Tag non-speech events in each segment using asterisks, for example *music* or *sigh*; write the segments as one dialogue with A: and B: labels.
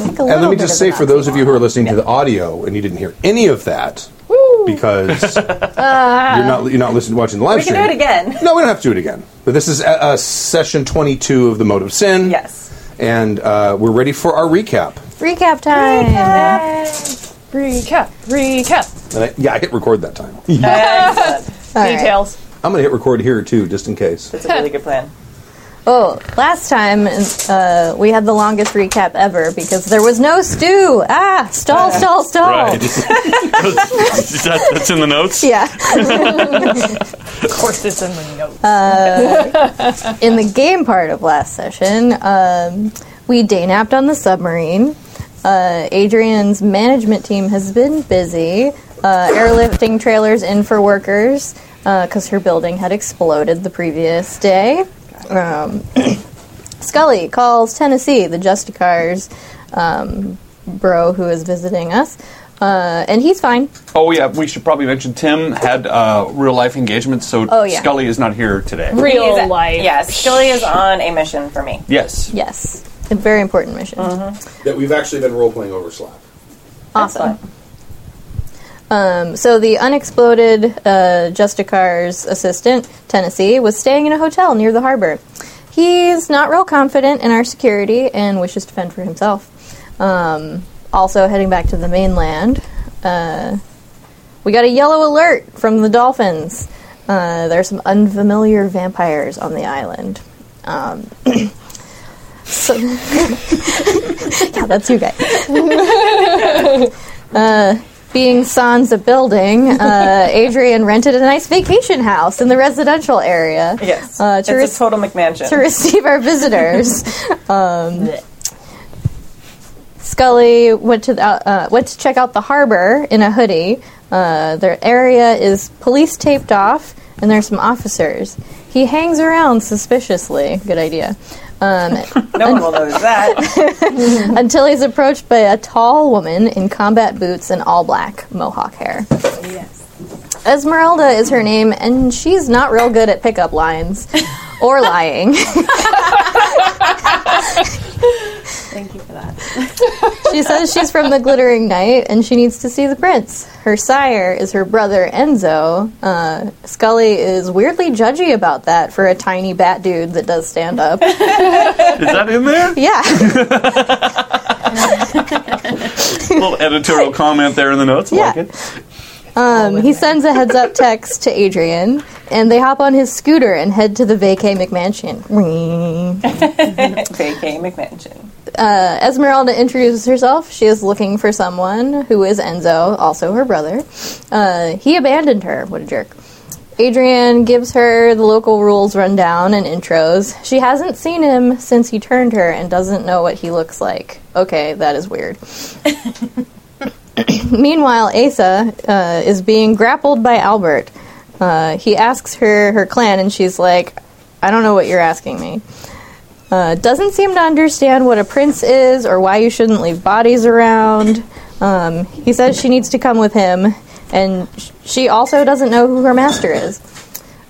A: a little
B: And let me
A: bit
B: just
A: of
B: say
A: an
B: for those of you who are listening to
A: Yeah.
B: the audio and you didn't hear any of that
A: *laughs*
B: because you're not you're not listening watching the live
A: We can
B: stream.
A: do it again.
B: No, we don't have to do it again. But this is uh, uh, session 22 of the Mode of Sin.
A: Yes.
B: And uh, we're ready for our recap.
C: Recap time.
D: Recap, recap.
B: And I, yeah, I hit record that
A: *laughs*
B: time.
C: All right.
D: *laughs* Details.
B: I'm going to hit record here too, just in case.
A: That's a really good plan.
C: Oh, last time uh, we had the longest recap ever because there was no stew. Ah, stall, stall, stall.
E: Right. Is that, that's in the notes?
C: Yeah.
D: Of course, it's in the notes.
C: Uh, in the game part of last session, um, we day napped on the submarine. Uh, Adrian's management team has been busy uh, airlifting trailers in for workers because her building had exploded the previous day. Um, *clears throat* Scully calls Tennessee, the Justicars um, bro who is visiting us, uh, and he's fine.
E: Oh, yeah, we should probably mention Tim had uh, real life engagements, so
C: Oh, yeah.
E: Scully is not here today.
A: He's
D: Real
A: a-
D: life.
A: Yes. Scully is on a mission for me.
E: Yes.
C: Yes, a very important mission.
B: That we've actually been role playing over Slack.
C: Awesome. Um, so the unexploded uh, Justicar's assistant, Tennessee, was staying in a hotel near the harbor. He's not real confident in our security and wishes to fend for himself. Um, also heading back to the mainland, uh, we got a yellow alert from the dolphins. Uh, there are some unfamiliar vampires on the island. Um, *coughs* so- *laughs* yeah, that's you guys *laughs* Uh, being sans a building, uh, Adrian rented a nice vacation house in the residential area.
A: Yes.
C: Uh,
A: it's
C: to,
A: a
C: re-
A: total McMansion.
C: to receive our visitors. um, Scully went to the, uh, went to check out the harbor in a hoodie. Uh, their area is police taped off, and there's some officers. He hangs around suspiciously. Good idea. Um,
A: no one will notice that. *laughs*
C: until he's approached by a tall woman in combat boots and all black mohawk hair. Esmeralda is her name, and she's not real good at pickup
F: *laughs*
C: lines or lying.
F: Thank you for that.
C: *laughs* she says she's from the Glittering Knight and she needs to see the prince. Her sire is her brother Enzo. Uh, Scully is weirdly judgy about that for a tiny bat dude that does stand
F: *laughs*
C: up.
E: Is that
D: *laughs*
E: in there?
C: yeah,
E: little editorial comment there in the notes. I
C: Yeah.
E: Like it.
C: um, he sends a heads up text to Adrian, and they hop on his scooter and head to the vacay McMansion. Wing.
A: J.K. McMansion.
C: uh, Esmeralda introduces herself. She is looking for someone who is Enzo, also her brother. Uh, he abandoned her. What a jerk. Adrian gives her the local rules rundown and intros. She hasn't seen him since he turned her and doesn't know what he looks like. Okay, that is weird. Meanwhile, Asa uh, is being grappled by Albert. Uh, he asks her her clan, and she's like, I don't know what you're asking me uh, doesn't seem to understand what a prince is or why you shouldn't leave bodies around. Um, he says she needs to come with him, and sh- she also doesn't know who her master is.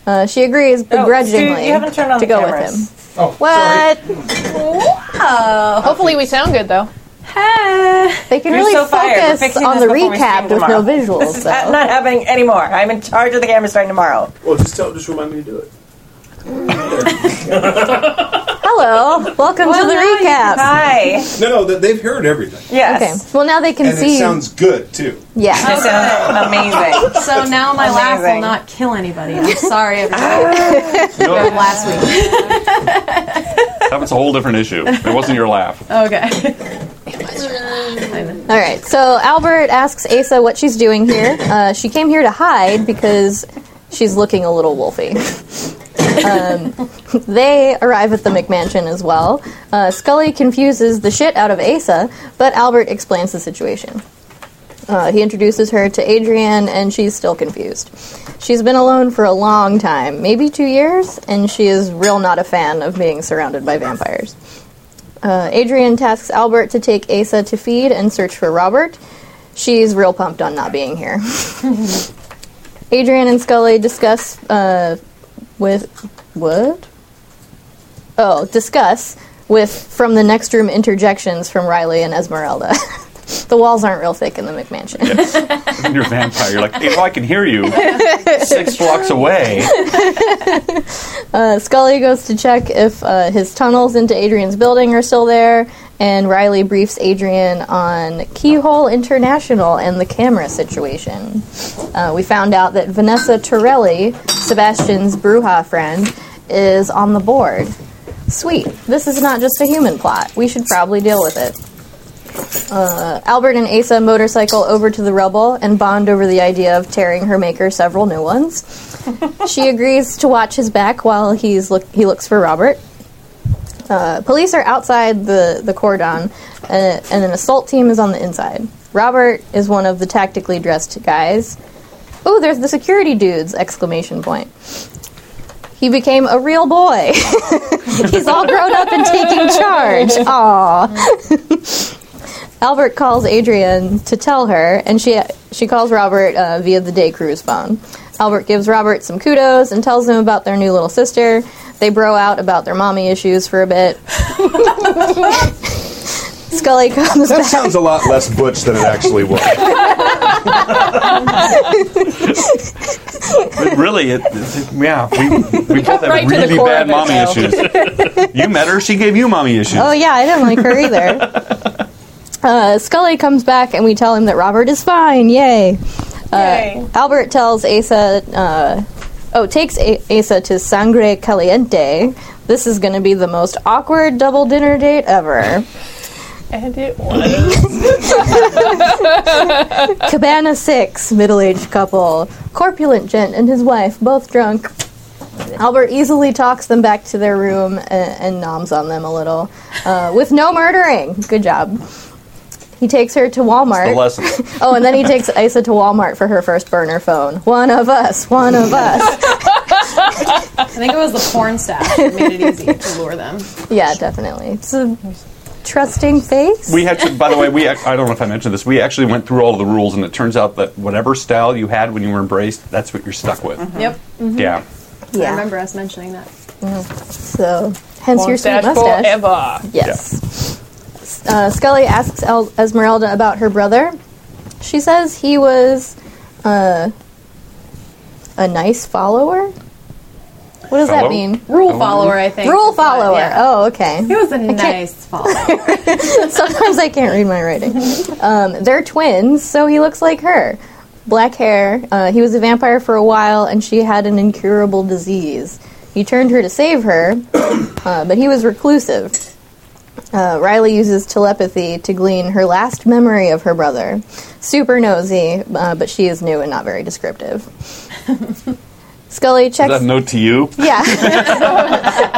C: Uh, she agrees begrudgingly
A: Oh, Stu, you haven't turned on
C: to
A: the
C: go
A: cameras.
C: with him.
B: Oh,
C: What?
D: Hopefully, we sound good though.
C: They can
A: You're
C: really
A: so fired. We're
C: focus
A: fixing
C: on the
A: this before we stream
C: recap with no
A: tomorrow. Uh,
C: visuals,
A: This *laughs* is
C: though.
A: not happening anymore. I'm in charge of the camera starting tomorrow.
G: Well, just tell, just remind me to do it.
C: Hello, welcome to the recap.
A: Hi.
B: No, no, th- they've heard everything.
C: Okay,
A: Yes.
C: well now they can
B: And
C: see.
B: it sounds good too. *laughs*
C: yeah,
A: This
C: *laughs*
A: sounds amazing.
F: So now my laugh will
A: Amazing.
F: not kill anybody. I'm sorry, everybody. *laughs*
E: No,
F: Last week.
E: that was a whole different issue. It wasn't your laugh.
F: Okay.
C: All right. So Albert asks Asa what she's doing
B: *laughs*
C: here. Uh, she came here to hide because she's looking a little wolfy. Um, they arrive at the McMansion as well. Uh, Scully confuses the shit out of Asa, but Albert explains the situation. Uh, he introduces her to Adrian, and she's still confused. She's been alone for a long time, maybe two years, and she is real not a fan of being surrounded by vampires. Uh, Adrian tasks Albert to take Asa to feed and search for Robert. She's real pumped on not being here. *laughs* Adrian and Scully discuss uh, with what? Oh, discuss with from the next room interjections from Riley and Esmeralda. *laughs* the walls aren't real thick in the McMansion.
E: You're a vampire. You're like, hey, well, I can
D: *laughs*
E: hear you six blocks away.
C: Uh, Scully goes to check if uh, his tunnels into Adrian's building are still there, and Riley briefs Adrian on Keyhole International and the camera situation. Uh, we found out that Vanessa Torelli, Sebastian's Bruja friend, is on the board. Sweet, this is not just a human plot. We should probably deal with it. Albert and Asa motorcycle over to the rubble and bond over the idea of tearing her maker several new ones. she agrees to watch his back while he's look- he looks for Robert. Uh, police are outside the, the cordon, uh, and an assault team is on the inside. Robert is one of the tactically dressed guys. Oh, there's the security dudes! Exclamation point. He became a real boy. *laughs* He's all grown up and taking charge. Aww. *laughs* Albert calls Adrian to tell her, and she she calls Robert uh, via the day cruise phone. Albert gives Robert some kudos and tells him about their new little sister. They bro out about their mommy issues for a bit. *laughs* Scully comes
B: That
C: back.
B: sounds a lot less butch than it actually
A: *laughs*
B: was.
E: But really, it, it- yeah, we, we both have
D: right to the
E: really
D: core
E: bad
D: of it,
E: mommy
D: though.
E: issues. you met her, she gave you mommy issues.
C: Oh yeah, I didn't like her either. Uh, Scully comes back and we tell him that Robert is fine. Yay!
A: Yay.
C: Albert tells Asa, uh, oh, takes A- Asa to Sangre Caliente. This is going to be the most awkward double dinner date
E: *laughs*
C: ever.
D: And it was.
C: Cabana Six, middle aged couple, corpulent gent and his wife, both drunk. Albert easily talks them back to their room and, and noms on them a little, uh, with no murdering. Good job. He takes her to Walmart.
E: The lesson.
C: Oh, and then he takes Isa to Walmart for her first burner phone. One of us, one of
E: *laughs*
C: us.
F: I think it was the porn staff that made it easy to lure them.
C: Yeah, definitely. It's a trusting face.
E: We had to, by the way, we, ac- I don't know if I mentioned this, we actually went through all the rules, and it turns out that whatever style you had when you were embraced, that's what you're stuck with.
F: Yep.
E: Yeah.
F: I
C: yeah.
F: remember us mentioning that.
C: So, hence your sweet
D: Mustache
C: mustache.
D: forever.
C: Yes. Uh, Scully asks El- Esmeralda about her brother. She says he was uh, a nice follower. What does
E: Fellow?
C: that mean?
F: Rule follower, I think.
C: Rule
F: is what-
C: follower.
F: yeah.
C: Oh, okay.
F: He was a nice *laughs* follower.
C: *laughs* Sometimes I can't read my writing. Um, they're twins, so he looks like her. Black hair. Uh, he was a vampire for a while, and she had an incurable disease. He turned her to save her, *coughs* uh, but he was reclusive. Uh, Riley uses telepathy to glean her last memory of her brother. Super nosy, uh, but she is new and not very descriptive. Scully
E: Is
C: checks.
E: that a note to you?
C: Yeah. *laughs*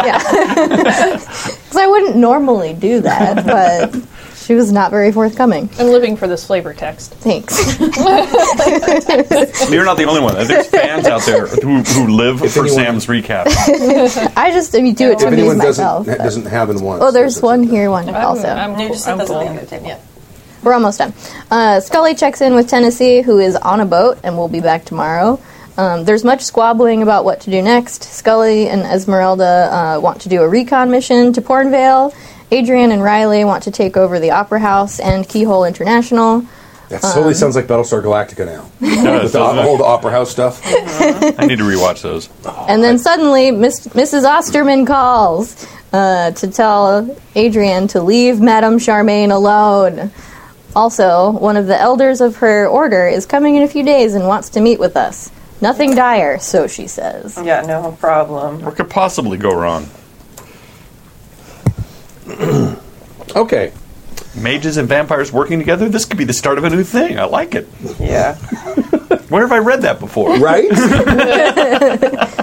C: yeah. Because I wouldn't normally do that, but she was not very forthcoming.
D: I'm living for this flavor text.
C: Thanks. *laughs*
E: *laughs* You're not the only one. I *laughs* think fans out there who, who live for
B: anyone-
E: Sam's recap.
C: I just you do it to
B: If anyone
C: amuse
B: doesn't
C: myself. but-
B: doesn't have and wants.
C: Oh, there's
B: a-
C: one here, one
D: I'm,
C: also.
D: I'm,
A: You
D: cool.
A: just set
D: I'm
A: those on the
D: cool.
A: other table.
F: yeah.
C: We're almost done. Uh, Scully checks in with Tennessee, who is on a boat and will be back tomorrow. Um, there's much squabbling about what to do next. Scully and Esmeralda uh, want to do a recon mission to Pornvale. Adrian and Riley want to take over the Opera House and Keyhole International.
B: That totally sounds like Battlestar Galactica now.
E: does,
B: With the
E: doesn't Um, *laughs* it?
B: whole opera house stuff.
E: I need to rewatch those.
C: And then suddenly, Miss, Mrs. Osterman calls uh, to tell Adrian to leave Madame Charmaine alone. Also, one of the elders of her order is coming in a few days and wants to meet with us. Nothing dire, so she says.
A: Yeah, no problem.
E: What could possibly go wrong?
B: Okay.
E: Mages and vampires working together? This could be the start of a new thing. I like it.
A: Yeah.
E: Where have I read that before?
B: Right?
E: *laughs*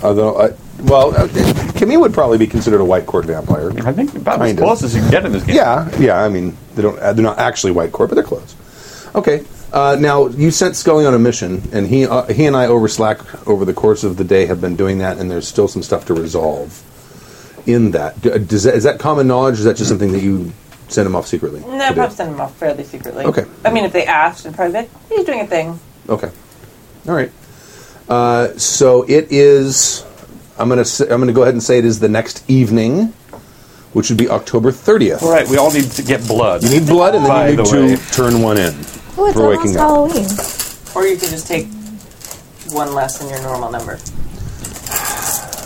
B: Although, I, well, uh, Camille would probably be considered a white court vampire.
E: I think about
B: Kind of.
E: as close as you can get in this game.
B: Yeah, yeah. I mean, they don't. uh, They're not actually white court, but they're close. Okay. Uh, now you sent Scully on a mission, and he uh, he and I over Slack over the course of the day have been doing that, and there's still some stuff to resolve in that. D- uh, Does that is that common knowledge? Or is that just something that you send him off secretly?
A: No,
B: to do?
A: I'd probably send them off fairly secretly.
B: Okay.
A: I mean, if they asked, I'd probably be like, he's doing a thing.
B: Okay. All right. Uh, so it is. I'm gonna. s- I'm gonna go ahead and say it is the next evening, which would be October 30th.
E: All right, we all need to get blood.
B: You need blood, and
E: By
B: then you need
E: the
B: to
E: way.
B: turn one in.
C: Oh, it's
B: For
C: almost
B: waking up.
C: Halloween.
A: Or you can just take one less than your normal number.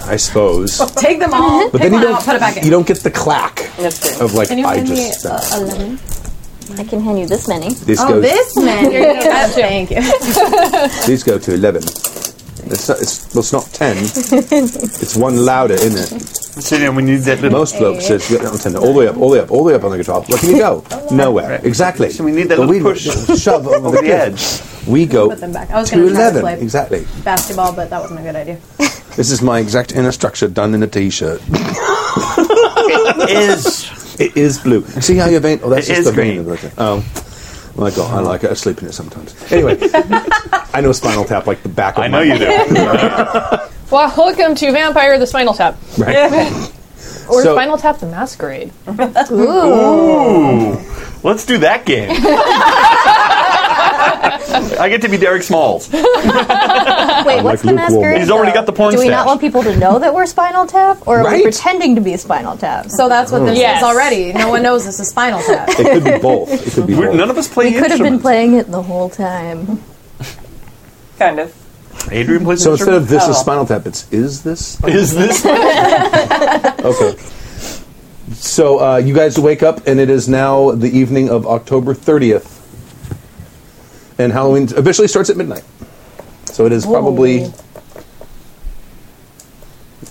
B: I
F: *laughs*
B: suppose. But
A: Take them all.
F: But-
A: But
B: then you
F: one
B: don't
F: out, put it back in.
B: you don't get the clack
A: That's true.
B: of like
F: Can you
B: I
F: hand me uh,
B: just
C: A lemon. I can hand you this many. *laughs*
B: this
F: Oh,
B: goes
F: this man. You're *laughs* gonna have to- Thank you.
B: these go to eleven. It's not, it's, well, it's not
F: *laughs*
B: ten. it's one louder, isn't it?
E: So, yeah, we need that little.
B: Most folks says yeah, no, ten, all the way up, all the way up, all the way up on the guitar. Where can you
F: *laughs*
B: go? Nowhere.
E: Right.
B: Exactly.
E: So we need that
B: But
E: little push
B: shove
E: *laughs*
B: over, *laughs*
E: over *laughs* the
B: cliff.
E: edge.
B: We go
F: Put them back. I was
B: to
F: gonna try to
B: eleven.
F: play-
B: Exactly.
F: Basketball, but that wasn't a good idea.
B: This is my exact inner structure done in a t-shirt.
E: Is
B: It is blue. See how your vein? Oh, that's
E: It
B: just
E: is
B: the vein. Of
E: green.
B: the, oh, my God, I like it. I sleep in it sometimes.
E: *laughs*
B: Anyway, I know Spinal Tap like the back of
E: I
B: my
E: know
B: *laughs*
E: you do.
D: Well, welcome to Vampire the Spinal Tap.
B: Right.
D: Or
B: So-
D: Spinal Tap the Masquerade.
E: Ooh, let's do that
B: *laughs*
E: game. I get to be Derek Smalls.
C: Wait, what's the
B: lukewarm.
C: masquerade?
E: He's already
C: though?
E: got the porn
C: Do we
E: stash.
C: not want people to know that we're Spinal Tap, or are
B: Right?
C: we pretending to be Spinal Tap? So
F: So that's what this
D: Yes.
F: is already. No one knows this is Spinal *laughs* Tap.
B: It could
E: *laughs*
B: be both. It could be
E: We're,
B: both.
E: none of us play
C: we could have been
E: instruments.
C: playing it the whole time.
A: Kind of.
E: Adrian plays
B: so
E: an
B: instead of
E: instrument.
B: this
A: Oh.
B: is Spinal Tap, it's is this?
E: *laughs* Is this?
B: Okay. So uh, you guys wake up, and it is now the evening of October 30th, and Halloween officially starts at midnight. So it is probably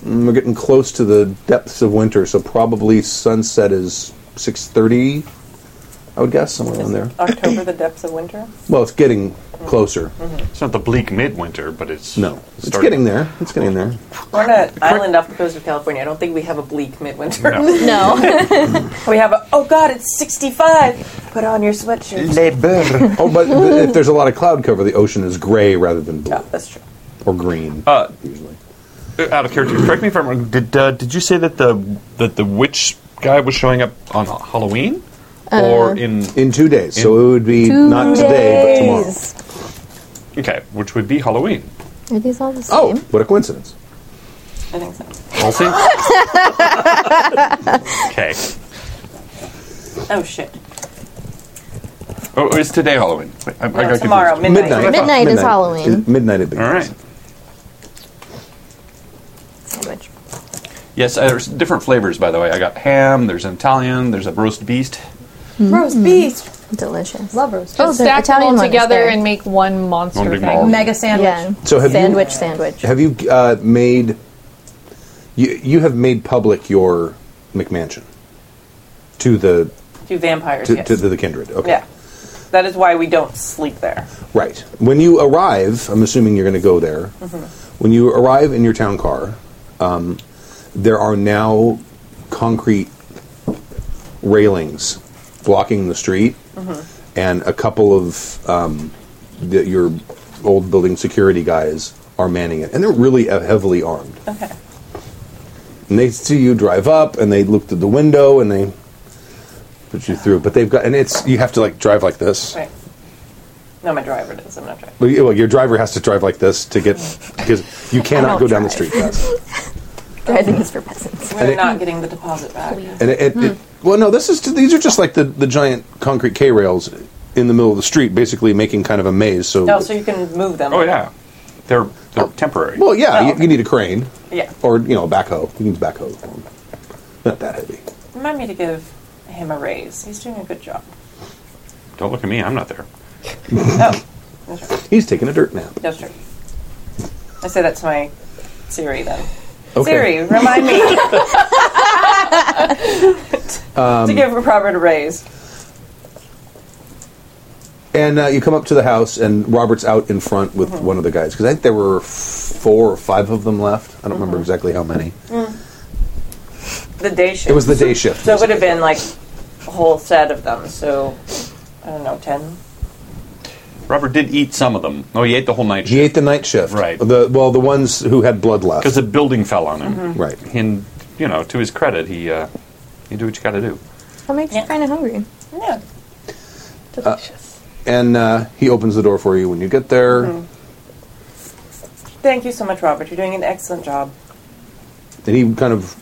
B: Mm, we're getting close to the depths of winter, so probably sunset is 6:30. I would guess somewhere around there.
A: October, the depths of winter.
B: Well, it's getting closer.
E: It's not the bleak midwinter, but it's
B: No, it's
E: starting-
B: getting there. It's getting there.
A: *laughs* We're on an island off the coast of California. I don't think we have a bleak midwinter.
E: No.
C: *laughs* No,
A: *laughs* We have a, oh God, it's 65. Put on your sweatshirt.
B: Oh, but th- if there's a lot of cloud cover, the ocean is gray rather than blue
A: No, that's true.
B: or green.
E: Uh,
B: usually.
E: out of character. Correct me if I'm wrong. Did uh, did you say that the that the witch guy was showing up on Halloween
C: Uh.
E: or in
B: In two days, so it would be
C: Two
B: not today, but tomorrow.
C: days.
E: okay, which would be Halloween?
C: Are these all the
B: Oh,
C: same?
B: what a coincidence!
A: I think so.
E: I'll
C: *laughs*
E: see. okay.
A: Oh shit.
E: Oh, it's today Halloween. Wait, I, I
A: No,
E: got
A: tomorrow,
E: confused.
A: midnight.
B: Midnight.
C: Midnight is Halloween.
B: Is- midnight it begins.
E: All right.
C: Sandwich.
E: Yes, uh, there's different flavors by the way. I got ham. There's an Italian. There's a roast beast.
B: Hmm.
F: Roast beast.
C: Delicious.
F: Love roast
C: Oh,
F: beast.
C: the
D: Stack them
C: Italian
D: all
C: one is
D: together
C: there.
D: and make one monster
E: One big
D: thing.
E: ball.
F: Mega sandwich.
C: Yeah.
B: So have you-
C: sandwich, sandwich.
B: Have you uh, made you you have made public your McMansion to the
A: Two vampires.
B: to,
A: yes.
B: to, the kindred? Okay.
A: yeah. That is why we don't sleep there.
B: Right. When you arrive, I'm assuming you're going to go there. When you arrive in your town car, um, there are now concrete railings blocking the street, and a couple of um, the, your old building security guys are manning it, and they're really uh, heavily armed.
A: Okay.
B: And they see you drive up, and they look through the window, and they put you through. But they've got, and it's you have to like drive like this.
A: Right. No, my driver does. I'm not driving.
B: Well, you- well, your driver has to drive like this to get because you cannot go
C: don't
B: down the
C: drive.
B: street fast.
C: Driving is for peasants.
A: We're
B: it-
A: not getting the deposit back.
B: And it, it, it- well, no, this is these are just like the, the giant concrete K rails in the middle of the street, basically making kind of a maze. So,
A: No, so you can move them.
E: Oh yeah, they're they're temporary.
B: well, yeah,
A: Oh,
B: you,
A: okay.
B: you need a crane,
A: Yeah.
B: or you know, a backhoe. You can use backhoe. Not that heavy.
A: Remind me to give him a raise. He's doing a
B: *coughs*
A: good job.
E: Don't look at me. I'm not there.
A: Oh, that's right.
B: He's taking a dirt nap.
A: That's right. I say that to my Siri then.
B: Okay.
A: Siri,
B: *laughs*
A: remind me
B: Um,
A: to give Robert a raise.
B: And uh, you come up to the house, and Robert's out in front with one of the guys because I think there were four or five of them left. I don't remember exactly how many.
A: The day shift.
B: It was the day shift.
A: so it would have been like a whole set of them. So I don't know, ten.
E: Robert did eat some of them. Oh, he ate the whole night.
B: He ate the night shift.
E: Right.
B: The well, the ones who had blood left.
E: because a building fell on him.
B: Right.
E: And you know, to his credit, he uh, you do what you got to do.
C: That makes you
A: Yeah.
C: kind of hungry.
A: Yeah.
D: Delicious.
B: And uh, he opens the door for you when you get there,
A: Mm-hmm. Thank you so much, Robert. You're doing an excellent job.
B: and he kind of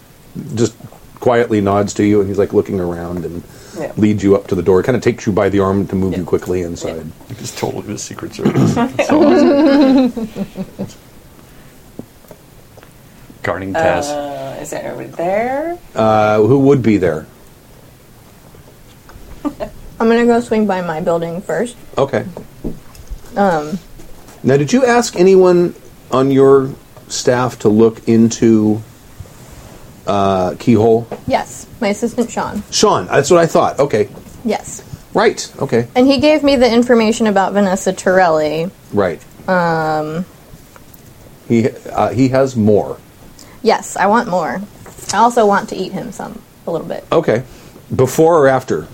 B: just quietly nods to you, and he's like looking around and
A: Yeah.
B: leads you up to the door. Kind of takes you by the arm to move
A: Yeah.
B: you quickly inside.
E: It's totally the Secret Service. It's awesome. Guarding Taz.
A: Uh, is there anybody there?
B: Uh, who would be there?
C: I'm gonna go swing by my building first.
B: Okay. Um. Now, did you ask anyone on your staff to look into uh, keyhole?
C: Yes, my assistant Sean.
B: Sean, that's what I thought. Okay.
C: Yes,
B: Right. Okay.
C: and he gave me the information about Vanessa Torelli.
B: Right. Um. He uh, he has more.
C: Yes, I want more. I also want to eat him some a little bit.
B: Okay. Before or after?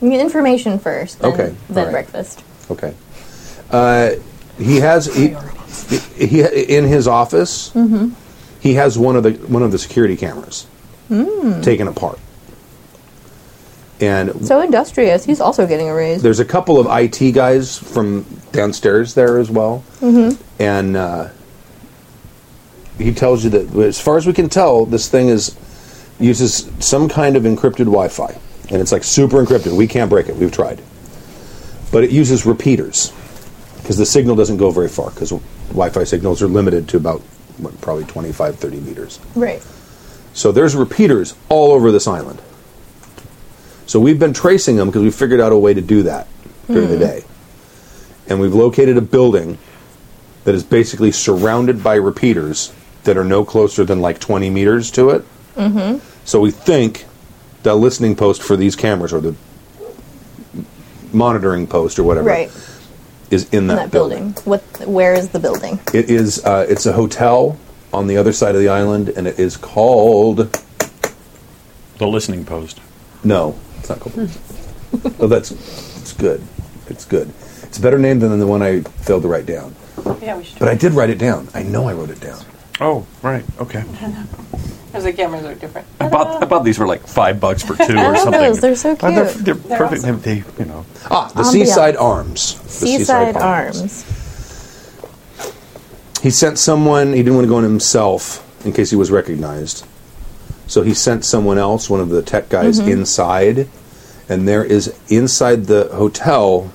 C: Information first, then,
B: Okay,
C: then
B: alright.
C: breakfast.
B: Okay. Uh, he has he, he in his office. He has one of the one of the security cameras taken apart, and
C: So industrious. He's also getting a raise.
B: there's a couple of IT guys from downstairs there as well, mm-hmm. and uh, he tells you that as far as we can tell, this thing is uses some kind of encrypted Wi-Fi, and it's like super encrypted. We can't break it. We've tried, but it uses repeaters because the signal doesn't go very far because Wi-Fi signals are limited to about what, probably 25, 30 meters.
C: right.
B: So there's repeaters all over this island. So we've been tracing them because we figured out a way to do that during the day. And we've located a building that is basically surrounded by repeaters that are no closer than like 20 meters to it. Mm-hmm. So we think the listening post for these cameras or the monitoring post or whatever
C: Right.
B: is in that,
C: In that building. What? Where is the building?
B: It is uh, it's a hotel on the other side of the island and it is called
E: the listening post.
B: No, it's not cool.
C: Hmm.
B: oh, that's it's good. It's good. It's a better name than the one I failed to write down.
A: Yeah, we should.
B: But I did write it down. I know I wrote it down.
E: Oh, right. Okay.
A: Because the cameras are different.
E: I bought, I bought these were like five bucks for two or
C: love
E: something.
C: those. They're so
E: Uh, they're,
C: cute.
E: they're
A: They're
E: perfect.
A: awesome.
E: They, you know,
B: Ah, the
C: Ambiance.
B: Seaside Arms. The
C: Seaside Arms.
B: He sent someone. He didn't want to go in himself in case he was recognized. So he sent someone else, one of the tech guys, inside. And there is inside the hotel,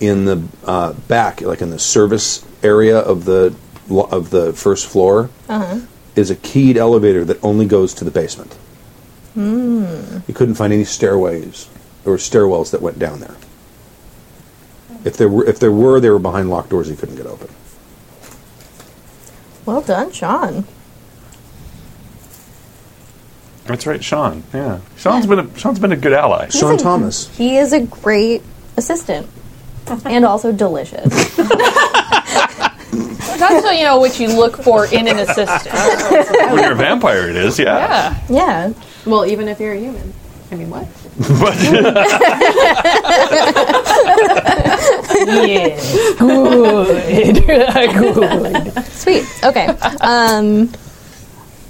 B: in the uh, back, like in the service area of the lo- of the first floor, is a keyed elevator that only goes to the basement. Mm. You couldn't find any stairways or stairwells that went down there. If there were, if there were, they were behind locked doors. You couldn't get open.
C: Well done, Sean.
E: that's right, Sean. Yeah, Sean's been a, Sean's been a good ally.
B: Sean Thomas.
C: He is a great assistant, and also delicious.
D: That's what, you know what you look for in an assistant.
E: when you're a vampire, it is. Yeah.
D: *laughs* Yeah.
C: yeah.
F: Well, even if you're a human. I mean, what?
E: But
D: Yes. Good. Good.
C: Sweet. Okay. Um,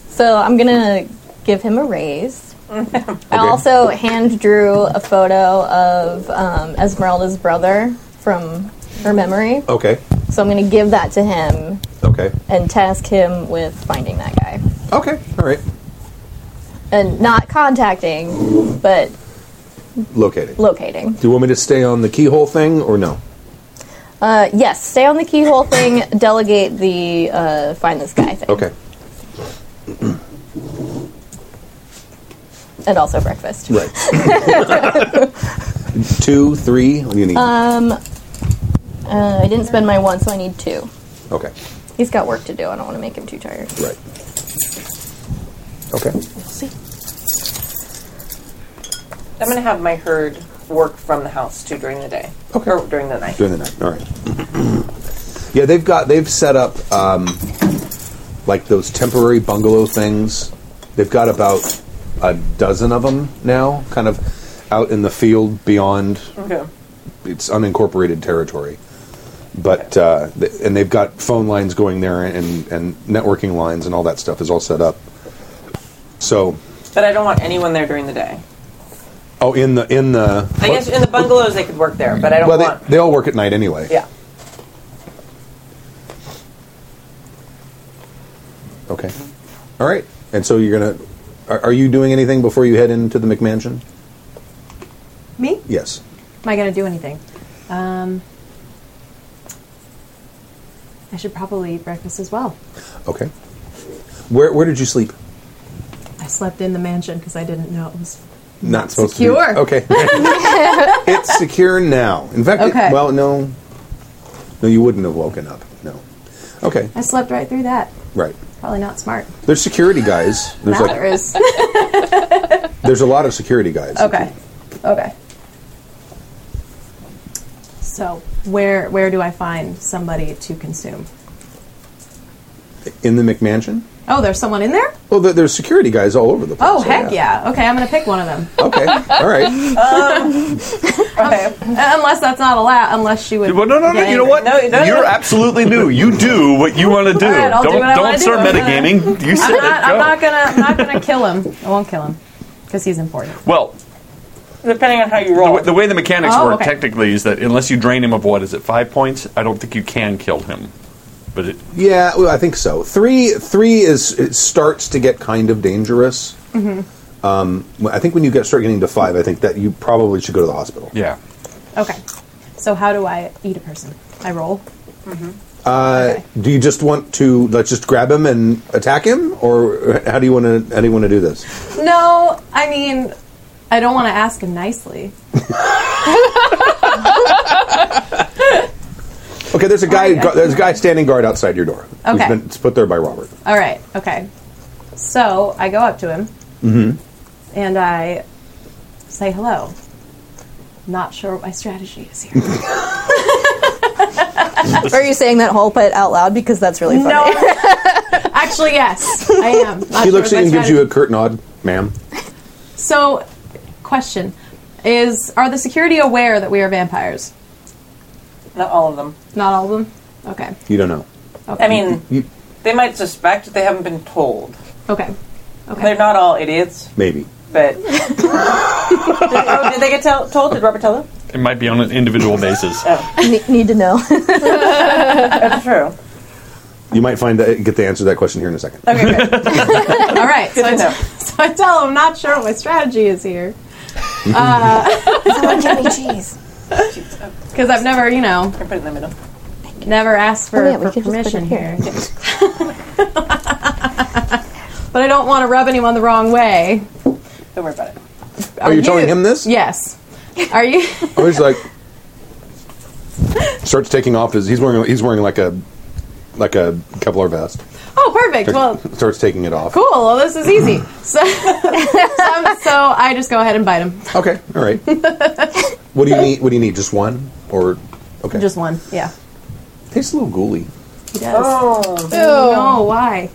C: so I'm gonna give him a raise. I also hand drew a photo of um, Esmeralda's brother from her memory.
B: Okay.
C: So I'm gonna give that to him
B: Okay.
C: and task him with finding that guy
B: Okay. All right.
C: and not contacting, but
B: Locating. Do
C: locating.
B: you want me to stay on the keyhole thing or no?
C: Uh, yes, stay on the keyhole thing. Delegate the uh, find this guy thing,
B: Okay.
C: and also breakfast.
B: Right. *laughs* Two, three. What do you need?
C: Um, Uh, I didn't spend my one, so I need two.
B: okay.
C: He's got work to do. I don't want to make him too tired.
B: Right. Okay.
A: I'm going to have my herd work from the house too during the day.
B: Okay.
A: Or during the night.
B: During the night. All right. *clears throat* yeah, they've got they've set up um, like those temporary bungalow things. They've got about a dozen of them now, kind of out in the field beyond
A: Okay.
B: it's unincorporated territory. But uh, th- and they've got phone lines going there and and networking lines and all that stuff is all set up. So,
A: But I don't want anyone there during the day.
B: oh, in the in the
A: I guess in the bungalows they could work there, but I don't
B: well,
A: want.
B: they, they all work at night anyway.
A: yeah.
B: Okay. All right. And so you're gonna Are, are you doing anything before you head into the McMansion?
F: Me?
B: Yes.
F: Am I gonna do anything? Um, I should probably eat breakfast as well.
B: Okay. Where Where did you sleep?
F: I slept in the mansion because I didn't know it was.
B: Not supposed
F: Secure.
B: to. Secure.
F: *laughs*
B: Okay. it's secure now. In fact, it-
F: Okay.
B: well, no, no, you wouldn't have woken up. No. Okay.
F: I slept right through that.
B: Right.
F: Probably not smart.
B: There's security guys. There's
F: now there
B: like
F: is.
B: there's a lot of security guys.
F: okay. Okay. So where where do I find somebody to consume?
B: In the McMansion.
F: Oh, there's someone in there.
B: Well, there, there's security guys all over the place.
F: Oh heck yeah. Okay, I'm gonna pick one of them.
B: Okay. All right.
F: *laughs* Okay. Uh, unless that's not allowed. Unless she would.
E: Well, no, no, no.
F: get
E: You know
F: angry.
E: what?
A: No, you don't.
E: You're absolutely new. You do what you want to do.
F: right, I'll do
E: don't
F: what I
E: don't
F: wanna do.
E: start
F: I'm gonna-
E: metagaming. You said
F: I'm not,
E: it. Go.
F: I'm not gonna. I'm not gonna kill him. I won't kill him because he's important.
E: well,
A: Depending on how you
E: the,
A: roll.
E: way- the way the mechanics
F: Oh,
E: work
F: okay.
E: technically is that unless you drain him of what is it five points, I don't think you can kill him. But it,
B: Yeah. Well, I think so. Three. Three is it starts to get kind of dangerous. Mm-hmm. Um, well, I think when you get start getting to five, I think that you probably should go to the hospital.
E: yeah,
F: Okay. So how do I eat a person? I roll.
B: Do you just want to let's just grab him and attack him, or how do you want to how do you want to do this?
F: No, I mean, I don't want to ask him nicely.
B: Okay, there's a guy. gu- There's a guy standing guard outside your door.
F: Okay. Uh,
B: who's been it's put there by Robert.
F: All right. Okay. So I go up to him,
B: Mm-hmm.
F: and I say hello. Not sure what my strategy is *laughs* here.
C: Are you saying that whole part out loud because that's really funny?
F: *laughs* Actually, yes, I am. Not
B: He
F: sure
B: looks
F: what
B: at you
F: my
B: and gives you a
F: strategy-
B: curt nod, ma'am.
F: So, question is: Are the security aware that we are vampires?
A: Not all of them.
F: Not all of them. Okay.
B: You don't know.
A: I mean,
B: You,
A: they might suspect, they haven't been told. *laughs*
F: Okay.
A: They're not all idiots,
B: maybe.
A: but. did, oh, did they get tell, told? Did Robert tell them?
E: it might be on an individual
F: *laughs*
E: basis.
C: *laughs* Ne- need to know.
A: That's true.
B: You might find that, get the answer to that question here in a second.
A: Okay, great.
F: All right. So I,
A: to know.
F: so *laughs* I tell him, not sure what my strategy is here
C: Someone give me *laughs* cheese.
F: because I've never, you know,
A: I put it in the middle.
F: never asked for,
C: Oh, yeah, we
F: for
C: could just put it here.
F: permission here. *laughs* but I don't want to rub anyone the wrong way.
A: Don't worry about it.
B: Are you telling him this?
F: Yes. Are you? *laughs*
B: Oh, he's like starts taking off his. He's wearing he's wearing like a like a Kevlar vest.
F: Oh, perfect. Well,
B: starts taking it off.
F: cool. Well, this is easy. So, *laughs* so, I'm- so I just go ahead and bite him.
B: Okay, all
F: *laughs*
B: right. what do you need? What do you need? Just one or okay?
F: Just one. Yeah.
B: tastes a little ghouly.
F: He does.
A: Oh,
F: Oh, no, why?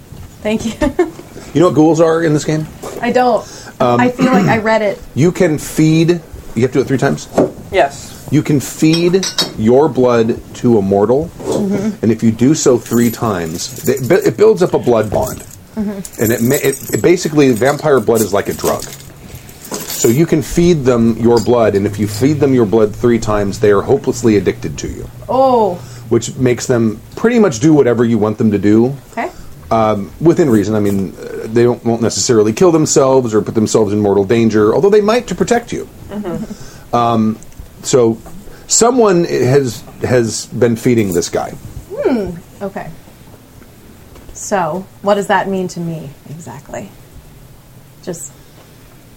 F: Thank you. *laughs*
B: You know what ghouls are in this game?
F: I don't.
A: Um,
F: I feel like I
A: *clears throat*
F: read it.
B: You can feed. You have to do it three times.
A: yes.
B: You can feed your blood to a mortal, and if you do so three times, it, bu- it builds up a blood bond, and it, ma- it, it basically vampire blood is like a drug. So you can feed them your blood, and if you feed them your blood three times, they are hopelessly addicted to you,
F: Oh.
B: which makes them pretty much do whatever you want them to do.
F: Okay.
B: Um, within reason. I mean, uh, they don't, won't necessarily kill themselves or put themselves in mortal danger, although they might to protect you. Um,
A: Mm-hmm.
B: so, someone has has been feeding this guy.
F: Okay. So, what does that mean to me exactly? Just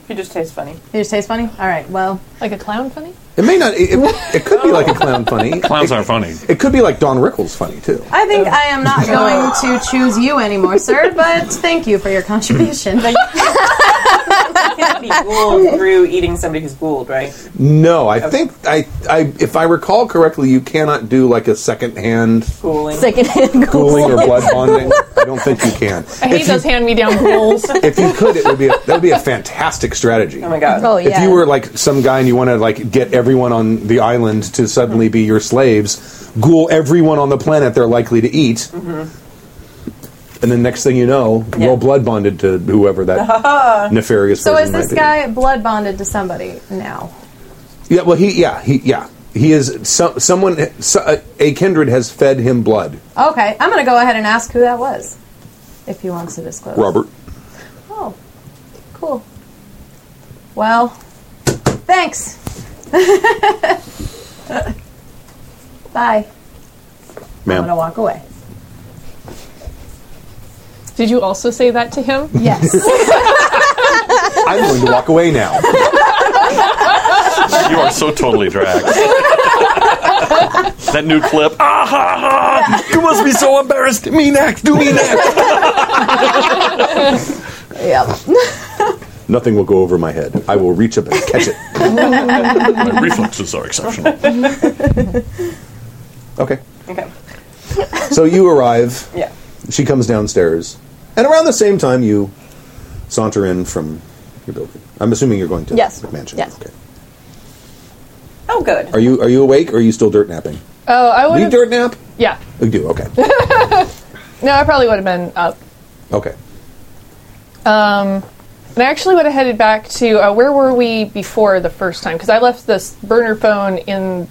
A: He just tastes funny.
F: it just tastes funny. All right. Well,
D: Like a clown funny?
B: It may not. It, it, it could be like a clown funny.
E: Clowns
B: it,
E: aren't funny.
B: It could be like Don Rickles funny too.
F: I think I
B: *laughs*
F: am not going to choose you anymore, sir. But thank you for
B: *laughs*
F: your contribution.
A: Can't be ghouled through eating somebody who's ghouled, right?
B: No, I think I, I if I recall correctly, you cannot do like a second hand
A: Ghouling.
C: Secondhand
B: cooling
C: ghouls.
B: or blood bonding. I don't think you can.
D: I hate
B: If you,
D: those hand me down ghouls.
B: *laughs* if you could, it would be a, that would be a fantastic strategy.
A: Oh my god.
C: *laughs* Oh yeah.
B: If you were like some guy and you want to like get everyone on the island to suddenly be your slaves, ghoul everyone on the planet they're likely to eat,
F: Mm-hmm.
B: and then next thing you know, you're all blood bonded to whoever that nefarious.
F: *laughs* so, is
B: person
F: this
B: might be.
F: guy blood bonded to somebody now?
B: Yeah, well, he, yeah, he, yeah, he is. Some, someone, so, a kindred has fed him blood.
F: Okay, I'm going to go ahead and ask who that was, if he wants to disclose.
B: Robert,
F: Oh, Well, thanks. *laughs* Bye. I'm gonna
B: ma'am.
F: walk away.
D: Did you also say that to him?
F: Yes.
B: I'm going to walk away
F: *laughs*
B: now.
E: You are so totally dragged. that new clip. Ah ha ha! You must be so embarrassed. Me next. Do me next.
F: yep.
B: Nothing will go over my head. I will reach up and catch it.
E: My reflexes are exceptional.
B: Okay.
A: Okay.
B: So you arrive.
A: Yeah.
B: She comes downstairs, and around the same time you saunter in from your building. I'm assuming you're going to
C: Yes.
B: the mansion.
C: Yes.
B: Okay.
A: Oh, good.
B: Are you are you awake or are you still dirt napping?
D: Oh, I
B: Do
D: would
B: you
D: have.
B: dirt nap?
D: yeah.
B: You do.
C: *laughs*
B: Okay.
D: No, I probably would have been up.
B: okay.
D: Um, and I actually would have headed back to uh, where were we before the first time? Because I left this burner phone in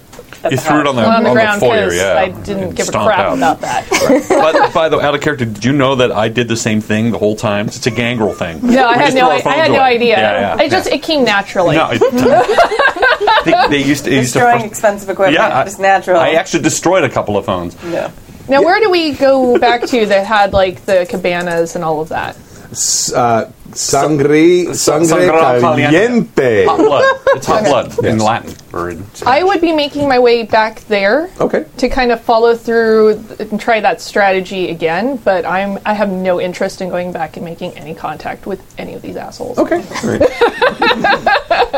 E: You threw it on the,
D: on the
E: on
D: ground
E: the foyer.
D: because
E: Yeah,
D: I didn't
E: And
D: give a
E: stomped
D: crap
E: out.
D: about that.
E: But by the way, out of character, did you know that I did the same thing the whole time? It's a gangrel thing.
D: No, I had no, I, I had no idea.
E: Yeah, yeah,
D: it just
E: yeah.
D: it came naturally.
E: No,
D: *laughs*
E: it, they, they used to. They used to
A: Destroying
E: frust-
A: expensive equipment
E: yeah, I-
A: is natural.
E: I actually destroyed a couple of phones.
A: Yeah.
D: now, where do we go back to that had like the cabanas and all of that?
B: S- Uh, sangri, sangre
E: sangra Hot
B: caliente.
E: blood. It's hot blood in
B: Yes.
E: Latin. Or in
D: I would be making my way back there
B: Okay.
D: to kind of follow through and try that strategy again. But I'm I have no interest in going back and making any contact with any of these assholes.
B: Okay. All right.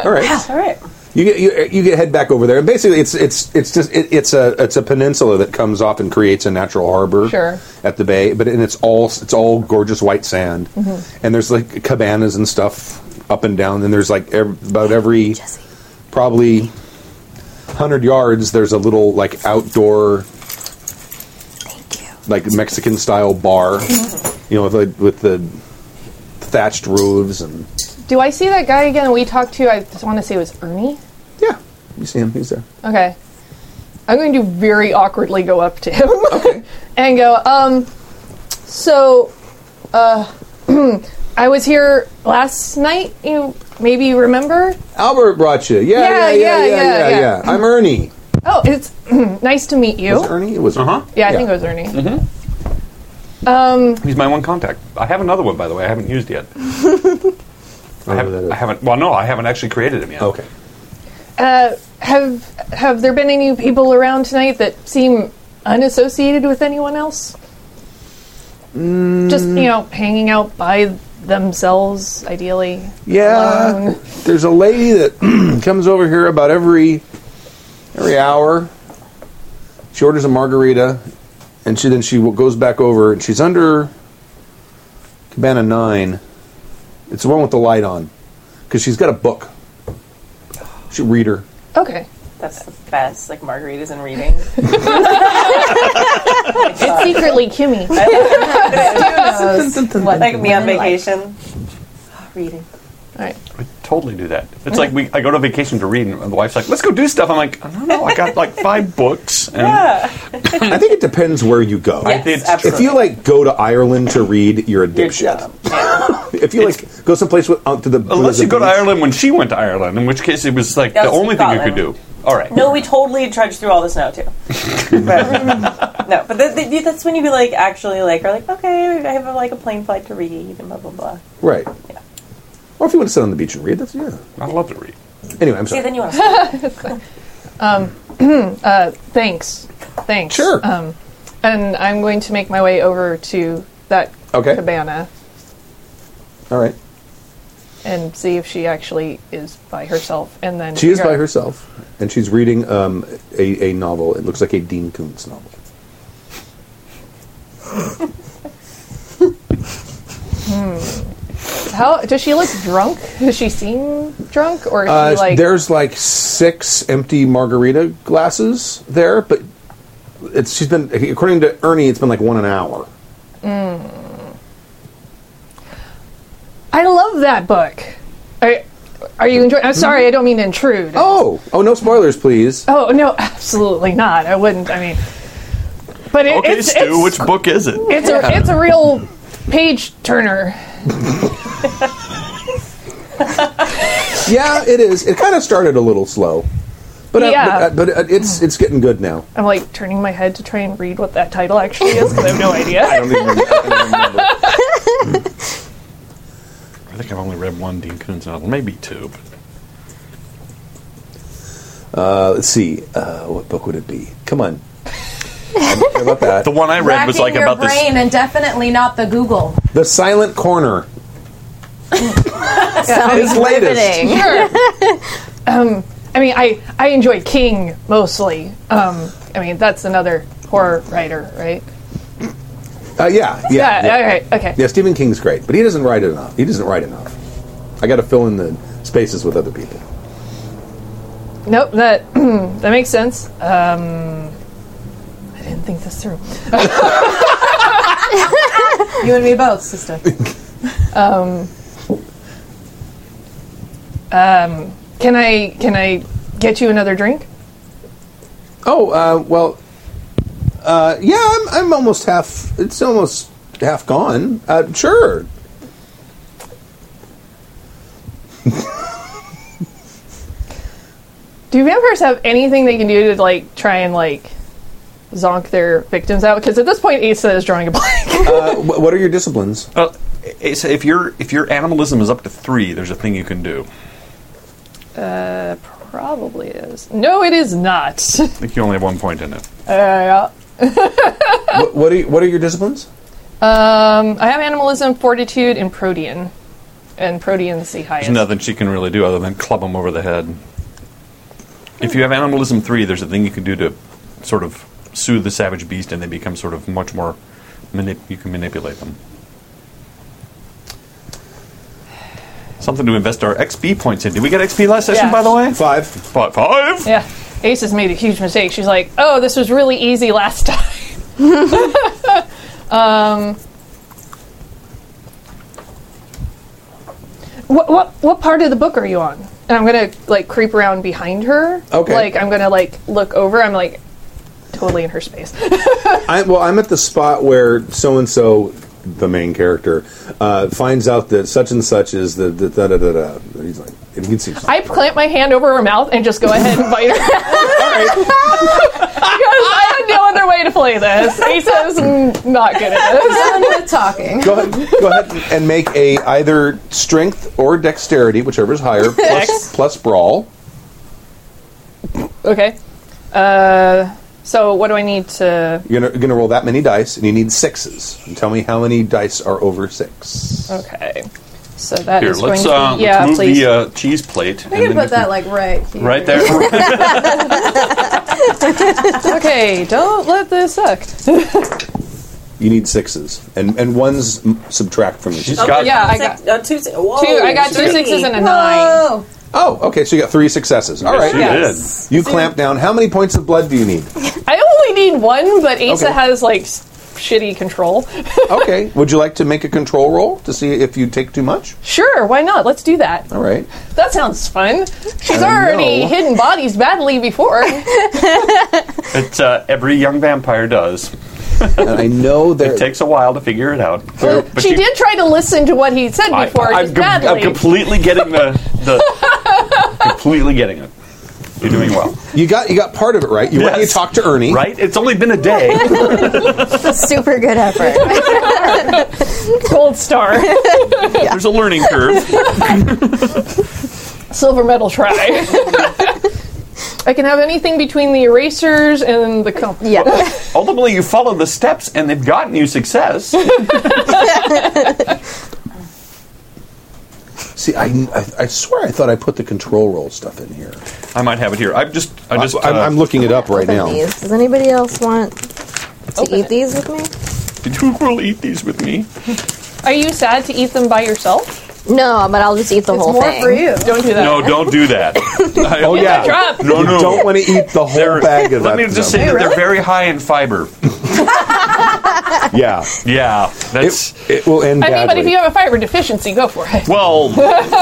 B: All right.
A: All right.
B: You get you, you get head back over there, and basically it's it's it's just it, it's a it's a peninsula that comes off and creates a natural harbor
D: Sure.
B: at the bay. But and it's all it's all gorgeous white sand, and there's like cabanas and stuff up and down. And there's like ev- about every probably hundred yards there's a little like outdoor like Mexican style bar, you know, with, like, with the thatched roofs and
D: Do I see that guy again? We talked to. I want to say it was Ernie.
B: yeah, you see him, he's there.
D: Okay. I'm going to very awkwardly go
B: *laughs*
D: up to him *laughs* and go, um, so, uh, *clears throat* I was here last night. You maybe you remember?
B: Albert brought you. Yeah, yeah, yeah, yeah, yeah, yeah.
D: yeah.
B: I'm Ernie.
D: Oh, it's *clears throat* nice to meet you.
B: Was it Ernie? It was.
E: Uh-huh.
D: yeah, I think it was Ernie. Um,
E: He's my one contact. I have another one, by the way. I haven't used yet. I,
B: Oh, that
E: haven't,
B: is-
E: I haven't. Well, no, I haven't actually created him yet.
B: Okay.
D: uh, have have there been any people around tonight that seem unassociated with anyone else? Just you know, hanging out by themselves, ideally.
B: Yeah.
D: Alone.
B: There's a lady that *clears throat* comes over here about every every hour. She orders a margarita, and she then she w- goes back over, and she's under cabana nine. It's the one with the light on, because she's got a book. She
D: *laughs*
B: reader.
D: Okay.
A: That's the best. Like margaritas and reading.
E: *laughs*
B: Uh,
D: It's secretly Kimmy.
A: like me on vacation. Reading.
D: Alright.
E: I totally do that. It's like we. I go to vacation to read, and the wife's like, "Let's go do stuff." I'm like, "No, no, I got like five books." And
A: Yeah.
B: I think it depends where you go.
A: Yes,
E: it's-
B: If you like go to Ireland to read, you're a dipshit. *laughs* If you like go someplace with out to the
E: Unless
B: the
E: you go to
B: beach-
E: Ireland when she went to Ireland, in which case it was like
A: That
E: the
A: was
E: only thing you could do.
A: Scotland.
E: All right.
A: No, we totally trudged through all the snow
E: *laughs*
A: too. but, no, but th- th- that's when you be like actually like are like okay, I have a, like a plane flight to read and blah blah blah.
B: right?
A: Yeah.
B: Or if you want to sit on the beach and read, that's yeah.
E: I love to read.
B: Anyway, I'm
A: See,
B: sorry.
A: then *laughs* you want to.
D: Thanks. Thanks.
B: Sure.
D: Um, and I'm going to make my way over to that
B: Okay.
D: cabana
B: All right,
D: and see if she actually is by herself. And then
B: she is
D: figure
B: by
D: out-
B: herself, and she's reading um, a, a novel. It looks like a Dean Koontz novel.
D: How does she look drunk? Does she seem drunk, or is
B: Uh,
D: she like?
B: there's like six empty margarita glasses there, but it's she's been according to Ernie, it's been like one an hour.
D: I love that book. Are, are you enjoying? I'm sorry, I don't mean to intrude.
B: Oh, oh, no spoilers, please.
D: Oh, no, absolutely not. I wouldn't. I mean, but it,
E: Okay,
D: it's,
E: Stu,
D: it's,
E: which book is it?
D: it's a it's a real page turner.
B: Yeah, it is. It kind of started a little slow, but uh,
D: Yeah.
B: but, uh, but, uh, it's it's getting good now.
D: I'm like turning my head to try and read what that title actually is because I have no idea.
B: I don't even remember. I don't
E: I think I've only read one Dean Koontz novel, maybe two. But
B: remember. Let's see. Uh, what book would it be? Come on. I'm not sure about that.
E: the one I read was like
F: your
E: about
F: brain and definitely not the Google.
B: The Silent Corner.
C: Sounds
B: It's latest.
C: riveting.
D: Sure. um, I mean, I I enjoy King mostly. Um, I mean, that's another horror writer, right?
B: Uh, yeah, yeah,
D: All right. Okay.
B: Yeah, Stephen King's great, but he doesn't write enough. He doesn't write enough. I got to fill in the spaces with other people.
D: Nope. That *clears throat* that makes sense. Um, I didn't think this through.
F: You and me both, sister.
D: Um, um, Can I can I get you another drink?
B: Oh uh, well, uh, yeah, I'm, I'm almost half. It's almost half gone. Uh, sure.
D: Do vampires have anything they can do to like try and like zonk their victims out? Because at this point, Asa is drawing a blank.
B: Uh, wh- what are your disciplines?
E: this. Well, i- so if your if your animalism is up to three, there's a thing you can do.
D: Uh, probably is. No, it is not. *laughs*
E: I think you only have one point in it.
D: uh,
B: what, what are you, what are your disciplines?
D: um, I have animalism, fortitude, and protean, and protean's the highest.
E: There's nothing she can really do other than club him over the head. If you have animalism three, there's a thing you can do to sort of soothe the savage beast, and they become sort of much more. Manip- you can manipulate them. Something to invest our XP points in. Did we get XP last session,
D: Yeah.
E: by the way?
B: Five.
E: Five. Five.
D: Yeah, Ace's made a huge mistake. She's like, "Oh, this was really easy last time." *laughs* um, what what what part of the book are you on? And I'm gonna like creep around behind her.
B: Okay.
D: Like I'm gonna like look over. I'm like totally in her space.
B: I, well, I'm at the spot where so and so, the main character, uh, finds out that such and such is the, the da da da da. He's like, and he seems.
D: I plant my hand over her mouth and just go ahead and bite her. Because I had no other way to play this. Ace's mm, not good at this.
F: Done with talking.
B: Go ahead, go ahead and make a either strength or dexterity, whichever is higher, plus, plus brawl.
D: Okay. Uh, so what do I need to?
B: You're gonna, gonna roll that many dice, and you need sixes. And tell me how many dice are over six.
D: Okay. So that is
E: Here, let's,
D: going
E: uh,
D: to. yeah,
E: let's move
D: please.
E: the uh, cheese plate.
F: We can put that like right here.
E: right
F: *laughs*
E: there. uh,
D: okay. Don't let this suck.
B: You need sixes, and and ones m- subtract from each.
E: She's
D: *laughs*
E: got
D: yeah, I
A: Six-
D: got
A: uh, two, si- whoa,
D: two. I got two
A: three.
D: sixes and a nine.
F: Whoa!
B: Oh, okay. So you got three successes. All right.
E: Yes, you
D: Yes.
B: You clamp down. How many points of blood do you
D: *laughs*
B: need?
D: I only need one, but Asa
B: Okay.
D: has like s- shitty control.
B: Okay. Would you like to make a control roll to see if you take too much?
D: sure, why not? Let's do that.
B: All right.
D: That sounds fun. She's
B: I
D: already
B: know.
D: hidden bodies badly before.
E: did. It, uh, every young vampire does.
B: And I
E: *laughs*
B: know
E: It
B: there.
E: takes a while to figure it out. But
D: she
E: you-
D: did try to listen to what he said before.
E: I,
D: just
E: am
D: badly.
E: completely getting the, the
B: *laughs*
E: completely getting it. You're doing well,
B: You got you got part of it right. You went and you
E: Yes.
B: talked to Ernie.
E: right? It's only been
B: *laughs*
E: a day.
C: Super good
F: *laughs*
C: effort.
B: *laughs*
D: Gold star,
E: There's a learning curve.
D: silver medal try. *laughs* I can have anything between the erasers and the compass.
C: yeah.
E: Ultimately, you follow the steps, and they've gotten
B: *laughs*
E: you success.
B: See, I, I I swear I thought I put the control roll stuff in here.
E: I might have it here. I've just, I
B: I
E: just,
B: am
E: uh,
B: I'm looking it up right
C: Open
B: now.
C: these. Does anybody else want to eat these with me?
E: *laughs* who will eat these with me?
D: Are you sad to eat them by yourself?
C: No, but I'll just eat the whole
F: More
C: thing.
F: for you.
D: Don't do that.
E: No, don't
B: *laughs*
E: do that. oh
B: yeah.
D: Drop.
E: no, no.
B: You don't want to eat the whole
E: They're-
B: bag of
E: Let
B: that.
E: me just say that they're very high in fiber.
B: yeah.
E: Yeah, that's
B: It, it will end
D: I
B: badly.
D: mean, but if you have a fiber deficiency, go for
B: *laughs*
D: it.
E: well,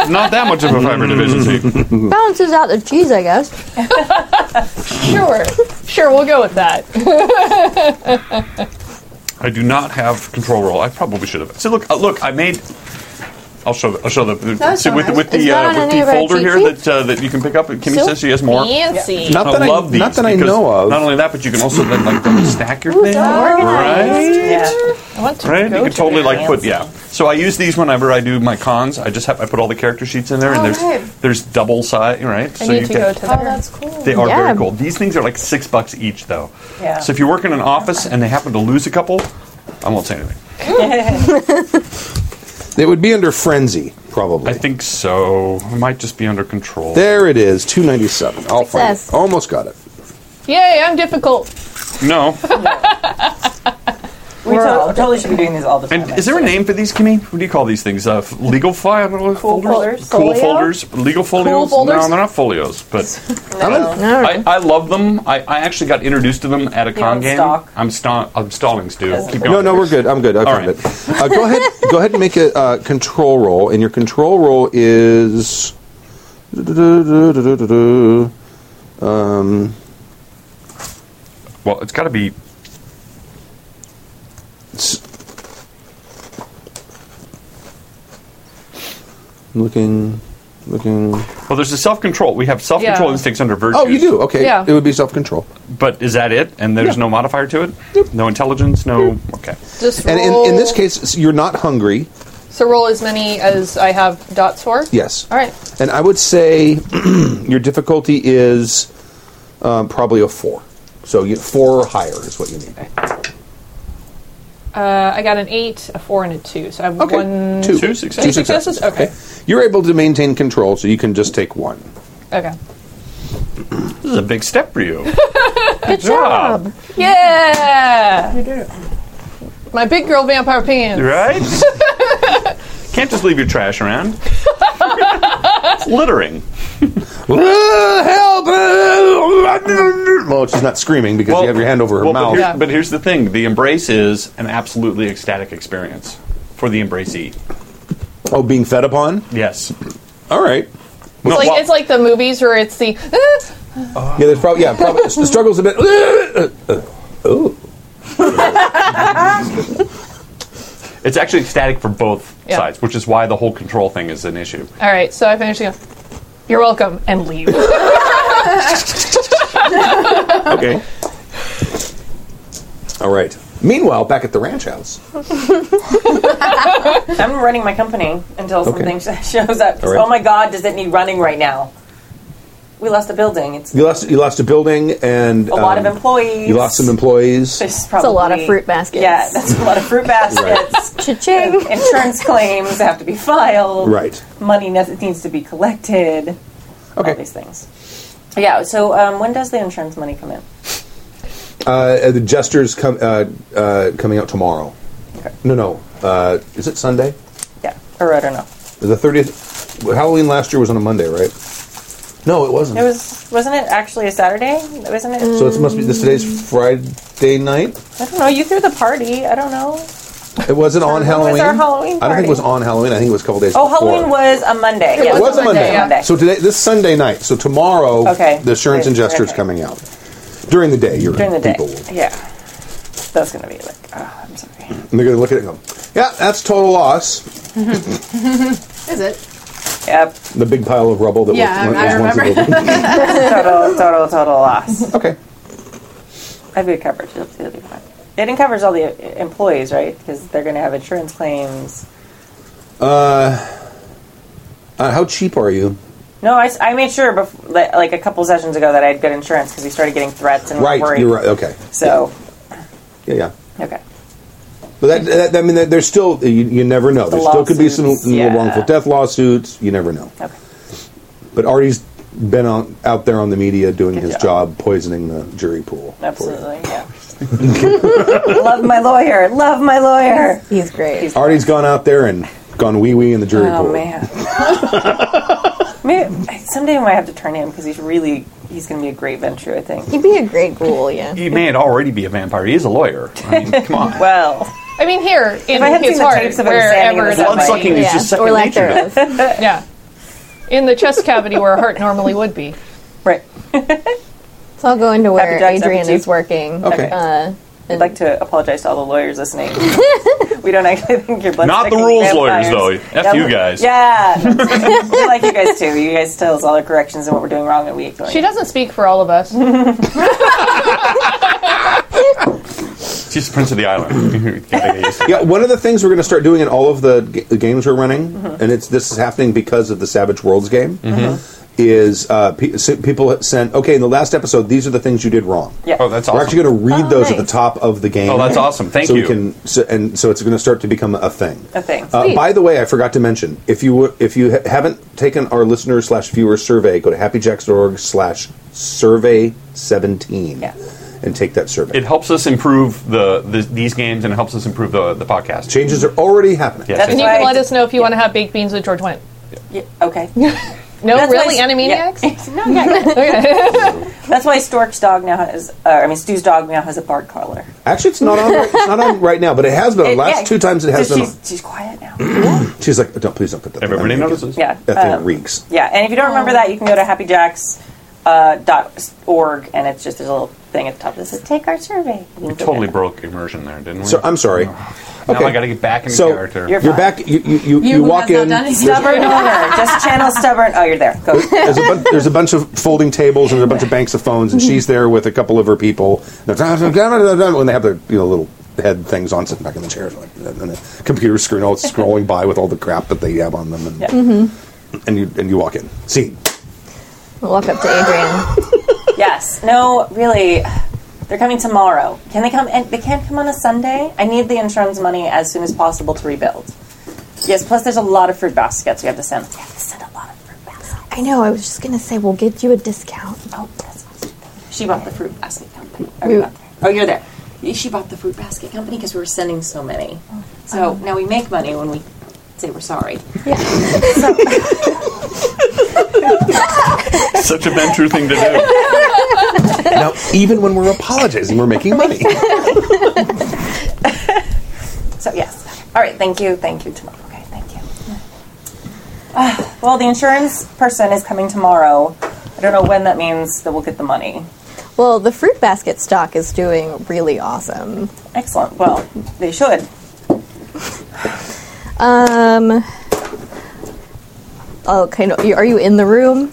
E: not that much of a fiber deficiency.
B: Hmm.
C: Balances out the cheese, I guess.
D: Sure, sure, we'll go with that.
E: I do not have control roll. I probably should have. So look, uh, look, I made I'll show. The, I'll show the
F: was
E: see,
F: so
E: with, the-
F: nice.
E: with
C: It's
E: the
C: not
E: uh,
C: on
E: with
C: any
E: the
C: of our
E: folder
C: cheat
E: here
C: sheets?
E: that uh, that you can pick up. Can you
C: So
E: send? She has more.
G: Fancy.
B: Not that
E: I
B: I-
E: love these.
B: not that I
E: because
B: know of.
E: Not only that, but you can also then like double stack your thing. Right.
A: Yeah.
D: *laughs*
G: I want to
E: Right,
G: go
E: you can
G: to
E: totally
G: the
E: like put
G: fancy.
E: yeah. So I use these whenever I do my cons. I just have I put all the character sheets in there, and
F: Oh,
E: there's
F: right.
E: there's double size, right?
D: I need to
E: can-
D: go to
F: Oh,
D: there.
A: *laughs*
F: that's cool.
E: They are
C: Yeah.
E: very cool. These things are like six bucks each, though.
A: Yeah.
E: So if you work in an office and they happen to lose a couple, I won't say anything.
B: It would be under frenzy, probably.
E: I think so. It might just be under control.
B: there it is, 297. I'll find
C: Success.
B: it. Almost got it.
D: Yay, I'm difficult.
E: No.
A: We
D: We're
A: to-
D: all
A: totally should be doing these all the time.
E: And is there a name for these, Kimmy? What do you call these things? Uh, f- legal file folders?
A: folders.
E: Cool
D: Folio?
E: folders. Legal folios.
D: folders?
E: No, they're not folios, but.
B: I'm in-
C: All
E: I,
C: right.
E: I love them. I, I actually got introduced to them at a con
A: on
E: game.
A: stock.
E: I'm, sta- I'm stalling, Stu. Keep going.
B: No, no, we're good. I'm good. I found
E: right.
B: it. Uh, go
E: *laughs*
B: ahead. Go ahead and make a uh, control roll, and your control roll is. Um,
E: Well, it's got to be.
B: s- looking, looking.
E: Well, there's a self control. We have self control
D: Yeah.
E: instincts under virtues.
B: Oh, you do. Okay.
D: Yeah.
B: It would be self control.
E: But is that it? And there's no modifier to it? No intelligence? No. Okay.
D: Just
B: And in,
D: roll.
B: in this case, s- you're not hungry.
D: so roll as many as I have dots for.
B: Yes.
D: All right.
B: And I would say *clears throat* your difficulty is um, probably a four. So you, four or higher is what you need.
D: Uh, I got an eight, a four, and a two. So I have
B: Okay.
D: one.
B: two.
E: Two successes.
D: Two successes? Okay.
B: You're able to maintain control, so you can just take one.
D: Okay.
E: This is a big step for you.
C: Good job.
D: Yeah. You did it. My big girl vampire pants.
E: Right? *laughs* Can't just leave your trash around. it's littering.
B: Ah, help! Well, she's not screaming because you have your hand over her
E: well,
B: mouth.
E: But, here- but here's the thing the embrace is an absolutely ecstatic experience for the embracee.
B: Oh, being fed upon?
E: Yes.
B: All right.
E: No,
D: It's like
E: well-
D: it's like the movies where it's the "Ah,
B: Yeah, there's probably yeah. Probably, *laughs* the struggle's a bit. *laughs* Oh,
E: It's actually ecstatic for both
D: Yeah.
E: sides, which is why the whole control thing is an issue.
D: All right, so I finish. the- You're welcome, and
B: *laughs*
D: leave.
E: Okay.
B: all right. Meanwhile, back at the ranch house.
A: I'm running my company until something *laughs* shows up.
B: All right.
A: Oh my God, does it need running right now? We lost a building. It's
B: You lost you lost a building and um,
A: a lot of employees.
B: You lost some employees.
A: There's
C: It's
A: probably
C: a lot of fruit baskets.
A: Yeah, that's a lot of
B: *laughs*
A: fruit baskets.
C: Cha-ching.
A: Insurance claims have to be filed.
B: Right.
A: Money ne- needs to be collected. All
B: Okay.
A: these things. Yeah. So um, when does the insurance money come in?
B: Uh, the jesters come uh, uh, coming out tomorrow.
A: Okay.
B: No, no. Uh, is it Sunday?
A: Yeah. Or I don't know.
B: The thirtieth. Halloween last year was on a Monday, right? No, it wasn't.
A: It was wasn't it actually a Saturday? Wasn't it?
B: So it must be this today's Friday night.
A: I don't know. You threw the party. I don't know.
B: It wasn't on
A: When
B: Halloween.
A: was our Halloween
B: I don't think
A: party?
B: it was on Halloween. I think it was a couple days.
A: Oh,
B: before.
A: Halloween was a Monday. It
B: It was a Monday.
D: yeah.
A: Monday.
B: So today, this Sunday night. So tomorrow,
A: Okay.
B: the assurance and
A: Good.
B: gesture is
A: Okay.
B: coming out during the day. You're
A: during the day.
B: people will-
A: Yeah. That's gonna be like. Oh, I'm sorry.
B: And they're going to look at it and go, "Yeah, that's total loss."
G: Is it?
A: Yep. *laughs*
B: The big pile of rubble that
G: Yeah,
B: was,
G: I
B: was once a
G: *laughs*
B: building.
A: Total, total, total loss.
B: okay.
A: I've been covered. It'll, it'll be fine. It covers all the uh, employees, right? Because they're gonna have insurance claims.
B: Uh, how cheap are you?
A: No, I, s- I made sure before, like a couple sessions ago that I had good insurance because we started getting threats and we were
B: Right.
A: worried.
B: You're right. Okay.
A: So,
B: Yeah, yeah.
A: okay.
B: But that, that I mean, that- there's still you, you never know. there still could be some
A: lawsuits, yeah.
B: wrongful death lawsuits. You never know.
A: Okay.
B: But Artie's been on, out there on the media doing
A: Good
B: his
A: job.
B: job. poisoning the jury pool. for you.
A: Absolutely,
B: *laughs*
A: yeah. Love my lawyer. Love my lawyer.
C: He's great.
A: He's-
B: Artie's gone out there and gone wee wee in the jury
A: Oh
B: pool.
A: man. Maybe *laughs* I- someday I might have to turn him because he's really he's going to be a great venture. I think.
C: He'd be a great ghoul, yeah.
E: He may already be a vampire. He is a lawyer. I mean, come on.
A: Well,
D: I mean, here in
A: I had
D: his
A: seen the
D: heart,
A: tapes of him standing in
D: wherever
A: the
D: that
E: Blood
A: subway.
D: might be.
E: sucking is
C: yeah.
E: just second
C: or lack
E: nature. now.
C: thereof.
D: yeah, in the chest cavity where a heart normally would be.
A: right.
C: So I'll go into where
A: Happy Jacks,
C: Adrian
A: happy
C: is
A: Tooth.
C: working.
B: Okay.
C: Uh,
A: I'd like to apologize to all the lawyers
D: *laughs*
A: listening. we don't actually think you're blood
E: Not the rules lawyers, though. F you guys.
A: Yeah, no, we like you guys too. You guys tell us all the corrections and what we're doing wrong, and we ignore.
D: She
A: you.
D: doesn't speak for all
A: *laughs*
D: of us.
E: She's the prince of the island. *laughs*
B: Yeah, one of the things we're going to start doing in all of the g- the games we're running,
A: Mm-hmm.
B: and it's this is happening because of the Savage Worlds game, is uh, pe- s- people sent, okay, in the last episode, these are the things you did wrong.
A: Yeah.
E: Oh, that's
B: We're
E: awesome.
B: actually going to read
C: Oh,
B: those at
C: nice.
B: the top of the game.
E: Oh, that's awesome. Thank
B: so
E: you.
B: We can, so, and so it's going to start to become a thing.
A: A thing.
B: Uh,
C: Sweet.
B: by the way, I forgot to mention if you w- if you ha- haven't taken our listener slash viewer survey, go to happyjacks.org slash survey seventeen
A: Yeah.
B: and take that survey.
E: It helps us improve the, the these games and it helps us improve the, the podcast.
B: Changes are already happening.
E: Yeah.
A: That's
D: And you
A: why
D: can
A: I
D: let
A: did-
D: us know if you want to have baked beans with George Wendt.
A: Yeah, okay.
D: No,
A: That's why
D: really,
A: I s-
D: Animaniacs.
A: Yeah. no, yeah.
D: *laughs* okay.
A: That's why Stork's dog now has, uh, I mean, Stu's dog now has a bark collar.
B: Actually, it's not on. Right, it's not on right now, but it has been. the
A: It-
B: last
A: yeah,
B: two times it has
A: so
B: been.
A: she's, she's quiet now.
B: on. she's like, don't please don't put that. thing on
E: Everybody
B: me again."
E: notices.
A: Yeah.
B: That thing
A: um,
B: reeks.
A: Yeah, and if you don't remember that, you can go to happyjacks.org, uh, dot org, and it's just there's a little thing at the top that says, take our survey.
E: We totally broke immersion there, didn't we?
B: So I'm sorry.
E: Now
B: okay.
E: I got to get back in
B: so
E: character.
A: You're
B: you're
A: fine.
B: back. You you, you, you
G: who has
B: walk
G: not
B: in.
G: done anything.
B: There's,
A: Stubborn owner. Just channel stubborn. Oh, you're there. Go.
B: there's a bun- there's a bunch of folding tables and there's a bunch of banks of phones, and she's there with a couple of her people. ah, And they're When they have their you know little head things on, sitting back in the chairs, like, and the computer screen all scrolling by with all the crap that they have on them, and,
A: Yeah. Mm-hmm.
B: and you and you walk in. See,
C: I'll walk up to Adrian.
A: Yes. No, really. They're coming tomorrow. Can they come? And they can't come on a Sunday. I need the insurance money as soon as possible to rebuild. Yes. Plus, there's a lot of fruit baskets we have to send. We have to send a lot of fruit baskets.
C: *laughs* I know. I was just gonna say we'll get you a discount.
A: Oh, that's awesome. She bought the fruit basket company. Are
C: We-
A: you up there? Oh, you're there. She bought the fruit basket company because we were sending so many.
C: Oh.
A: So now we make money when we say we're sorry.
E: Such a venture thing to
A: *laughs*
E: do.
B: now even when we're apologizing, we're making
A: *laughs*
B: money.
A: So yes. All right. Thank you. Thank you tomorrow. Okay. Thank you. *sighs* Ah, well, the insurance person is coming tomorrow. I don't know when that means that we'll get the money.
C: Well, the fruit basket stock is doing really awesome.
A: Excellent. Well, they should.
C: Um. Oh, kind of. Are you in the room?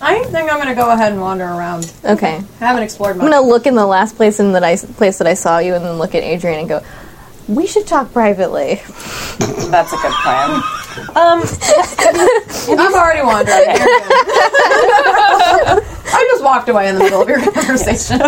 G: I think I'm going to go ahead and wander around.
C: Okay.
G: I haven't explored
C: I'm
G: much.
C: gonna look in the last place in that I place that I saw you, and then look at Adrian and go. We should talk privately. *laughs*
A: That's a good plan.
G: I'm already wandering. There you go. I just walked away in the middle of your conversation.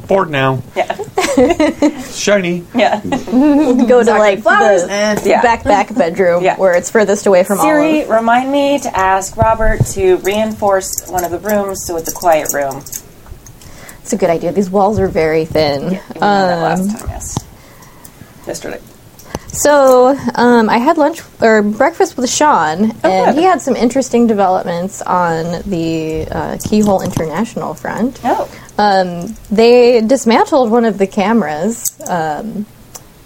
F: *laughs*
E: Bored now.
A: Yeah.
E: *laughs* Shiny.
A: Yeah.
C: Go to like
G: Flowers.
C: the
G: Eh.
A: Yeah.
G: *laughs*
C: back back bedroom
A: Yeah.
C: where it's furthest away from all.
A: Siri,
C: of-
A: remind me to ask Robert to reinforce one of the rooms so it's a quiet room.
C: It's a good idea. These walls are very thin. Um,
A: We learned that last time, yes. Yesterday.
C: So um, I had lunch or breakfast with Sean, and
A: Oh, good.
C: he had some interesting developments on the uh, Keyhole International front.
A: Oh.
C: Um, they dismantled one of the cameras um,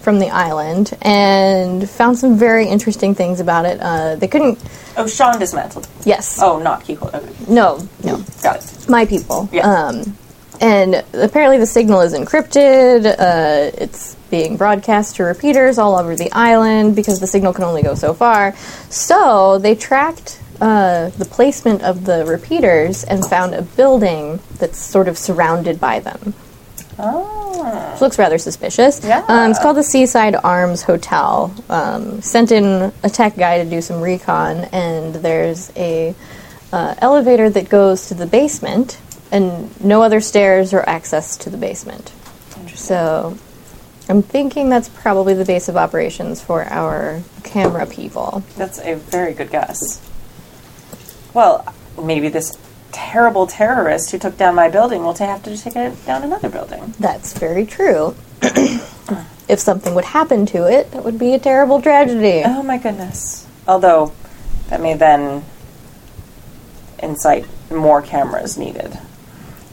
C: from the island and found some very interesting things about it. Uh, they couldn't.
A: Oh, Sean dismantled.
C: Yes.
A: Oh, not Keyhole. Okay.
C: No. No.
A: Got it.
C: My people.
A: Yeah.
C: Um, and apparently the signal is encrypted. Uh, it's being broadcast to repeaters all over the island because the signal can only go so far. So they tracked uh, the placement of the repeaters and found a building that's sort of surrounded by them. Oh. Which looks rather suspicious.
A: Yeah.
C: Um, it's called the Seaside Arms Hotel. Um, sent in a tech guy to do some recon, and there's a uh, elevator that goes to the basement, and no other stairs or access to the basement. So I'm thinking that's probably the base of operations for our camera people.
A: That's a very good guess. Well, maybe this terrible terrorist who took down my building will ta- have to take it down another building.
C: That's very
A: *coughs*
C: true. if something would happen to it, that would be a terrible tragedy.
A: Oh my goodness. Although, that may then incite more cameras needed.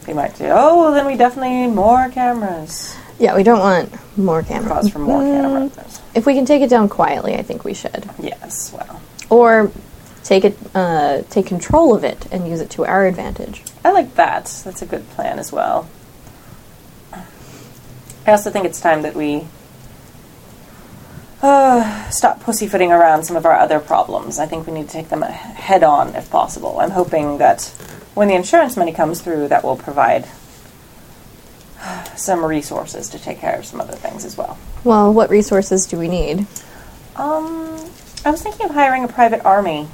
A: They might say, oh, well, then we definitely need more cameras.
C: Yeah, we don't want more cameras. Mm.
A: Cause for more cameras.
C: If we can take it down quietly, I think we should.
A: Yes, well.
C: Or take it, uh, take control of it and use it to our advantage.
A: I like that. That's a good plan as well. I also think it's time that we uh, stop pussyfooting around some of our other problems. I think we need to take them head on if possible. I'm hoping that when the insurance money comes through, that will provide some resources to take care of some other things as well.
C: Well, what resources do we need?
A: Um, I was thinking of hiring a private army.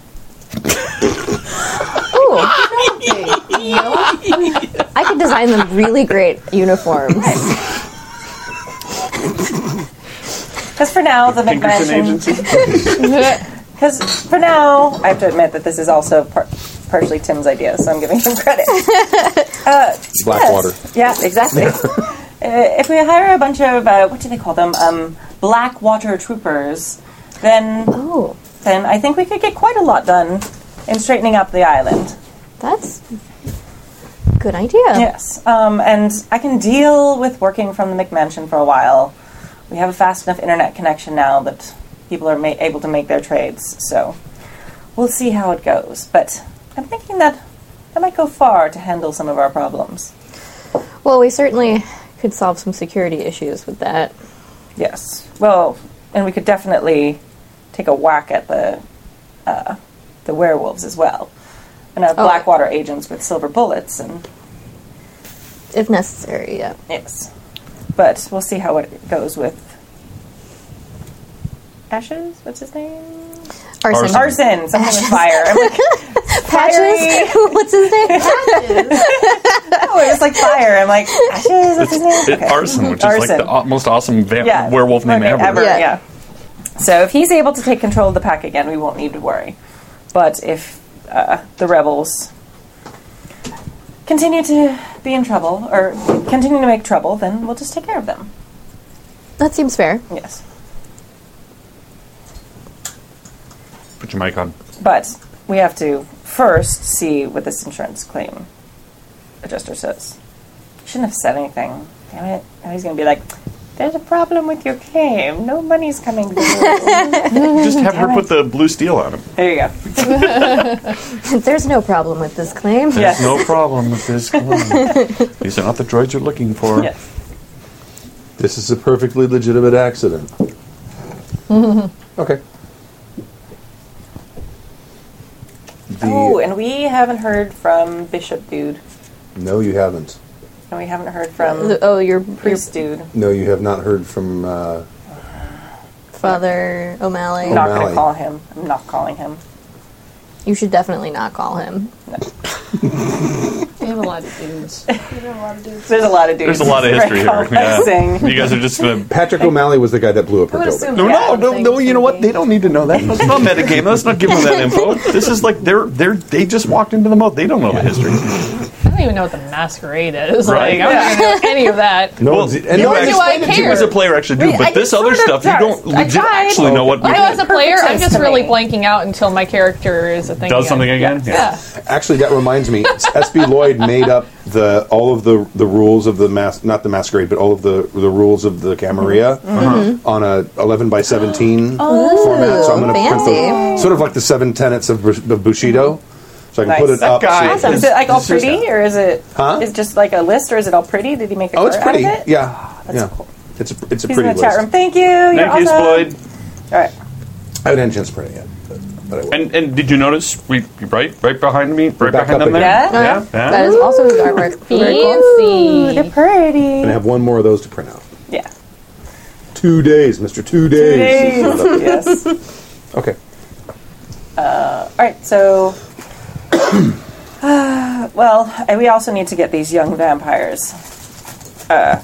C: Oh, I could design them really great uniforms.
A: Because for now, the
E: Pinkerton
A: McMansion. *laughs*
E: agency.
A: Because for now, I have to admit that this is also par- partially Tim's idea, so I'm giving him *laughs* credit.
B: Blackwater.
A: Yeah, exactly. uh, if we hire a bunch of uh, what do they call them, um, black water troopers, then
C: Oh,
A: then I think we could get quite a lot done in straightening up the island.
C: that's a good idea.
A: Yes, um, and I can deal with working from the McMansion for a while. We have a fast enough internet connection now that people are ma- able to make their trades. So we'll see how it goes. But I'm thinking that that might go far to handle some of our problems.
C: Well, we certainly could solve some security issues with that.
A: Yes. Well, and we could definitely take a whack at the uh, the werewolves as well, and have
C: Oh.
A: Blackwater agents with silver bullets, and
C: If necessary, yeah.
A: yes. But we'll see how it goes with ashes. What's his name?
C: Arson.
E: Arson.
A: Arson. Something with fire. I'm like,
C: Patches? *laughs* What's his name?
A: oh, it was like fire. I'm like ashes. What's his
E: It's
A: name?
E: it, arson, which is like
A: Arson.
E: the au- most awesome va-
A: Yeah.
E: werewolf name
A: Okay,
E: ever.
C: Yeah.
A: Yeah. So if he's able to take control of the pack again, we won't need to worry. But if uh, the rebels continue to be in trouble or continue to make trouble, then we'll just take care of them.
C: that seems fair. *laughs*
A: Yes.
E: Put your
A: *laughs*
E: mic on.
A: But we have to first see what this insurance claim adjuster says. Shouldn't have said anything. Damn it. Now he's going to be like, there's a problem with your claim. No money's coming through.
E: Just have her put the blue steel on him.
A: there you go.
C: There's no problem with this claim.
A: Yes.
E: No problem
A: *laughs*
E: with this. These are not the droids you're looking for.
A: Yes.
B: This is a perfectly legitimate accident.
A: Mm-hmm.
B: okay. The-
A: Oh, and we haven't heard from Bishop Dude,
B: no, you haven't.
A: and we haven't heard from
C: The- oh, your, your
A: Priest Dude.
B: No, you have not heard from. Uh,
C: father O'Malley.
A: I'm not going
B: O'Malley.
A: to call him. I'm not calling him.
C: You should definitely not call him.
D: We have a lot of dudes.
A: There's a lot of dudes.
E: There's a
A: *laughs*
E: lot of
A: It's
E: history
A: very
E: here. Yeah.
A: Complex
E: You guys are just.
A: *laughs*
E: Uh,
B: Patrick O'Malley was the guy that blew up her
G: would
B: building. Mm-hmm.
G: assume
E: no,
G: that
E: no,
G: would
E: no,
G: think
E: no. You know what? They
G: something.
E: don't need to know that. That's not metagame. Let's not give them that info. This is like they're they're they just walked into the moat. They don't know the history.
D: I don't even know what the masquerade is.
E: Right.
D: Like, I don't even know any of that.
B: No,
E: Well,
B: one's-
E: you
B: and no
D: why
B: one's
D: do I
B: explained it to
D: care?
B: her.
E: As a player, actually do,
A: Wait, I
E: but this
A: just
E: other
A: sort of
E: stuff you don't
A: tried. I
E: legit
A: tried.
E: actually know what.
D: I know as a player, I'm
A: sense
D: just
A: to
D: really
A: me.
D: blanking out until my character is a thing.
E: does something
D: again.
E: again? Yeah.
B: Actually, that reminds me. SB Lloyd made up the all of the the rules of the mas- not the masquerade, but all of the the rules of the Camarilla
E: Mm-hmm.
B: on a 11 by 17
A: Oh,
B: format. So I'm going to print those,
C: fancy.
B: sort of like the seven tenets of, Bus- of Bushido. So I can put
A: Nice.
B: it
A: That
B: up. so
E: guy.
B: you
A: Awesome.
B: can-
A: Is it like all
B: it's just-
A: pretty, or is it?
B: Huh?
A: Is it just like a list, or is it all pretty? Did he make a
B: Oh, it's
A: card out
B: pretty.
A: of it? Ah,
B: Yeah,
A: That's
B: yeah.
A: cool.
B: It's a it's a
A: He's
B: pretty
A: in
B: list.
A: the chat room. Thank you. You're
E: Thank you,
A: awesome.
E: Floyd.
A: All right.
B: I haven't had a chance to print it yet, but, but I will.
E: And and did you notice we right right behind me, right
B: back
E: behind
B: up
E: them there?
A: again. Yeah?
E: Yeah. yeah.
C: That is also his *laughs* artwork. Very cool.
A: Ooh, they're
B: and I
A: pretty.
B: have one more of those to print out.
A: Yeah.
B: Two days, Mister. Two days.
A: *laughs* yes. All
B: okay.
D: *laughs*
A: right. So. Uh, well, and we also need to get these young vampires uh,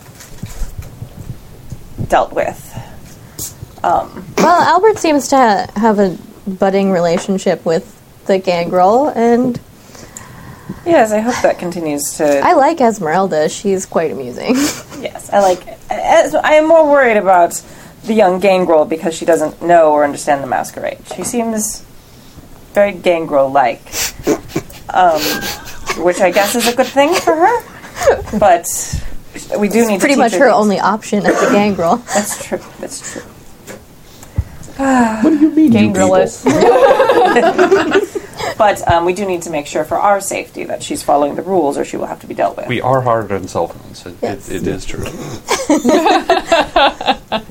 A: dealt with. Um,
C: Well, Albert seems to ha- have a budding relationship with the gangrel, and
A: Yes, I hope that continues to.
C: I like Esmeralda. She's quite *laughs* amusing.
A: yes, I like. As, I am more worried about the young gangrel because she doesn't know or understand the masquerade. She seems very *laughs* gangrel-like, um, which I guess is a good thing for her. But we do need
C: Pretty
A: to teach
C: much her
A: things.
C: only option as a gangrel.
A: That's true. That's true.
D: Gangrelous.
A: But um, we do need to make sure for our safety that she's following the rules, or she will have to be dealt with.
E: We are hard on cell phones. It,
C: Yes.
E: it, it is true.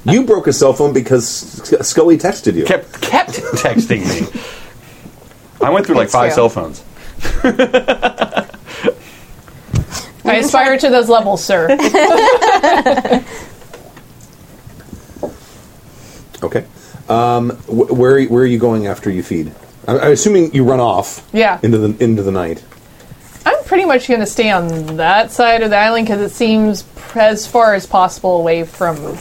B: You broke a cell phone because Sc- Scully texted you.
E: kept kept texting me. I went through like
D: It's
E: five
D: true.
E: cell phones.
D: I aspire to those levels, sir.
B: Okay. Um, wh- where are you- where are you going after you feed? I'm, I'm assuming you run off.
D: Yeah.
B: Into the into the night.
D: I'm pretty much going to stay on that side of the island because it seems pr- as far as possible away from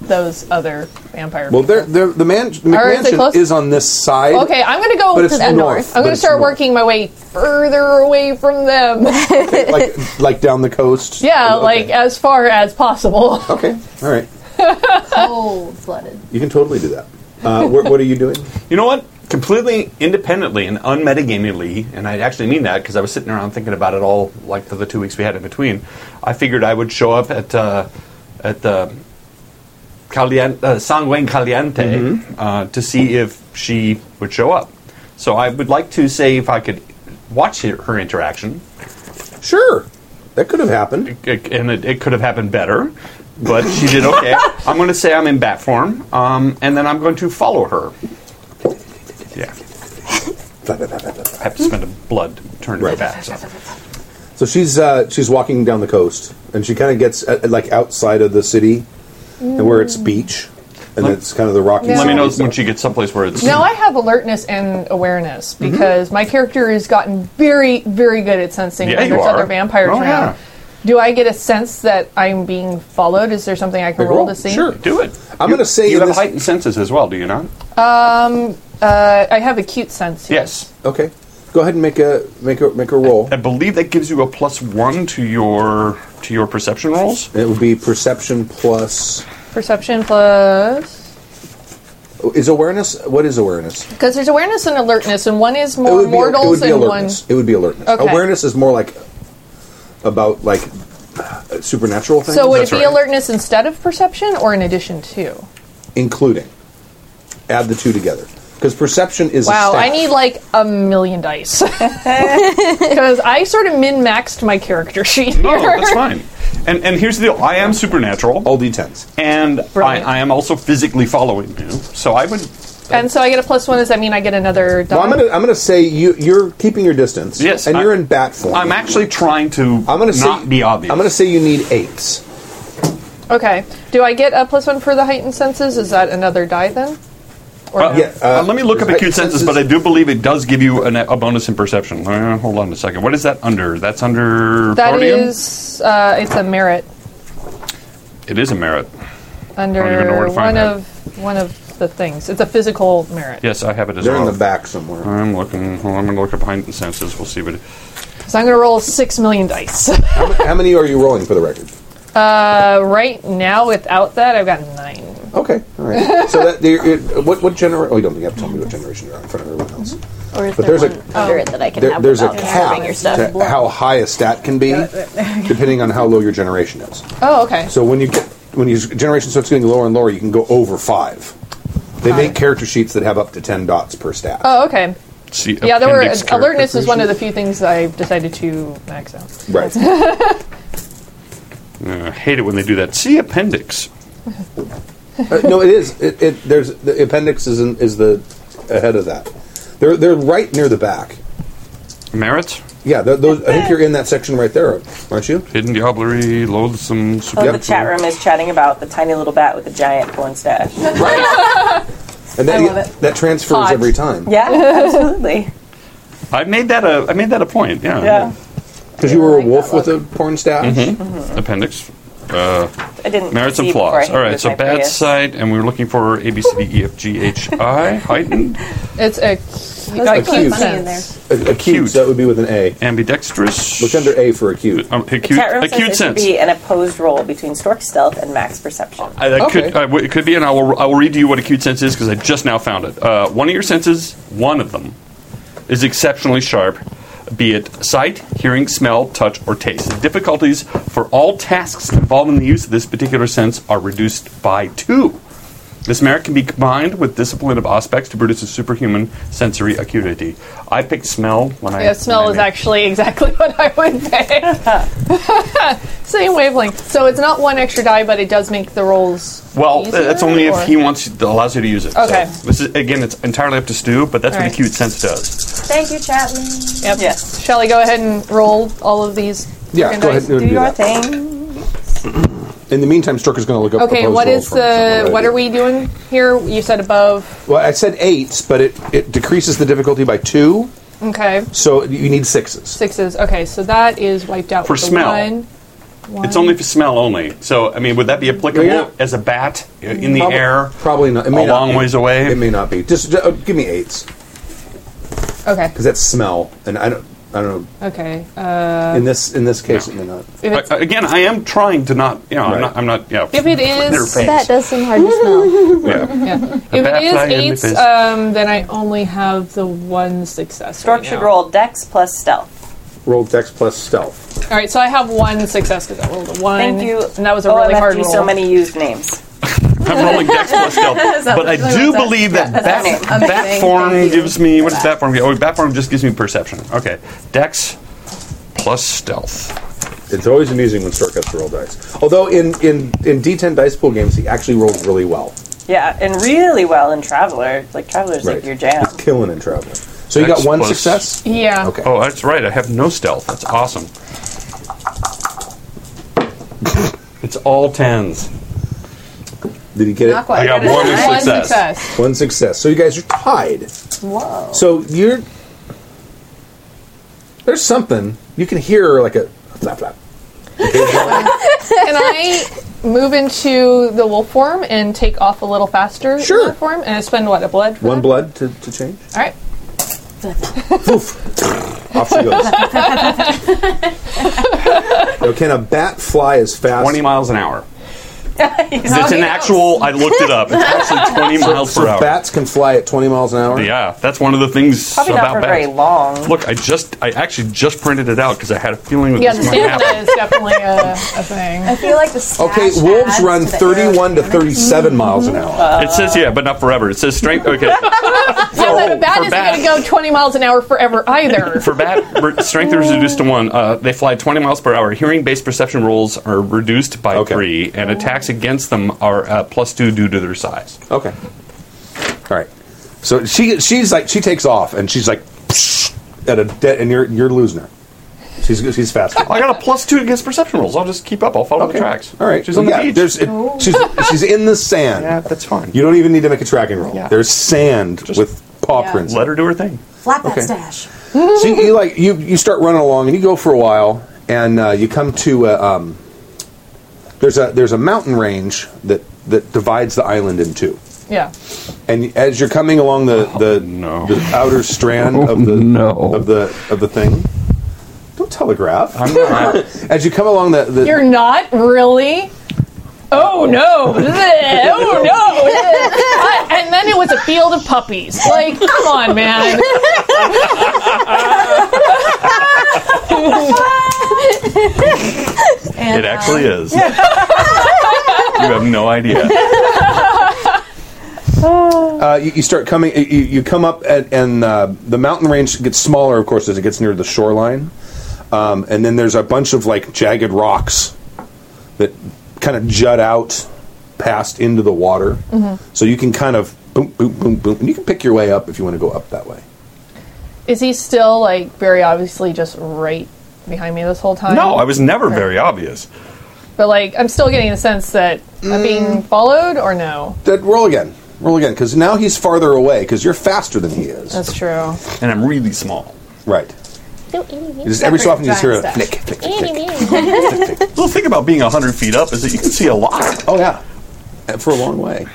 D: those other vampire.
B: Well, they're, they're, the man
D: Or is it
B: McMansion
D: close?
B: is on this side.
D: Okay, I'm going to go
B: But it's
D: to the
B: north,
D: I'm
B: but
D: going to
B: it's
D: start
B: north.
D: working my way further away from them.
B: *laughs* like like down the coast.
D: *laughs* yeah,
B: Okay.
D: like uh- as far as
B: *laughs*
D: possible.
B: okay, all right.
G: Cold blooded.
B: You can totally do that. Uh, wh- what are you
D: *laughs*
B: doing?
E: You know what? Completely independently and unmetagamingly, and I actually mean that because I was sitting around thinking about it all like the, the two weeks we had in between. I figured I would show up at uh, at the Caliente, uh, Sanguin Caliente uh, to see if she would show up. So I would like to say if I could watch her, her interaction,
B: Sure, that could have happened.
E: it, and it, it could have happened better, but she did okay. I'm going to say I'm in bat form, um, and then I'm going to follow her. Yeah. I have to spend a blood to turn to
B: Right.
E: right. bat. So.
B: So she's uh, she's walking down the coast, and she kind of gets uh, like outside of the city, and where it's beach, and
E: Let-
B: it's kind of the rocky.
D: Mm. Yeah.
E: Let me know
B: sandy
E: when
B: stuff.
E: she gets someplace where it's.
D: Now I have alertness and awareness
E: Mm-hmm.
D: because my character has gotten very, very good at sensing
E: Yeah,
D: when
E: you
D: there's
E: are.
D: other vampires
E: Oh,
D: around.
E: yeah.
D: Do I get a sense that I'm being followed? Is there something I can
B: Big
D: roll,
B: roll,
D: to see?
B: sure.
E: do it.
B: I'm
E: You-
B: gonna say
E: you
B: in
E: have
B: this-
E: heightened senses as well, do you not?
D: Um, uh, I have acute sense. here.
E: Yes.
B: Okay, go ahead and make a make a make a roll.
E: I believe that gives you a plus one to your to your
B: *laughs*
E: perception rolls.
B: It would be perception plus.
D: Perception plus.
B: oh, Is awareness? What is awareness?
D: Because there's awareness and alertness, and one is
B: It
D: more
B: would be, it would
D: mortals
B: be
D: and
B: alertness. It would be alertness.
D: Okay.
B: Awareness is more like about like uh, supernatural
D: one.
B: things.
D: So would
E: That's
D: it be
E: right.
D: alertness instead of perception or in addition to?
B: including. Add the two together because perception is. a
D: Wow, I
B: stat.
D: need like a million
E: *laughs*
D: dice. *laughs* Because I sort of min maxed my character sheet here.
E: No, that's fine. And and here's the deal. I am supernatural.
B: all d10s.
E: and I,
D: Brilliant.
E: I am also physically following you. So I would,
D: And so I get a plus one. Does that mean I get another die?
B: Well, I'm gonna I'm gonna say you you're keeping your distance.
E: Yes,
B: and
E: I-
B: you're in bat form.
E: I'm actually trying to
B: I'm gonna
E: not
B: say,
E: be obvious.
B: I'm gonna say you need eights.
D: okay. Do I get a plus one for the heightened senses? Is that another die then? Or
E: Uh,
D: no?
B: yeah.
E: uh, let me look up
B: heightened
E: acute senses,
B: senses-
E: but I do believe it does give you an, a bonus in perception. Uh, hold on a second. What is that under? That's under
D: That
E: podium.
D: is, uh, it's a merit
E: It is a merit.
D: under
E: I don't even know where to
D: one
E: find that.
D: of one of the things. It's a physical merit.
E: Yes, I have it as
B: They're
E: well.
B: in the back somewhere.
E: I'm looking. Well, I'm going to look up heightened senses. We'll see what.
D: So I'm going to roll six million dice. *laughs*
B: how, ma- how many are you rolling for the record?
D: Uh, right now, without that, I've got nine.
B: Okay, all right. so that you're, you're- what what generation? Oh, you don't have to tell me what generation you're on in front of everyone else.
C: Or is
B: But
C: there
B: there's a-
C: one oh, under it *laughs* that I can
B: There-
C: have
B: there's a
C: without disturbing
B: cap
C: your stuff?
B: to how high a stat
C: *laughs*
B: can be, depending on how low your generation is.
D: Oh, okay.
B: So when you get, when your generation starts getting lower and lower, you can go over five. They make character sheets that have up to ten dots per stat.
D: oh, okay.
E: See,
D: Yeah, there were uh,
E: appendix character
D: alertness is one of the
E: creation.
D: few things I decided to max out.
C: *laughs*
B: Right.
E: Uh, I hate it when they do that. See appendix.
B: Uh, no, it is. It, it there's the appendix is in, is the ahead of that. They're they're right near the back.
E: Merit.
B: Yeah, th those, I think you're in that section right there, aren't you?
E: Hidden diablerie. Loathsome.
A: Oh,
E: supernatural.
A: the chat room is chatting about the tiny little bat with the giant corn stash.
B: And that,
G: I love it.
B: that transfers
D: Hot.
B: every time.
A: *laughs* Yeah, absolutely.
E: I made that a. I made that a point.
A: Yeah,
B: Because you were a wolf with a porn stash.
E: Mm-hmm. Appendix. Uh,
A: I didn't.
E: merits and
A: see before I
E: flaws.
A: hit
E: All right,
A: with
E: so
A: my
E: bad
A: Prius.
E: side, and we were looking for A, B, C, D, E, F, G, H, I, heightened,
D: It's a cu-
G: Those
B: are
G: in
B: funny
D: acute
G: there.
D: sense.
B: A- Acute,
E: Cute.
B: so that would be with an A.
E: ambidextrous.
B: Look under A for acute.
E: Um, acute,
A: Chat room
E: acute
A: says it
E: sense.
A: should be an opposed roll between stork stealth and max perception.
E: I, that
B: Okay.
E: could, I w- it could be, and I will, I will read to you what acute sense is because I just now found it. Uh, one of your senses, one of them, is exceptionally sharp, be it sight, hearing, smell, touch, or taste. The difficulties for all tasks involving the use of this particular sense are reduced by two. This merit can be combined with discipline of aspects to produce a superhuman sensory acuity. I picked smell when I.
D: *laughs* Yeah, smell
E: when
D: is
E: I made-
D: actually exactly what I would pick. *laughs* Same wavelength. So it's not one extra die, but it does make the rolls.
E: Well,
D: easier,
E: that's only
D: or-
E: if he wants allows you to use it. So
D: Okay.
E: this is again, it's entirely up to Stu, but that's what
D: All right.
E: acute sense does.
A: Thank you, Chapman.
D: Yep.
A: Yes.
D: Shall I go ahead and roll all of these?
B: Yeah,
D: Okay,
B: go
D: nice.
B: ahead and
A: Do
B: do
A: your
B: that.
A: thing.
B: In the meantime, Strucker's going to look up.
D: Okay.
B: proposed
D: What
B: rolls
D: is
B: for him, something
D: the?
B: like
D: What
B: that.
D: are we doing here? You said above.
B: Well, I said eights, but it, it decreases the difficulty by two,
D: Okay.
B: so you need sixes.
D: Sixes. Okay. So that is wiped out
E: For
D: with the
E: smell.
D: One.
E: It's only for smell only. So I mean, would that be applicable
B: Yeah.
E: as a bat i- in the
B: Prob-
E: air?
B: Probably not. It may
E: a
B: not
E: long
B: be.
E: ways away.
B: It may not be. Just, ju- uh, give me eights
D: Okay.
B: because that's smell, and I don't. I don't know.
D: Okay.
A: *laughs*
D: Uh,
B: In this in this case, it may not.
D: if
E: But,
D: it's,
E: uh, again, I am trying to not. You know,
B: Right.
E: I'm not. I'm not. You know,
D: If it
E: in
D: is
E: their face.
C: That does seem hard to *laughs* smell.
E: Yeah.
D: yeah. if
E: bat flying in the
D: it is eights,
E: face.
D: um, then I only have the one success. right
A: Structured
D: now.
A: roll, dex plus stealth.
B: Roll dex plus stealth.
D: All right, so I have one success because I rolled a one.
A: Thank Oh, you.
D: And that was a
A: OMFG,
D: really hard roll.
A: so many used names.
E: I'm rolling
D: *laughs*
E: dex plus stealth, but I do believe that bat, bat form gives me what does bat form? give- Oh, bat form just gives me perception. Okay, dex plus stealth.
B: It's always amusing when Stork has to roll dice. Although in in in D10 dice pool games, he actually rolls really well.
A: Yeah, and really well in Traveler. Like Traveler's
B: Right,
A: like your jam.
B: He's killing in traveling. So you
E: Dex
B: got one
E: plus-
B: success.
D: Yeah.
B: Okay.
E: Oh, that's right. I have no stealth. That's awesome. It's all tens.
B: Did he get it?
G: Not quite.
E: I got one
D: One
E: success.
D: success.
B: One success. So you guys are tied.
A: Whoa.
B: So you're there's something you can hear like a flap flap.
D: Can I move into the wolf form and take off a little faster? in
B: Sure.
D: Wolf form and I spend what a blood.
B: *laughs*
D: for
B: One
D: that?
B: blood to, to change.
D: All right.
B: Off she goes. now, can a bat fly as fast?
E: Twenty miles an hour. it's an actual. I looked it up. It's actually twenty miles per
B: So
E: hour.
B: bats can fly at 20 miles an hour.
E: Yeah, that's one of the things
A: Probably
E: about
A: not for
E: bats.
A: very long.
E: Look, I just, I actually just printed it out because I had a feeling that
D: Yeah, the
E: this might happen.
D: stamina is definitely
A: *laughs*
D: a, a thing.
G: I feel like the
B: Okay,
G: stash
B: wolves
G: adds
B: run
G: the
B: 31 to
G: aerodynamics.
B: 37 miles an hour.
E: It says yeah, but not forever. It says strength. Okay, Oh,
D: Yeah, but a bat
E: for
D: isn't
E: bat.
D: going to go 20 miles an hour forever either.
E: for bat re- strength is reduced to one. Uh, they fly twenty miles per hour. Hearing-based perception rolls are reduced by
B: Okay.
E: three, and attacks against them are uh, plus two due to their size.
B: Okay. All right. So she she's like she takes off and she's like psh, at a dead and you're you're losing her. She's she's faster.
E: I got a plus two against perception rolls. I'll just keep up. I'll follow the tracks.
B: All right.
E: she's
B: Well,
E: on the
B: yeah,
E: beach.
B: There's, it, she's, she's in the sand.
E: yeah, that's fine.
B: You don't even need to make a tracking roll.
E: Yeah.
B: There's sand
E: Just-
B: with paw
G: Yeah.
B: prints.
E: Let her do her thing.
G: Flap that
B: Okay.
G: stash.
B: so you, you like you you start running along and you go for a while and uh, you come to a, um, there's a there's a mountain range that that divides the island in two.
D: Yeah.
B: And as you're coming along the the,
E: Oh, no. Oh,
B: the outer strand of the
E: no.
B: of the of the thing, don't telegraph.
E: I'm *laughs* not.
B: As you come along the, the
D: You're not really. Oh no! Bleh. Oh no! *laughs* Bleh. I- and then it was a field of puppies. Like, come on, man.
E: It actually
D: uh,
E: is. you have no idea.
B: Uh, you, you start coming. You, you come up, and, and uh, the mountain range gets smaller, of course, as it gets near the shoreline. Um, and then there's a bunch of like jagged rocks that kind of jut out past into the water. So you can kind of boom, boom, boom, boom, and you can pick your way up if you want to go up that way.
D: Is he still like very obviously just right behind me this whole time?
E: No, I was never very obvious.
D: But like, I'm still getting the sense that I'm being followed, or no?
B: Then roll again, roll again, because now he's farther away because you're faster than he is.
D: That's true.
E: And I'm really small.
B: right. You just every so often you just hear a flick, flick, flick, flick, flick.
E: The little thing about being 100 feet up is that you can see a lot.
B: Oh yeah, And for a long way.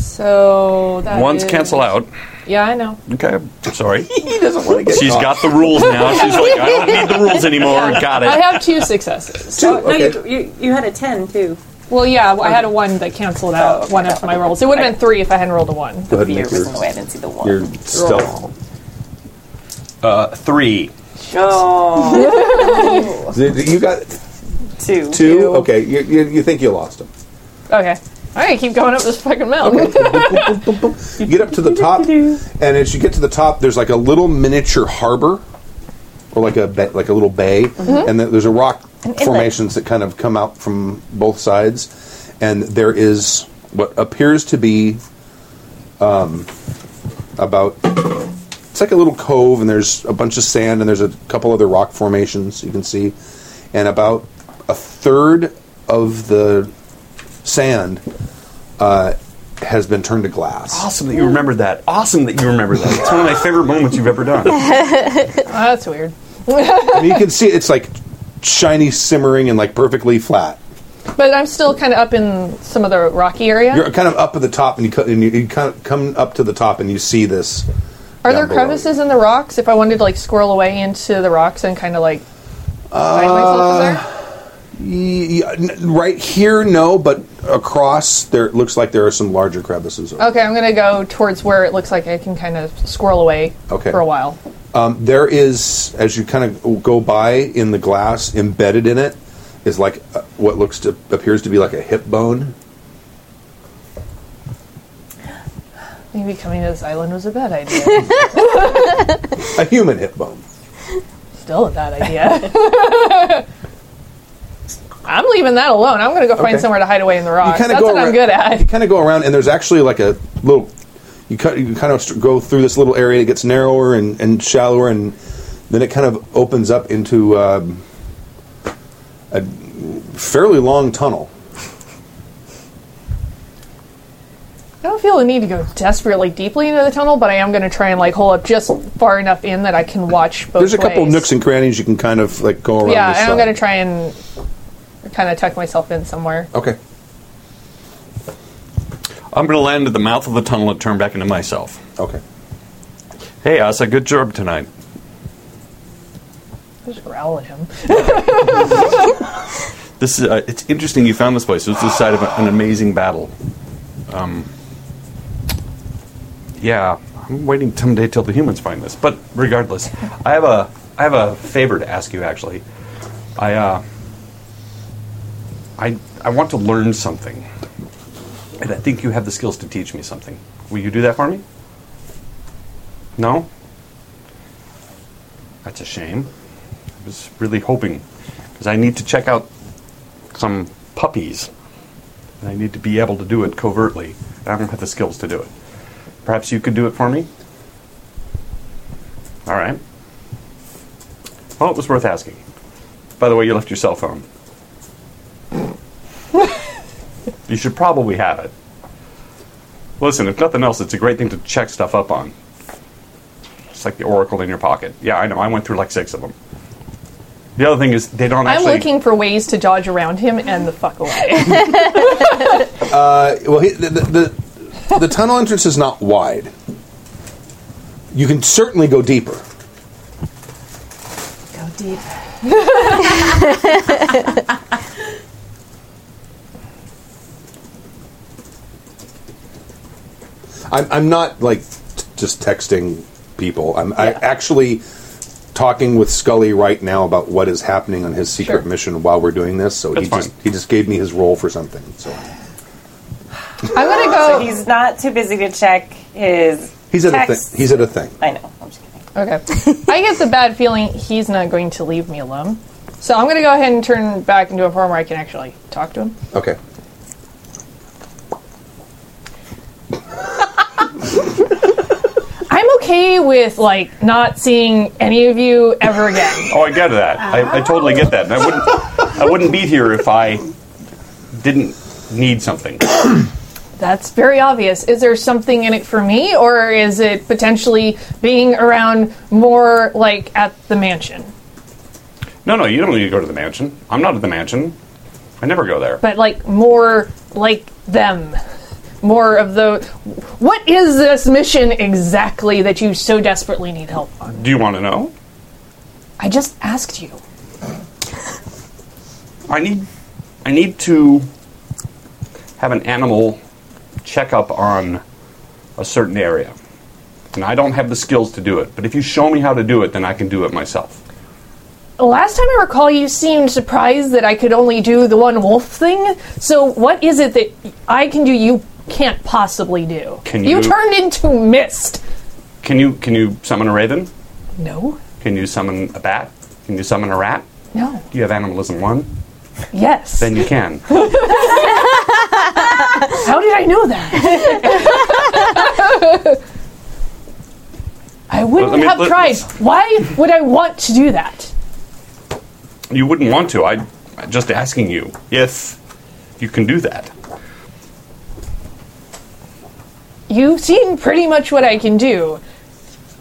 D: So that
E: Ones
D: is-
E: cancel out.
D: Yeah, I know.
E: Okay, sorry.
B: He doesn't want to get.
E: She's
B: caught.
E: got the rules now. She's like, I don't need the rules anymore. Got
D: I
E: it.
D: have *laughs* two successes.
B: two.
A: No,
B: Okay.
A: you, you, you had a 10 too.
D: Well, yeah, I had a one that canceled out one of my rolls. It would have been three if I hadn't rolled a one.
B: Go ahead and
A: Beer
B: make
A: was in the
B: your,
A: way. I didn't see the one.
B: your *laughs* stealth.
E: Uh, three.
A: Oh,
B: Th- th- You got
A: two.
B: two. Okay, you, you, you think you lost them.
D: Okay. All right, keep going up this fucking mountain. *laughs*
B: You get up to the top, and as you get to the top, there's like a little miniature harbor, or like a ba- like a little bay, and then there's a rock
A: inlet.
B: formations that kind of come out from both sides, and there is what appears to be um, about it's like a little cove, and there's a bunch of sand, and there's a couple other rock formations you can see, and about a third of the sand uh, has been turned to glass.
E: Awesome that you remembered that. Awesome that you remember that. It's one of my favorite moments you've ever done.
D: Oh, that's weird.
B: I mean, you can see it's like shiny, simmering, and like perfectly flat.
D: But I'm still kind of up in some of the rocky area.
B: You're kind of up at the top, and you, co- and you, you kind of come up to the top, and you see this.
D: Are
B: down
D: there
B: below
D: crevices
B: you.
D: in the rocks? If I wanted to like squirrel away into the rocks and kind of like hide myself in there?
B: Y- y- n- Right here, no, but across there it looks like there are some larger crevices. over.
D: Okay, I'm gonna go towards where it looks like I can kind of squirrel away
B: Okay.
D: for a while.
B: Um, there is, as you kind of go by in the glass, embedded in it is like uh, what looks to appears to be like a hip bone.
D: Maybe coming to this island was a
B: *laughs*
D: bad idea.
B: a human hip bone.
D: still a bad idea. *laughs* I'm leaving that alone. I'm gonna go find
B: Okay.
D: somewhere to hide away in the rocks.
B: kinda
D: That's
B: go
D: what
B: around-
D: I'm good
B: You
D: at. *laughs*
B: kind of go around, and there's actually like a little. You cut. You kind of go through this little area. It gets narrower and, and shallower, and then it kind of opens up into um, a fairly long tunnel.
D: I don't feel the need to go desperately deeply into the tunnel, but I am gonna try and like hole up just far enough in that I can watch both.
B: There's a couple
D: ways.
B: nooks and crannies you can kind of like go around.
D: yeah,
B: this
D: and I'm
B: side.
D: gonna try and kind of tuck myself in somewhere.
B: Okay.
E: I'm going to land at the mouth of the tunnel and turn back into myself.
B: Okay.
E: Hey, Asa, good job tonight.
D: Just growl at him.
E: This is, uh, it's interesting you found this place. It was the site of a- an amazing battle. Um, yeah, I'm waiting someday till the humans find this. But regardless, I have a I have a favor to ask you. Actually, I uh, I I want to learn something, and I think you have the skills to teach me something. Will you do that for me? No. That's a shame. I was really hoping because I need to check out some puppies. And I need to be able to do it covertly. And I don't have the skills to do it. Perhaps you could do it for me? All right. Well, it was worth asking. By the way, you left your cell phone. you should probably have it. Listen, if nothing else, it's a great thing to check stuff up on. It's like the oracle in your pocket. Yeah, I know. I went through like six of them. The other thing is they don't
D: I'm
E: actually.
D: looking for ways to dodge around him and the fuck
B: *laughs*
D: away.
B: Well, he, the, the, the, the tunnel entrance is not wide. You can certainly go deeper.
F: Go deep.
B: I'm, I'm not like t- just texting people. I'm I actually talking with Scully right now about what is happening on his secret
D: Sure.
B: mission while we're doing this. So
E: That's
B: he just
E: fine.
B: he just gave me his role for something. So
D: I'm gonna
A: So
D: go.
A: he's not too busy to check his.
B: he's at a
A: text.
B: thing. He's at a thing.
A: I know. I'm just kidding.
D: Okay. I get the bad feeling he's not going to leave me alone. So I'm gonna go ahead and turn back into a form where I can actually talk to him.
B: Okay.
D: I'm okay with like not seeing any of you
B: *laughs*
D: ever again.
E: Oh, I get that. I, I totally get that. And I wouldn't, I wouldn't be here if I didn't need something.
D: That's very obvious. Is there something in it for me, or is it potentially being around more like at the mansion?
E: No, no, you don't need to go to the mansion. I'm not at the mansion. I never go there.
D: but like more like them more of the what is this mission exactly that you so desperately need help on
E: Do you want to know?
D: i just asked you
E: I need, I need to have an animal check up on a certain area, and I don't have the skills to do it. But if you show me how to do it, then I can do it myself.
D: last time i recall you seemed surprised that i could only do the one wolf thing so what is it that i can do you can't possibly do
E: Can
D: you
E: you-
D: turned into mist
E: Can you, can you summon a raven?
D: no
E: Can you summon a bat? Can you summon a rat?
D: No.
E: Do you have animalism one?
D: Yes.
E: Then
D: *laughs*
E: you can.
D: How did I know that? I wouldn't
E: Let me-
D: have
E: let-
D: tried. Why would I want to do that?
E: you wouldn't want to. I, I'm just asking you if you can do that.
D: You've seen pretty much what I can do.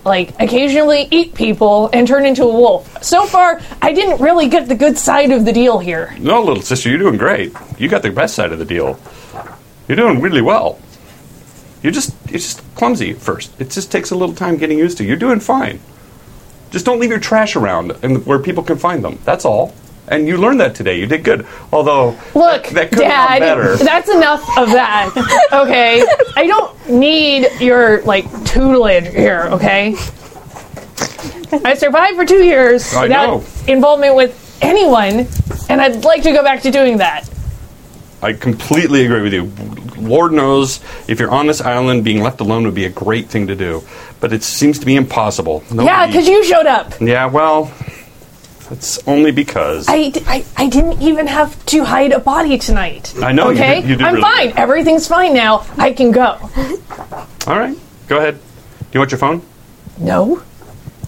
D: Like, occasionally eat people and turn into a wolf. So far, I didn't really get the good side of the deal here.
E: No, little sister, you're doing great. You got the best side of the deal. You're doing really well. You're just you're just clumsy at first. It just takes a little time getting used to. You're doing fine. Just don't leave your trash around and where people can find them. That's all. And you learned that today. You did good. Although
D: Look,
E: that, that could have
D: Dad,
E: gone better.
D: that's enough of that. Okay, I don't need your like tutelage here. Okay, I survived for two years
E: I
D: without
E: know.
D: involvement with anyone, and I'd like to go back to doing that.
E: I completely agree with you. Lord knows if you're on this island, being left alone would be a great thing to do, but it seems to be impossible. Nobody,
D: Yeah, because you showed up.
E: Yeah, well, it's only because
D: I, I, I didn't even have to hide a body tonight.
E: I know, you
D: Okay,
E: did- you did
D: I'm
E: really
D: fine.
E: good.
D: Everything's fine now. I can go.
E: All right, go ahead. Do you want your phone?
D: No.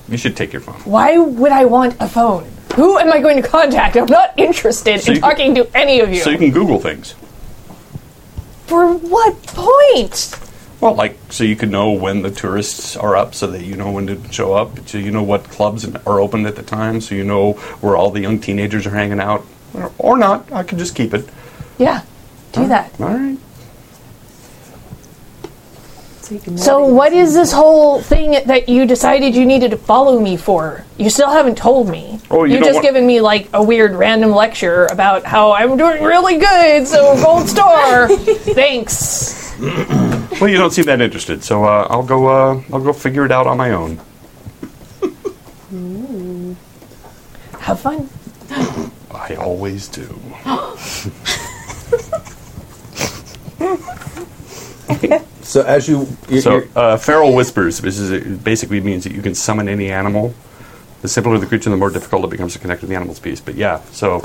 E: You should take your phone.
D: Why would I want a phone? Who am I going to contact? I'm not interested
E: So
D: in
E: you can-
D: talking to any of you.
E: So you can Google things.
D: For what point?
E: Well, like so you could know when the tourists are up, so that you know when to show up, so you know what clubs are open at the time, so you know where all the young teenagers are hanging out, or, or not. I could just keep it.
D: Yeah, do that.
E: All right.
F: So, you can
D: So,
F: motivate
D: what is this whole thing that you decided you needed to follow me for? You still haven't told me.
E: Oh, you
D: You've
E: don't
D: just
E: want-
D: given me like a weird random lecture about how I'm doing really good, so *laughs* gold star. Thanks.
E: Well, you don't seem that interested, so uh, I'll go. Uh, I'll go figure it out on my own.
D: Have fun.
E: I always do.
B: So as you, you
E: So,
B: you-
E: uh, feral whispers. This is it basically means that you can summon any animal. The simpler the creature, the more difficult it becomes to connect with the animal's piece. But yeah, so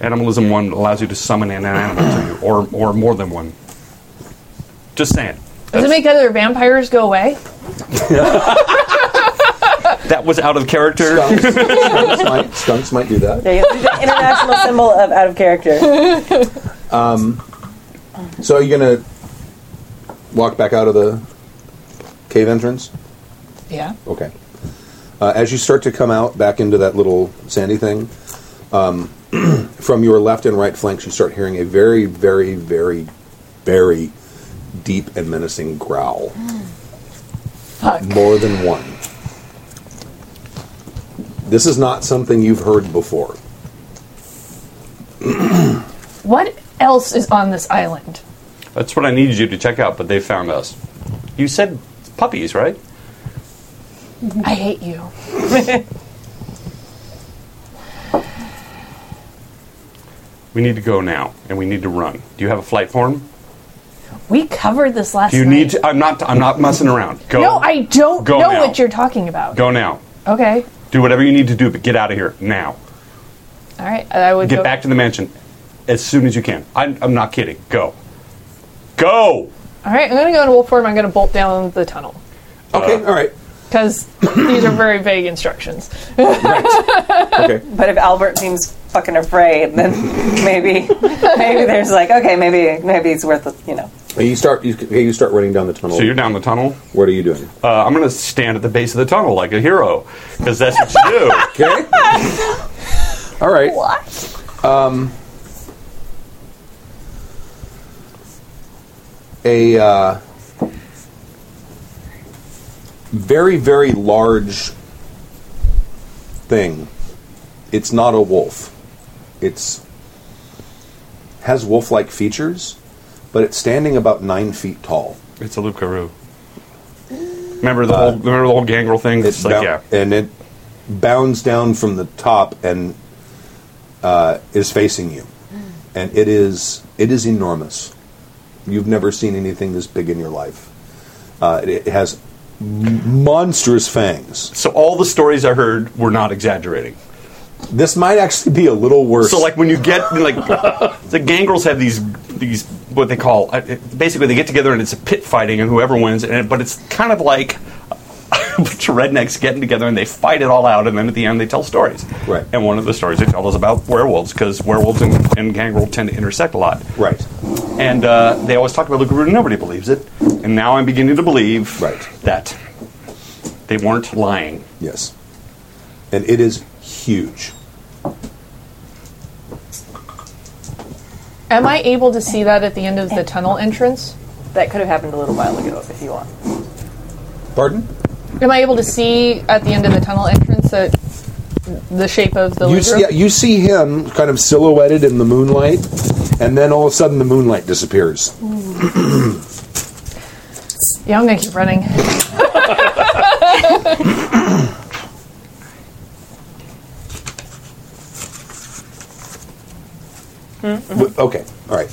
E: animalism one allows you to summon an animal to you, or or more than one. Just saying.
D: Does it make other vampires go away?
E: That was out of character.
B: skunks, skunks might, skunks might do that.
A: There you have the *laughs* international symbol of out of character.
B: So are you gonna walk back out of the cave entrance?
D: Yeah.
B: Okay. Uh, as you start to come out back into that little sandy thing, um, *clears throat* from your left and right flanks, you start hearing a very, very, very, very deep and menacing growl.
D: Fuck.
B: More than one. This is not something you've heard before.
D: What else is on this island?
E: That's what I needed you to check out, but they found us. You said puppies, right?
D: I hate you.
E: We need to go now, and we need to run. Do you have a flight form?
D: We covered this last.
E: Do you
D: night.
E: need? To, I'm not. I'm not messing around. Go.
D: No, I don't
E: Go
D: know
E: now.
D: what you're talking about.
E: Go now.
D: Okay.
E: Do whatever you need to do, but get out of here now.
D: All right. I would
E: Get
D: go-
E: back to the mansion as soon as you can. I'm, I'm not kidding. Go. Go!
D: All right. I'm gonna go into wolf form. I'm gonna bolt down the tunnel
B: Okay, all right.
D: because these are very vague instructions.
B: Okay.
A: But if Albert seems fucking afraid, then *laughs* maybe maybe there's like okay, maybe maybe it's worth it, you know.
B: You start. You, you start running down the tunnel.
E: So you're down the tunnel.
B: What are you doing?
E: Uh, I'm going to stand at the base of the tunnel like a hero because that's what you do.
D: *laughs*
B: Okay. All right. What? Um, a uh, very, very large thing. It's not a wolf. It's has wolf-like features, but it's standing about nine feet tall.
E: It's a Luke Carew. Remember
D: Uh,
E: the whole remember the whole gangrel thing? It's, like
B: bou-
E: yeah.
B: and it bounds down from the top and uh, is facing you, and it is it is enormous. You've never seen anything this big in your life. Uh, it, it has m- monstrous fangs.
E: So all the stories I heard were not exaggerating.
B: This might actually be a little worse.
E: So like when you get like the gangrels have these these what they call uh, it- basically they get together and it's a pit fighting and whoever wins and it, but it's kind of like a *laughs* bunch of rednecks getting together and they fight it all out and then at the end they tell stories.
B: Right.
E: And one of the stories they tell is about werewolves because werewolves and, and gangrel tend to intersect a lot.
B: right,
E: And uh, they always talk about Lugaroo and nobody believes it. And now I'm beginning to believe
B: Right.
E: that they weren't lying.
B: yes, and it is huge.
D: Am I able to see that at the end of the tunnel entrance?
A: That could have happened a little while ago if you want.
B: Pardon?
D: Am I able to see at the end of the tunnel entrance that the shape of the
B: You
D: lizard?
B: see, yeah, you see him kind of silhouetted in the moonlight, and then all of a sudden the moonlight disappears.
D: Yeah, I'm gonna keep running.
B: W- Okay, all right.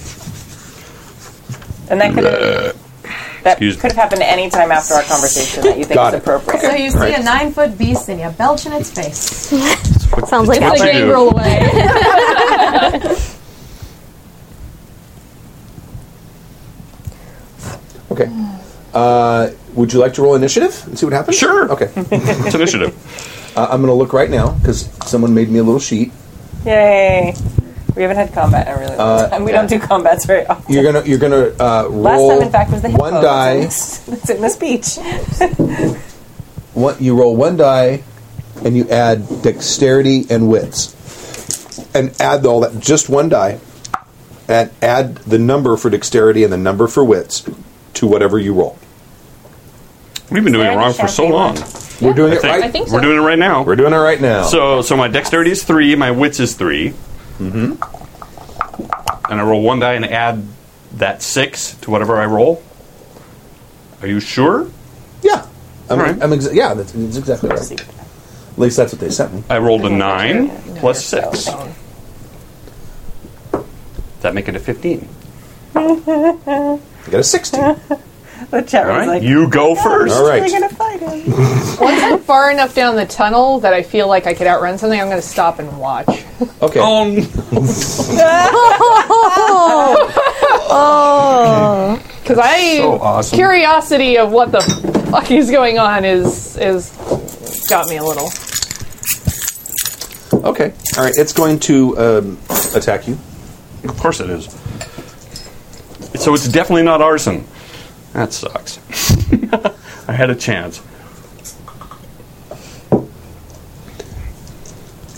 A: And that could have, that
E: Excuse me.
A: could have happened any time after our conversation that you think
B: Got
A: is
B: it.
A: appropriate.
F: So you see
B: Right.
F: a nine foot beast and you belch in its face.
C: Sounds like
E: What you do-
D: away.
B: Okay. Uh, would you like to roll initiative and see what happens?
E: Sure.
B: Okay.
E: It's initiative.
B: Uh, I'm going to look right now because someone made me a little sheet.
A: Yay! We haven't had combat in a really long
B: Uh,
A: time. We don't do combats very often.
B: You're gonna you're gonna uh, roll
A: Last time, in fact, was the hippo.
B: one
A: It's in
B: die.
A: this- *laughs* It's in the speech.
B: One, you roll one die, and you add dexterity and wits, and add all that just one die, and add the number for dexterity and the number for wits to whatever you roll.
E: We've been doing it
A: There
E: wrong
A: it
E: for
A: is,
E: so
A: Kathy.
E: long.
B: We're doing it
E: think-
B: right.
E: I
C: think so.
E: We're doing it right now.
B: We're doing it right now.
E: So, so my dexterity is three, my wits is 3 mm-hmm. and I roll one die and add that six to whatever I roll. Are you sure?
B: yeah, I'm,
E: All right.
B: I'm exa- yeah, that's, that's exactly right. At least that's what they sent me.
E: I rolled a nine plus six. Does that make it a fifteen?
B: I got a
A: *laughs*
B: sixteen.
A: The chat
E: All
A: was
E: right,
A: like,
E: you go first.
B: All right.
A: "We're gonna fight him."
D: Once I'm far enough down the tunnel that I feel like I could outrun something, I'm gonna stop and watch.
B: Okay.
E: Um,
D: Because I
E: so Oh, awesome.
D: curiosity of what the fuck is going on is is got me a little.
B: Okay. All right. It's going to um, attack you.
E: of course it is. So it's definitely not arson. That sucks. *laughs* I had a chance.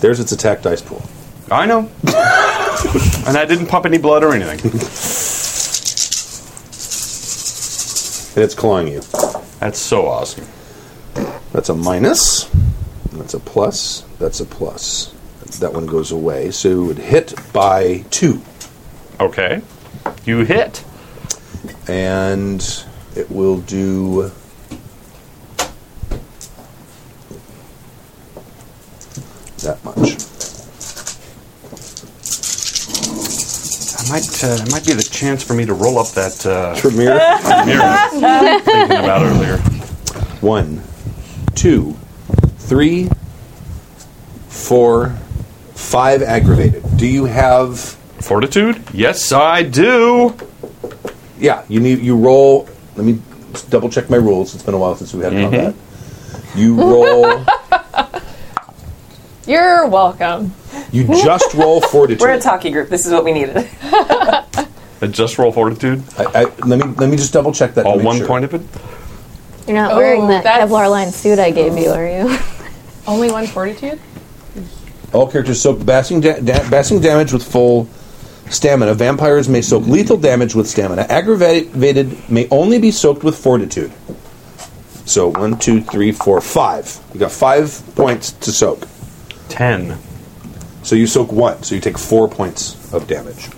B: There's its attack dice pool.
E: I know. and I didn't pump any blood or anything.
B: And it's clawing you.
E: That's so awesome.
B: That's a minus. That's a plus. That's a plus. That one goes away. So it would hit by two.
E: Okay. You hit.
B: And it will do. That much.
E: I might, uh, it might be the chance for me to roll up
B: *laughs*
E: that uh,
B: Premier.
E: mirror I was thinking about earlier.
B: One, two, three, four, five aggravated. Do you have.
E: Fortitude? Yes, I do.
B: Yeah, you need. You roll. Let me double check my rules. It's been a while since we had
E: Mm-hmm.
B: combat. You roll.
D: You're welcome.
B: You
E: *laughs*
B: just roll fortitude.
A: We're a talkie group. This is what we needed. *laughs*
E: I just roll fortitude.
B: I, I, let me let me just double check that. to
E: All
B: make
E: Oh, one
B: sure.
E: point of it.
C: You're not wearing that
D: that's-
C: Kevlar lined suit I gave you, are you? *laughs*
D: Only one fortitude.
B: All characters soak bashing, da- da- bashing damage with full stamina. Vampires may soak lethal damage with stamina. Aggravated may only be soaked with fortitude. So one, two, three, four, five. You got five points to soak.
E: Ten.
B: So you soak one. So you take four points of damage.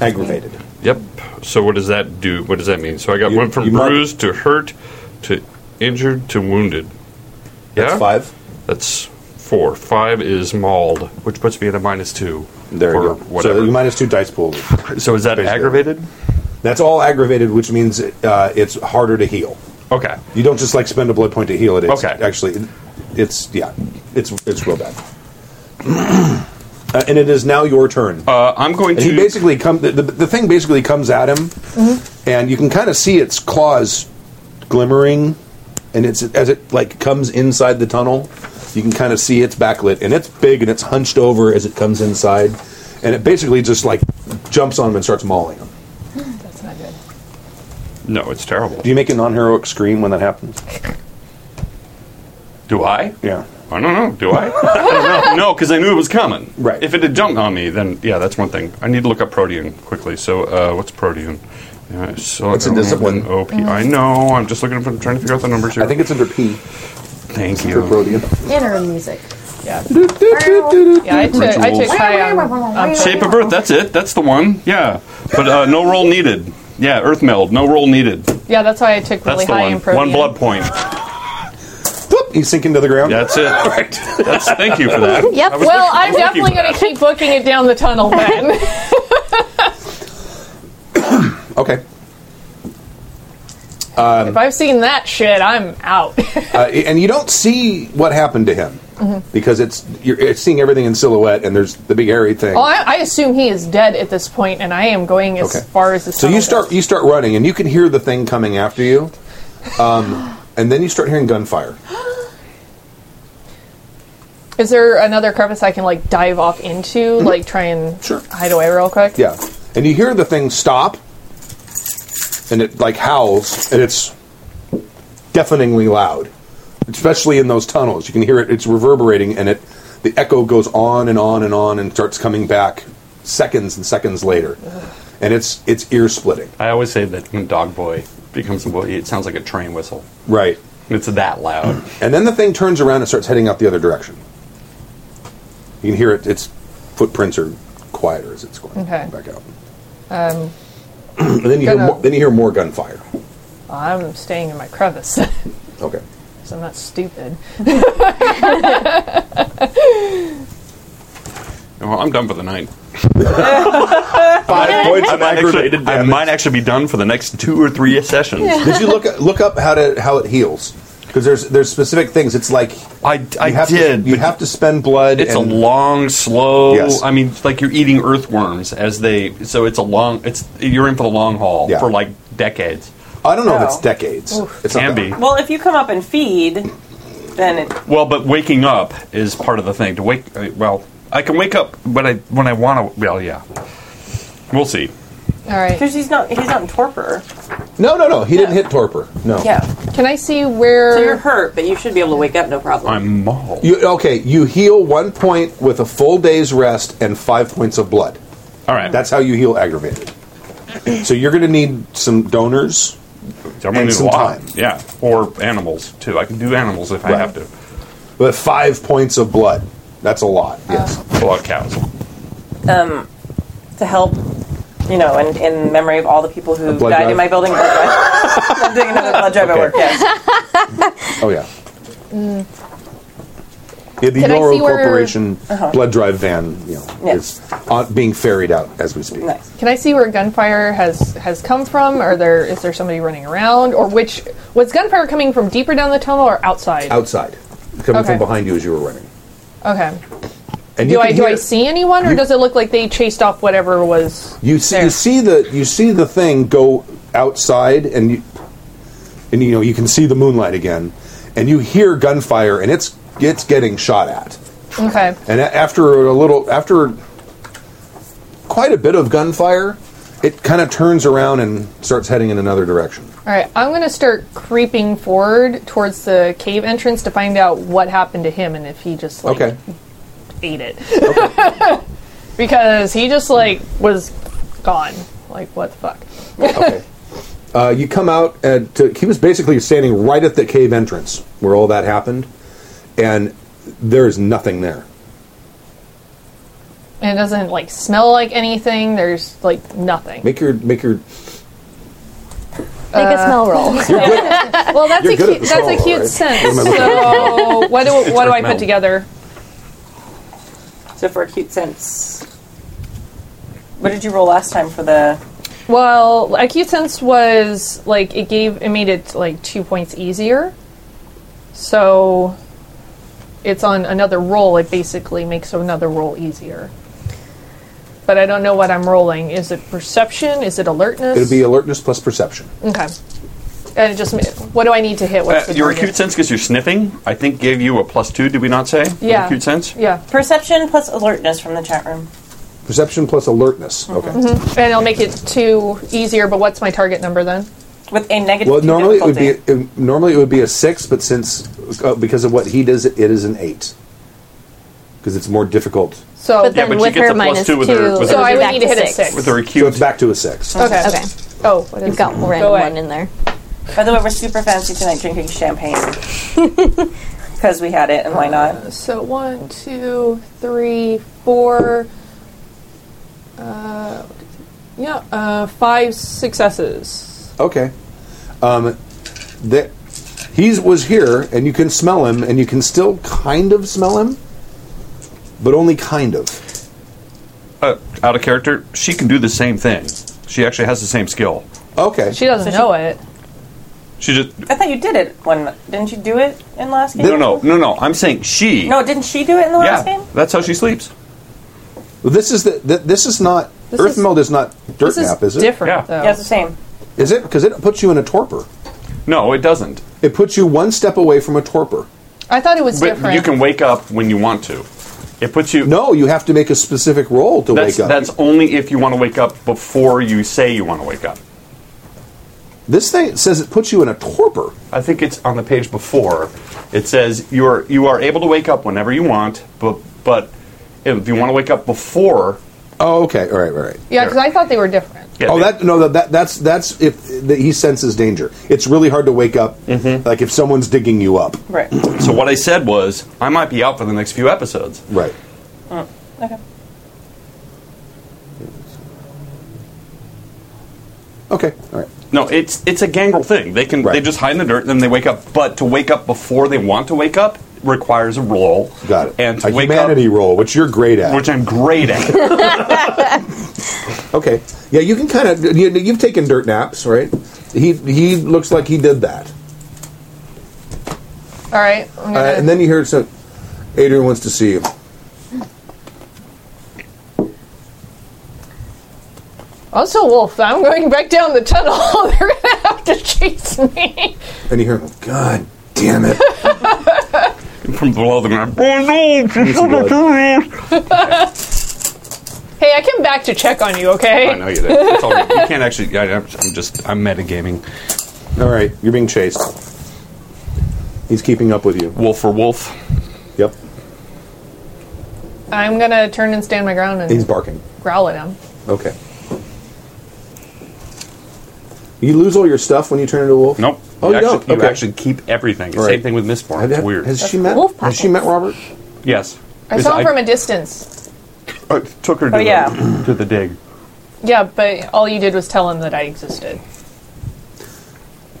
B: Aggravated.
E: Yep. So what does that do? What does that mean? So I got
B: You-
E: one
B: you
E: from
B: mark-
E: bruised to hurt to injured to wounded. Yeah?
B: That's five.
E: That's four. Five is mauled, which puts me at a minus two.
B: There
E: for
B: you go. So
E: Whatever.
B: you minus two dice pool.
E: So, is that
B: basically.
E: aggravated?
B: That's all aggravated, which means uh, it's harder to heal.
E: Okay.
B: You don't just like spend a blood point to heal it. It's
E: Okay.
B: Actually, it's yeah, it's it's real bad. *clears throat* Uh, and it is now your turn.
E: Uh, I'm going
B: and he
E: to.
B: basically come. The, the, the thing basically comes at him, and you can kind of see its claws glimmering, and it's as it like comes inside the tunnel. You can kind of see it's backlit, and it's big, and it's hunched over as it comes inside, and it basically just like jumps on him and starts mauling him.
D: That's not good.
E: no, it's terrible.
B: Do you make a non-heroic scream when that happens?
E: Do I?
B: Yeah.
E: I don't know. Do I? *laughs* I don't know. No, because I knew it was coming.
B: Right.
E: If it had jumped on me, then yeah, that's one thing. I need to look up protean quickly. So, uh, what's protean? Yeah, so
B: It's a discipline.
E: OP. I know. I'm just looking for trying to figure out the numbers here.
B: I think it's under P
E: Thank
B: for
E: you.
B: Protean.
G: Interim music.
D: Yeah. Yeah, I took, I took
E: Rituals.
D: high um, on, on
E: Shape of Earth. That's it. That's the one. Yeah. But uh, no roll needed. Yeah, Earth meld. No roll needed. That's
D: Yeah, that's why I took really
E: the
D: high
E: one.
D: in protein.
E: One blood point.
B: Boop, you sink into the ground.
D: *laughs*
E: That's it. That's, thank you for that.
C: Yep.
E: I was
D: Well,
E: looking- I
D: I'm
E: was
D: definitely
E: looking for
D: going to
E: that.
D: keep booking it down the tunnel
E: *laughs*
D: then.
B: Okay.
D: if I've seen that shit, I'm out. *laughs*
B: Uh, and you don't see what happened to him because it's you're it's seeing everything in silhouette, and there's the big hairy thing.
D: well, Oh, I, I assume he is dead at this point, and I am going as
B: Okay.
D: far as the
B: so you start you start running, and you can hear the thing coming after you, um, and then you start hearing gunfire.
D: Is there another crevice I can like dive off into, like try and
B: Mm-hmm. Sure.
D: hide away real quick?
B: Yeah, and you hear the thing stop, and it like howls, and it's deafeningly loud, especially in those tunnels. You can hear it; it's reverberating, and it the echo goes on and on and on, and starts coming back seconds and seconds later, and it's it's ear splitting.
E: I always say that when dog boy becomes a boy, it sounds like a train whistle.
B: Right.
E: It's that loud.
B: And then the thing turns around and starts heading out the other direction. You can hear it. Its footprints are quieter as it's going
D: Okay.
B: back out. Um, *clears throat* and then you, hear
D: gonna-
B: more, then you hear more gunfire.
D: I'm staying in my crevice, *laughs* so
B: Okay.
D: I'm
B: *laughs*
D: not stupid.
E: *laughs* well, I'm done for the *laughs* night.
B: Five points
E: I
B: of
E: might, actually,
B: aggravated
E: I
B: damage.
E: might actually be done for the next two or three
B: *laughs*
E: sessions.
B: Did you look at- look up how to how it heals? Because there's there's specific things. It's like
E: I, I
B: you have
E: did.
B: To, you
E: but
B: have to spend blood.
E: It's a
B: and-
E: long, slow.
B: Yes.
E: I mean, it's like you're eating earthworms as they. So it's a long. It's you're in for the long haul
B: Yeah.
E: for like decades.
B: I don't know if
A: Oh.
B: it's decades. It's
E: Can
B: not that-
E: be.
A: Well, if you come up and feed, then it,
E: Well, but waking up is part of the thing. To wake, uh, well, I can wake up when I when I want to. Well, yeah, we'll see.
D: All right.
A: because he's not he's not in torpor.
B: No, no, no. He didn't hit torpor. No.
A: Yeah,
D: Can I see
A: so you're
D: where?
A: hurt, but you should be able to wake up, no problem.
E: I'm mauled.
B: You, okay, you heal one point with a full day's rest and five points of blood.
E: All right,
B: That's how you heal aggravated. So you're going to need some donors.
E: I'm gonna
B: and
E: need
B: some
E: a lot.
B: time.
E: Yeah, or animals too. I can do animals if I
B: Right.
E: have to.
B: With five points of blood, that's a lot. Yes.
E: A lot of cows. Uh,
A: to help, you know, and in memory of all the people who
B: blood
A: died
B: drive?
A: in my building. blood drive. *laughs* I'm doing another blood drive at
B: Okay.
A: work. Yes.
B: Oh yeah. Yeah, the
D: Mm. Can I
B: Euro
D: see where- Uh-huh.
B: Corporation blood drive van, you know,
A: Yeah.
B: is on, being ferried out as we speak.
A: *laughs* Nice.
D: Can I see where gunfire has has come from? Are there is there somebody running around, or which was gunfire coming from deeper down the tunnel or outside?
B: Outside, coming
D: Okay.
B: from behind you as you were running.
D: Okay.
B: And you
D: Do I
B: can
D: do I
B: hear-
D: see anyone, or
B: you-
D: does it look like they chased off whatever was?
B: You see, you
D: there?
B: see the you see the thing go outside, and you and you know you can see the moonlight again, and you hear gunfire, and it's it's getting shot at,
D: Okay.
B: and a- after a little after quite a bit of gunfire, it kind of turns around and starts heading in another direction.
D: All right, I'm going to start creeping forward towards the cave entrance to find out what happened to him and if he just like
B: Okay,
D: ate it. *laughs* because he just like was gone. Like what the fuck?
B: okay. Uh, you come out and to, he was basically standing right at the cave entrance where all that happened, and there is nothing there.
D: And it doesn't like smell like anything. There's like nothing.
B: Make your make your
C: Make a smell *laughs* roll.
D: well, that's
B: you're
D: a
B: good at
D: cute
B: the
D: that's a
B: smell,
D: cute
B: right?
D: sense.
B: What am I
D: So *laughs* what do what do I
E: smell.
D: put together?
A: So for acute sense, what did you roll last time for the?
D: Well, acute sense was like it gave it made it like two points easier. So it's on another roll, it basically makes another roll easier. But I don't know what I'm rolling. Is it perception? Is it alertness?
B: It'd be alertness plus perception.
D: okay. And it just ma- what do I need to hit? What's
E: Uh,
D: the
E: your
D: target?
E: acute sense, because you're sniffing, I think gave you a plus two. Did we not say? with
D: Yeah.
E: Acute sense.
D: Yeah,
A: Perception plus alertness from the chat room.
B: Perception plus alertness. Okay.
D: and it'll make it two easier. But what's my target number then?
A: With a negative
B: Well,
A: two
B: normally it would be
A: difficulty.
B: it, normally it would be a six, but since uh, because of what he does, it is an eight because it's more difficult.
D: So,
C: But
E: Yeah,
C: then
E: but she
C: with
E: gets
C: her
E: a plus
C: minus
E: two with her-
C: two,
E: with
D: so
E: her-
D: I
C: it'll be
D: would
C: back
D: need to hit
C: six.
D: a six.
E: With her acute.
B: So it's back to a six.
D: okay.
C: Okay,
D: Oh, what is
C: you've got
D: Go
C: random
D: away.
C: one in there.
A: By the way, we're super fancy tonight drinking *laughs* champagne. Because we had it, and why not?
D: So one, two, three, four. Uh, yeah, uh, five successes.
B: Okay. Um, that he was here, and you can smell him, and you can still kind of smell him, but only kind of.
E: Uh, out of character, she can do the same thing. She actually has the same skill.
B: Okay.
D: She doesn't know it.
E: She just
A: I thought you did it one. Didn't you do it in last game?
E: no, no, no, no. I'm saying she.
A: No, didn't she do it in the
E: yeah,
A: last game?
E: that's how she sleeps.
B: Well, this is the, th this is not
D: This
B: Earth
D: is-
B: mode is not dirt
D: This is
B: nap, is it?
D: different,
E: Yeah.
D: though.
A: Yeah, it's the same.
B: Is it because it puts you in a torpor?
E: No, it doesn't.
B: It puts you one step away from a torpor.
D: I thought it was
E: But
D: different.
E: you can wake up when you want to. It puts you.
B: No, you have to make a specific roll to
E: that's
B: wake up.
E: that's only if you want to wake up before you say you want to wake up.
B: This thing says it puts you in a torpor.
E: I think it's on the page before. It says you are you are able to wake up whenever you want, but but if you want to wake up before,
B: Oh, okay. All right, all right.
D: yeah, because I thought they were different.
E: yeah,
B: Oh, that no, that- that that's that's if that he senses danger. It's really hard to wake up,
E: Mm-hmm.
B: like if someone's digging you up.
A: Right.
E: So what I said was I might be out for the next few episodes.
B: Right.
A: Okay.
B: Okay. All right.
E: No, it's it's a gangrel thing. They can they
B: Right.
E: just hide in the dirt and then they wake up. But to wake up before they want to wake up requires a roll.
B: Got it.
E: And to
B: a
E: wake
B: humanity roll, which you're great at.
E: up, which I'm great at. *laughs*
B: okay. Yeah, you can kind of. You, you've taken dirt naps, right? He he looks like he did that,
D: All right. I'm
B: uh,
D: gonna-
B: and then you hear so. Adrian wants to see you.
D: also, Wolf, I'm going back down the tunnel. *laughs* They're going to have to chase me.
B: And you hear him, God damn it.
E: From below the ground. Oh no! she's
B: some
E: gonna
B: blood.
E: do it."
D: Hey, I came back to check on you, okay?
E: I know you did. It's all good. You can't actually. I, I'm I'm just. I'm metagaming.
B: All right, you're being chased. He's keeping up with you.
E: Wolf for wolf.
B: Yep.
D: I'm going to turn and stand my ground and
B: He's barking.
D: growl at him.
B: Okay. You lose all your stuff when you turn into a wolf?
E: Nope.
B: Oh,
E: you,
B: you
E: actually,
B: don't?
E: you
B: Okay.
E: actually keep everything.
B: All right.
E: Same thing with Mistborn.
B: Have-
E: It's
B: have-
E: weird.
B: Has she met?
C: Wolf
B: Has she met Robert?
E: yes.
D: I
E: Is-
D: saw him from a distance.
E: I took her to,
A: Oh, yeah.
E: the, to the dig.
D: Yeah, but all you did was tell him that I existed.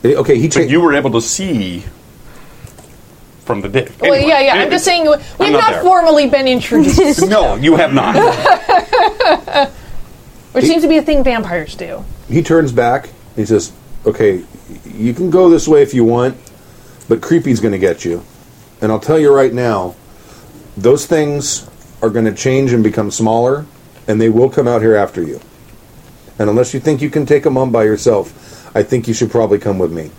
B: Eh, Okay, he
E: But
B: changed.
E: you were able to see from the dig.
D: well, yeah, yeah. I'm just saying we- we've
E: not
D: not,
E: there.
D: formally been
B: *laughs*
D: introduced,
E: No, you have not.
D: which seems to be a thing vampires do.
B: he turns back. He says, "Okay, you can go this way if you want, but creepy's going to get you." And I'll tell you right now, those things are going to change and become smaller, and they will come out here after you. And unless you think you can take them on by yourself, I think you should probably come with me.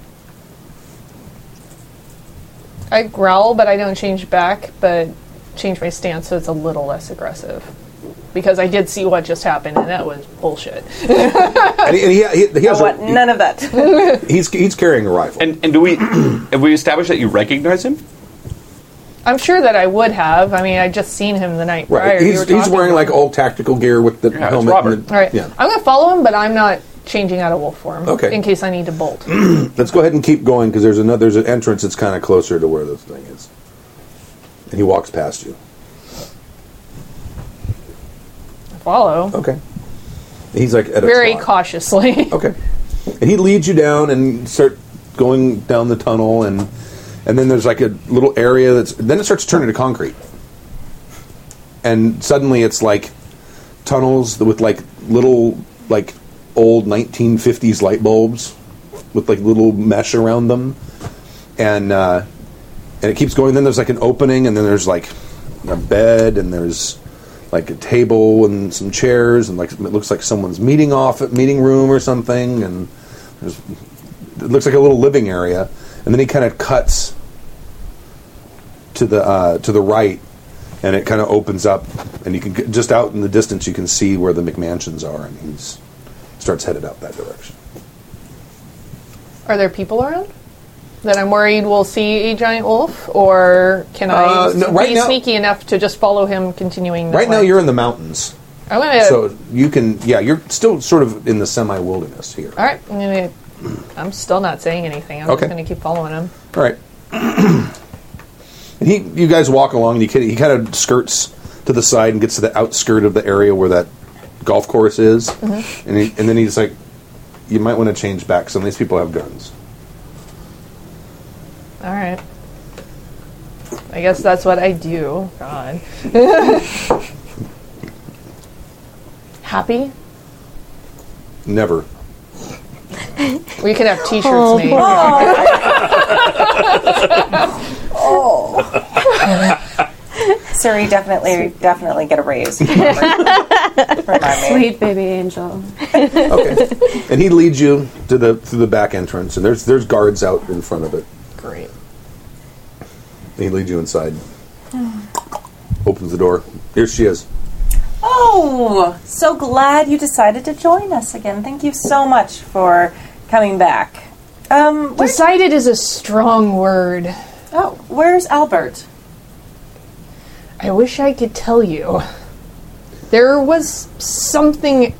D: I growl, but I don't change back, but change my stance so it's a little less aggressive. Because I did see what just happened, and that was bullshit. *laughs*
B: And he, and he, he, he has
A: I want
B: a,
A: none of that. *laughs*
B: he's he's carrying a rifle.
E: and and do we have we established that you recognize him?
D: I'm sure that I would have. I mean, I just seen him the night prior.
B: right.
D: You
B: He's
D: were
B: he's
D: talking
B: wearing
D: about
B: like
D: him.
B: all tactical gear with the
E: Yeah, it's
B: helmet. and
E: Robert.
B: the-
D: All right.
B: Yeah.
D: I'm gonna follow him, but I'm not changing out of wolf form.
B: Okay.
D: In case I need to bolt.
B: Let's go ahead and keep going because there's another there's an entrance that's kind of closer to where this thing is. And he walks past you.
D: follow
B: Okay. He's like at a
D: very
B: trot.
D: cautiously.
B: *laughs* Okay. And he leads you down and start going down the tunnel and and then there's like a little area that's then it starts turning to concrete. And suddenly it's like tunnels with like little like old 1950s light bulbs with like little mesh around them and uh, and it keeps going. Then there's like an opening, and then there's like a bed, and there's like a table and some chairs, and like it looks like someone's meeting off at meeting room or something, and there's it looks like a little living area, and then he kind of cuts to the uh, to the right, and it kind of opens up, and you can g- just out in the distance you can see where the McMansions are, and he's starts headed out that direction.
D: Are there people around that I'm worried will see a giant wolf, or can
B: Uh,
D: I
B: no, right
D: be
B: now-
D: sneaky enough to just follow him continuing? that
B: Right now
D: way?
B: you're in the mountains,
D: I'm gonna.
B: so you can yeah you're still sort of in the semi wilderness here.
D: all right, I'm gonna. I'm still not saying anything. I'm
B: Okay.
D: just gonna keep following him.
B: All right. *clears throat* and he, you guys walk along, and he, kin- he kind of skirts to the side and gets to the outskirt of the area where that golf course is, and he, and then he's like, "You might want to change back. Some of these people have guns."
D: All right. I guess that's what I do. God. *laughs* Happy?
B: Never.
D: We could have T-shirts made.
A: Siri, definitely, definitely get a *laughs* raise. Remind me.
F: Sweet baby angel.
B: Okay. and he leads you to the through the back entrance, and there's there's guards out in front of it.
D: Great.
B: And he leads you inside. Opens the door. Here she is.
A: Oh, so glad you decided to join us again. Thank you so much for coming back. Um, where's,
D: Decided is a strong word.
A: oh, where's Albert?
D: I wish I could tell you. There was something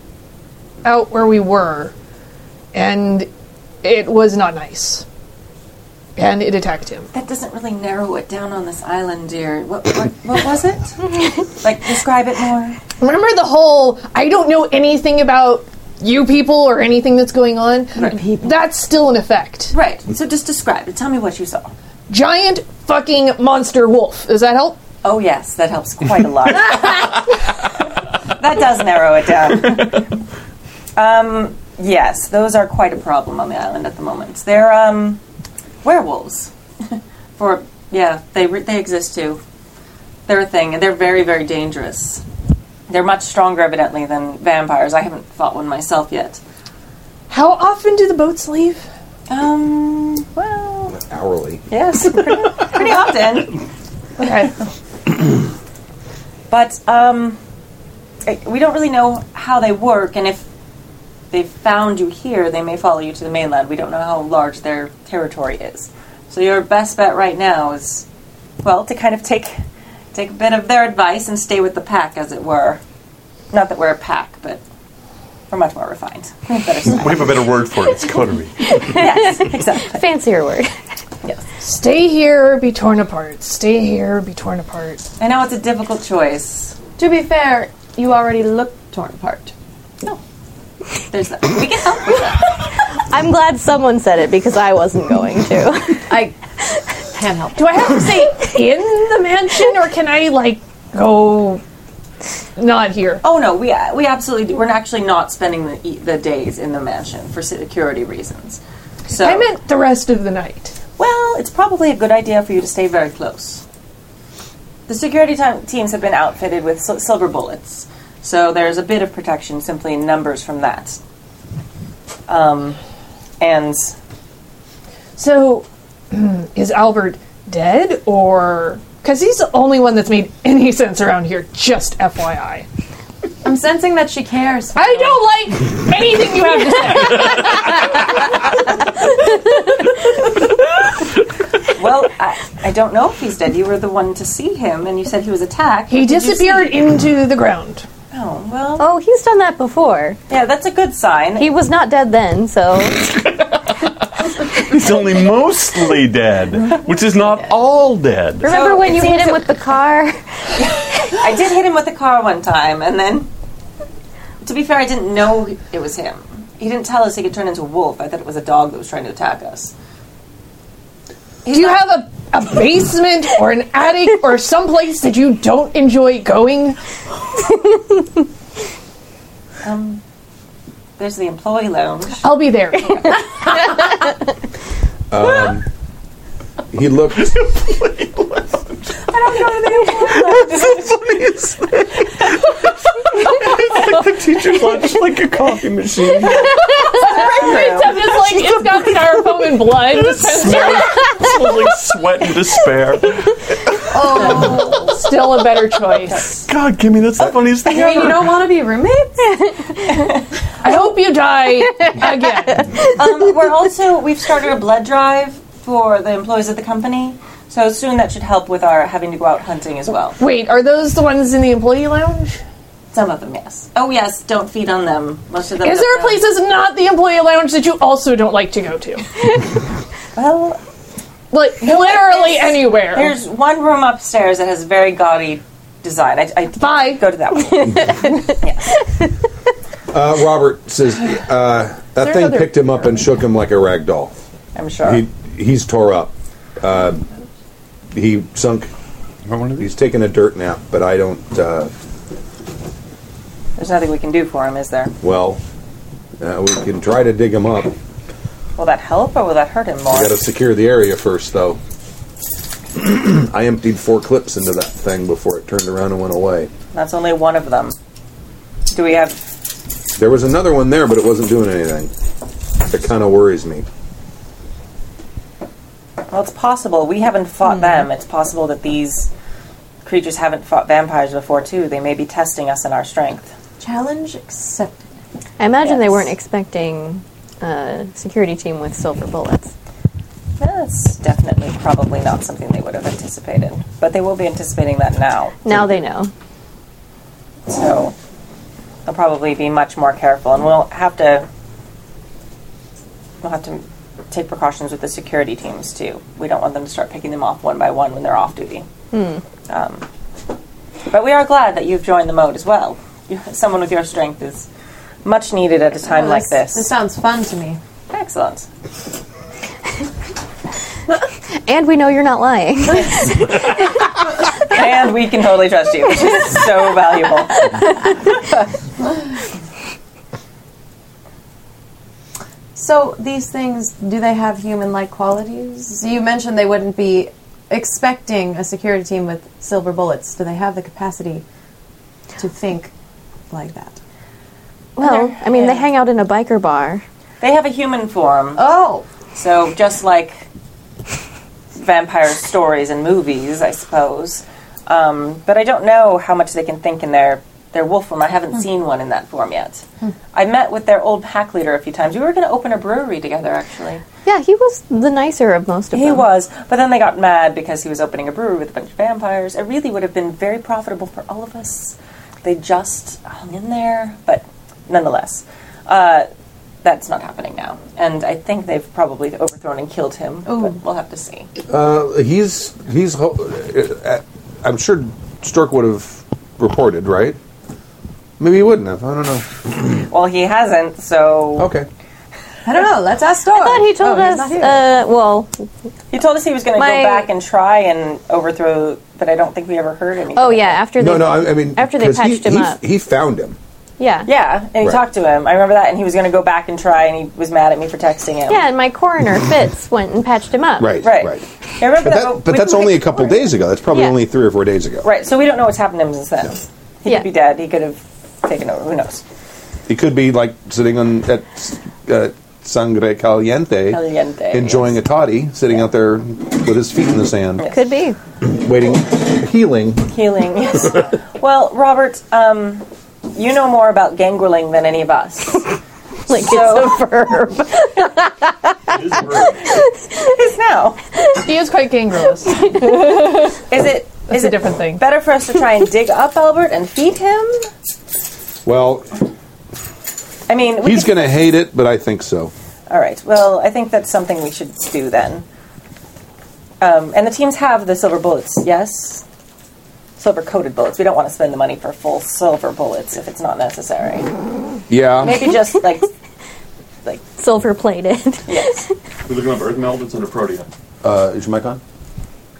D: out where we were, and it was not nice. And it attacked him.
A: That doesn't really narrow it down on this island, dear. What, what, what was *laughs* it? like, describe it more.
D: Remember the whole I don't know anything about you people or anything that's going on? That's still in effect.
A: Right. So just describe it. Tell me what you saw.
D: Giant fucking monster wolf. Does that help?
A: Oh, yes, that helps quite a lot. that does narrow it down. Um, yes, those are quite a problem on the island at the moment. They're um, werewolves. *laughs* For yeah, they re- they exist too. They're a thing, and they're very very dangerous. They're much stronger, evidently, than vampires. I haven't fought one myself yet.
D: How often do the boats leave?
A: Um, well,
B: Hourly.
A: yes, pretty, pretty often.
D: Okay.
A: But um, I- we don't really know how they work, and if they found you here, they may follow you to the mainland. We don't know how large their territory is. So your best bet right now is, well, to kind of take take a bit of their advice and stay with the pack, as it were. Not that we're a pack, but we're much more refined. We have better style.
E: We have a better word for it. It's coterie.
A: yes, exactly.
C: Fancier word.
D: Stay here, be torn apart. Stay here, be torn apart.
A: I know it's a difficult choice.
F: To be fair, you already look torn apart.
A: There's that. We can help with that.
C: I'm glad someone said it because I wasn't *laughs* going to.
F: I *laughs* can't help.
D: Do I have to stay in the mansion or can I, like, go not here?
A: Oh no, we we absolutely do. We're actually not spending the e- the days in the mansion for security reasons. So
D: I meant the rest of the night.
A: well, it's probably a good idea for you to stay very close. The security ti- teams have been outfitted with sil- silver bullets, so there's a bit of protection simply in numbers from that. Um, and
D: So, *clears throat* is Albert dead or. Because he's the only one that's made any sense around here, just FYI.
F: I'm sensing that she cares.
D: I don't like anything you have to say.
A: well, I, I don't know if he's dead. You were the one to see him, and you said he was attacked.
D: He
A: Did you see-
D: disappeared into the ground.
A: Oh well,
C: Oh, he's done that before.
A: yeah, that's a good sign.
C: He was not dead then, *laughs* so
E: He's only mostly dead, which is not all dead.
C: remember
A: So
C: when
A: it
C: you hit
A: seems
C: him
A: that-
C: with the *laughs* car?
A: I did hit him with a car one time, and then, to be fair, I didn't know it was him. He didn't tell us he could turn into a wolf. I thought it was a dog that was trying to attack us.
D: Do you have a, a basement or an attic or someplace that you don't enjoy going?
A: There's the employee lounge.
D: I'll be there.
B: Um, he He looked.
E: the teacher's lunch is like a coffee machine.
D: Except it's like it's got styrofoam and *laughs* blood.
E: smells like sweat and despair.
D: Still a better choice.
E: God, give me that's the funniest *laughs* thing
F: I mean, you
E: ever.
F: don't want to be roommates?
D: I hope you die again.
A: *laughs* um, we're also we've started a blood drive for the employees of the company, so soon that should help with our having to go out hunting as well.
D: Wait, are those the ones in the employee lounge?
A: Some of them, yes. Oh yes, don't feed on them. Most of them.
D: Is
A: don't
D: there a
A: know.
D: place that's not the employee lounge that you also don't like to go to?
A: Well,
D: Like literally
A: it's-
D: anywhere.
A: there's one room upstairs that has very gaudy design. I, I
D: Bye.
A: Go to that one.
B: Uh, Robert says uh, that thing
D: another-
B: picked him up and shook him like a rag doll.
A: I'm sure.
B: He he's tore up. Uh, he sunk. He's taking a dirt nap, but I don't. Uh,
A: There's nothing we can do for him, is there?
B: well, uh, we can try to dig him up. We
A: Will that help or will that hurt him more?
B: got to secure the area first, though. *clears throat* I emptied four clips into that thing before it turned around and went away.
A: That's only one of them. Do we have?
B: There was another one there, but it wasn't doing anything. That kind of worries me.
A: Well, it's possible. We haven't fought them. It's possible that these creatures haven't fought vampires before too. They may be testing us in our strength.
F: Challenge accepted.
C: I imagine they
A: Yes.
C: weren't expecting a security team with silver bullets.
A: That's definitely probably not something they would have anticipated, but they will be anticipating that now.
C: Now they know.
A: So they'll probably be much more careful, and we'll have to we'll have to take precautions with the security teams too. We don't want them to start picking them off one by one when they're off duty. Um, but we are glad that you've joined the mode as well. *laughs* You, someone with your strength is much needed at a time like this.
F: This sounds fun to me.
A: Excellent.
C: And we know you're not *laughs* lying.
A: and we can totally trust you, which is so valuable.
F: So these things, do they have human-like qualities? You mentioned they wouldn't be expecting a security team with silver bullets. Do they have the capacity to think like that?
C: well, I mean, they hang out in a biker bar.
A: They have a human form.
F: Oh,
A: So just like vampire stories and movies, I suppose. Um, but I don't know how much they can think in their their wolf form. I haven't seen one in that form yet. I met with their old pack leader a few times. We were going to open a brewery together, actually.
C: Yeah, he was the nicer of most of
A: He
C: them.
A: was, but then they got mad because he was opening a brewery with a bunch of vampires. It really would have been very profitable for all of us. They just hung in there, but nonetheless, uh, that's not happening now. And I think they've probably overthrown and killed him. But we'll have to see.
B: Uh, he's he's. ho- uh, I'm sure Stork would have reported, right? Maybe he wouldn't have. I don't know.
A: Well, he hasn't, so
B: Okay.
F: I don't know. Let's ask Dora.
C: I thought he told
F: Oh, he's
C: us.
F: not here.
C: Uh, well,
A: he told us he was going to
C: My-
A: go back and try and overthrow, but I don't think we ever heard anything.
C: oh yeah, after
B: No,
C: they,
B: no. I, I mean,
C: after they
B: 'cause he,
C: patched him
B: he,
C: up.
B: he found him.
C: yeah,
A: Yeah, and he
B: Right.
A: talked to him. I remember that, and he was going to go back and try, and he was mad at me for texting him.
C: yeah. And my coroner Fitz went and patched him up.
B: Right, right.
A: right. I remember
B: But,
A: that.
B: that,
A: we
B: but that's
A: couldn't
B: only a
A: explore
B: couple
A: it.
B: days ago. That's probably
C: Yeah.
B: only three or four days ago.
A: Right, so we don't know what's happened to him since then. He
C: Yeah.
A: could be dead. He could have taken over. Who knows?
B: He could be like sitting on at uh, Sangre Caliente, *laughs*
A: Caliente,
B: enjoying a toddy, sitting out there with his feet in the sand,
C: Could be.
B: waiting healing.
A: Healing. Yes. well, Robert, um, you know more about gangreling than any of us.
C: Like *laughs*
A: So-
C: it's a verb.
A: Is now?
D: He is quite *laughs* gangrenous.
A: Is it?
D: It's
A: Is
D: a
A: it
D: different thing.
A: better for us to try and dig up Albert and feed him?
B: Well,
A: I mean, we
B: he's
A: could-
B: going to hate it, but I think so.
A: All right. Well, I think that's something we should do then. Um, and the teams have the silver bullets, yes? Silver coated bullets. We don't want to spend the money for full silver bullets if it's not necessary.
B: Yeah.
E: *laughs*
A: Maybe just like
C: Silver plated.
A: yes.
E: We're looking up Earth meld. It's under Protea.
B: Uh, is your mic on?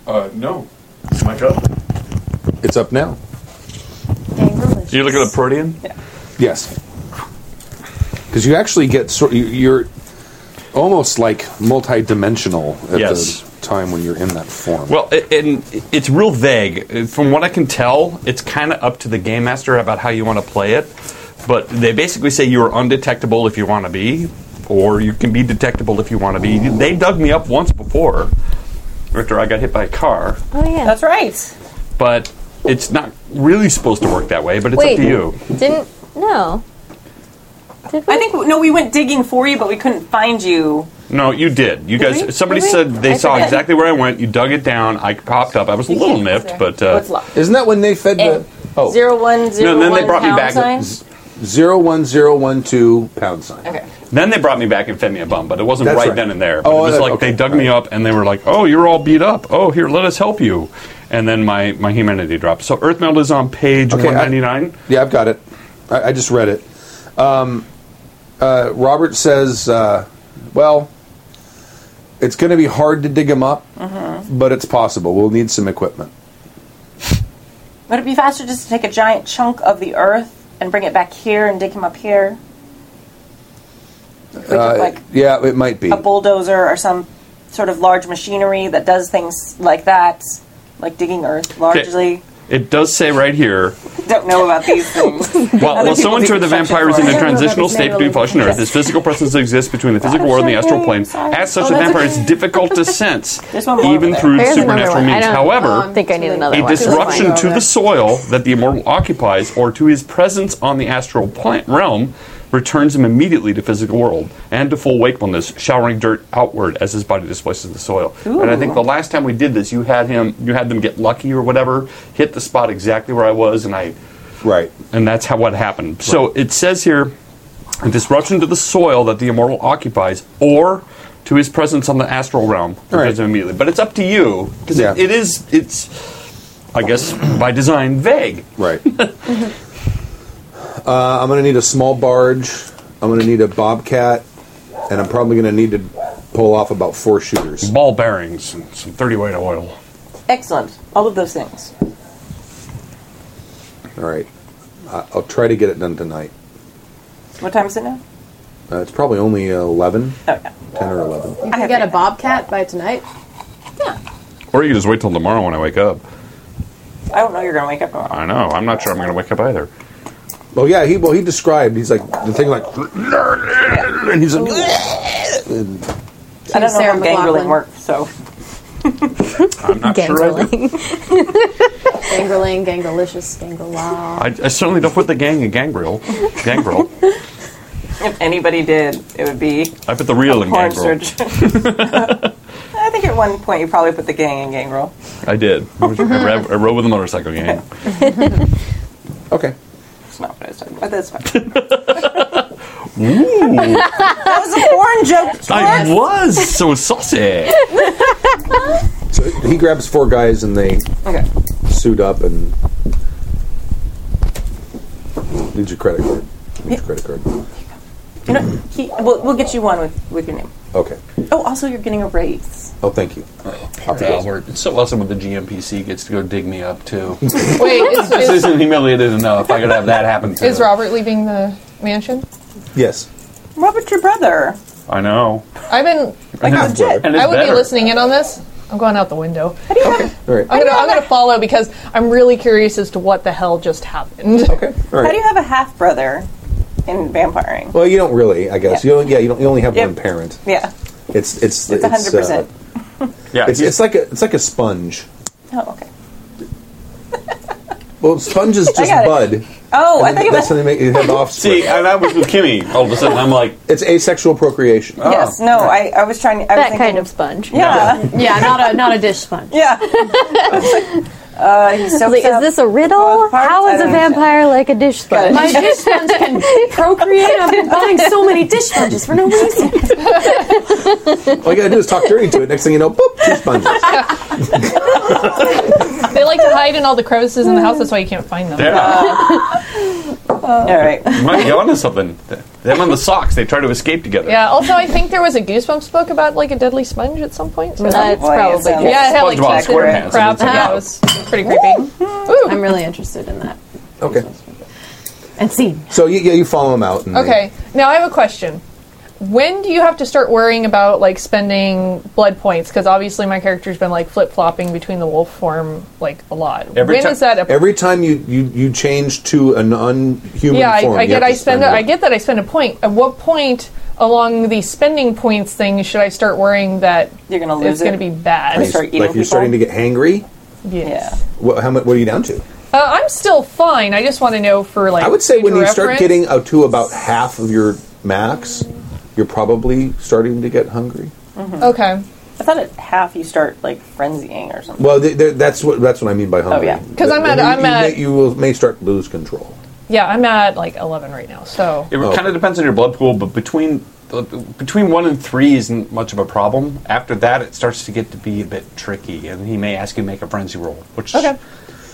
E: Uh, no. My God.
B: It's up now.
F: Gangrelish.
E: You're looking at Protean?
B: Yes. Because you actually get sort you, you're almost like multi-dimensional. At
E: Yes.
B: The, time when you're in that form.
E: Well, it, and it's real vague. From what I can tell, it's kind of up to the game master about how you want to play it. But they basically say you are undetectable if you want to be, or you can be detectable if you want to be. They dug me up once before after I got hit by a car,
C: Oh yeah.
A: That's right.
E: but it's not really supposed to work that way. But it's
C: Wait.
E: up to you.
C: Didn't no. Did we?
A: I think no, we went digging for you, but we couldn't find you.
E: No, you did. You guys.
C: we?
E: Somebody
C: Did we?
E: said they
C: I
E: saw
C: forgot.
E: exactly where I went. You dug it down. I popped up. I was a little nipped, but uh,
A: What's left?
B: Isn't that when they fed the oh
A: Zero one zero
E: no. Then they
A: one
E: brought me
A: pound
E: back.
A: sign?
B: zero one zero one two pound sign?
A: Okay.
E: Then they brought me back and fed me a bum, but it wasn't
B: That's
E: right,
B: right.
E: then and there. But
B: Oh,
E: it was
B: that-
E: like
B: okay,
E: they dug
B: all
E: me
B: right.
E: up and they were like, "Oh, you're all beat up. Oh, here, let us help you." And then my my humanity dropped. So Earthmeld is on page
B: Okay, I-
E: 199.
B: Yeah, I've got it. I, I just read it. Um, uh, Robert says, uh, "Well, it's going to be hard to dig him up,
A: Mm-hmm.
B: but it's possible. We'll need some equipment."
A: Would it be faster just to take a giant chunk of the earth and bring it back here and dig him up here? If we
E: Uh,
A: took, like
B: Uh, Yeah, it might be.
A: a bulldozer or some sort of large machinery that does things like that, like digging earth largely.
E: It does say right here.
A: Don't know about these things.
E: Well,
A: Other
E: well someone
A: people
E: turned the
A: do construction
E: vampire is in
A: for
E: a
A: us.
E: transitional state between flesh and earth. His physical presence exists between the physical world and the astral plane. As such, the vampire is difficult to sense,
A: Oh, *laughs* There's one more over
E: even
A: there.
E: through
C: There's another
E: supernatural
C: one. I
E: means.
C: don't-
E: However,
C: I think I need another
E: a
C: one.
E: disruption to the soil that the immortal occupies or to his presence on the astral plant realm returns him immediately to physical world and to full wakefulness showering dirt outward as his body displaces the soil and i think the last time we did this you had him you had them get lucky or whatever hit the spot exactly where i was and i
B: right.
E: and that's how what happened. So it says here, a disruption to the soil that the immortal occupies, or to his presence on the astral realm,
B: All right.
E: returns him immediately. But it's up to you because
B: Yeah.
E: it is it's, I guess by design vague.
B: Right. uh, I'm going to need a small barge. I'm going to need a bobcat, and I'm probably going to need to pull off about four shooters.
E: Ball bearings and some thirty weight oil.
A: Excellent. All of those things.
B: All right. I- I'll try to get it done tonight.
A: What time is it now?
B: Uh, it's probably only uh, 11,
A: Oh yeah.
B: 10 or 11.
F: You
A: I
F: can
A: have
F: get a
A: faith.
F: bobcat by tonight.
E: Or you can just wait till tomorrow when I wake up.
A: I don't know you're gonna wake up tomorrow.
E: I know. I'm not sure I'm going to wake up either.
B: Well, Oh, yeah, he well he described. He's like the thing like, and he's like,
A: I don't know
F: Sarah
A: how gangreling
F: McLachlan.
A: works, so
E: I'm not sure. I, do.
F: Gangrelane, gangrelicious, gangrela.
E: I, I certainly don't put the gang in gangrel.
B: *laughs*
E: Gangrel.
A: if anybody did, it would be
E: I put the real in
A: porn
B: *laughs*
E: gangrel.
A: surgeon. I think at one point you probably put the gang in gangrel.
E: I did. I, was- I, rev- I rode with a motorcycle gang.
A: Oh.
B: okay,
A: That's not what I was talking about. That's fine. *laughs* that was a porn joke.
E: I was so *laughs* saucy.
B: so he grabs four guys and they
A: Okay.
B: suit up and need your credit card. Need your credit card.
A: You know, he, we'll, we'll get you one with, with your name.
B: Okay.
A: Oh, also you're getting a raise.
B: Oh, thank you.
E: Albert, it's so awesome when the GMPC gets to go dig me up too. this
D: Wait, is, is,
E: isn't humiliated enough. I could have that happen too.
D: is Robert leaving the mansion?
B: Yes.
A: Robert, your brother.
E: I know.
D: I've been.
A: Like
E: Yeah.
A: legit.
E: And it's
D: I would
E: better.
D: be listening in on this. I'm going out the window.
B: All right.
D: I'm gonna, I'm gonna follow because I'm really curious as to what the hell just happened.
B: Okay. All
A: How do you
B: right.
A: have a half brother in vampiring?
B: Well, you don't really, I guess. You don't, yeah, you don't. You only have
A: Yep.
B: one parent.
A: Yeah.
B: It's it's
A: It's
B: uh,
A: 100%.
E: Yeah,
B: It's it's like a it's like a sponge.
A: Oh, okay.
B: Well, sponge is just
A: got it.
B: bud.
A: Oh, I
B: And
A: think
B: that's
A: about
B: how they make you have offspring.
E: see, and I was with Kimmy. All of a sudden, I'm like,
B: It's asexual procreation.
A: Yes, no, I, I was trying to. I was
C: that
A: thinking,
C: kind of sponge.
A: Yeah.
G: Yeah, not a not a dish sponge.
A: Yeah. *laughs* uh, he soaks
C: Like, is
A: up-
C: this a riddle?
A: Both parts?
C: How
A: I
C: is a
A: don't understand.
C: vampire like a dish sponge?
G: My
C: *laughs*
G: dish sponge can procreate. I've been buying so many dish sponges for no reason.
B: All you gotta do is talk dirty to it. Next thing you know, boop, two sponges.
D: They like to hide in all the crevices in the house. That's why you can't find them.
E: yeah,
A: All right.
E: you might be onto something. Them on the socks, they try to escape together.
D: Yeah. Also, I think there was a Goosebumps book about like a deadly sponge at some point. So
C: That's
A: Boy, it
C: probably
A: sounds-
D: yeah, it had like
E: SpongeBob
D: checks and
E: SquarePants, and
D: crap.
E: it's like,
D: Yeah,
E: oh.
D: it was pretty creepy.
F: I'm really interested in that.
B: Okay.
F: And see,
B: So you, yeah, you follow them out. And they-
D: Okay. Now I have a question. when do you have to start worrying about like spending blood points? Because obviously my character's been like flip flopping between the wolf form like a lot. When is
E: Every ti-
D: that? A-
B: Every time you, you, you change to an unhuman
D: yeah,
B: form,
D: I, I
B: you
D: get.
B: have
D: I
B: to
D: spend.
B: it.
D: I get that I spend a point. At what point along the spending points thing should I start worrying that
A: You're gonna lose
D: it's
A: it.
D: going to be bad?
A: Or start eating
B: like you're
A: people.
B: starting to get hangry.
A: yeah.
B: What, how much? What are you down to?
D: Uh, I'm still fine. I just want to know for like.
B: I would say when
D: future
B: you start
D: reference.
B: getting up to about half of your max, you're probably starting to get hungry.
D: okay.
A: I thought at half you start like frenzying or something.
B: Well, th- th- that's what that's what I mean by hungry.
A: yeah.
D: Oh, 'Cause I'm at-
B: you,
D: I'm
B: you
D: at-
B: may, you will may start to lose control.
D: Yeah, I'm at like 11 right now. So
E: It
B: Oh.
E: kind of depends on your blood pool, but between uh, between one and three isn't much of a problem. After that, it starts to get to be a bit tricky, and he may ask you to make a frenzy roll, which
D: Okay.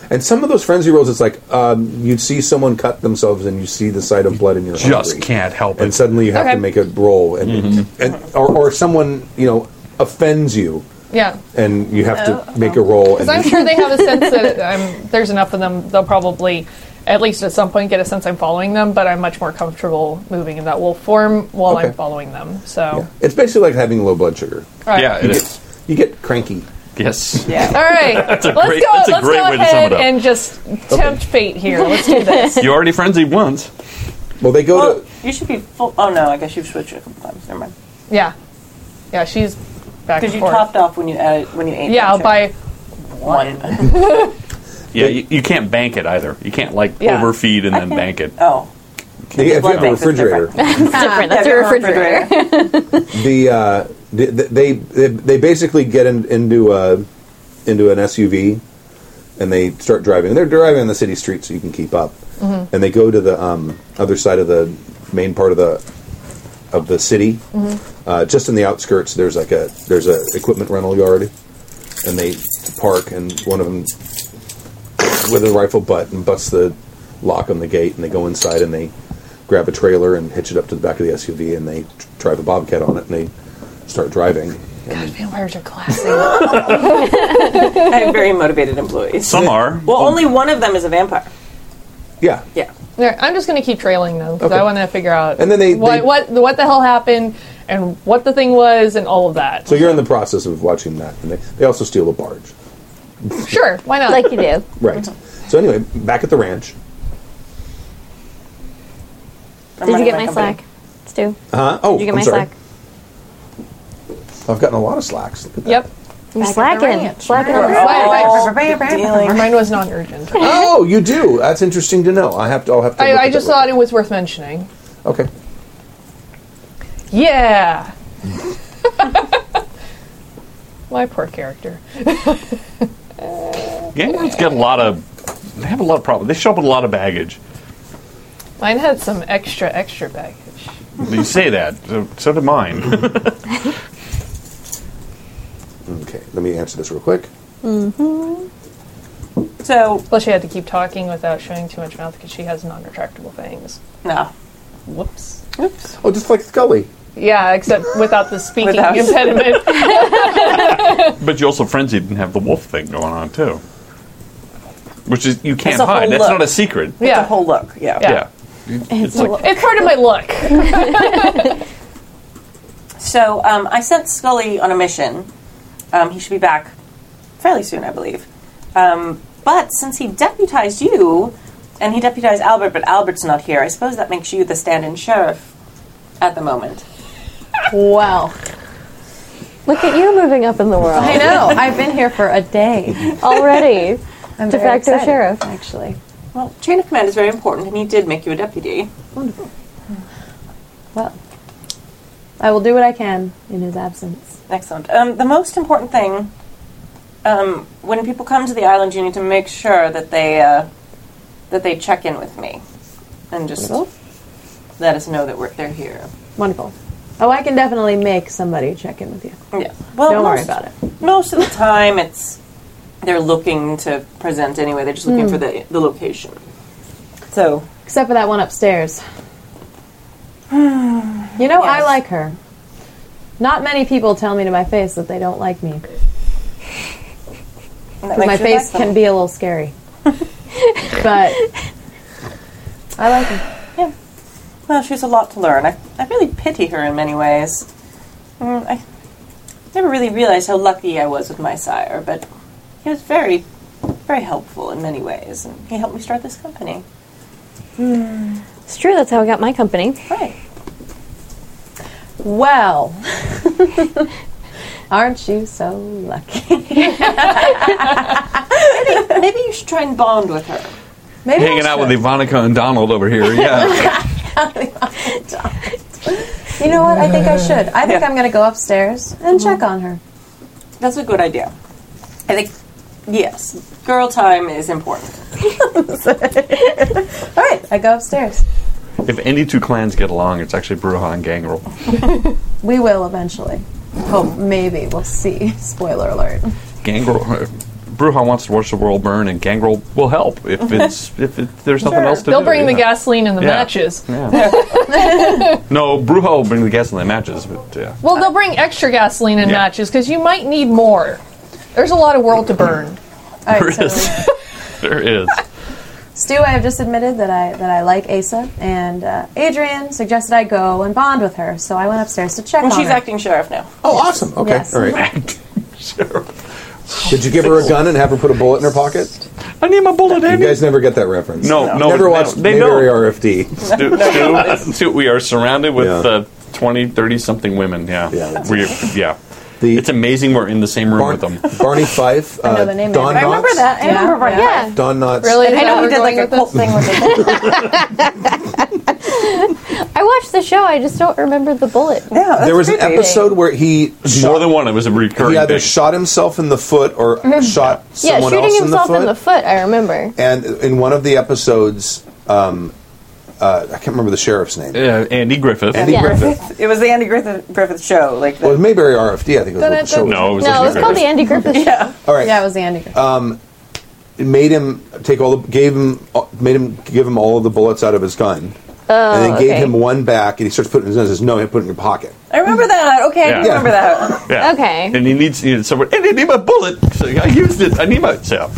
B: And some of those frenzy rolls, it's like um, you see someone cut themselves and you see the sight of blood and you're
E: just
B: hungry.
E: can't help
B: And
E: it. Mm-hmm.
B: suddenly you have
D: Okay.
B: to make a roll, and, and or, or someone you know offends you,
D: yeah.
B: and you have to make a roll. And
D: Because Oh, I'm
B: you-
D: sure they have a sense that I'm, there's enough of them, they'll probably, at least at some point, get a sense I'm following them, but I'm much more comfortable moving in that wolf form while
B: Okay.
D: I'm following them. So,
B: It's basically like having low blood sugar.
D: all right.
E: Yeah, it is.
B: You get cranky.
E: Yes.
D: All right. That's a let's
E: great-
D: go,
E: *laughs* that's a
D: let's
E: great
D: go
E: way to sum
D: ahead
E: it up.
D: and just tempt fate here. Let's do this.
E: You already frenzied once.
B: Well, they go
A: Well,
B: to
A: you should be full. Oh no, I guess you've switched it a couple times. Never mind.
D: yeah. Yeah, she's back
A: Because
D: and
A: you
D: forth.
A: topped off when you added when you ate.
D: yeah,
A: that
D: by
A: chicken. *laughs*
B: *laughs*
A: one.
E: Yeah, you, you can't bank it either. You can't like
D: Yeah.
E: overfeed and
A: I
E: then
A: can't-
E: bank it.
A: Oh,
B: they, if you
A: blood
B: have a
A: banks is
B: refrigerator.
C: It's different.
A: *laughs* Yeah,
C: That's a
A: different
C: refrigerator.
B: the uh, the- they, they they basically get in, into a into an SUV and they start driving. They're driving on the city street so you can keep up, and they go to the um, other side of the main part of the of the city. Uh, just in the outskirts, there's like a there's a equipment rental yard, and they park, and one of them with a rifle butt and busts the lock on the gate, and they go inside and they grab a trailer and hitch it up to the back of the SUV, and they drive a bobcat on it, and they start driving. And
D: Vampires are classy.
B: *laughs*
A: *laughs* I have very motivated employees.
E: Some are.
A: Well, only one of them is a vampire.
B: yeah,
A: Yeah.
D: There, I'm just going to keep trailing them because
B: Okay.
D: I want to figure out
B: And then they-
D: what,
B: they-
D: what what the hell happened and what the thing was and all of that.
B: So you're in the process of watching that, and they, they also steal a barge,
D: sure, why not?
C: like you do.
B: right? So anyway, back at the ranch,
A: I'm
C: Did you
A: running
C: get my
A: company.
C: slack? Stu,
B: huh? Oh,
C: did you get
B: I'm
C: my
B: sorry.
C: slack?
B: I've gotten a lot of slacks. Look at that.
D: yep,
C: You're
F: Back at the
C: slacking.
F: ranch.
C: Slacking.
F: We're
C: on-
A: all
D: Or
A: dealing-
D: mine was
B: *laughs*
D: non-urgent.
B: *laughs* Oh, you do. That's interesting to know. I have to. I'll have to.
D: I,
B: look
D: I
B: at
D: just
B: that
D: thought it was worth mentioning.
B: later. Okay.
D: Yeah. *laughs* My poor character.
E: Gangrels get a lot of. They have a lot of problems. They show up with a lot of baggage.
D: Mine had some extra extra baggage.
E: You say that. So, so did mine.
B: Okay. Let me answer this real quick.
A: So
D: Plus, she had to keep talking without showing too much mouth because she has non-retractable fangs.
A: no.
D: Whoops.
B: Oh, just like Scully.
D: Yeah, except without the speaking
A: Without-
D: impediment.
E: but you also frenzied and have the wolf thing going on too, which is you can't
A: That's a whole
E: hide. That's
A: look.
E: not a secret.
A: It's
D: yeah.
A: a whole look. Yeah.
D: Yeah.
E: Yeah. It's like,
D: It's part of my look.
A: So um, I sent Scully on a mission. Um, he should be back fairly soon, I believe. Um, but since he deputized you, and he deputized Albert, but Albert's not here, I suppose that makes you the stand-in sheriff at the moment.
F: Wow.
C: Look at you moving up in the world
F: I know. I've been here for a day.
C: already.
F: I'm
C: De
F: very
C: facto
F: excited,
C: sheriff.
F: Actually.
A: Well, chain of command is very important, and he did make you a deputy.
F: Well, I will do what I can in his absence.
A: Excellent. Um, the most important thing, um, when people come to the island, you need to make sure that they uh, that they check in with me, and just let us know that we're, they're here.
F: Wonderful. Oh, I can definitely make somebody check in with you.
A: Yeah. Well,
F: Don't worry
A: most-
F: about it.
A: Most of the time, it's they're looking to present anyway. They're just
F: Hmm.
A: looking for the the location. So
F: Except for that one upstairs. you know, I
A: Yes.
F: like her. Not many people tell me to my face that they don't like me. 'cause
A: and that makes
F: my
A: you
F: face
A: like them.
F: can be a little *laughs* scary. but I like her.
A: Well, she's a lot to learn. I, I really pity her in many ways. Mm, I never really realized how lucky I was with my sire, but he was very, very helpful in many ways, and he helped me start this company.
C: It's true. That's how I got my company.
D: *laughs*
A: Right.
F: Well, *laughs* aren't you so lucky?
A: Maybe you should try and bond with her.
F: Maybe
E: Hanging
F: I
E: out with Ivanka and Donald over here. Yeah.
F: should. You know what? I think I should. I think I'm going to go upstairs and check on her.
A: That's a good idea. I think, yes, girl time is important.
F: All right, I go upstairs.
E: if any two clans get along, it's actually Bruja and Gangrel.
F: We will eventually. Oh, maybe we'll see. *laughs* Spoiler alert.
E: Gangrel. *laughs* uh, Bruja wants to watch the world burn, and Gangrel will help if it's if it, there's nothing else to
D: They'll
E: do.
D: bring the
E: yeah.
D: gasoline and the
E: Yeah.
D: matches.
E: Yeah. no, Bruja will bring the gasoline and matches, but yeah.
D: Well, they'll bring extra gasoline and
E: Yeah.
D: matches because you might need more. There's a lot of world to burn.
F: All
E: there
F: right, so
E: is.
C: *laughs*
E: there is.
F: Stu, I have just admitted that I that I like Asa, and uh, Adrian suggested I go and bond with her, so I went upstairs to check
A: And
F: on
A: she's
F: her.
A: acting sheriff now.
B: Oh, awesome. Okay,
F: Yes.
B: all right.
E: *laughs*
B: Did you give her a gun and have her put a bullet in her pocket?
E: I need my bullet,
B: You
E: Andy.
B: guys never get that reference.
E: No, no,
B: never
E: no,
B: watched
E: they
B: Mayberry
E: don't.
B: RFD.
E: Stu,
B: *laughs*
E: Stu, *laughs* Stu, we are surrounded with
B: Yeah.
E: uh, 20, 30 something women. Yeah.
B: Yeah, that's-
E: We're, yeah.
B: The-
E: it's amazing we're in the same room
B: Barn-
E: with
B: *laughs*
E: them.
B: Barney Fife, uh,
F: know the name,
B: Don
F: I remember
B: Knotts.
F: that. Oh, I remember
A: right
C: Yeah.
B: Don Knotts.
D: Really?
A: I know
D: We're
A: we did like
D: going
A: a
D: with this?
A: cult thing with it.
C: I watched the show. I just don't remember the bullet.
A: Yeah, that's
B: There was an
A: creepy.
B: episode where he shot-
E: More than one. It was a recurring
B: he either
E: thing.
B: shot himself in the foot
F: *laughs*
B: or shot
C: Yeah,
B: someone
C: shooting
B: else in the
C: himself
B: foot.
C: in the foot. I remember.
B: and in one of the episodes, um, uh, I can't remember the sheriff's name.
E: Yeah, Uh, Andy Griffith.
B: Andy
C: Yeah.
F: *laughs*
B: Griffith.
A: It was the Andy Griffith, Griffith show. Like,
B: Well, it was
A: the,
B: Mayberry RFD, I think. Was what the show was.
E: No, it was,
C: No, it was
E: Andy
C: called the Andy Griffith
E: Griffith.
C: Show.
A: yeah.
B: All right.
F: Yeah, it was Andy. Griffith.
B: it made him take all the gave him made him give him all of the bullets out of his gun, and then gave
C: okay.
B: him one back, and he starts putting it in his nose. Says, "No, put it in your pocket."
A: I remember that. Okay, I do
E: Yeah.
A: remember *laughs* that.
E: Yeah.
C: Okay.
E: And he needs, he needs someone. And I need my bullet. So I used it. I need my. So.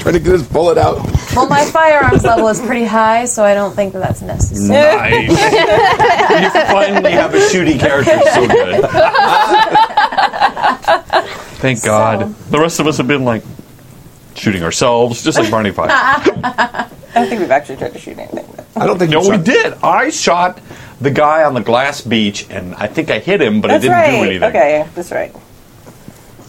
B: Trying to get his bullet out.
F: well, my firearms level is pretty high, so I don't think that that's necessary.
E: Nice. you finally have a shooting character so good. Thank God. The rest of us have been like shooting ourselves, just like Barney
A: *laughs*
E: Fife.
A: I don't think we've actually tried to shoot anything.
B: I don't think.
E: no,
B: he
E: we
B: shot-
E: did. I shot the guy on the glass beach, and I think I hit him, but I
A: That's
E: didn't
A: right.
E: do anything.
A: Okay, that's right.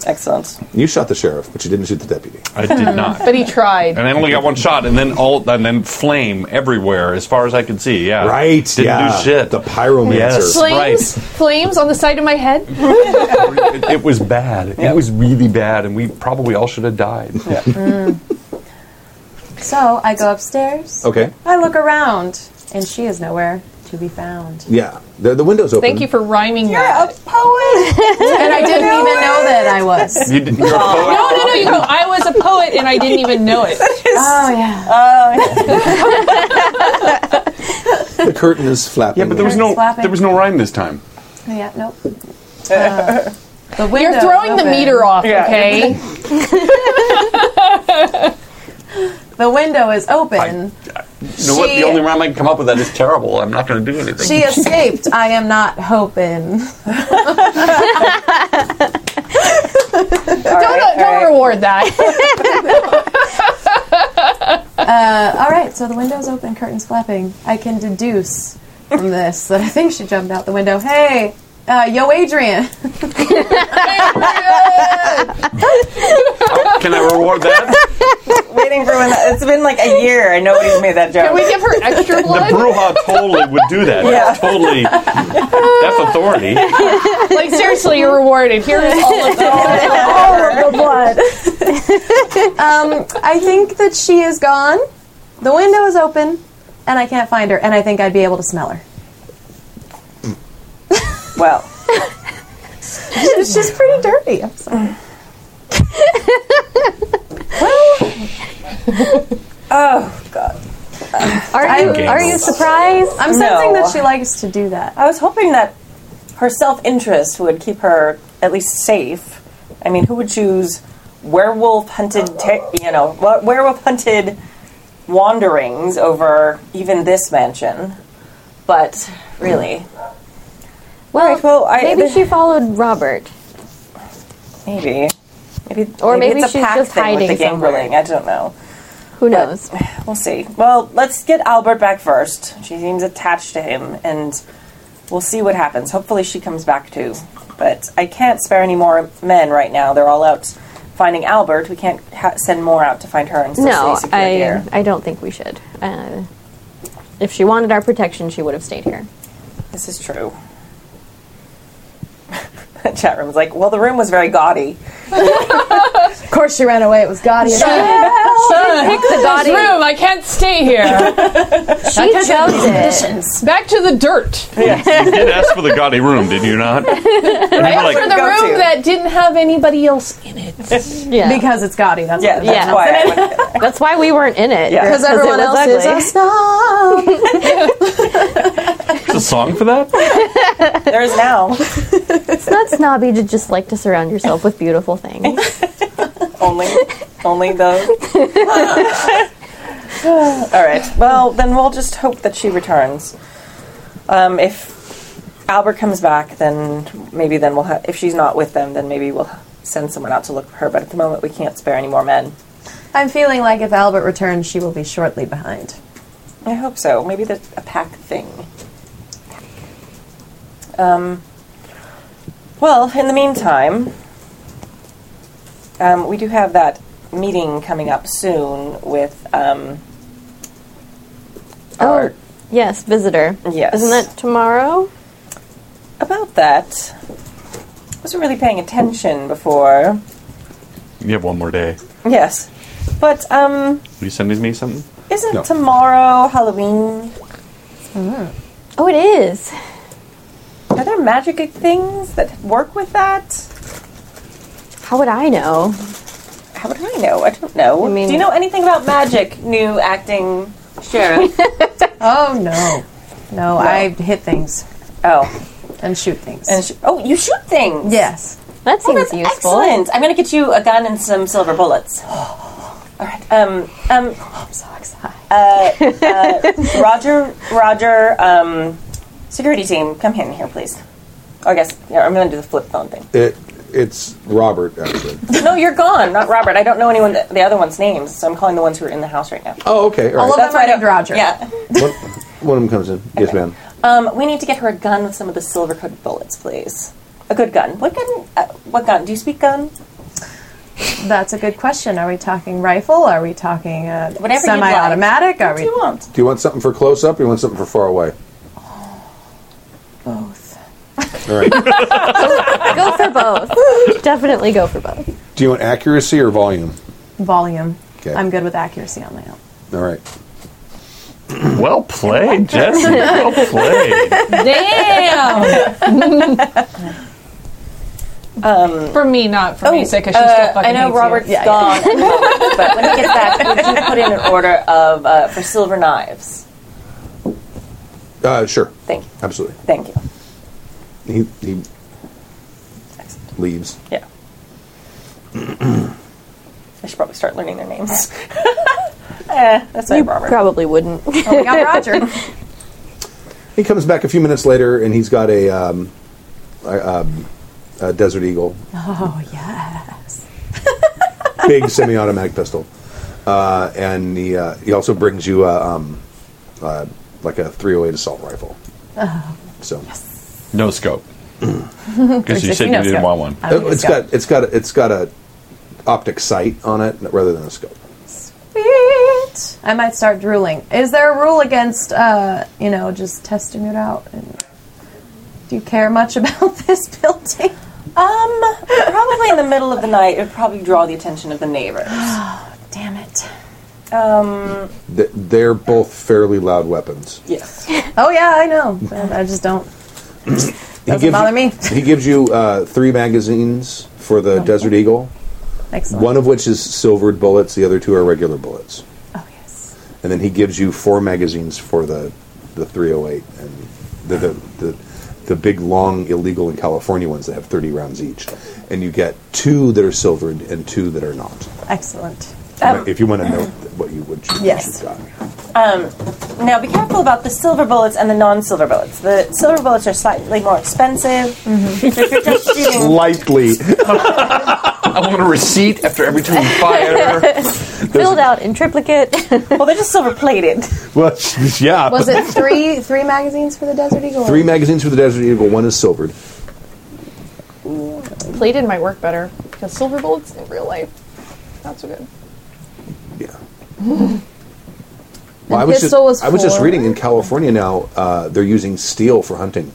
A: Excellent.
B: You shot the sheriff, but you didn't shoot the deputy.
E: I
A: *laughs*
E: did not.
D: But he tried.
E: And I only got one shot, and then all, and then flame everywhere, as far as I could see. Yeah,
B: Right?
E: Didn't
B: yeah.
E: do shit.
B: The pyromancer.
E: Yes.
D: Flames, flames on the side of my head.
E: *laughs* it, it was bad. It was really bad, and we probably all should have died.
F: So I go upstairs.
B: Okay.
F: I look around, and she is nowhere to be found.
B: Yeah. The, the window's open.
D: Thank you for rhyming
A: A
D: that.
A: poet.
F: And I didn't even know that I was.
E: You didn't, you're a poet.
D: No, no, no. You go. I was a poet and I didn't even know it.
F: Oh yeah.
B: The curtain is flapping.
E: Yeah, but there was no
F: Slapping.
E: there was no rhyme this time.
F: Yeah. Nope. Uh, the window
D: You're throwing the meter off, okay?
F: The window is open.
E: You know what?
F: She-
E: The only rhyme I can come up with that is terrible. I'm not going to do anything.
F: She escaped. I am not hoping.
D: Don't, don't reward that.
F: Uh, All right, so the window's open, curtains flapping. I can deduce from this that I think she jumped out the window. Hey, uh, yo, Adrian.
E: *laughs* Can I reward that?
A: Waiting for when that, it's been like a year. I nobody's made
C: *laughs*
A: that joke.
D: Can we give her extra
E: The
D: blood?
E: Bruja totally would do that. That's totally. That's authority.
D: Like, seriously, you're rewarded. Here is all of that.
F: Um, I think that she is gone. The window is open, and I can't find her. And I think I'd be able to smell her.
A: well,
F: She's she's pretty dirty. I'm sorry. Mm. *laughs*
A: oh god,
F: Uh,
C: Are you
E: Gangrel.
C: are you surprised?
F: I'm
A: No.
F: sensing that she likes to do that.
A: I was hoping that her self-interest would keep her at least safe. I mean, who would choose werewolf hunted, ta- you know, wa- werewolf hunted wanderings over even this mansion? but really,
C: Well,
A: Alright, well, I-
C: maybe
A: the-
C: she followed Robert.
A: maybe, maybe,
C: Or maybe
A: it's a
C: she's
A: pack
C: just
A: thing
C: hiding
A: with the gang
C: somewhere.
A: ruling. I don't know.
C: Who knows?
A: We'll see. Well, let's get Albert back first. She seems attached to him, and we'll see what happens. Hopefully, she comes back too. But I can't spare any more men right now. They're all out finding Albert. We can't ha- send more out to find her and still
C: No,
A: stay secure
C: I
A: here.
C: I don't think we should. Uh, if she wanted our protection, she would have stayed here.
A: This is true. *laughs* the chat room's like, well, the room was very gaudy.
F: Of course, she ran away. It was gaudy.
C: Pick the body.
D: Room, I can't stay here.
C: She chose it.
D: Back to the dirt.
H: You did ask for the gaudy room, did you not? And you were like,
D: For the
A: Go
D: room
A: to.
D: that didn't have anybody else in it.
C: Yeah.
F: *laughs* because it's gaudy. That's
A: Yeah,
F: yeah.
A: that's
C: Yeah.
A: why. I went there.
C: That's why we weren't in it.
A: Yeah. 'Cause
C: it
F: everyone
C: was
F: else is
C: ugly.
F: a
A: *laughs*
F: *laughs* snob.
H: There's a song for that?
A: There is now
C: *laughs* It's not snobby to just like to surround yourself with beautiful things.
A: *laughs* only, only those. *laughs* All right. Well, then we'll just hope that she returns. Um, if Albert comes back, then maybe then we'll. Ha- if she's not with them, then maybe we'll send someone out to look for her. But at the moment, we can't spare any more men.
F: I'm feeling like if Albert returns, she will be shortly behind.
A: I hope so. Maybe that's a pack thing. Um, well, in the meantime, um, we do have that meeting coming up soon with um, our,
C: Yes, visitor.
A: Yes.
C: Isn't that tomorrow?
A: about that. Wasn't really paying attention before.
H: You have one more day.
A: Yes, but um,
H: Will you send me something?
A: isn't
B: No.
A: tomorrow Halloween?
C: Oh, it is.
A: Are there magic things that work with that?
C: How would I know?
A: How would I know? I don't know.
C: I mean-
A: Do you know anything about magic, new acting sheriff?
F: Oh no, no! I hit things
A: oh,
F: and shoot things.
A: and sh- oh, you shoot things.
F: yes,
C: That
A: Oh,
C: seems
A: that's
C: useful.
A: excellent. I'm gonna get you a gun and some silver bullets. *gasps* All right. Um. Um. uh,
F: I'm so excited.
A: *laughs* Roger. Roger. Um. Security team, come in here, please. Oh, I guess yeah, I'm gonna do the flip phone *coughs* thing.
B: It, it's Robert, actually.
A: No, you're gone. Not Robert. I don't know anyone. That, the other one's names, so I'm calling the ones who are in the house right now.
B: oh, okay. All
F: All
B: right.
F: of them are
A: I
F: named
A: don't-
F: Roger.
A: Yeah.
B: One, one of them comes in. Yes, ma'am.
A: Um, we need to get her a gun with some of the silver-coated bullets, please. A good gun. What gun? Uh, what gun? Do you speak gun?
F: That's a good question. Are we talking rifle? Are we talking uh,
A: Whatever you'd like.
F: semi-automatic? Are
A: What do you
F: we
A: want?
B: Do you want something for close up or you want something for far away?
F: both?
B: All right.
C: Go for
A: *laughs*
C: both. Definitely go for both.
B: Do you want accuracy or volume?
F: Volume.
B: 'Kay.
F: I'm good with accuracy on my own.
B: All right.
H: Well played, Jesse. Well played.
D: Damn. for me, not for me, sake, because she still fucking
A: I know
D: hates you.
A: Robert's
F: Yeah,
A: gone, *laughs* but when he gets back, would you put in an order of uh, for silver knives?
B: Uh, sure.
A: Thank you.
B: Absolutely.
A: Thank you.
B: He, he leaves.
A: Yeah. *clears throat* I should probably start learning their *laughs* names. eh, that's right, Robert.
C: Probably wouldn't.
F: Oh, we *laughs* got Roger.
B: He comes back a few minutes later and he's got a, um, a, um, a Desert Eagle,
F: oh yeah.
B: *laughs* big semi automatic pistol. Uh, and he, uh, he also brings you a, um, uh, like a 308 assault rifle.
A: Oh,
B: So
H: No scope. Because you said you
F: Mm. No
H: didn't
F: scope.
H: want one.
F: I don't need
B: it's
F: a scope.
B: got it's got a, it's got a optic sight on it rather than a scope.
F: Sweet. I might start drooling. Is there a rule against uh, you know just testing it out? And do you care much *laughs* about this building?
A: Um, probably in the middle of the night, it would probably draw the attention of the *gasps* neighbors.
F: Damn it.
A: Um,
B: Th- They're both fairly loud weapons.
A: yes.
F: Oh yeah, I know. I just don't.
B: Doesn't
F: bother me.
B: *laughs*
F: Oh.
B: He gives you uh, three magazines for the Desert Eagle,
F: Excellent.
B: one of which is silvered bullets, the other two are regular bullets.
F: Oh yes.
B: And then he gives you four magazines for the, the 308 and the, the, the, the big, long, illegal in California ones that have 30 rounds each. And you get two that are silvered and two that are not.
F: Excellent.
B: if you want to know what you would choose.
F: Oh. Yes.
B: what you got.
A: Um, now, be careful about the silver bullets and the non-silver bullets. The silver bullets are slightly more expensive. But if you're just shooting- *laughs*
B: Lightly.
E: I want a receipt after every time you
F: *laughs*
E: fire.
C: Filled out in triplicate.
A: well, they're just silver plated.
B: well, yeah.
F: Was it three three magazines for the Desert Eagle?
B: Three magazines for the Desert Eagle. One is silvered.
D: Plated might work better because silver bullets in real life not so good.
B: Yeah. Well, I was just
D: pistol was
B: I was just
D: four.
B: reading in California now. Uh, they're using steel for hunting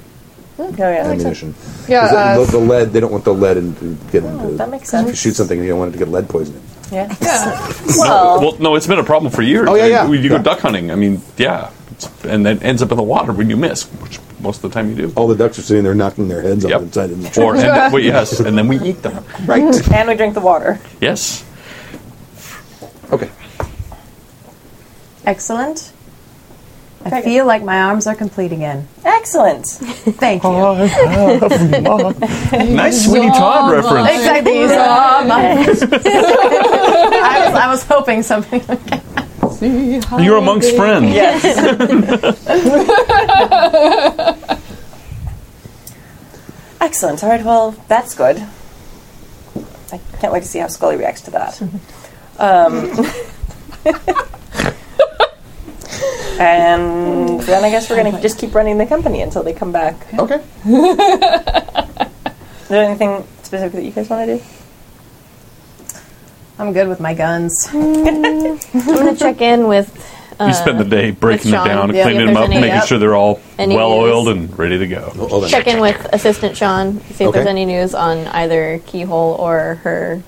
A: Oh yeah,
B: ammunition.
D: Yeah,
B: 'Cause
D: uh,
B: the, the lead. They don't want the lead in, to get into.
A: that makes
B: if you
A: sense.
B: shoot something and you don't want it to get lead poisoning.
A: Yeah.
D: Yeah,
A: Well,
E: well, no, it's been a problem for years.
B: Oh, yeah, yeah.
E: You, you
B: Yeah.
E: go duck hunting. I mean, yeah, It's- and that ends up in the water when you miss, which most of the time you do.
B: All the ducks are sitting there knocking their heads
E: Yep.
B: on the side of the tree.
E: Or
F: *laughs*
E: and, well, yes, and then we eat them.
B: right.
A: and we drink the water.
E: Yes.
B: Okay.
F: Excellent. I feel like my arms are complete again.
A: Excellent.
F: Thank you.
E: *laughs* Nice Sweeney Todd reference.
A: *laughs*
F: Exactly. you saw my- I, was, I was hoping something.
E: You're amongst friends.
A: Yes. Excellent. All right. Well, that's good. I can't wait to see how Scully reacts to that. Um, and then I guess we're going to just keep running the company until they come back. *laughs*
B: Okay.
A: Is there anything specific that you guys want to do?
F: I'm good with my guns.
C: I'm gonna check in with uh,
E: You spend the day breaking
C: Sean.
E: it down,
C: Yeah.
E: cleaning
C: If
E: them
C: there's
E: up,
C: any-
E: making
C: yep.
E: sure they're all
C: Any
E: well oiled
C: news.
E: and ready to go.
B: Hold on.
C: check in with assistant Sean, see if
B: Okay.
C: there's any news on either Keyhole or her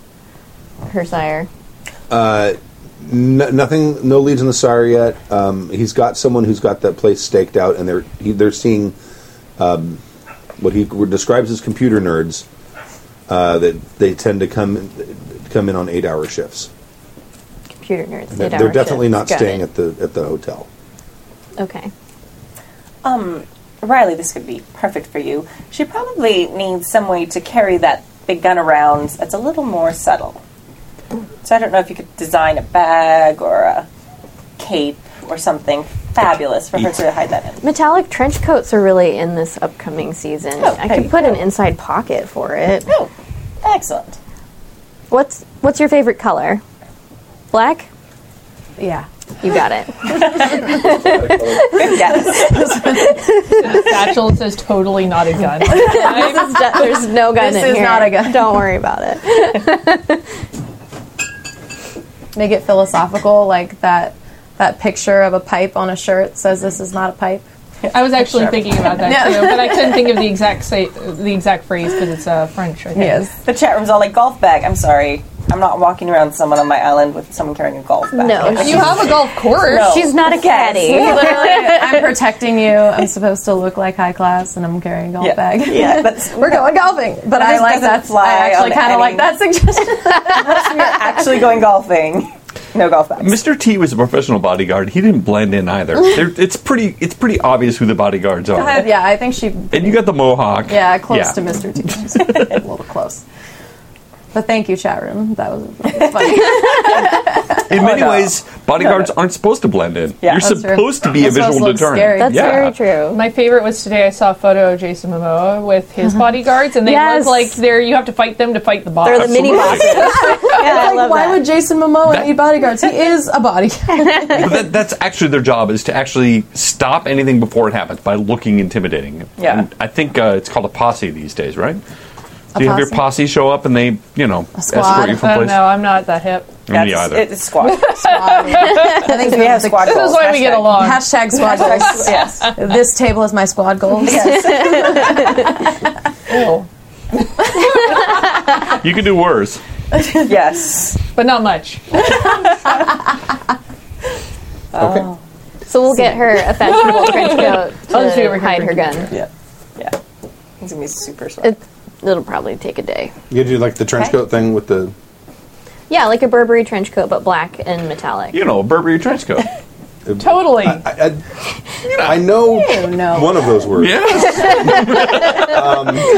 C: her sire.
B: No, nothing. No leads on the SAR yet. Um, he's got someone who's got that place staked out, and they're he, they're seeing um, what he describes as computer nerds uh, that they tend to come come in on eight hour shifts.
C: Computer nerds.
B: They're,
C: eight-hour
B: they're definitely
C: shifts.
B: not
C: Got
B: staying
C: it.
B: at the at the hotel.
C: Okay.
A: Um, Riley, this could be perfect for you. She probably needs some way to carry that big gun around that's a little more subtle. So I don't know if you could design a bag or a cape or something fabulous for her to hide that in.
C: Metallic trench coats are really in this upcoming season.
A: Oh,
C: I
A: there
C: could
A: you
C: put an inside pocket for it.
A: Oh, excellent.
C: What's what's your favorite color? Black?
F: Yeah.
C: You got
F: *laughs*
C: it.
A: Good guess.
D: satchel that says totally not a *laughs* gun.
C: This is ju- there's no gun
F: This
C: in
F: is
C: here.
F: not a gun.
C: Don't worry about it.
F: Make it philosophical, like that that picture of a pipe on a shirt says this is not a pipe.
D: I was actually thinking about that too, but I couldn't think of the exact say, the exact phrase because it's uh, French. I think.
A: The chat room's all like golf bag. I'm sorry. I'm not walking around someone on my island with someone carrying a golf bag.
C: No,
D: You have a golf course.
A: No.
C: she's not a caddy.
F: Literally, I'm protecting you. I'm supposed to look like high class, and I'm carrying a golf
A: Yeah.
F: bag. *laughs*
A: Yeah, that's
F: We're going golfing, but I
A: just
F: like
A: doesn't
F: that.
A: fly
F: I
A: on
F: actually kind of
A: any-
F: like that
A: *laughs*
F: suggestion.
A: actually going golfing. No golf bags.
E: Mr. T was a professional bodyguard. He didn't blend in either. They're, it's pretty. It's pretty obvious who the bodyguards are.
F: yeah, I think she
E: And you got the mohawk.
F: Yeah, close
E: Yeah.
F: to Mr. T. *laughs* Just a little close. But thank you, chat room. That was, that was
A: *laughs*
F: funny.
E: In many ways, bodyguards aren't supposed to blend in.
A: Yeah,
E: You're
A: that's
F: true.
E: supposed to be a
F: You're supposed
E: visual
F: to look
E: deterrent.
F: scary.
C: That's
E: yeah.
C: very true.
D: My favorite was today. I saw a photo of Jason Momoa with his bodyguards, and they
C: Yes.
D: look like they're you have to fight them to fight the boss.
C: They're the mini
E: Absolutely.
C: bosses. yeah, I love
F: Why
C: that.
F: would Jason Momoa
E: That-
F: need bodyguards? He is a bodyguard.
E: But that, that's actually their job is to actually stop anything before it happens by looking intimidating.
A: Yeah.
E: And I think uh, it's called a posse these days, right? Do you have your
F: posse?
E: posse show up and they, you know, escort
F: squad.
E: you from
D: I don't
E: place?
D: know. I'm not that hip.
E: Me
A: That's-
E: either.
A: It's squad.
F: I think
A: We have
F: the-
A: squad
D: This
A: goals.
D: is why we get
A: Hashtag.
D: along.
F: Hashtag squad
E: *laughs*
F: goals.
A: Yes.
F: This table is my squad goals.
D: Cool.
E: you can do worse.
A: Yes.
D: but not much.
B: Okay.
C: So we'll get her a
D: *laughs*
C: fashionable trench coat
D: I'll just do it
C: to
D: right
C: hide
D: here.
C: her gun.
A: Yeah. Yeah. It's gonna be super slow.
C: It, it'll probably take a day.
B: You do like the trench
A: Okay.
B: coat thing with the.
C: Yeah, like a Burberry trench coat, but black and metallic.
E: You know, a Burberry trench coat.
D: Totally.
B: I, I, I know
F: Oh, no.
B: one of those words.
E: yes.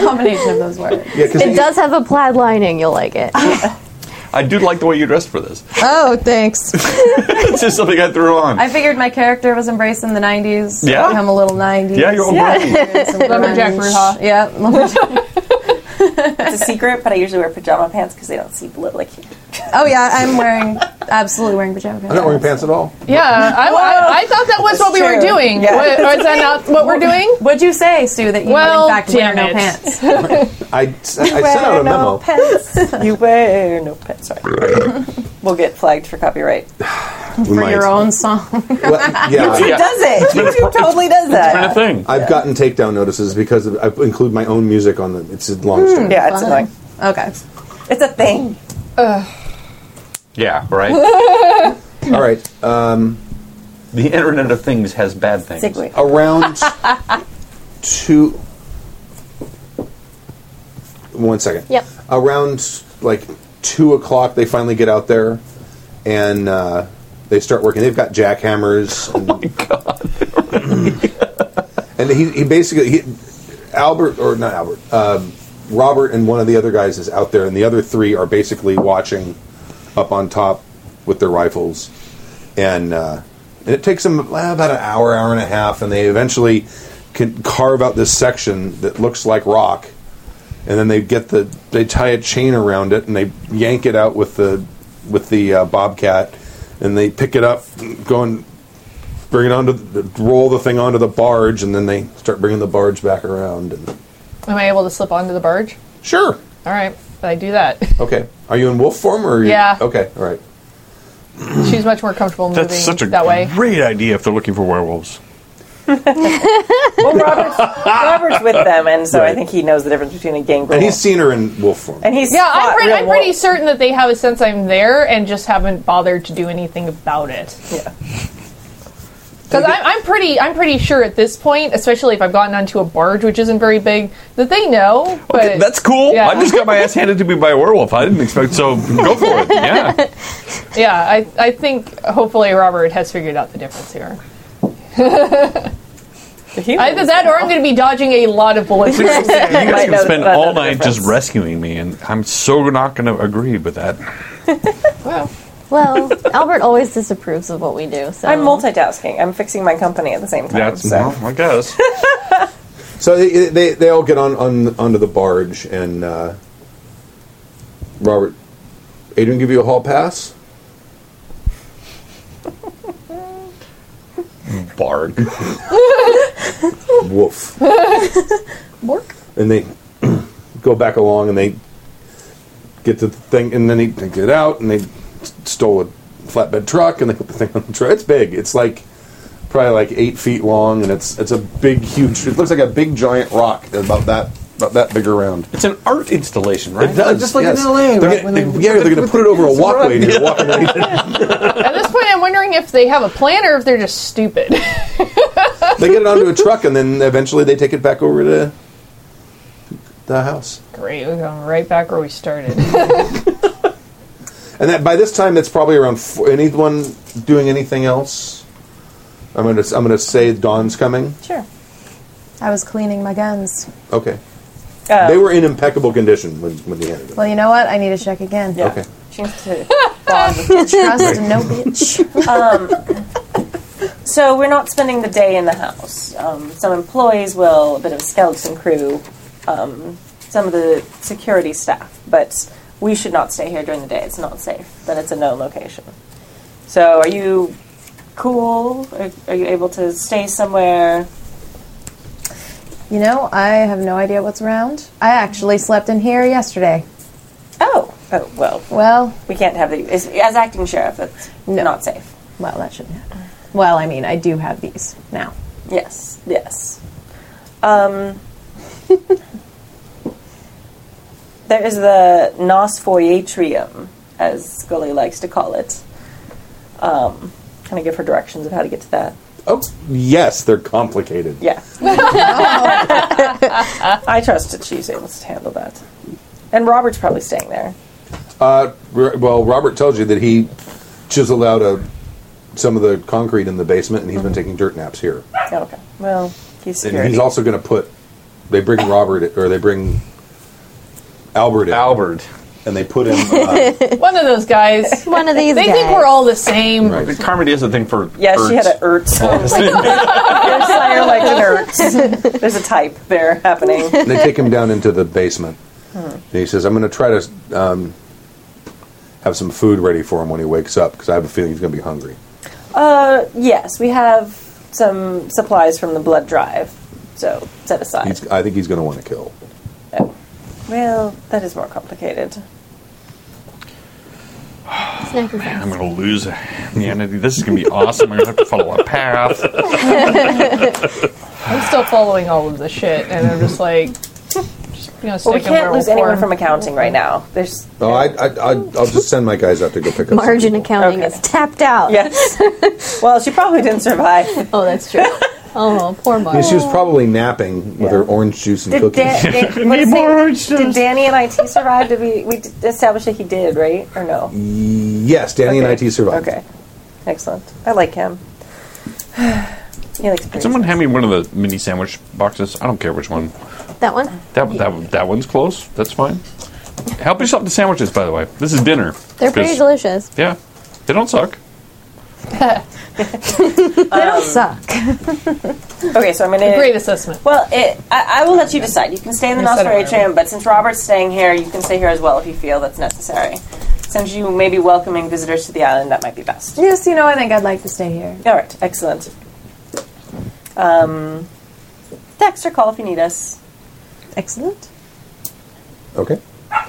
F: Combination of those words.
B: Yeah, 'cause
D: *laughs*
C: It does have a plaid lining. You'll like it.
E: I do like the way you dressed for this. *laughs*
C: Oh, thanks.
E: it's just something I threw on.
F: I figured my character was embracing the 90s. so
E: Yeah?
F: I'm a little 90s.
E: yeah, you're old. Brian.
D: Lumberjack Bruja.
F: Yeah, lumberjack.
A: It's a secret, but I usually wear pajama pants because they don't see blood like you.
F: oh, yeah, I'm wearing, absolutely wearing pajama pants.
B: I'm not wearing pants at all.
D: Yeah, I, I, I thought that was what we were
A: true.
D: doing.
A: Yeah.
D: What, or is that not what we're doing?
F: What'd you say, Stu, that you
D: Well,
F: would in fact wear
D: damn
F: no
D: it.
F: pants?
B: I, I sent out a memo.
A: *laughs* pants. you wear no pants. Sorry.
E: *laughs*
A: we'll get flagged for copyright.
B: We
F: For
B: might.
F: your own song. *laughs*
B: Well, yeah.
E: Yeah.
A: Does it? YouTube totally does *laughs*
E: Kind
A: that.
E: of thing.
B: I've gotten takedown notices because of, I include my own music on them. It's a long story.
A: Yeah, it's annoying.
F: Okay.
A: It's a thing.
E: Yeah, right.
B: All right. Uh,
E: the Internet of Things has bad things.
A: Segway.
B: around two. One second.
C: Yep.
B: Around like two o'clock, they finally get out there, and uh, they start working. They've got jackhammers. And, oh my god! *laughs* and he, he basically he, Albert or not Albert, um, Robert and one of the other guys is out there, and the other three are basically watching up on top with their rifles, and uh, and it takes them uh, about an hour, hour and a half, and they eventually can carve out this section that looks like rock, and then they get the they tie a chain around it and they yank it out with the with the uh, bobcat, and they pick it up, go and bring it onto the, roll the thing onto the barge, and then they start bringing the barge back around. And
D: Am I able to slip onto the barge?
B: sure,
D: All right, I do that.
B: okay. Are you in wolf form or are you,
D: Yeah.
B: Okay, all right.
D: She's much more comfortable moving
H: That's such a
D: that way.
H: great idea if they're looking for werewolves.
A: Well, Robert's, Robert's with them, and so I think he knows the difference between a gangrel.
B: And he's seen her in wolf form.
A: And he's
D: Yeah,
A: fought
D: I'm, pretty
A: real
D: I'm pretty
A: wolves.
D: certain that they have a sense I'm there and just haven't bothered to do anything about it.
A: Yeah.
D: Because I'm, I'm pretty, I'm pretty sure at this point, especially if I've gotten onto a barge which isn't very big, that they know. But
E: Okay, that's cool.
D: Yeah.
E: I just got my ass handed to me by a werewolf. I didn't expect so. Go for it. Yeah.
D: yeah, I, I think hopefully Robert has figured out the difference here.
A: He
D: Either that, or I'm going to be dodging a lot of bullets.
E: You
A: *laughs*
E: guys
A: Might
E: can
A: know-
E: spend
A: not know
E: all
A: the
E: night
A: difference.
E: just rescuing me, and I'm so not going to agree with that.
D: Wow.
C: well, Albert always disapproves of what we do. So
A: I'm multitasking. I'm fixing my company at the same time.
E: That's
A: so.
E: well,
A: *laughs*
E: I guess.
B: So they, they, they all get on, on onto the barge, and uh, Robert, Adrian give you a hall pass?
E: Barg.
B: *laughs* Woof. And they *clears throat* go back along, and they get the thing, and then they, they get out, and they s- stole a flatbed truck, and they put the thing on the truck. It's big. It's like probably like eight feet long, and it's it's a big, huge. It looks like a big giant rock, about that about that big around.
E: It's an art installation, right?
B: just like in LA, they're gonna, they- yeah, they're going to put it over a walkway, and *laughs* you're walking right
D: At this point, I'm wondering if they have a plan or if they're just stupid. *laughs*
B: they get it onto a truck, and then eventually they take it back over to the house.
D: Great, we're going right back where we started.
B: And that by this time, it's probably around four, anyone doing anything else. I'm gonna I'm gonna say dawn's coming.
A: Sure.
F: I was cleaning my guns.
B: Okay,
A: Uh,
B: they were in impeccable condition when when they handed it.
F: Well, you know what? I need to check again.
A: Yeah.
B: Okay.
A: She needs to bond with you.
F: Trust no
E: *laughs*
F: bitch.
A: So we're not spending the day in the house. Um, some employees will, a bit of a skeleton crew, um, some of the security staff, but we should not stay here during the day. It's not safe. Then it's a known location. So are you cool? Are, are you able to stay somewhere?
F: You know, I have no idea what's around. I actually slept in here yesterday.
A: Oh, oh well,
F: Well,
A: we can't have the as, as acting sheriff. It's not safe.
F: well, that shouldn't happen. Well, I mean, I do have these now.
A: Yes, yes. Um, there is the Nos Foyatrium, as Scully likes to call it. Um, can I give her directions of how to get to that?
B: Oh yes, they're complicated.
A: Yeah. I trust that she's able to handle that. And Robert's probably staying there.
B: Uh, r- well, Robert tells you that he chiseled out a, some of the concrete in the basement, and he's
A: Mm-hmm.
B: been taking dirt naps here.
A: Oh, okay. Well, he's
B: And
A: security.
B: he's also going to put. They bring Robert, or they bring Albert in.
E: Albert.
B: and they put him. Uh,
D: One of those guys.
C: One of these
D: They think
C: guys.
D: we're all the same.
B: right.
H: Carmody has a thing for.
A: Yeah, she had
H: birds.
A: a Ertz. Your sire like an Ertz. There's a type there happening.
B: And they take him down into the basement. And he says, "I'm going to try to um, have some food ready for him when he wakes up because I have a feeling he's going to be hungry."
A: Uh, yes, we have some supplies from the blood drive, so set aside.
B: He's, I think he's going to want to kill.
A: Oh. Well, that is more complicated.
H: I'm gonna lose humanity. This is gonna be awesome. I'm gonna have to follow a path.
D: I'm still following all of the shit, and I'm just like, *laughs* just gonna stick
A: Well, we
D: in
A: can't
D: werewolf
A: lose anyone
D: form.
A: from accounting right now. There's
B: Oh, I, I, I, I'll just send my guys out to go pick up. some
C: Margin
B: people.
C: accounting
A: Okay.
C: is tapped out.
D: *laughs*
A: yes. well, she probably didn't survive.
C: Oh, that's true. oh, poor
B: Yeah, she
C: Margin.
B: was probably napping with her orange juice and
A: Did,
B: cookies. *laughs*
A: Dan, Dan, what is it- did Danny and IT survive? Did we we d- established that he did, right or no?
B: yes, Danny and
A: Okay.
B: IT survived.
A: Okay, excellent. I like him. *sighs* he likes pretty
H: Someone hand me one of the mini sandwich boxes. I don't care which one.
C: that one.
H: That that that one's close. That's fine. Help yourself to sandwiches, by the way. This is dinner.
C: They're pretty
H: 'Cause-
C: delicious.
H: Yeah, they don't suck.
C: They don't suck.
A: Okay, so I'm gonna
D: Great assessment.
A: Well, it, I, I will let you decide. You can stay in the
D: Yes, I don't
A: Nostra
D: mind.
A: atrium, but since Robert's staying here, you can stay here as well if you feel that's necessary. Since you may be welcoming visitors to the island, that might be best.
F: Yes, you know, I think I'd like to stay here.
A: All right, excellent. Um, text or call if you need us.
F: Excellent.
B: Okay.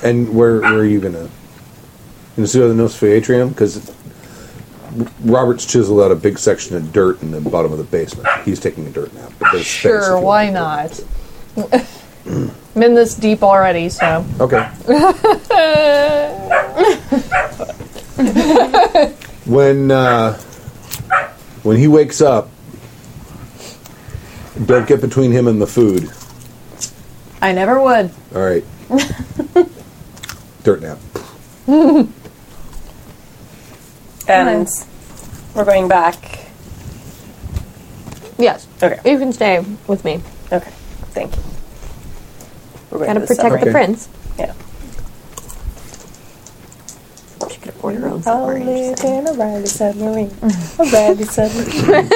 B: And where, where are you gonna? You gonna see the Nosferatu atrium because Robert's chiseled out a big section of dirt in the bottom of the basement. He's taking a dirt nap. But there's space if you
D: Sure,
B: want
D: why
B: to.
D: not? *laughs* I'm in this deep already, so
B: Okay. when uh, when he wakes up, don't get between him and the food.
F: I never would.
B: All right. Dirt nap.
A: And we're going back.
C: Yes.
A: Okay.
C: You can stay with me.
A: Okay. Thank you. We're going
C: Gotta
A: to the
C: protect
B: Okay.
C: the prince.
A: Yeah.
C: She could afford her own
A: Only
C: submarine.
A: in a Riley submarine. A *laughs* Riley submarine.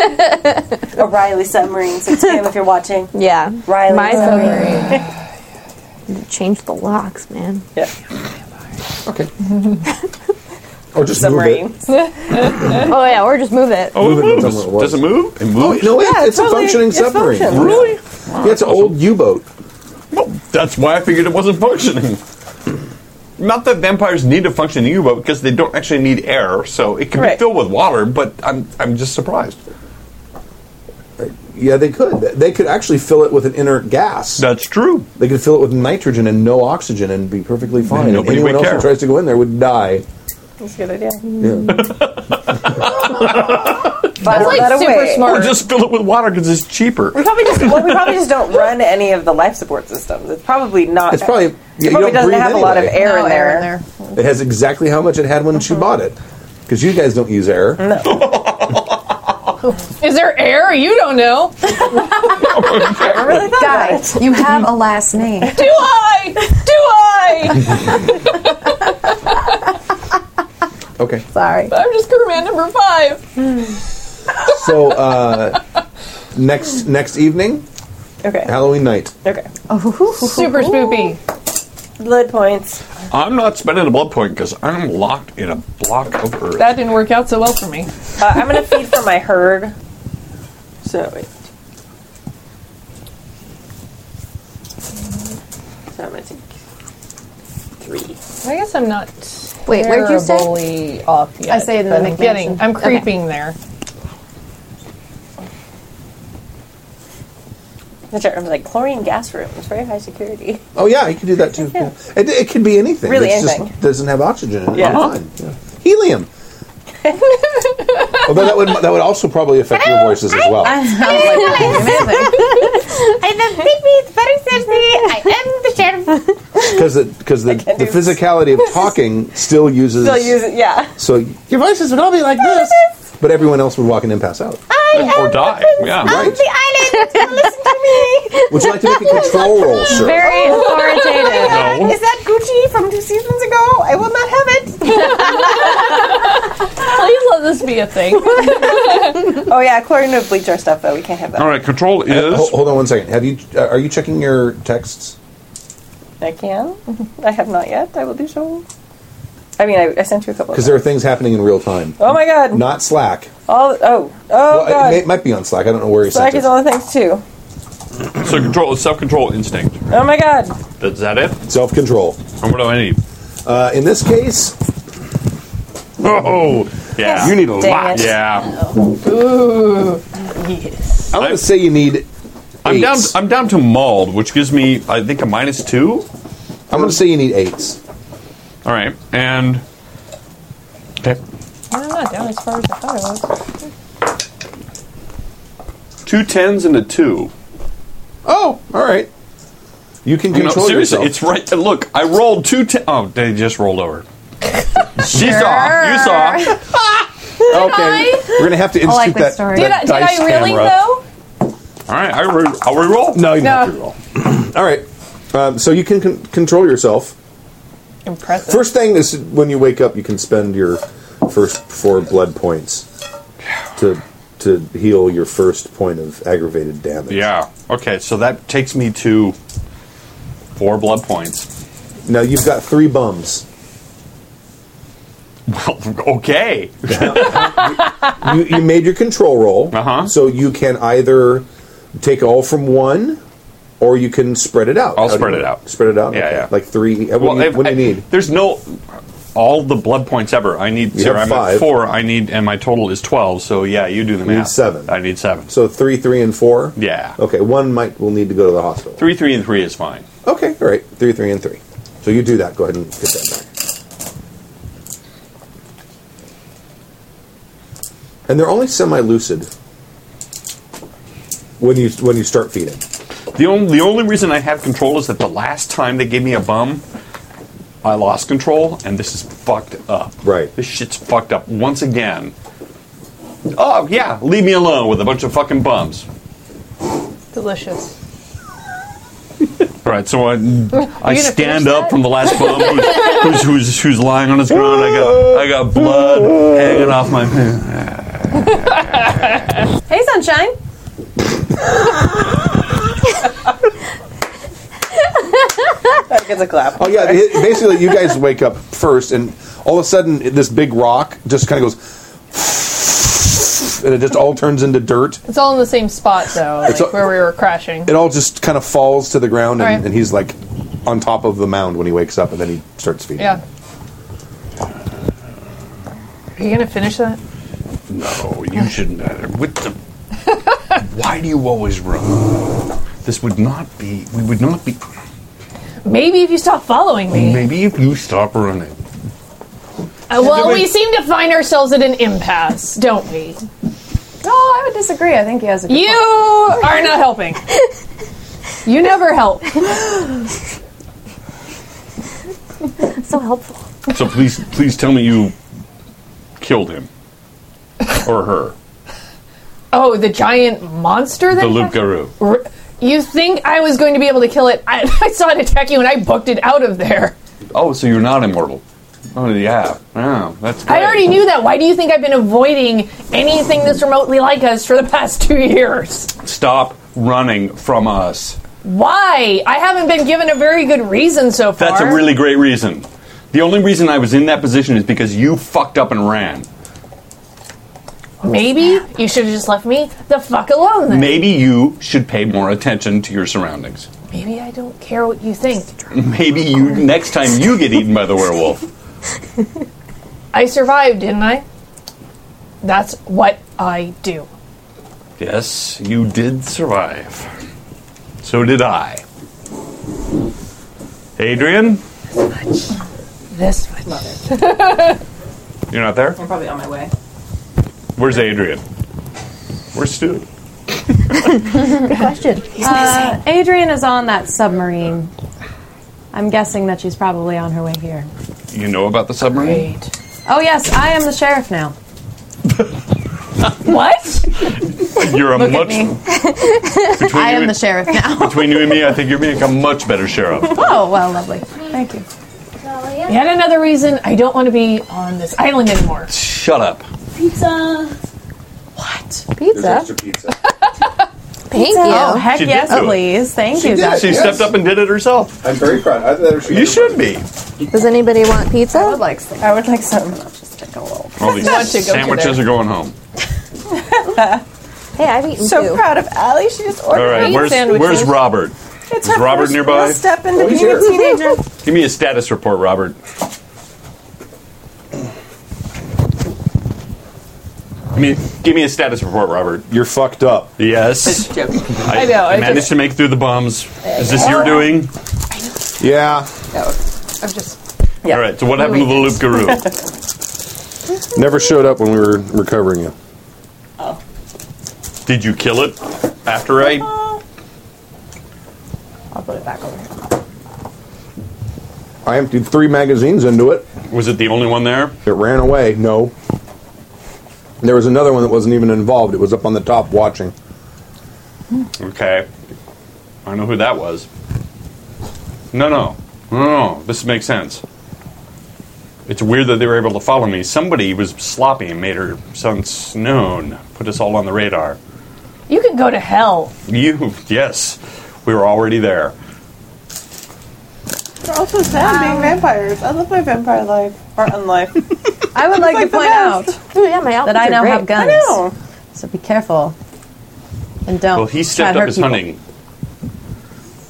A: a Riley submarine. 6 p.m. if you're watching.
C: Yeah.
A: Riley
C: My
A: submarine.
C: submarine. Change the locks, man.
A: Yeah.
B: Okay. *laughs* or just move
A: submarine.
B: it.
C: Oh, yeah, or just move it.
H: Oh,
B: Move
H: it
B: it from
H: moves.
B: where it was.
H: Does it move? It
B: Oh,
H: moves.
B: no, it, it's a
A: totally.
B: functioning
A: It's
B: submarine.
A: functional.
H: Really?
B: Yeah, it's an old U-boat.
H: Well, that's why I figured it wasn't functioning. Not that vampires need a functioning U-boat because they don't actually need air, so it can
A: Right.
H: be filled with water. But I'm I'm just surprised.
B: Yeah, they could. They could actually fill it with an inert gas.
H: That's true.
B: They could fill it with nitrogen and no oxygen and be perfectly fine. And
H: nobody
B: anyone
H: would
B: else
H: care.
B: who tries to go in there would die.
A: That's a good idea. *laughs*
B: Yeah.
A: That's
D: like super smart.
H: Or
B: Oh,
H: just fill it with water because it's cheaper.
A: We probably just well, we probably just don't run any of the life support systems. It's probably not.
B: It's probably-
A: it
B: yeah, you
A: probably
B: don't
A: doesn't
B: breathe
A: have a lot of
B: anyway.
A: air
D: No
A: in there.
D: air
B: it has exactly how much it had when
A: Uh-huh.
B: she bought it. Because you guys don't use air.
D: is there air? You don't know.
F: *laughs* Guys, you have a last name. *laughs*
D: Do I? Do
B: *laughs*
D: I?
B: Okay.
F: Sorry.
D: I'm just crew man number five.
B: So uh, next next evening,
A: Okay.
B: Halloween night.
A: Okay.
D: Super spoopy.
A: Blood points.
H: I'm not spending a blood point because I'm locked in a block of earth.
D: That didn't work out so well for me.
A: Uh, I'm gonna feed for my herd. So wait. So I'm gonna take three.
D: I guess I'm not.
C: Wait, where'd you say?
D: terribly off yet.
F: I stayed in
D: but
F: the
D: I'm getting.
F: McMansion.
D: I'm creeping there.
A: The chat room's like chlorine gas room. It's very high security.
B: Oh yeah, you could do that too.
A: Yeah.
B: It, it could be anything.
A: Really
B: It's
A: anything.
B: Just doesn't have oxygen in it.
A: Yeah.
B: You're fine. Yeah. Helium. Although that would that would also probably affect
A: Oh,
B: your voices as well.
I: I love babies very seriously. I am the sheriff.
B: because because the, the
A: do-
B: physicality of talking still uses
A: They'll use it. Yeah.
B: so your voices would all be like this but everyone else would walk in and pass out
H: or die. Yeah,
B: right
I: The island. Don't listen to me.
B: *laughs* would you like to make a control roll sir
C: Very authoritative.
I: Is that Gucci from two seasons ago?
D: this be a thing?
A: *laughs* Oh yeah, according to Bleach our stuff though, we can't have that.
E: All right, control
B: Ho-
E: is.
B: Hold, on one second. Have you? Uh, are you checking your texts?
A: I can. *laughs* I have not yet. I will do so. I mean, I, I sent you a couple. Of
B: Because there are things happening in real time.
A: them. oh my god!
B: Not Slack.
A: All oh oh
B: well,
A: god!
B: It, may, it might be on Slack. I don't know where you
A: Slack
B: sent
A: is
B: it.
A: all the things too.
E: So control is self control instinct.
A: Oh my god!
E: Is that it?
B: Self control.
E: And what do I need?
B: Uh, in this case,
E: Oh, yeah.
B: you need a
A: Dang
B: lot.
A: it.
E: Yeah,
B: I'm going to say you need. Eight.
E: I'm down. I'm down to mauled, which gives me, I think, a minus two.
B: I'm going to say you need eights.
E: All right, and okay,
D: I'm not down as far as I thought I was.
E: two tens and a two.
B: Oh, all right. You can
E: No,
B: control
E: seriously,
B: yourself.
E: it's right. Look, I rolled two ten. Oh, they just rolled over. she saw. You saw.
B: okay. We're going to have to institute
F: like this
B: that,
F: story.
B: that
D: Did I, did
B: dice
D: I really
B: camera.
D: though?
E: All right, I re- I'll reroll.
B: No, you don't have to roll. *clears throat* all right. Um, so you can con- control yourself.
D: Impressive.
B: First thing is when you wake up, you can spend your first four blood points to to heal your first point of aggravated damage.
E: Yeah. Okay, so that takes me to four blood points.
B: Now you've got three bums.
E: okay.
B: You, you made your control roll,
E: *laughs* Uh-huh.
B: so you can either take all from one, or you can spread it out.
E: I'll
B: How do
E: spread
B: you-
E: it out.
B: Spread it out.
E: Yeah,
B: Okay.
E: yeah.
B: Like three. What, do, you,
E: if
B: what do
E: I-
B: you need?
E: There's no all the blood points ever. I need
B: You
E: zero.
B: have
E: I'm
B: five.
E: at four. I need, and my total is twelve. So yeah, you do the math.
B: need seven.
E: I need seven.
B: So three, three, and four.
E: Yeah.
B: Okay. One might will need to go to the hospital.
E: Three, three, and three is fine.
B: Okay. All right. Three, three, and three. So you do that. Go ahead and get that back. And they're only semi-lucid when you when you start feeding.
E: The only the only reason I have control is that the last time they gave me a bum, I lost control, and this is fucked up.
B: Right.
E: This shit's fucked up once again. Oh yeah, leave me alone with a bunch of fucking bums.
D: Delicious.
E: All right, so I, I
D: finish
E: stand up
D: that?
E: from the last bum who's, who's, who's, who's lying on his ground. I got I got blood hanging off my.
F: Hey, sunshine.
A: That gets a clap.
B: Oh yeah, it- basically you guys wake up first, and all of a sudden it- this big rock just kind of goes, and it just all turns into dirt.
D: It's all in the same spot though, like
B: all-
D: where we were crashing.
B: It all just kind of falls to the ground, and,
D: All right.
B: and he's like on top of the mound when he wakes up, and then he starts feeding.
D: Yeah. Are you gonna finish that?
E: No, you shouldn't. What the? *laughs* Why do you always run? This would not be. We would not be.
D: Maybe if you stop following me.
E: Maybe if you stop running.
D: Uh, well, we seem to find ourselves at an impasse, don't we?
F: No, I would disagree. I think he has a good
D: *laughs* You
F: point.
D: are not helping. You never help.
C: So helpful.
E: So please, please tell me you killed him or
D: *laughs*
E: her,
D: Oh, the giant monster that
E: the Luke
D: attacked-
E: Garou.
D: R- You think I was going to be able to kill it? I, *laughs* I saw it attack you, and I booked it out of there.
E: Oh, so you're not immortal. Oh yeah, wow, that's. Great.
D: I already knew that. Why do you think I've been avoiding anything that's remotely like us for the past two years?
E: Stop running from us.
D: Why? I haven't been given a very good reason so far.
E: That's a really great reason. The only reason I was in that position is because you fucked up and ran.
D: maybe you should have just left me the fuck alone. Then.
E: Maybe you should pay more attention to your surroundings.
D: Maybe I don't care what you think.
E: Maybe you next time you get eaten by the werewolf.
D: I survived, didn't I? That's what I do.
E: Yes, you did survive. So did I. Adrian,
D: This much.
E: you're not there.
A: I'm probably on my way.
E: Where's Adrian? Where's Stu?
C: Question.
F: Uh, Adrian is on that submarine. I'm guessing that she's probably on her way here.
E: You know about the submarine?
F: Oh yes, I am the sheriff now.
E: *laughs*
D: What?
E: You're a much between,
F: I
E: you,
F: am the
E: and-
F: sheriff
E: *laughs*
F: now.
E: between you and me. I think you're being a much better sheriff.
F: *laughs* oh well, lovely. Thank you.
C: *laughs*
D: Yet another reason I don't want to be on this island anymore.
E: Shut up.
J: pizza.
C: Pizza.
B: pizza.
C: Thank
F: Oh,
C: you.
F: heck
H: She did
F: yes,
H: do it.
F: please. Thank you,
H: Yeah,
F: Doctor.
H: she stepped up and did it herself.
B: I'm very proud. I thought
H: You should be.
C: Does anybody want
F: I would
C: pizza?
F: like some.
A: I would like some.
E: All these
D: Want to go to
E: sandwiches
D: there.
E: are going home.
C: Hey, I've eaten
A: So
C: two.
A: proud of Allie. She just ordered.
E: All right,
D: Meat
E: where's
D: sandwiches.
E: where's Robert?
A: It's
E: Is
A: her
E: Robert
A: first
E: nearby?
A: real step into
B: Oh, he's
A: being a
B: here.
A: teenager.
D: *laughs*
E: Give me a status report, Robert. I mean, give me a status report, Robert.
B: You're fucked up.
E: Yes, I,
D: I know, I
E: managed
D: just- Oh.
E: to make through the bums. Is this your doing?
B: Yeah.
D: I'm just.
A: Yeah.
E: All right. So what happened to the loop guru? All
B: Never showed up when we were recovering you.
E: Did you kill it after I?
A: I'll put it back over here.
B: I emptied three magazines into it.
E: Was it the only one there?
B: It ran away. No. There was another one that wasn't even involved. It was up on the top watching.
E: Okay. I know who that was. No, no. No, no. This makes sense. It's weird that they were able to follow me. Somebody was sloppy and made her son's known, put us all on the radar.
D: You can go to hell.
E: You, yes. We were already there.
A: They're also sad
D: Um,
A: being vampires. I love my vampire life or *laughs* unlife.
F: I would like,
A: like
F: to
A: the
F: point out
A: best.
C: Ooh, yeah, my outfits
F: that I
C: are
F: now
C: great.
F: have guns.
A: know.
F: So be careful. And don't.
E: Well, he
F: try
E: stepped
F: to
E: up
F: hurt
E: his
F: people.
E: hunting.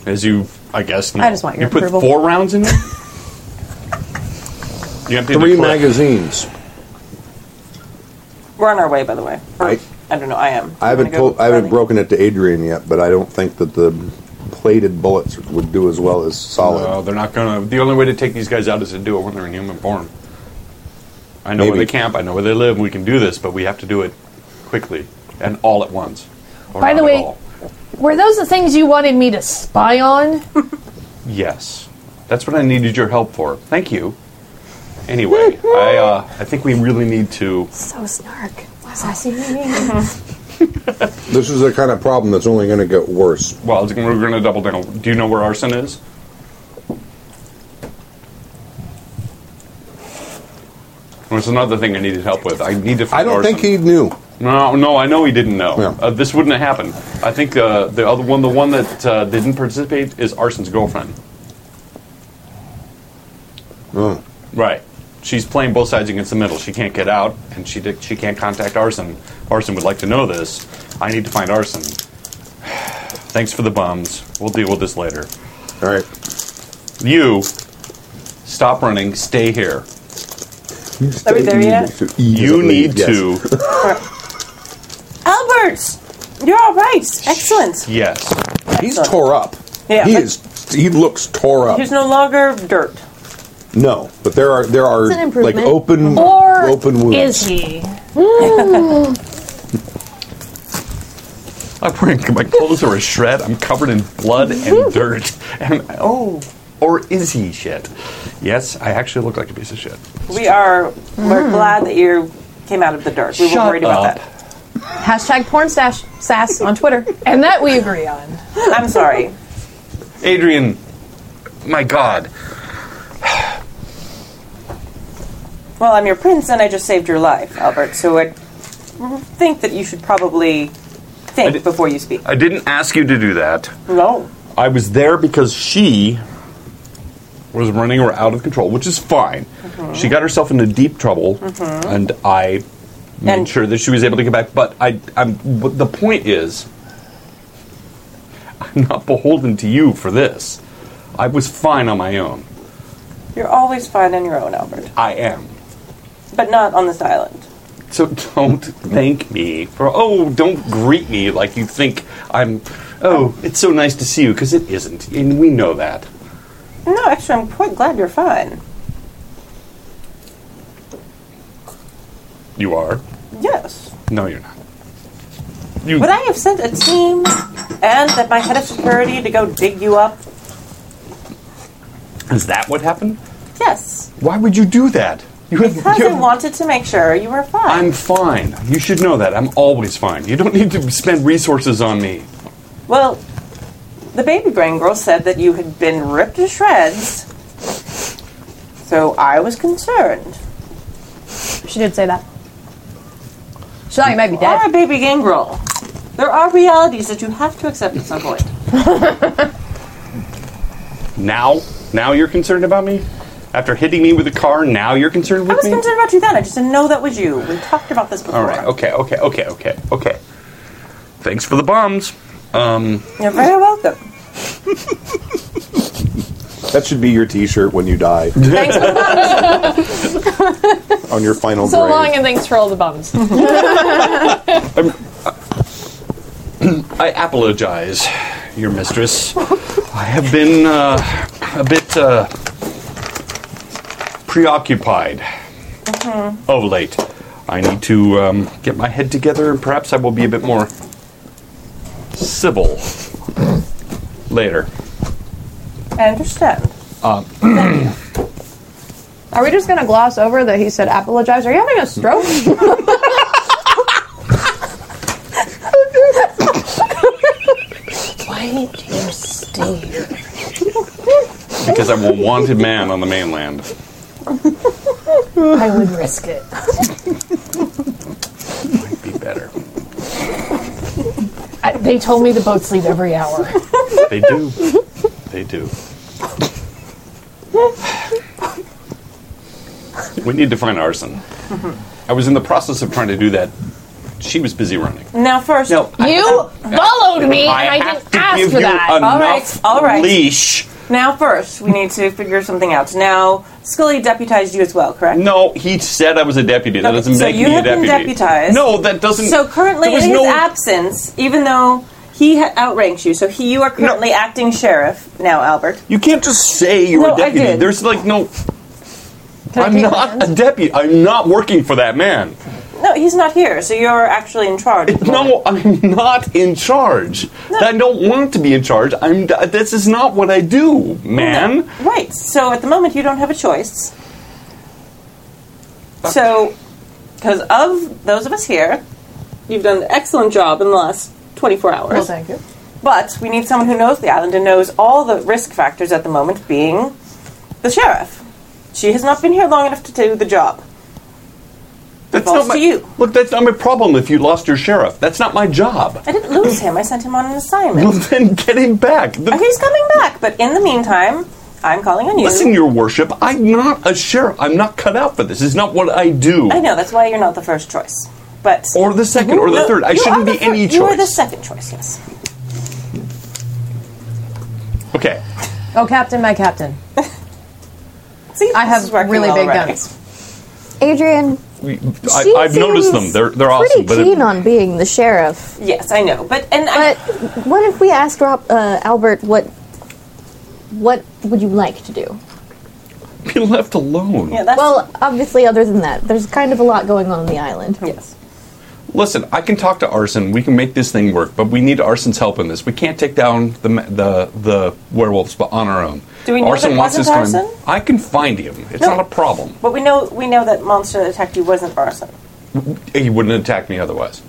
E: As you, I guess.
F: I just want your
E: You put
F: approval.
E: four rounds
F: *laughs*
E: in there? you emptied
B: Three
E: the clip.
B: magazines.
A: We're on our way, by the way. Or, I,
B: I-
A: don't know. I am.
B: I haven't pulled, I haven't broken it to Adrian yet, but I don't think that the plated bullets would do as well as solid.
E: No, they're not going to. The only way to take these guys out is to do it when they're in human form. I know where
B: Maybe.
E: they camp. I know where they live. We can do this, but we have to do it quickly and all at once. or
D: By the
E: not at
D: way-
E: all.
D: Were those the things you wanted me to spy on?
E: yes, that's what I needed your help for. Thank you. Anyway, I uh, I think we really need to.
C: So snark.
B: This is the kind of problem that's only going to get worse.
E: Well, we're going to double down. Do you know where arson is? There's another thing I needed help with. I need to. Find
B: I don't think
E: arson.
B: he knew.
E: No, no, I know he didn't know.
B: Yeah.
E: Uh, this wouldn't have happened. I think uh, the other one, the one that uh, didn't participate, is Arson's girlfriend.
B: Oh.
E: Right. She's playing both sides against the middle. She can't get out, and she di- she can't contact Arson. Arson would like to know this. I need to find Arson. *sighs* Thanks for the bums. We'll deal with this later.
B: All right.
E: You, stop running. Stay here.
A: Are we there yet?
E: You need to.
A: Albert, you're all right. Excellent.
E: Yes.
B: He's tore up.
A: Yeah.
B: He is. He looks tore up.
A: There's no longer dirt.
B: No, but there are there are
C: It's an
B: like
C: improvement.
B: open
D: Or
B: open wounds.
D: Is he?
E: I'm wearing my clothes are a shred. I'm covered in blood and dirt. And oh, or is he shit? Yes, I actually look like a piece of shit.
A: We are. We're glad that you came out of the dirt. We were
E: Shut
A: worried about
E: up.
A: that.
F: Hashtag porn stash sass on Twitter.
D: And that we agree on.
A: I'm sorry.
E: Adrian, my God,
A: Well, I'm your prince, and I just saved your life, Albert. So I think that you should probably think
E: did-
A: before you speak.
E: I didn't ask you to do that.
A: no.
E: I was there because she E was running her out of control, which is fine. She got herself into deep trouble, and I made
A: And-
E: sure that she was able to get back. But I, I'm. But the point is, *laughs* I'm not beholden to you for this. I was fine on my own.
A: You're always fine on your own, Albert,
E: I am.
A: but not on this island.
E: So *laughs* don't thank me for. Oh, don't greet me like you think I'm. Oh, it's so nice to see you because it isn't, and we know that.
A: No, actually, I'm quite glad you're fine.
E: You are.
A: Yes.
E: No, you're not. You.
A: Would I have sent a team and that my head of security to go dig you up?
E: Is that what happened?
A: Yes.
E: Why would you do that? You have.
A: Because
E: you
A: I
E: have-
A: wanted to make sure you were fine.
E: I'm fine. You should know that. I'm always fine. You don't need to spend resources on me.
A: Well, the baby brain girl said that you had been ripped to shreds, so I was concerned.
F: She did say that. Shani might be
A: Or
F: dead.
A: a baby gangrel. There are realities that you have to accept at some point.
E: Now, now you're concerned about me. After hitting me with a car, now you're concerned
A: I
E: with
A: was
E: me.
A: concerned about you then. I just didn't know that was you. We talked about this before.
E: Hmm. All right. Okay. Okay. Okay. Okay. Okay. Thanks for the bombs. Um,
A: You're very welcome.
B: That should be your T-shirt when you die
A: Thanks for that.
B: *laughs* on your final
D: So
B: grave.
D: long and thanks for all the bums.
E: I apologize, your mistress. I have been uh, a bit uh, preoccupied
G: Mm-hmm.
E: of late. I need to um, get my head together, and perhaps I will be a bit more civil later.
A: I understand.
F: Are we just gonna gloss over that he said apologize? Are you having a stroke?
E: because I'm a wanted man on the mainland.
G: I would risk it.
E: Might be better.
G: I, they told me the boats leave every hour.
E: They do. They do. We need to find arson.
G: Mm-hmm.
E: I was in the process of trying to do that. She was busy running.
A: Now, first,
G: You followed me, and I
E: have
G: didn't
E: to
G: ask
E: give
G: for
E: you
G: that.
A: All right,
E: enough
A: all right.
E: leash.
A: now, first, we need to figure something out. Now, Scully deputized you as well, correct?
E: No, he said I was a deputy. That
A: Okay,
E: doesn't
A: so
E: make
A: you
E: me a
A: have been
E: deputy.
A: deputized.
E: No, that doesn't.
A: So currently,
E: there
A: in
E: was
A: his
E: no,
A: absence, even though he ha- outranks you, so he you are currently acting sheriff now, Albert.
E: You can't just say you're
A: No, I
E: a deputy.
A: did.
E: There's like no.
G: I
E: I'm
G: take
E: not a deputy. I'm not working for that man.
A: No, he's not here, so you're actually in charge. at the moment.
E: No, I'm not in charge. I don't want to be in charge. I'm. This is not what I do, man.
A: Right. So at the moment, you don't have a choice. So, because of those of us here, you've done an excellent job in the last 24 hours.
D: well, thank you.
A: But we need someone who knows the island and knows all the risk factors at the moment, being the sheriff. She has not been here long enough to do the job.
E: That's
A: Falls
E: not my,
A: to you.
E: Look, that's not my problem. If you lost your sheriff, that's not my job. *laughs*
A: I didn't lose him. I sent him on an
E: Well,
A: assignment.
E: then get him back. The-
A: He's coming back, but in the meantime, I'm calling on you.
E: Listen, Your Worship, I'm not a sheriff. I'm not cut out for this. It's not what I do.
A: I know that's why you're not the first choice, but
E: Or the second, or the
A: No,
E: third. I
A: you are
E: shouldn't
A: the
E: be
A: fir-
E: any
A: You are the
E: choice.
A: second choice. Yes.
E: okay.
F: oh, Captain, my Captain.
A: See,
F: I
A: this
F: have
A: is working
F: really
A: well
F: big
A: already.
F: guns.
C: Adrian,
E: I,
C: She
E: I've noticed them.
C: seems
E: They're they're awesome.
C: pretty
E: But
C: keen
E: it,
C: on being the sheriff.
A: Yes, I know, but and
C: But what if we asked Rob, uh, Albert what what would you like to do?
E: be left alone.
A: I, yeah, that's
C: Well, obviously, other than that, there's kind of a lot going on on the island.
A: yes.
E: Listen, I can talk to Arson. We can make this thing work, but we need Arson's help in this. We can't take down the ma- the the werewolves but on our own.
A: Do we know that wasn't
E: his
A: Arson?
E: I can find him. It's
A: No.
E: not a problem.
A: But we know we know that monster that attacked you wasn't arson.
E: He wouldn't attack me otherwise.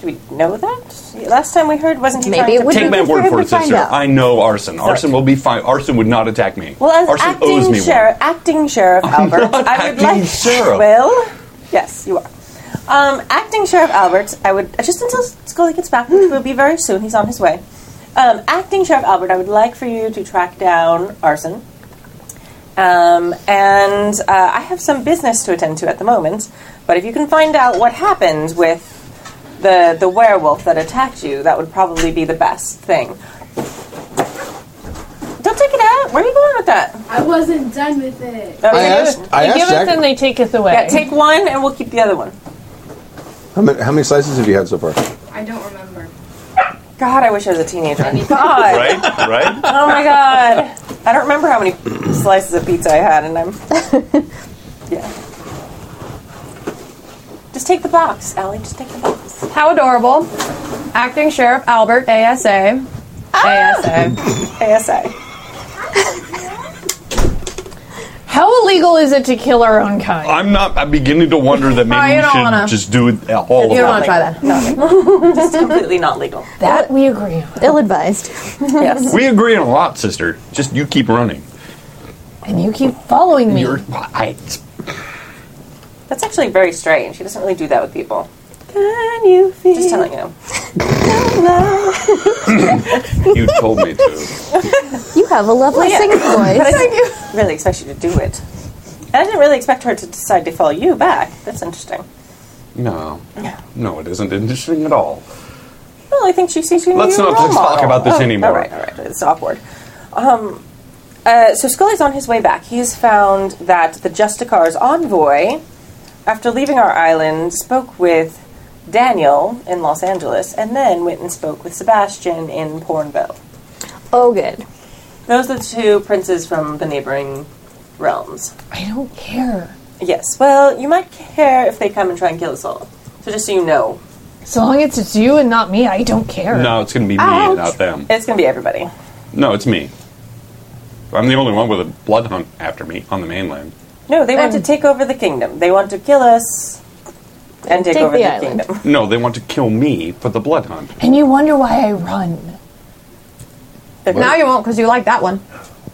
A: Do we know that? Last time we heard, wasn't he
C: Maybe
A: trying
C: it
A: to
C: would
E: Take
C: be
E: my
C: good
E: word
C: him
E: for
C: to
E: it,
C: find
E: sister.
C: out.
E: I know Arson. Arson will be fine. Arson would not attack me.
A: Well, as
E: Arson
A: acting
E: owes me
A: sheriff,
E: one.
A: acting sheriff Albert,
E: Oh, not
A: I would
E: acting
A: like.
E: sheriff.
A: Well, yes, you are. Um, acting sheriff Albert, I would just until Scully gets back, which will be very soon. He's on his way. Um, acting sheriff Albert, I would like for you to track down arson. Um, and uh, I have some business to attend to at the moment, but if you can find out what happened with the the werewolf that attacked you, that would probably be the best thing. Don't take it out. Where are you going with that?
J: I wasn't done with it.
A: Oh,
B: I
A: yeah.
B: asked. I
D: They
B: asked
D: give it,
B: Zach.
D: then they take it away.
A: Yeah, take one and we'll keep the other one.
B: how, many, how many slices have you had so far?
J: I don't remember.
A: God, I wish I was a teenager. God.
E: Right, right.
A: Oh my god. I don't remember how many slices of pizza I had,
F: *laughs*
A: and I'm. Yeah. Just take the box, Allie. Just take the box.
F: How adorable. Acting Sheriff Albert, ASA.
A: Ah!
F: ASA.
A: ASA.
D: How illegal is it to kill our own kind?
E: I'm not. I'm beginning to wonder that maybe
F: Oh, you
E: we
F: don't
E: should
F: wanna-
E: just do it uh, all
F: You
E: of
F: don't
E: it.
F: want to try that. *laughs*
A: Just completely not legal.
G: That we agree on.
C: Ill advised.
A: Yes.
E: We agree on a lot, sister. Just you keep running.
G: And you keep following me.
E: You're. I.
A: That's actually very strange. He doesn't really do that with people.
F: Can you feel?
A: Just telling you.
E: You told me to.
C: You have a lovely
A: yeah.
C: singing
A: But I
C: voice.
A: didn't *laughs* really expect you to do it. And I didn't really expect her to decide to follow you back. That's interesting.
E: No. No, it isn't interesting at all.
A: Well, I think she sees you. in
E: Let's
A: your
E: not
A: role
E: talk
A: model.
E: about this
A: Oh,
E: anymore.
A: All right, all right. It's awkward. Um, uh, so Scully's on his way back. He's found that the Justicar's envoy, after leaving our island, spoke with Daniel in Los Angeles, and then went and spoke with Sebastian in Pornville.
C: Oh, good.
A: Those are the two princes from the neighboring realms.
D: I don't care.
A: Yes. Well, you might care if they come and try and kill us all. So just so you know,
D: So long as it's you and not me, I don't care.
E: No, it's going to be me and not them.
A: it's going to be everybody.
E: No, it's me. I'm the only one with a blood hunt after me on the mainland.
A: No, they want
C: Um,
A: to take over the kingdom. They want to kill us and take,
C: Take
A: over
C: the
A: the,
C: island.
A: kingdom. *laughs*
E: No, they want to kill me for the blood hunt.
D: And you wonder why I run.
F: Now you won't because you like that one.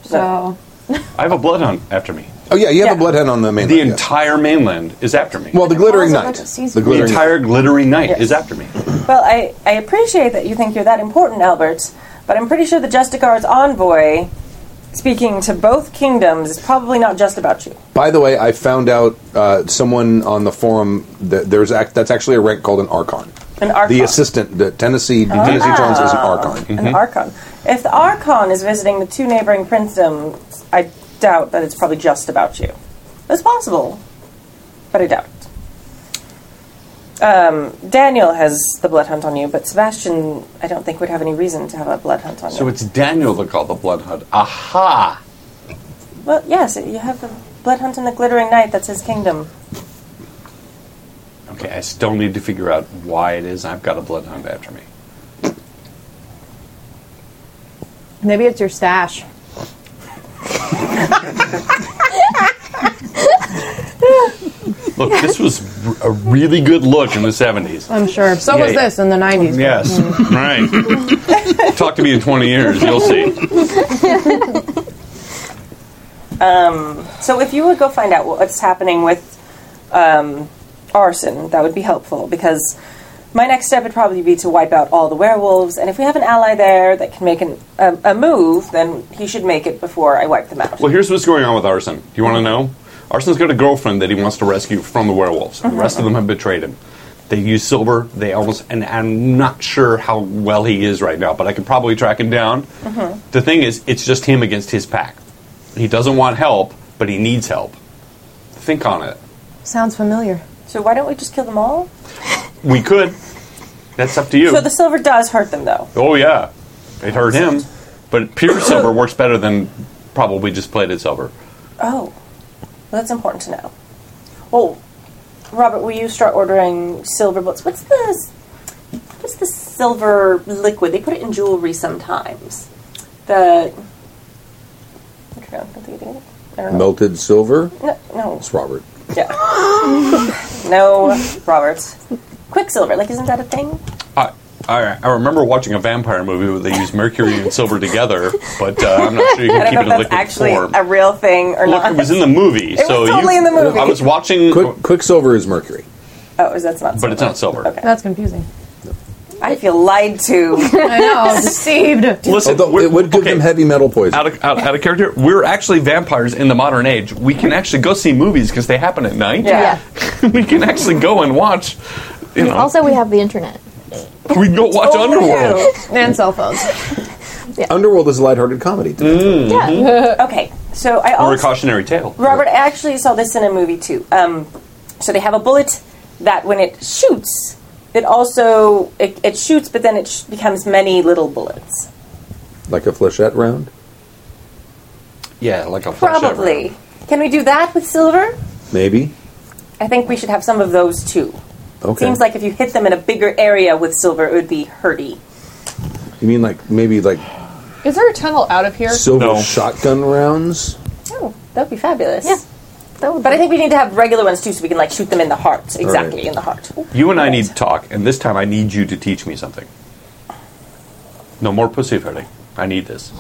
F: So
E: I have a blood hunt after me.
B: Oh yeah, you have a blood hound on the mainland.
E: The
B: yes.
E: entire mainland is after me.
B: well, the glittering
F: Balls of
B: knight.
F: Magic Season.
B: The
F: The
E: the
B: glittering
E: entire glittery knight
A: Yes.
E: is after me.
A: Well, I, I appreciate that you think you're that important, Albert, but I'm pretty sure the Justicar's envoy speaking to both kingdoms is probably not just about you.
B: By the way, I found out uh, someone on the forum that there's act, that's actually a rank called an archon.
A: An archon.
B: The assistant, the Tennessee Tennessee Jones is an archon.
E: Mm-hmm.
A: An archon. If the archon is visiting the two neighboring princedoms, I doubt that it's probably just about you. It's possible, but I doubt. it. Um, Daniel has the blood hunt on you, but Sebastian, I don't think would have any reason to have a blood hunt on
E: So
A: you.
E: it's Daniel that called the Ah, blood hunt. Aha!
A: Well, yes, you have the blood hunt in the glittering night. That's his kingdom.
E: Okay, I still need to figure out why it is I've got a blood hunt after me.
F: maybe it's your stash.
E: Look, this was r- a really good look in the 70s.
F: I'm sure. So
E: Yeah,
F: was
E: yeah.
F: this in the '90s.
E: Yes, right. Talk to me in 20 years, you'll see.
A: So if you would go find out what's happening with um, arson, that would be helpful because my next step would probably be to wipe out all the werewolves. And if we have an ally there that can make an, a, a move, then he should make it before I wipe them out.
E: Well, here's what's going on with Arson. Do you want to know? Arson's got a girlfriend that he wants to rescue from the werewolves. The rest of them have betrayed him. They use silver. They almost, and I'm not sure how well he is right now, but I could probably track him down.
A: Mm-hmm.
E: The thing is, it's just him against his pack. He doesn't want help, but he needs help. Think on it.
F: Sounds familiar.
A: so why don't we just kill them all?
E: We could. That's up to you.
A: So the silver does hurt them, though.
E: oh yeah, it hurt him,
A: *coughs*
E: but pure silver works better than probably just
A: *laughs*
E: plated silver.
A: Oh, well, that's important to know. Well, Robert, will you start ordering silver bullets? What's this? What's the silver liquid? They put it in jewelry sometimes. The I don't know. What they do. I don't know.
B: Melted silver.
A: No, no,
B: It's Robert.
A: yeah. no, Robert. Quicksilver, like, isn't that a thing?
E: I, I, I remember watching a vampire movie where they use mercury and silver together, but uh, I'm not sure you
A: I
E: can
A: don't
E: keep
A: know
E: it
A: if that's
E: in liquid
A: actually
E: form.
A: a real thing or
E: Look,
A: not. *laughs*
E: it was in the movie,
A: was
E: so
A: totally
E: you,
A: in the movie.
E: I was watching,
B: Quick, Quicksilver is Mercury.
A: oh, is that's not?
E: but it's not silver.
A: Okay.
F: That's confusing.
A: I feel lied to.
F: I know.
C: *laughs*
F: Deceived.
E: Listen,
B: Although
E: we're-
B: it would give
E: Oh, okay,
B: them heavy metal poison.
E: Out of, out, out of character, we're actually vampires in the modern age. We can actually go see movies because they happen at night. *laughs*
A: Yeah.
E: we can actually go and watch. You know, Mm-hmm.
C: Also, we have the internet.
E: we can go watch
A: Totally
E: Underworld.
A: true.
F: And cell phones.
B: Underworld is a lighthearted comedy.
E: Mm.
C: Yeah.
A: Okay, so I
E: Or a
A: also
E: cautionary tale.
A: Robert, I actually saw this in a movie too. Um, so they have a bullet that when it shoots, it also it, it shoots, but then it sh- becomes many little bullets.
B: Like a flechette round,
E: Yeah, like a flashback.
A: Probably. Can we do that with silver?
B: maybe.
A: I think we should have some of those too.
B: Okay.
A: Seems like if you hit them in a bigger area with silver, it would be hurty.
B: you mean like maybe like
D: Is there a tunnel out of here?
B: silver
E: No.
B: shotgun rounds?
A: Oh, that would be fabulous.
C: Yeah. That would
A: But I think we need to have regular ones too, so we can like shoot them in the heart. Exactly
B: right.
A: in the heart.
E: You and I need to talk, and this time I need you to teach me something. No more pussyfooting. I need this.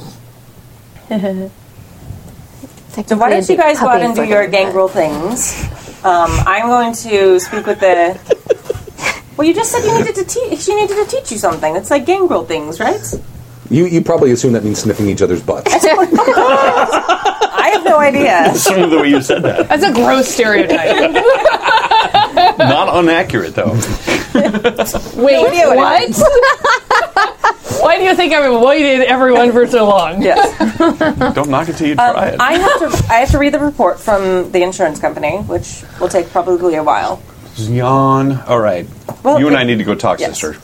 A: So why don't you guys go out and do your gangrel things? Um, I'm going to speak with the. Well, you just said you needed to teach. She needed to teach you something. It's like gangrel things, right?
B: You you probably assume that means sniffing each other's butts.
A: I have no idea.
E: Some of the way you said that.
D: That's a gross stereotype.
E: Not inaccurate, though.
D: Wait,
A: idea what it
D: what? *laughs* Why do you think I've waited everyone for so long?
A: Yes.
E: Don't knock it till you try it.
A: Um, I have to. I have to read the report from the insurance company, which will take probably a while.
E: Yawn. All right.
A: Well,
E: you and
A: it-
E: I need to go talk,
A: yes.
E: sister.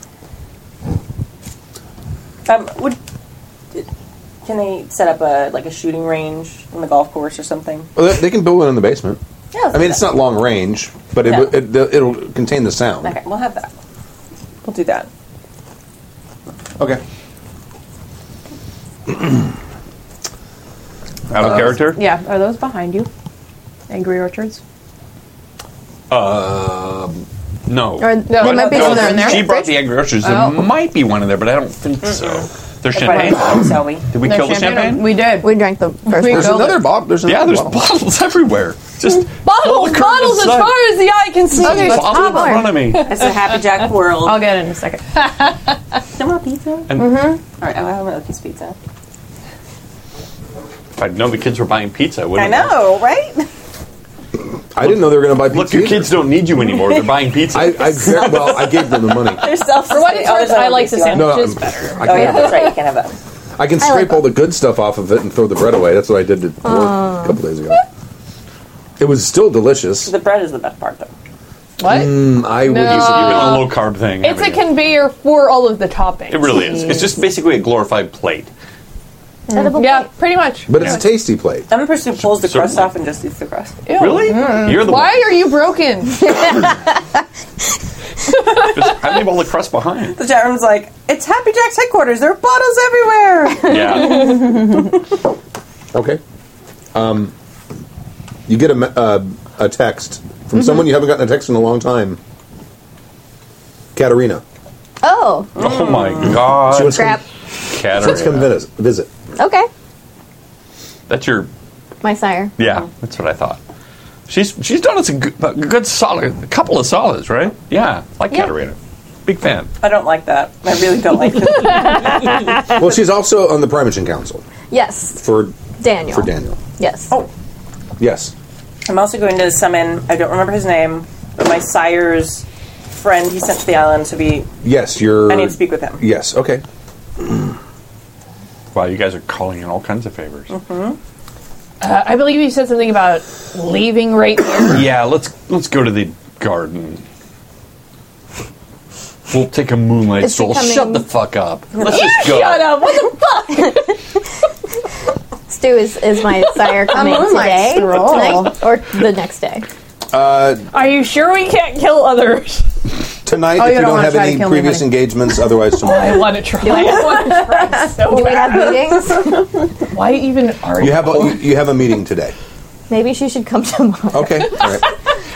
A: Um, would can they set up a like a shooting range in the golf course or something?
B: Well, they, they can build one in the basement.
A: Yeah, let's
B: I mean,
A: do
B: it's
A: that.
B: not long range, but it,
A: No.
B: w it, the- it'll contain the sound.
A: Okay, we'll have that. We'll do that.
B: Okay.
E: Out of character?
F: Yeah, are those behind you? Angry Orchards?
E: No.
C: Or they might be
E: No,
C: somewhere in there.
E: She brought the angry orchards. There might be one in there, but I don't think so. There's
A: Right,
E: champagne.
A: so we.
E: Did we kill the champagne?
F: We did.
C: We drank the first
D: We
C: one.
B: There's another bottle. There's another
E: Yeah, there's
B: bottle.
E: bottles *laughs* everywhere. Just
D: Bottles,
E: Look,
D: Oh, bottles as
E: it's like-
D: far as the eye can see.
E: bottles in
C: more.
E: front of me.
A: That's a happy
D: *laughs*
A: jack world.
F: I'll get it in a second.
A: Do you want pizza? All
E: And
A: right, I want Oki's pizza.
E: if I'd known the kids were buying pizza, I would
A: I know, right? *laughs*
B: I didn't know they were going to buy pizza.
E: Look, your
B: either.
E: kids don't need you anymore. They're buying pizza.
B: I, I very, well, I gave them the
A: *laughs*
B: money.
A: They're self.
D: For what it's worth, I like the
A: sandwich.
B: No,
D: Which
B: I'm-
D: is better.
B: I,
A: Oh
B: can
A: yeah, that's right. You can have that.
B: I can scrape all the good stuff off of it and throw the bread away. That's what I did to work
F: Oh.
B: a couple days ago. It was still delicious.
A: The bread is the best part, though.
D: What?
B: Mm, I would
E: You're
B: use it.
E: doing a low carb thing.
D: it's a
E: haven't you?
D: conveyor for all of the toppings.
E: It really is. It's just basically a glorified plate.
C: Edible
D: Yeah, pretty much.
B: But it's a tasty plate.
A: I'm the person who pulls the crust
E: Certainly.
A: off and just eats the crust.
D: Ew.
E: Really? You're the
D: Why are you
B: *laughs*
D: broken?
E: one. Just- I leave all the crust behind.
A: The chat room's like, it's Happy Jack's headquarters. There are bottles
D: *laughs*
A: everywhere.
E: Yeah.
B: Okay. Um, you get a, me- uh, a text from
A: Mm-hmm.
B: someone you haven't gotten a text in a long time. Katerina.
C: Oh,
E: Oh my
B: She
E: God.
B: wants to come-
C: crap.
B: she wants to come
E: Katerina.
B: visit. visit.
C: Okay.
E: That's your.
C: My sire.
E: Yeah, that's what I thought. She's she's done us a good, a good solid, a couple of solids, right? Yeah, like
C: Yeah.
E: Katerina. Big fan.
A: I don't like that. I really don't like it.
D: *laughs*
B: Well, she's also on the Primation Council
C: Yes.
B: for
C: Daniel.
B: for Daniel.
C: Yes.
A: Oh.
B: Yes.
A: I'm also going to summon. I don't remember his name, but my sire's friend. He sent to the island to be.
B: Yes, you're.
A: I need to speak with him.
B: Yes, okay.
E: Wow, you guys are calling in all kinds of favors.
D: Uh, I believe you said something about leaving right here.
E: Yeah, let's let's go to the garden. We'll take a moonlight
C: It's
E: stroll.
C: becoming-
E: Shut the fuck up. Let's just go.
D: Shut up. What the
C: Stu is, is
E: *laughs*
C: my sire coming today, tonight, or the next day.
D: Are you sure we can't kill others? *laughs*
B: Tonight,
F: Oh, you
B: if you
F: don't
B: don't
F: wanna
B: have
F: try to
B: any
F: kill me,
B: previous
F: honey.
B: engagements, otherwise tomorrow.
D: want to try. *laughs* I want to try so
E: Oh,
C: Do we
D: bad.
C: have
E: *laughs*
C: meetings?
D: Why even are
B: Oh You have a, you, you have a meeting today.
C: Maybe she should come tomorrow.
B: Okay. All right.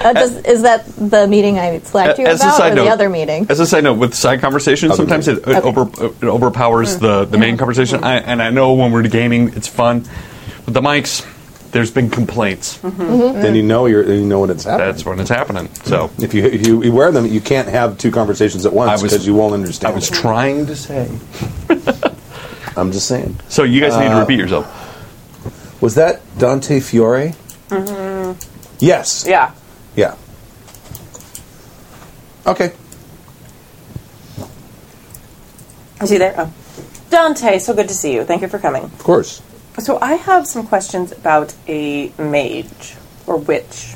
C: Uh, does, is that the meeting I slacked you
E: As a
C: about,
E: side
C: or
E: note-
C: the other meeting?
E: As a side note, with side conversations,
B: Other
E: sometimes it, it, over, it
C: Mm.
E: overpowers the, the main conversation. I, and I know when we're gaming, it's fun. With the mics, there's been complaints.
C: Mm-hmm.
B: Then you know you're you know when it's happening.
E: That's when it's happening. So
H: Mm-hmm.
B: if you if you wear them, you can't have two conversations at once
E: I was-
B: because you won't understand.
E: I was trying to say.
B: I'm just saying.
E: So you guys
H: uh,
E: need to repeat yourself.
B: Was that Dante Fiore? Yes.
A: Yeah.
B: Yeah. Okay.
A: Is he there? Oh. Dante, so good to see you. Thank you for coming.
B: Of course.
A: So I have some questions about a mage or witch.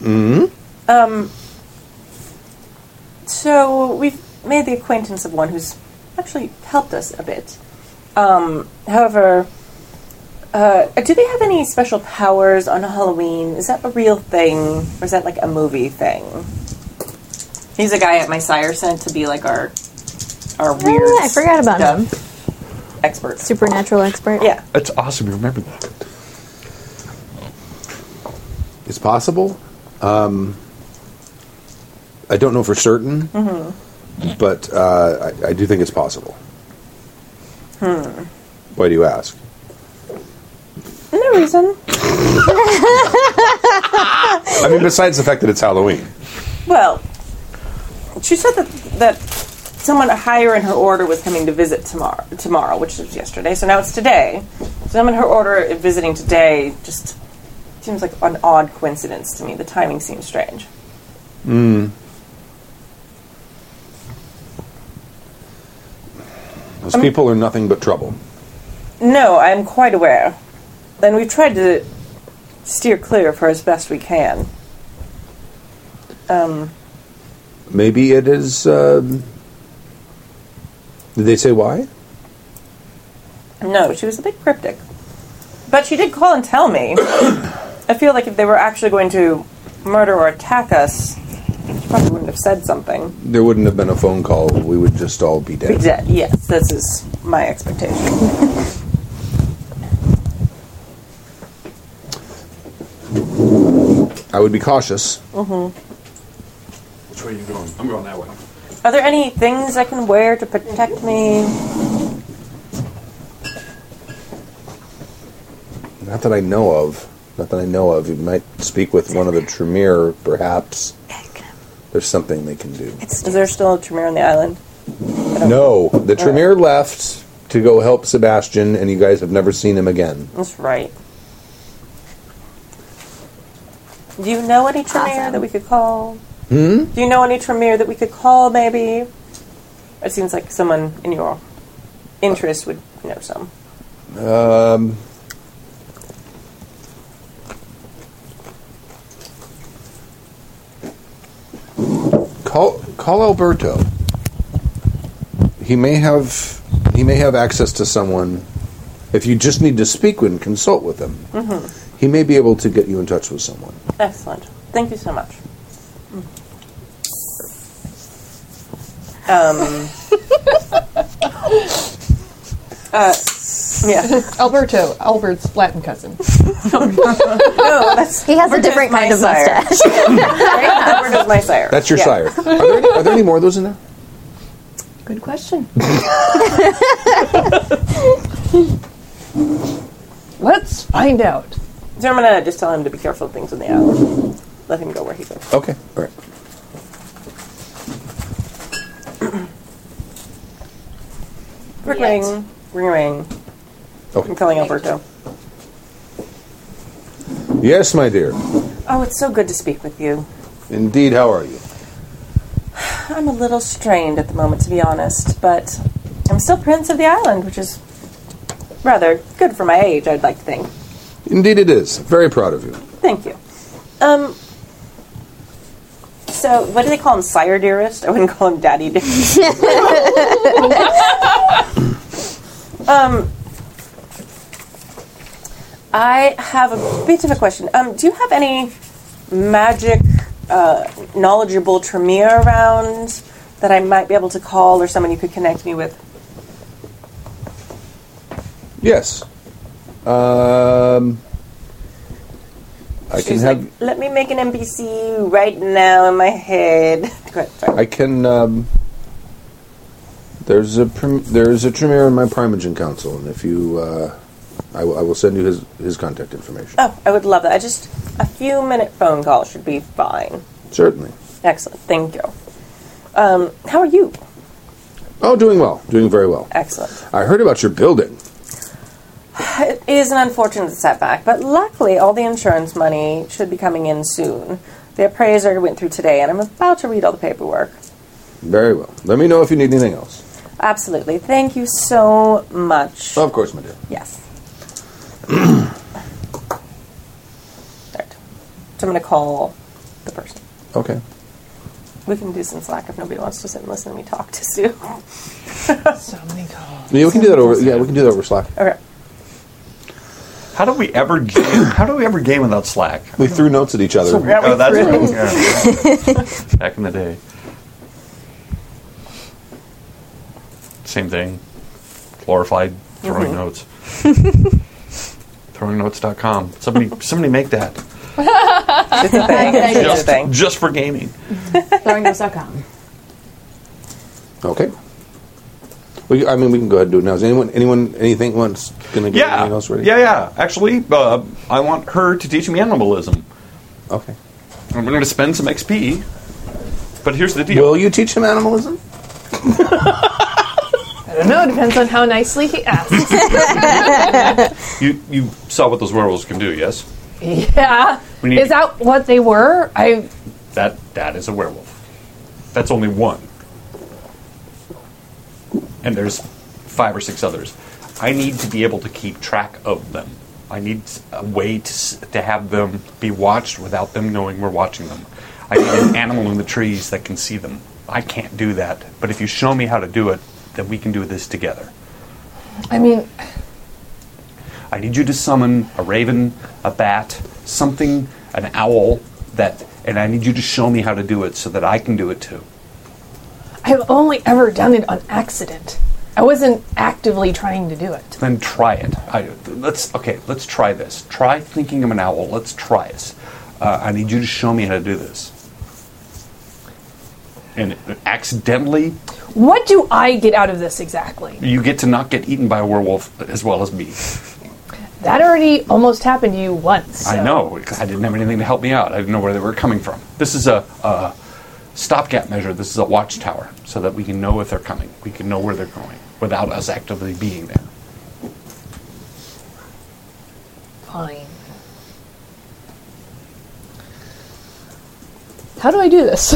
A: Mm-hmm. Um. So we've made the acquaintance of one who's actually helped us a bit. Um. However, uh, do they have any special powers on Halloween? Is that a real thing, or is that like a movie thing? He's a guy at my sire sent to be like our our
C: Oh,
A: weird.
C: I forgot about him.
A: stuff Expert.
C: Supernatural expert.
A: Yeah.
E: That's awesome. You remember that.
B: It's possible. Um, I don't know for certain, but uh, I, I do think it's possible. Why do you ask?
A: No reason.
B: I mean, besides the fact that it's Halloween.
A: Well, she said that that someone higher in her order was coming to visit tomorrow, tomorrow, which was yesterday. So now it's today. Someone in her order visiting today just seems like an odd coincidence to me. The timing seems strange.
B: Hmm. Those people are nothing but trouble.
A: No, I'm quite aware. And we've tried to steer clear of her as best we can. Um,
B: Maybe it is. Um, did they say why?
A: no, she was a bit cryptic. But she did call and tell me. *coughs* I feel like if they were actually going to murder or attack us, she probably wouldn't have said something.
B: There wouldn't have been a phone call. We would just all be dead.
A: Exa- Yes, this is my expectation.
B: I would be cautious.
A: hmm
K: Which way are you going? I'm going that way.
A: Are there any things I can wear to protect me?
B: Not that I know of. Not that I know of. You might speak with one of the Tremere, perhaps. There's something they can do.
A: Is there still a Tremere on the island?
B: No, the Tremere left to go help Sebastian, and you guys have never seen him again.
A: That's right. Do you know any Tremere that we could call?
B: Hmm.
A: Do you know any Tremere that we could call, maybe? It seems like someone in your interest would know some.
B: Um. Call call Alberto. He may have he may have access to someone. If you just need to speak and consult with him,
A: hmm
B: he may be able to get you in touch with someone.
A: Excellent. Thank you so much. Um. uh, yeah.
D: Alberto, Albert's Latin cousin.
A: No, that's
C: He has a
A: Alberto's
C: different
A: my
C: kind of *laughs*
A: sire.
C: mustache.
A: Right? Alberto's my sire.
B: That's your
A: Yeah.
B: sire. Are there, any, are there any more of those in there?
G: Good question.
D: Let's find out.
A: So I'm gonna just tell him to be careful of things in the alley. Let him go where he goes.
B: Okay, all right.
A: Ring, ring, ring, ring.
B: Okay.
A: I'm calling Alberto.
B: Yes, my dear.
A: Oh, it's so good to speak with you.
B: Indeed. How are you?
A: I'm a little strained at the moment, to be honest, but I'm still prince of the island, which is rather good for my age, I'd like to think.
B: Indeed, it is. Very proud of you.
A: Thank you. Um. So, what do they call him, sire dearest? I wouldn't call him daddy dearest. *laughs* um, I have a bit of a question. Um, do you have any magic, uh, knowledgeable Tremere around that I might be able to call, or someone you could connect me with?
B: Yes. Um, I can
A: She's
B: have.
A: like, let me make an NPC right now in my head. *laughs* Go ahead, sorry.
B: I can. Um, there's a prim, there's a Tremere in my Primogen Council, and if you, uh, I, will- I will send you his his contact information.
A: Oh, I would love that. I just a few minute phone call should be fine.
B: Certainly.
A: Excellent. Thank you. Um, how are you?
B: Oh, doing well, doing very well.
A: Excellent.
B: I heard about your building.
A: It is an unfortunate setback, but luckily all the insurance money should be coming in soon. The appraiser went through today, and I'm about to read all the paperwork.
B: Very well. Let me know if you need anything else.
A: Absolutely. Thank you so much.
B: Oh, Of course, my dear.
A: Yes. *clears throat* right. So I'm going to call the person.
B: Okay.
A: We can do some Slack if nobody wants to sit and listen to me talk to Sue. *laughs*
D: So many calls.
B: Yeah, we can do that over. Yeah, we can do that over Slack.
A: okay.
H: How do we ever game? How do we ever game without Slack?
B: We threw notes at each other.
H: oh, that's yeah. back in the day. Same thing. Glorified throwing
A: Mhm.
H: notes. *laughs* Throwingnotes.com. Somebody, somebody make that
A: It's a thing. It's a
H: just,
A: thing.
H: just for gaming.
G: Throwingnotes.com.
B: Okay. We, I mean, we can go ahead and do it now. Is anyone, anyone, anything wants going to get
H: Yeah,
B: anything else ready?
H: yeah, yeah. Actually, uh, I want her to teach me animalism.
B: Okay.
H: I'm going to spend some XP But here's the deal.
B: Will you teach him animalism?
D: I don't know. It depends on how nicely he
H: *laughs*
D: asks.
H: You you saw what those werewolves can do, yes?
D: yeah.
H: We need
D: Is
H: to-
D: that what they were? I.
H: That that is a werewolf. That's only one. And there's five or six others. I need to be able to keep track of them. I need s- a way to, s- to have them be watched without them knowing we're watching them. I need an animal in the trees that can see them. I can't do that. But if you show me how to do it, then we can do this together.
D: I mean,
H: I need you to summon a raven, a bat, something, an owl that, and I need you to show me how to do it so that I can do it too.
D: I've only ever done it on accident. I wasn't actively trying to do it.
H: Then try it. I, let's okay. Let's try this. Try thinking of an owl. Let's try it. Uh, I need you to show me how to do this. And accidentally,
D: What do I get out of this exactly?
H: you get to not get eaten by a werewolf as well as me.
D: That already almost happened to you once.
H: I know because I didn't have anything to help me out. I didn't know where they were coming from. This is a, a stopgap measure. This is a watchtower, so that we can know if they're coming. We can know where they're going without us actively being there.
D: Fine. How do I do this?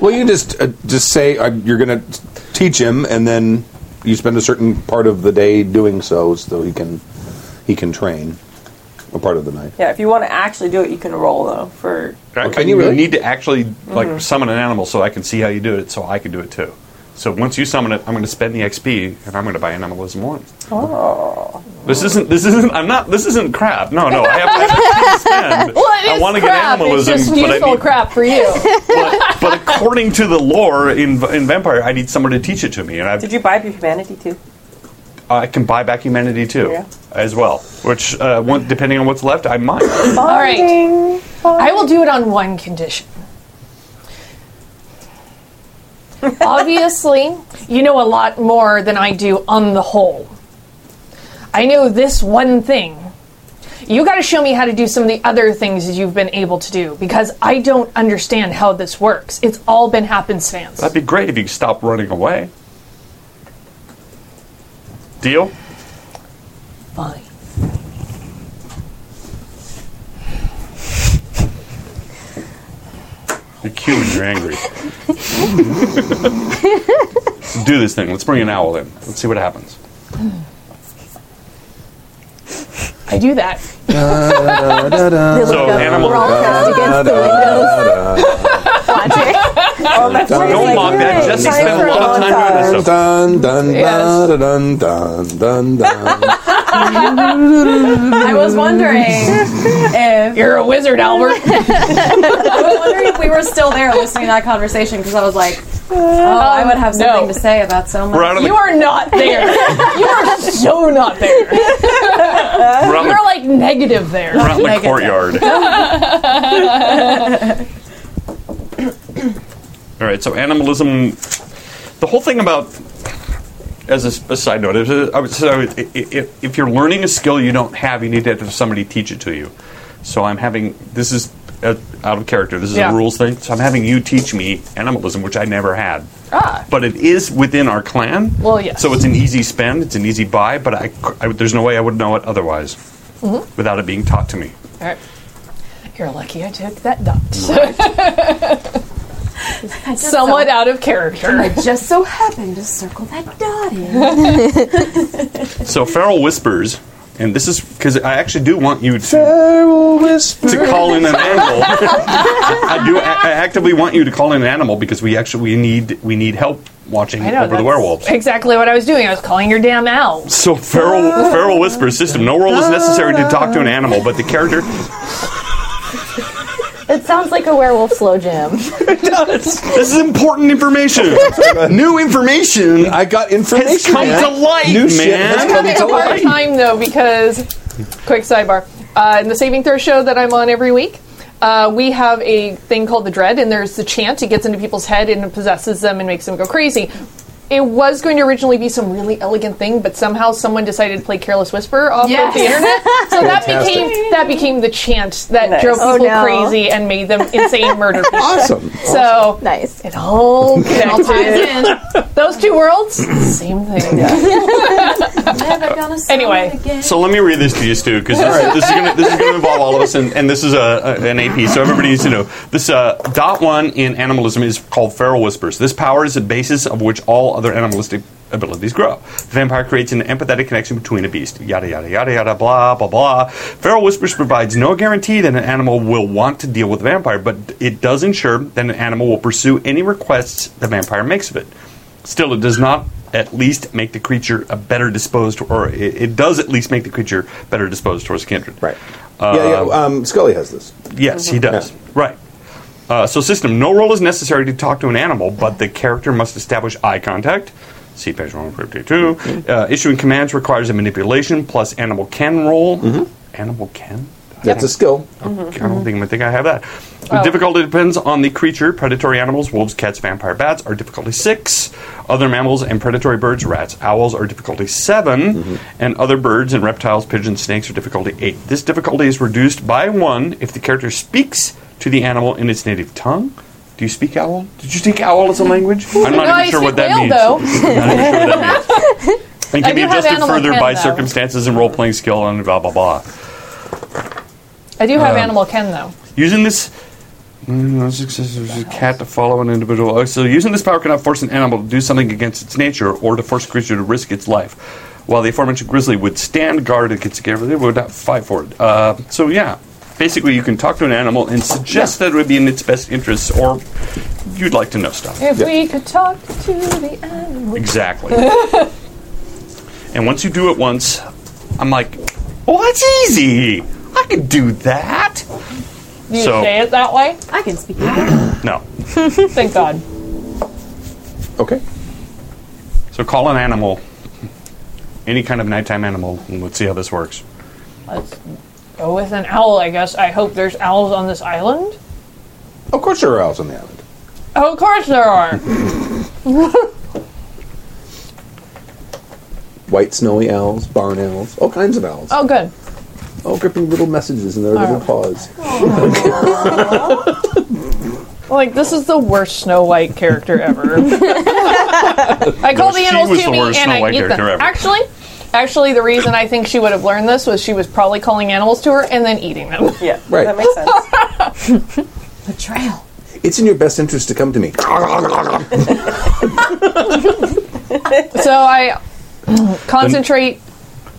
D: *laughs*
B: well, you just uh, just say uh, you're going to teach him, and then you spend a certain part of the day doing so, so he can he can train a part of the night.
A: Yeah, if you want to actually do it, you can roll though for.
H: I,
B: Can
H: I
B: you really?
H: need to actually like
D: Mm-hmm.
A: Mhm.
H: summon an animal so I can see how you do it, so I can do it too. So once you summon it, I'm going to spend the XP and I'm going to buy animalism one.
A: Oh.
H: This isn't. This isn't. I'm not. This isn't crap. No, no. I have. I
D: *laughs*
H: have to spend.
D: Well, it
H: I
D: is
H: wanna get
D: crap.
H: animalism,
D: It's just
H: but I
D: useful
H: need-
D: crap for
H: *laughs*
D: you.
H: But according to the lore in in Vampire, I need someone to teach it to me, and I've
A: Did you buy up your humanity too?
H: I can buy back humanity too,
A: Yeah.
H: as well. Which, uh, one, depending on what's left, I might.
D: All right. I will do it on one condition. Obviously, you know a lot more than I do on the whole. I know this one thing. You got to show me how to do some of the other things that you've been able to do because I don't understand how this works. It's all been happenstance.
H: That'd be great if you could stop running away. Deal?
D: Fine.
H: You're cute and
A: *laughs*
H: you're angry. Do this thing. Let's bring an owl in. Let's see what happens.
D: I do that.
H: So animal.
E: *laughs*
A: oh, that's
B: Don't
A: right.
H: mock that. Jesse
A: Time
H: spent a
A: for
H: lot of time doing this stuff.
B: Dun dun
A: Yes.
B: dun dun dun dun dun.
A: *laughs*
F: I was
C: *laughs*
F: wondering if
D: You're a wizard, Albert.
F: I was wondering if we were still there listening to that conversation because I was like, oh, I would have something to say about so much.
H: We're out on
D: You
H: the,
D: are not there. you are so not there.
H: we're out in
D: You're
H: the,
D: like negative there.
H: we're out in the courtyard. All right. So animalism. The whole thing about as a, s- a side note, if, uh, I would- so i- i- if, if you're learning a skill you don't have, you need to have somebody teach it to you. So I'm having this is uh out of character. This is
D: Yeah.
H: a rules thing. So I'm having you teach me animalism, which I never had.
D: Ah.
H: But it is within our clan.
D: Well, yes.
H: So it's an easy spend. It's an easy buy. But I, c- I- there's no way I would know it otherwise,
D: Mm-hmm.
H: without it being taught to me.
D: All right. You're lucky I took that dot. *laughs*
F: *laughs*
D: Somewhat out of character.
L: Just so happened to circle that dot in.
H: So feral whispers, and this is because I actually do want you to
B: Feral whisper.
H: to call in
B: *laughs*
H: an animal. I do. I actively want you to call in an animal because we actually we need we need help watching
D: I know,
H: over the
D: that's
H: werewolves.
D: *laughs* Exactly what I was doing. I was calling your damn owl.
H: So feral feral whisper system. No role is necessary to talk to an animal, but the character.
C: It sounds like a werewolf slow jam.
H: This is important information. New information
B: I got information.
H: has come
B: man.
H: to light,
B: New shit has
H: man.
B: come
D: Having
B: to
D: a hard
B: light.
D: time though because, quick sidebar, uh, in the Saving Throw show that I'm on every week, uh, we have a thing called the Dread, and there's the chant. It gets into people's head and it possesses them and makes them go crazy. it was going to originally be some really elegant thing, but somehow someone decided to play Careless Whisper off
M: Yes.
D: of the internet. So that
B: Fantastic.
D: became that became the chant that
M: Nice.
D: drove
M: Oh,
D: people
M: no.
D: crazy and made them insane murder people.
B: Awesome.
D: So
C: *laughs* nice.
D: It all it all ties in. Those two worlds, same thing.
F: Never gonna say
D: Anyway.
F: it again.
H: So let me read this to you, Stu, because this, this is gonna this is gonna involve all of us, and, and this is a, a- an AP, so everybody needs to know. This uh, dot one in animalism is called feral whispers. This power is the basis of which all other animalistic abilities grow. The vampire creates an empathetic connection between a beast. Yada yada yada yada blah blah blah. Feral whispers provides no guarantee that an animal will want to deal with a vampire, but it does ensure that an animal will pursue any requests the vampire makes of it. Still, it does not at least make the creature a better disposed, or it, it does at least make the creature better disposed towards kindred. Right. Uh,
B: yeah, yeah. Um, Scully has this.
H: Yes, he does. Right. Uh, so, system. No role is necessary to talk to an animal, but the character must establish eye contact. See page 152. Uh, issuing commands requires a manipulation plus animal can roll. Animal can?
B: That's a skill.
H: Oh,
D: Mm-hmm,
H: I don't think I think I have that. The
D: Oh.
H: difficulty depends on the creature. Predatory animals, wolves, cats, vampire bats are difficulty six. Other mammals and predatory birds, rats, owls are difficulty 7
D: Mm-hmm.
H: and other birds and reptiles, pigeons, snakes are difficulty eight. This difficulty is reduced by one if the character speaks to the animal in its native tongue. Do you speak owl? Did you think owl is a language? I'm not
D: No, I
H: even sure
D: speak
H: what that
D: whale,
H: means. *laughs*
D: though.
H: Not even sure what that
D: *laughs*
H: means. And
D: I
H: can be
D: do have
H: adjusted
D: animal
H: further
D: ken,
H: by
D: though.
H: circumstances and role playing skill and blah blah blah.
D: I do have
H: Um,
D: Animal Ken though.
H: Using this. Mm, that's successful. It's a cat to follow an individual. Oh, So, using this power cannot force an animal to do something against its nature or to force a creature to risk its life. While the aforementioned grizzly would stand guard against the cavalier, would not fight for it. Uh, so, yeah. Basically, you can talk to an animal and suggest that it would be in its best interests or you'd like to know stuff.
D: If we could talk to the animal.
H: Exactly. and once you do it once, I'm like, well, that's easy. I could do that.
D: Do you
H: So-
D: say it that way?
F: I can speak. English.
H: No.
D: Thank God.
B: Okay.
H: So call an animal, any kind of nighttime animal, and let's see how this works.
D: Let's go with an owl, I guess. I hope there's owls on this island.
B: Of course, there are owls on the island.
D: Oh, of course there are.
B: White snowy owls, barn owls, all kinds of owls.
D: oh, good.
B: All gripping little messages in their little paws.
D: Like this is the worst Snow White character ever. *laughs* I call
H: No,
D: the
H: she
D: animals
H: was
D: to
H: the
D: me
H: worst
D: and
H: Snow
D: I
H: White
D: eat them.
H: character ever.
D: Actually, actually, the reason I think she would have learned this was she was probably calling animals to her and then eating them. *laughs*
A: Yeah,
B: Right.
A: that makes sense.
F: Betrayal.
B: It's in your best interest to come to me.
D: So I *clears throat* concentrate.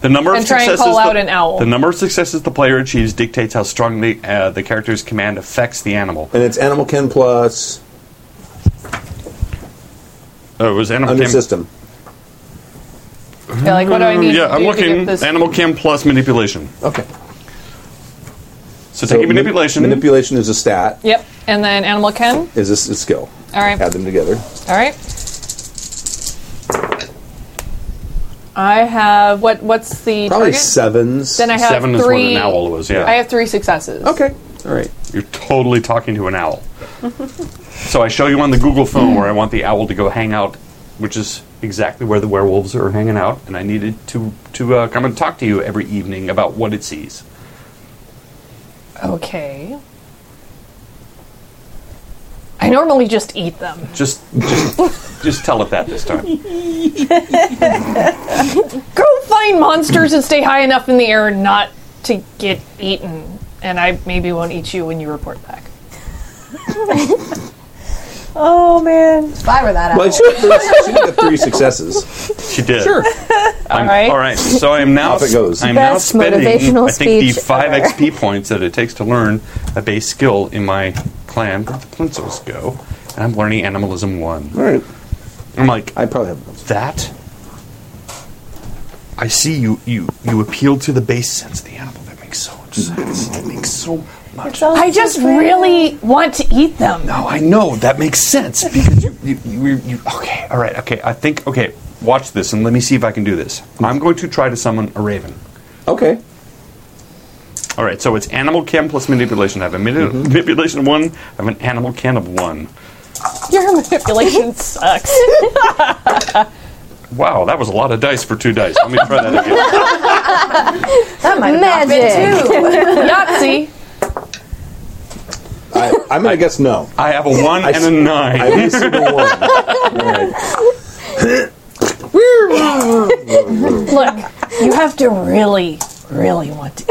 H: The number of
D: And try and
H: successes
D: call
H: the,
D: out an owl.
H: the number of successes the player achieves dictates how strongly uh, the character's command affects the animal.
B: And it's Animal Ken Plus
H: Oh, it was animal
B: under
H: chem.
B: system.
D: Yeah, like what do I need?
H: Mm, yeah,
D: to
H: I'm
D: do to get
H: looking.
D: this-
H: Animal chem plus manipulation.
B: Okay.
H: So, take a
B: ma-
H: manipulation.
B: Manipulation is a stat.
D: Yep, and then animal ken.
B: Is a, s- a skill.
D: All right.
B: Add them together.
D: All right. I have what? What's the
B: Probably
D: target?
B: sevens.
D: Then I have
H: Seven is what
D: three.
H: an owl was, yeah.
D: I have three successes.
B: okay. All right.
H: You're totally talking to
D: *laughs*
H: an owl. so I show you on the Google phone where I want the owl to go hang out, which is exactly where the werewolves are hanging out, and I needed to to uh, come and talk to you every evening about what it sees.
D: Okay. I normally just eat them.
H: Just, just, just tell it that this time.
D: Go find monsters and stay high enough in the air not to get eaten. And I maybe won't eat you when you report back.
A: *laughs* Oh man.
F: If I were that
B: Well,
F: owl,
B: she got three, she got three successes.
H: She did.
B: Sure.
H: I'm-
D: right.
H: All right. So I'm now.
B: Off it goes.
H: I'm
C: Best
H: now spending.
C: motivational
H: I think the
C: speech
H: five
C: ever.
H: XP points that it takes to learn a base skill in my clan. where The Plinsos go, and I'm learning animalism one.
B: All right.
H: I'm like,
B: I probably have those.
H: that I see you you you appeal to the base sense of the animal. That makes so much sense. That makes so much. No,
D: I just really want to eat them.
H: Oh, I know that makes sense because you you, you, you okay. All right, okay. I think okay. Watch this and let me see if I can do this. I'm going to try to summon a raven.
B: Okay.
H: All right, so it's animal chem plus manipulation. I have a mani- manipulation of one. I have an animal can of one.
B: *laughs*
D: Your manipulation sucks.
H: Wow, that was a lot of dice for two dice. Let me try that again.
D: that
N: might have not been
D: Yahtzee.
B: I, I'm going to guess *laughs* no.
H: I have a one
B: and a
H: nine.
B: I do see the
D: Look, you have to really, really want to.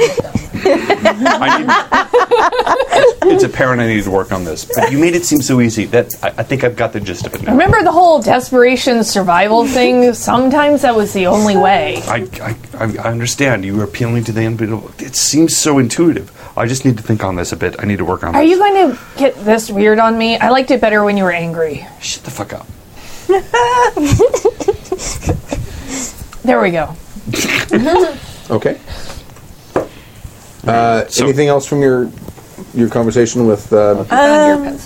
H: It's apparent I need to work on this. But you made it seem so easy. That I, I think I've got the gist of it now.
D: Remember the whole desperation survival thing? Sometimes that was the only way.
H: I, I, I I understand. You were appealing to the unbeatable. It seems so intuitive. I just need to think on this a bit. I need to work on
D: Are
H: this.
D: you going to get this weird on me? I liked it better when you were angry.
H: Shut the fuck up.
D: There we go.
B: Okay. Uh, anything else from your your conversation with? Uh,
D: Um,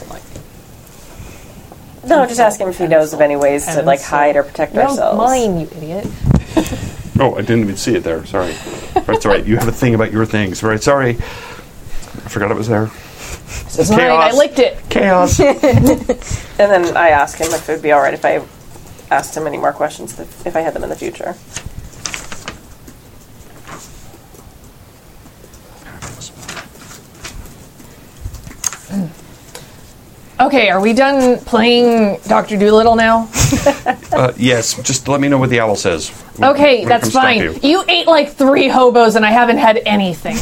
A: No, just ask him if he knows of any ways to like hide or protect ourselves.
D: you idiot.
H: Oh, I didn't even see it there. Sorry. That's right. You have a thing about your things. Right. Sorry. I forgot it was there.
D: This is mine. I licked it. *laughs*
H: Chaos.
A: And then I ask him if it would be all right if I asked him any more questions that, if I had them in the future.
D: Okay, are we done playing Doctor Doolittle now?
H: Uh, yes. Just let me know what the owl says. when-
D: Okay,
H: when it
D: that's
H: comes to
D: fine.
H: you.
D: You ate like three hobos, and I haven't had
H: *laughs*
D: anything.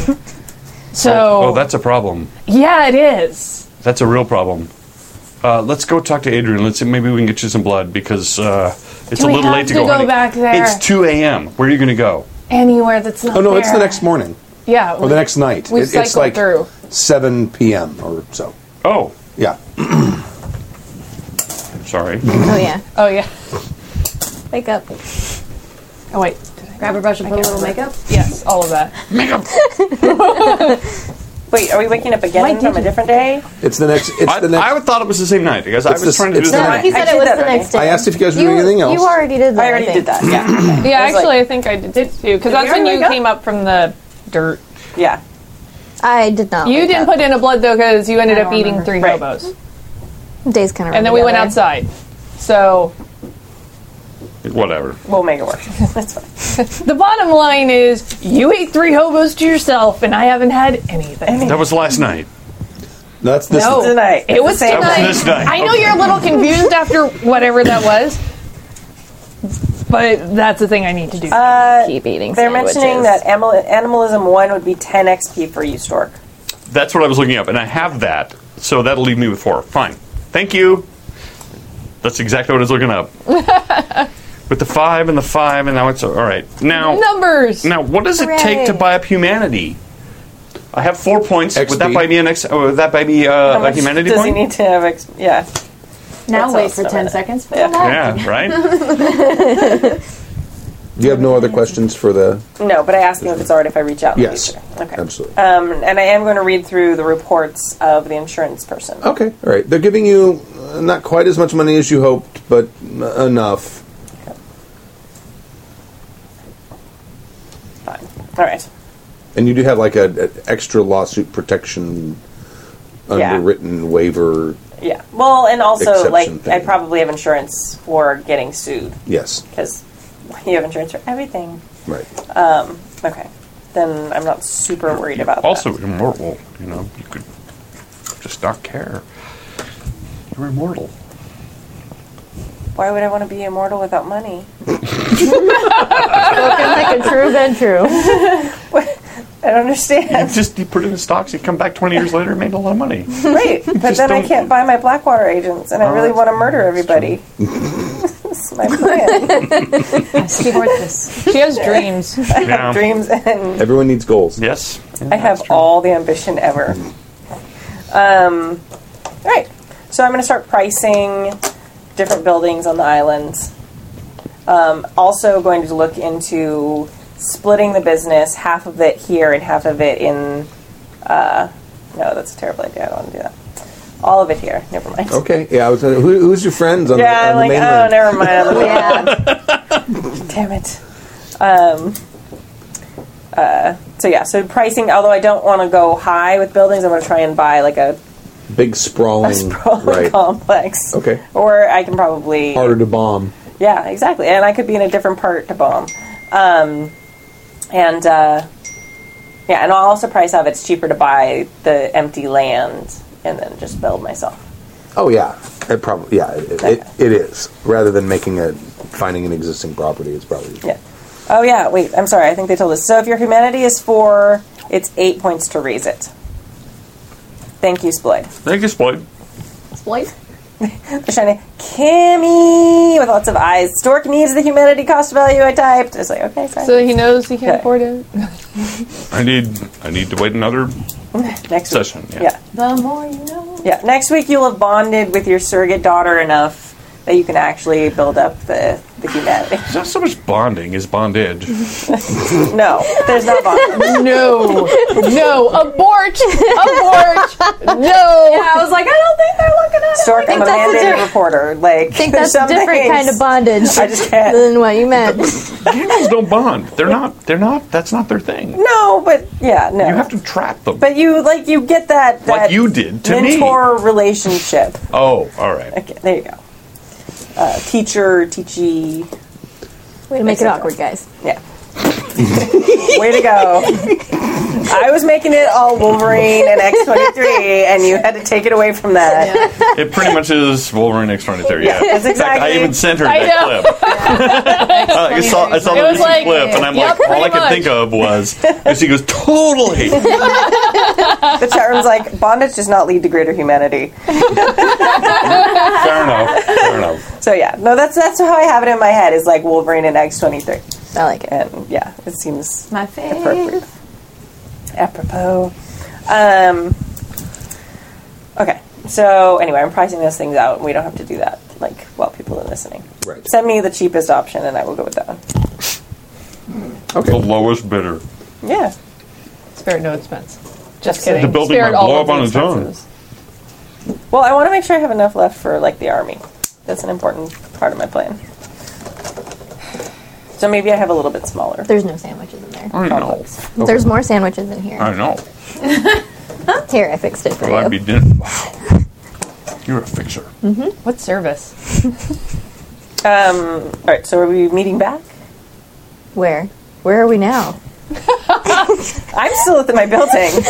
D: So
H: Oh, that's a problem.
D: yeah, it is.
H: That's a real problem. Uh, let's go talk to Adrian. Let's maybe we can get you some blood because uh, it's
D: Do
H: a
D: we
H: little
D: have
H: late to
D: to
H: go.
D: go
H: honey.
D: back there?
H: It's two a.m. Where are you going to go?
D: Anywhere that's not.
B: oh no, it's the
D: there.
B: next morning
D: Yeah,
B: or the next night.
D: We
B: It-
D: cycle
B: it's like
D: through.
B: seven p.m. or so.
H: Oh,
B: Yeah.
H: sorry.
C: Oh yeah,
D: Oh yeah.
C: wake up.
D: Oh wait.
N: Grab a brush and put a little makeup.
D: Yes, all of that.
A: Wait, are we waking up again from a different day?
B: It's the next. It's
H: I,
B: the next.
H: I thought it was the same night because I
B: It's
H: was
B: the-
H: trying to do
B: it's
H: the
B: the
C: No,
H: night.
C: he said
A: I
C: it was
A: did
C: the
A: already.
C: next day.
B: I asked if you guys were
C: you,
B: doing anything else.
C: You already did that.
A: I already did that. Yeah. *clears throat* Okay.
D: Yeah,
A: I was like-
D: actually, I think I did too because that's
A: we
D: when
A: already
D: you
A: go?
D: came up from the dirt.
A: yeah.
C: I did not.
D: You
C: wake
D: didn't
C: up.
D: put in a blood though because you ended
C: Oh, I
D: up
C: don't
D: eating
C: remember.
D: three
A: Right.
D: hobos,
C: Days kind of.
D: and then we went outside. So
H: Whatever.
A: We'll make it work. *laughs* That's fine.
D: the bottom line is, you ate three hobos to yourself, and I haven't had anything.
H: That was last night.
B: No, that's this.
D: No.
A: Tonight.
D: It was
A: same
H: That
D: tonight.
H: was this night.
D: I know you're a little confused after whatever that was, but that's the thing I need to do.
C: Keep eating.
A: They're
C: *laughs*
A: mentioning that animal, animalism one would be 10 XP for you, Stork.
H: That's what I was looking up, and I have that, so that'll leave me with four. Fine. Thank you. That's exactly what I was
B: *laughs*
H: looking up. with the five and the five, and now it's all right. Now
D: Numbers.
H: Now, what does it take to
C: Hooray.
H: buy up humanity? I have four points.
B: XP.
H: Would that buy me an X? Would that buy me
A: How
H: uh, a
A: much
H: humanity
A: does
H: point?
A: he need to have XP? Yeah.
N: Now
A: That's
N: wait
A: awesome.
N: for ten
C: *laughs*
N: seconds.
H: yeah,
B: *laughs*
H: right.
B: Do you have no other questions for the?
A: No, but I asked him if it's all right if I reach out in
B: Yes.
A: the future. Okay.
B: Absolutely.
A: Um, and I am going to read through the reports of the insurance person.
H: Oh.
B: Okay. All right. They're giving you uh, not quite as much money as you hoped, but uh, enough.
A: Fine. All right.
B: And you do have like a, a extra lawsuit protection
A: Yeah.
B: underwritten waiver.
A: Yeah. Well, and also,
B: Exception
A: like, I
B: thing.
A: probably have insurance for getting sued
B: Yes.
A: because *laughs* you have insurance for everything.
B: Right.
A: Okay. Then I'm not super worried about
H: also
A: that.
H: immortal. You know, you could just not care. You're immortal.
A: Why would I want to be immortal without money?
C: like a true bed true.
A: I don't understand.
H: You *laughs* just you put it in stocks. You come back 20 years later, and made a lot of
A: *laughs*
H: money.
A: Right. But
H: Just
A: then I
H: don't-
A: can't buy my Blackwater agents, and I
H: Oh,
A: really
H: that's-
A: want to murder everybody. *laughs* That's my plan.
N: Keyboard this.
D: she has dreams.
A: I have
H: Yeah.
A: dreams and
B: Everyone needs goals.
H: Yes.
A: I have all the ambition ever. Um, all right. So I'm going to start pricing different buildings on the island. Um, also going to look into splitting the business, half of it here and half of it in. Uh, no, that's a terrible idea. I don't want to do that. All of it here. Never mind.
B: Okay. Yeah. I was. Gonna, who, who's your friends on
A: Yeah,
B: the,
A: I'm
B: on
A: like,
B: the
A: oh,
B: mainland?
A: never mind. I'm like, oh,
C: Yeah.
A: Damn it. Um, uh, so yeah, so pricing. Although I don't want to go high with buildings, I'm going to try and buy like a
B: big sprawling,
A: *laughs* sprawling
B: right?
A: complex.
B: Okay.
A: Or I can probably
B: Harder to bomb.
A: Yeah, exactly. And I could be in a different part to bomb. Um, and uh, yeah, and I'll also price out if it's cheaper to buy the empty land and then just build myself.
B: Oh yeah, it probably yeah it, it, it is. Rather than making a finding an existing property, it's probably
A: Yeah. Oh yeah, wait, I'm sorry, I think they told us. So if your humanity is four, it's eight points to raise it. Thank you, Sploid. *laughs*
E: Thank you, Sploid.
A: Sploid? They're shiny. Kimmy with lots of eyes. Stork needs the humanity cost value I typed. It's like, okay, sorry.
D: So he knows he can't
A: Okay.
D: afford it.
E: I need I need to wait another
A: Next week.
E: session.
A: Yeah. The more you know. Yeah. Next week you'll have bonded with your surrogate daughter enough that you can actually build up the, the humanity. *laughs*
E: It's not so much bonding is bondage.
A: no, there's not
C: *laughs*
A: bonding.
D: No, no, abort,
C: *laughs*
D: abort, no.
A: Yeah, I was like, I don't think they're looking at Stork,
C: I
A: I'm
C: think
A: a
C: that's a
A: mandated
C: diff-
A: reporter. Like,
C: I think that's a different kind of bondage *laughs*
A: I just can't.
C: than what you *laughs* meant.
E: Humans don't bond. They're not. They're not. That's not their thing.
A: No, but yeah, no.
E: You have to trap them.
A: but you like you get that, that
E: Like you did to me.
A: mentor relationship.
E: Oh, all right.
A: Okay, there you go. Uh, teacher, teachy.
C: Way to make it
A: etc.
C: awkward, guys.
A: Yeah. Way to
E: *laughs*
A: go. I was making it all Wolverine and X23, and you had to take it away from that.
E: It pretty much is Wolverine X twenty three. Yeah.
A: That's
E: In fact, I
A: exactly-
E: even sent her
D: I
E: that
D: know. *laughs*
E: clip. *laughs* Uh, I saw I saw
D: It
E: the
D: was
E: recent
D: like-
E: clip, and I'm
D: Yep,
E: like, all I
D: pretty
E: could
D: much.
E: think
D: *laughs*
E: of was, and she goes, totally.
A: The chat room's like, bondage does not lead to greater humanity.
E: Fair enough. Fair enough.
A: So yeah, no, that's that's how I have it in my head is like Wolverine and X23,
C: I like it.
A: and yeah, it seems
F: My face.
A: appropriate, apropos. Um, okay, so anyway, I'm pricing those things out. We don't have to do that like while people are listening.
B: Right.
A: Send me the cheapest option, and I will go with that one.
E: The lowest bidder.
A: Yeah.
D: Spare no expense. Just kidding.
E: The building
D: Spare
E: might
D: all of
E: blow up
D: the
E: on its own.
D: expenses.
A: Well, I want to make sure I have enough left for like the army. That's an important part of my plan. So maybe I have a little bit smaller.
C: There's no sandwiches in there.
E: I know.
C: There's more sandwiches in here.
E: I know.
C: Here, I fixed it for
E: Well, I'd be
C: you.
E: dinner. Wow. You're a fixer.
D: What service?
A: Um, all right, so are we meeting back?
C: Where? Where are we now? *laughs*
A: I'm still at the, my building. *laughs*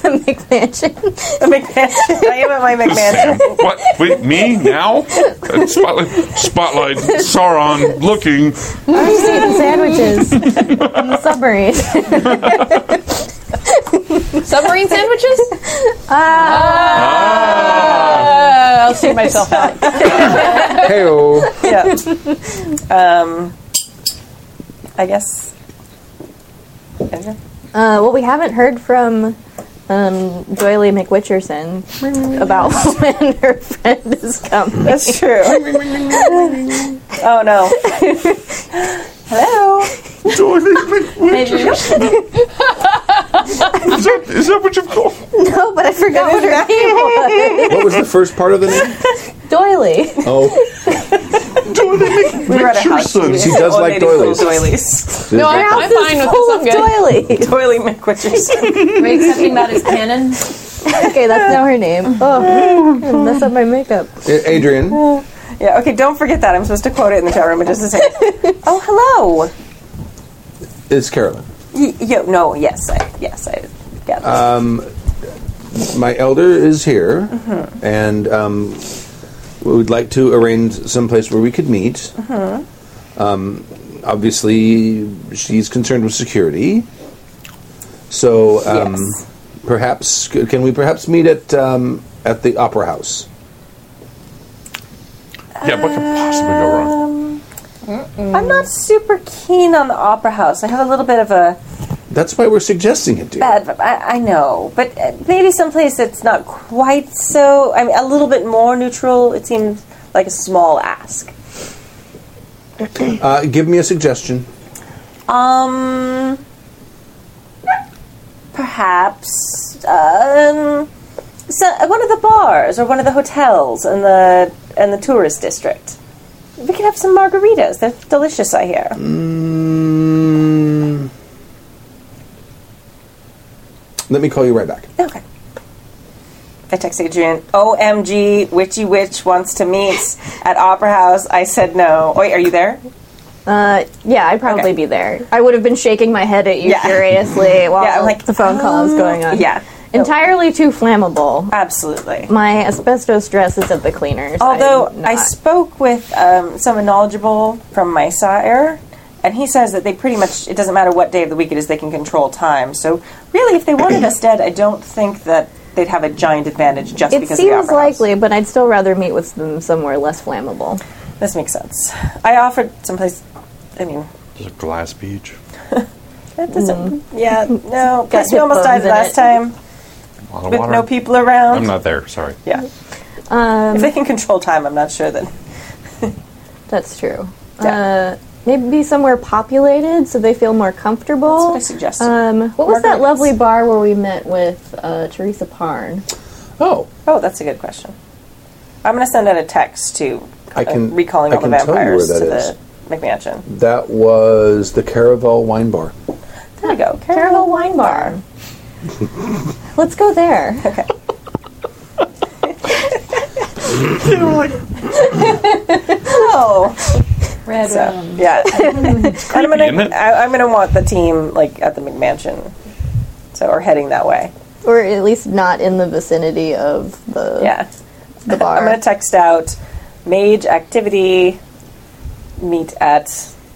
C: the McMansion.
A: The McMansion. I am at my
E: Sam,
A: McMansion.
E: what? Wait, me now? Uh, Spotlight, spotlight, Sauron, looking.
C: I'm just eating sandwiches on the submarine.
D: Submarine sandwiches? Uh, I'll see myself out.
A: *laughs*
B: Hey-o.
A: Yeah. Um, I guess. Andrew?
C: Uh, well, we haven't heard from um, Doily McWitcherson *laughs* about when her friend is coming.
A: That's *laughs* true. oh no. Hello.
E: Is that, is that what you've called?
C: No, but I forgot what her name was.
B: What was the first part of the name?
C: Doily.
B: *laughs* Oh,
A: We were at a house.
E: Richardson.
A: meeting.
B: She does
A: Old
B: like
A: lady full of
B: doilies.
A: Doilies.
D: No, I'm, I'm fine with
C: Full
D: this. I'm
C: of doilies.
D: good.
A: *laughs* Doily McWitcherson.
F: Are we accepting that as canon?
C: Okay, that's now her name.
A: *laughs*
C: Oh, I'm gonna mess up my makeup.
B: A- Adrian.
A: Yeah. Okay. Don't forget that. I'm supposed to quote it in the chat room in just a second. oh, hello.
B: It's Carolyn.
A: Y- yo. No. Yes. I, yes. I. Yeah.
B: My elder is here,
A: Mm-hmm.
B: and um, we would like to arrange some place where we could meet.
A: Mm-hmm.
B: Um, obviously, she's concerned with security, so um,
A: Yes.
B: perhaps can we perhaps meet at um, at the Opera House?
E: Yeah, what could possibly go wrong?
A: Um, I'm not super keen on the Opera House. I have a little bit of a
B: That's why we're suggesting it, dear.
A: bad vibe. I, I know, but uh, maybe someplace that's not quite so. I mean, a little bit more neutral. It seemed like a small ask.
B: Uh, give me a suggestion.
A: Um, perhaps um, so one of the bars or one of the hotels in the in the tourist district. We could have some margaritas. They're delicious, I hear.
B: Mm, let me call you right back.
A: Okay. I text Adrian, OMG, Witchy Witch wants to meet at Opera House. I said no. Wait, are you there?
C: Uh, yeah, I'd probably be there. I would have been shaking my head at you
A: Yeah.
C: furiously while
A: *laughs* Yeah, I'm like,
C: the phone call is going on.
A: yeah.
C: Entirely too flammable.
A: Absolutely.
C: My asbestos dress is at the cleaners.
A: Although I spoke with um, someone knowledgeable from Mysa Air, and he says that they pretty much, it doesn't matter what day of the week it is, they can control time. So, really, if they wanted us dead, I don't think that they'd have a giant advantage just
C: it
A: because
C: seems
A: of the opera.
C: likely, but I'd still rather meet with them somewhere less flammable.
A: This makes sense. I offered someplace, I mean,
H: There's a glass beach.
A: that doesn't,
C: *laughs*
A: yeah, no,
C: Mm. Got
A: because we almost
C: hip
A: died
C: bones in
A: last
C: it.
A: time
H: A lot of
A: with
H: water.
A: no people around.
H: I'm not there. Sorry.
A: Yeah.
C: Um,
A: if they can control time, I'm not sure that.
C: That's true. Uh, maybe somewhere populated so they feel more comfortable.
A: That's what I suggested.
C: Um, what was that
A: Margaritas.
C: lovely bar where we met with uh, Teresa Parn?
B: Oh.
A: Oh, that's a good question. I'm going to send out a text to
B: I can-
A: uh, recalling
B: I
A: all the
B: can tell you where
A: vampires
B: that
A: to
B: is.
A: the McMansion.
B: That was the Caravel Wine Bar.
A: There we go.
C: Caravel Wine Bar. Let's go there.
A: Okay. Oh,
F: Red
A: so,
F: room.
C: Um, *laughs*
A: yeah. I'm
E: isn't
A: gonna,
E: it?
A: I, I'm gonna want the team like at the McMansion, so or heading that way.
C: Or at least not in the vicinity of the,
A: Yeah,
C: the bar.
A: *laughs* I'm gonna text out mage activity meet at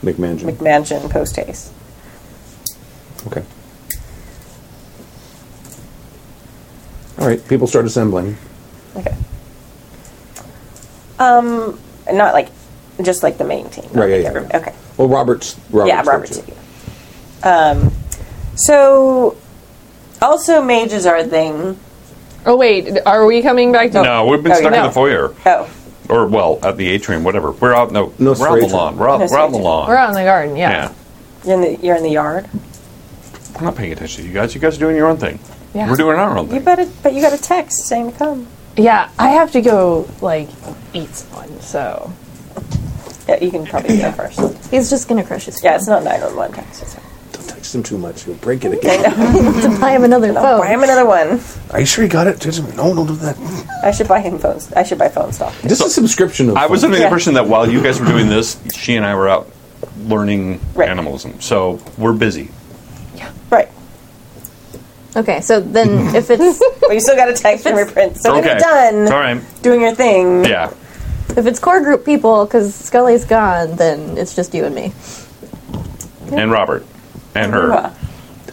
B: McMansion.
A: McMansion post haste.
B: okay. All right, people start assembling.
A: Okay. Um, not like just like the main team. not
B: Right, yeah,
A: like
B: yeah,
A: everybody.
B: yeah.
A: Okay.
B: Well, Robert's. Robert's
A: yeah,
B: there,
A: Robert
B: too.
A: Tiki. Um, so also mages are a thing.
D: Oh wait, are we coming back to?
H: No, we've been
A: Oh,
H: stuck
A: yeah.
H: in the foyer.
A: Oh,
H: Or, well, at the atrium, whatever. We're out, no,
B: No,
H: we're out on the
B: straight-
H: lawn. We're out,
A: No,
H: we're out on the
A: straight-
H: lawn.
D: We're out in the garden.
H: yeah.
D: Yeah.
A: you're in the you're in the yard.
H: I'm not paying attention to you guys. You guys are doing your own thing.
D: Yeah.
H: We're doing our own
A: You
H: thing.
A: better, but you got a text saying to come.
D: yeah, I have to go like eat someone. So
A: Yeah, you can probably go first.
B: *coughs*
C: He's just going to crush his
A: Yeah,
C: phone.
A: it's not nine one one text. It's fine.
B: Don't text him too much. He'll break it again.
C: to buy him another
A: I'll
C: phone. *laughs*
A: buy him another one.
B: Are you sure he got it? Text him, No, don't do that.
A: I should buy him phones. I should buy phone stock.
B: Just a subscription of.
H: I was
B: fun.
H: under the
A: Yeah.
H: impression that while you guys were doing this, she and I were out learning
A: Right.
H: animalism. So we're busy.
A: Right.
C: Okay, so then if it's
A: Well, you still got a text from your prince. So when
H: okay.
A: you're done
H: All right.
A: doing your thing,
H: Yeah.
C: if it's core group people because Scully's gone, then it's just you and me.
H: And Robert. And her.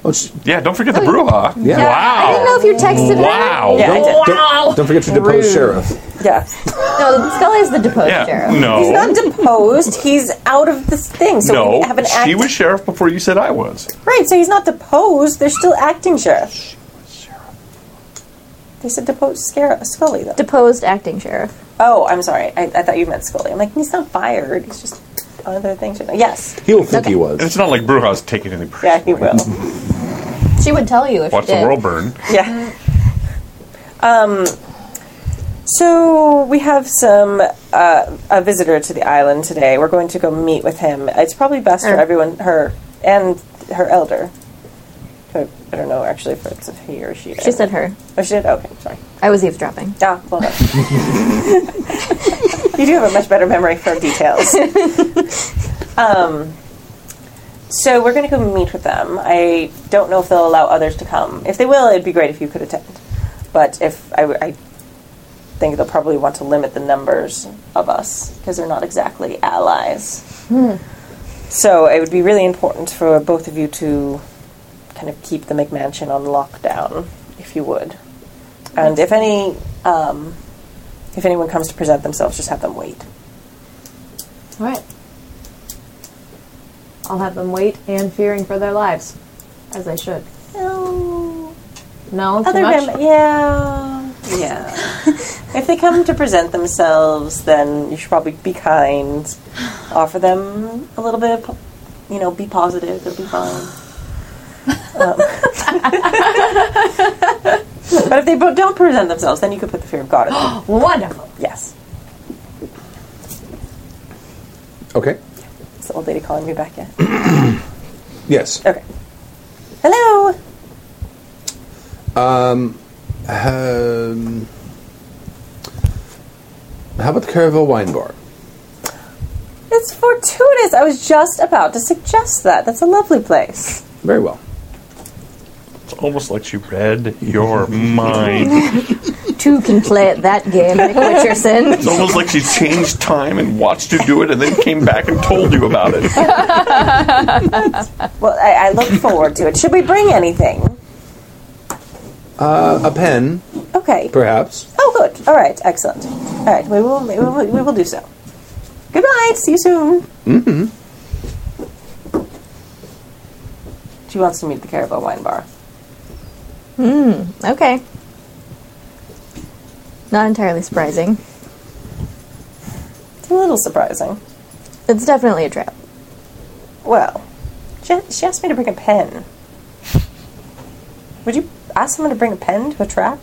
B: Oh, sh-
H: Yeah, don't forget the brouhaha.
B: Yeah.
H: Wow.
C: I didn't know if you texted
H: Wow.
A: Yeah, I did.
B: don't, don't forget to depose sheriff.
A: yeah.
C: her. No, Scully's the deposed
H: Yeah.
C: sheriff.
H: No.
A: He's not deposed. He's out of this thing. So
H: no.
A: we have an act.
H: she was sheriff before you said I was.
A: Right, so he's not deposed. They're still acting sheriff. They said deposed Scar- Scully, though.
C: Deposed acting sheriff.
A: oh, I'm sorry. I, I thought you meant Scully. I'm like, he's not fired. He's just on other things. Yes.
B: He'll think he
H: And
B: was.
H: it's not like brouhaha's taking any
A: Yeah, he will.
C: She would tell you if
H: Watch
C: she
H: the
C: did.
H: world burn.
A: Yeah. Um, so we have some uh, a visitor to the island today. We're going to go meet with him. It's probably best for
C: Her.
A: everyone, her and her elder. I I don't know actually if it's he or she.
C: She said her.
A: Oh, she did. Okay, sorry.
C: I was eavesdropping.
A: Ah, well done. *laughs* you do have a much better memory for details. um, so we're going to go meet with them. I don't know if they'll allow others to come. If they will, it'd be great if you could attend. But if I, I think they'll probably want to limit the numbers of us because they're not exactly allies. So it would be really important for both of you to kind of keep the McMansion on lockdown, if you would. And if any, um, if anyone comes to present themselves, just have them wait.
F: All right. I'll have them wait and fearing for their lives, as they should. No, Oh, too
A: Other
F: much.
A: than yeah, yeah. *laughs* if they come to present themselves, then you should probably be kind. Offer them a little bit of, po- you know, be positive. It'll be fine. Um, *laughs* but if they bo- don't present themselves, then you could put the fear of God in them.
F: *gasps* Wonderful.
A: yes.
B: Okay.
A: Is the old lady calling me back yet?
B: Yes.
A: Uh, Okay. Hello.
B: Um, how about the Caravel Wine Bar?
A: It's fortuitous. I was just about to suggest that. That's a lovely place.
B: Very well.
E: It's almost like she read
A: *laughs*
E: your mind.
C: Two can play at that game, Nick
F: *laughs*
C: Richardson.
E: It's almost like she changed time and watched you do it and then came back and told you about it.
A: Well, I, I look forward to it. Should we bring anything?
B: Uh, a pen,
A: Okay.
B: perhaps.
A: Oh, good. All right. Excellent. All right. We will. We will, we will do so. Good night. See you soon.
B: Mm-hmm.
A: She wants to meet at the Caravel Wine Bar.
C: Hmm. Okay. Not entirely surprising.
A: It's a little surprising.
C: It's definitely a trap.
A: Well, she, she asked me to bring a pen. Would you ask someone to bring a pen to a trap?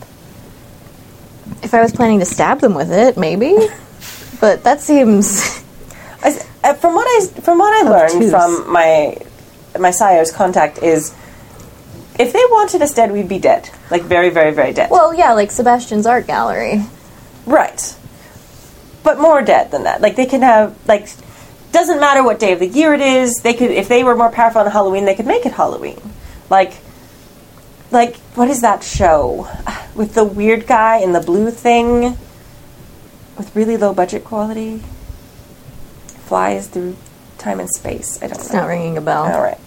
C: If I was planning to stab them with it, maybe. But that seems.
A: I s uh, from what I from what I learned
C: Obtuse.
A: from my my Sayo's contact is, if they wanted us dead, we'd be dead, like very, very, very dead.
C: Well, yeah, like Sebastian's art gallery.
A: Right. But more dead than that. Like they can have like doesn't matter what day of the year it is, they could if they were more powerful on Halloween, they could make it Halloween. Like like what is that show? *sighs* With the weird guy and the blue thing with really low budget quality. Flies through time and space. I don't
C: It's
A: know.
C: not ringing a bell.
A: All right.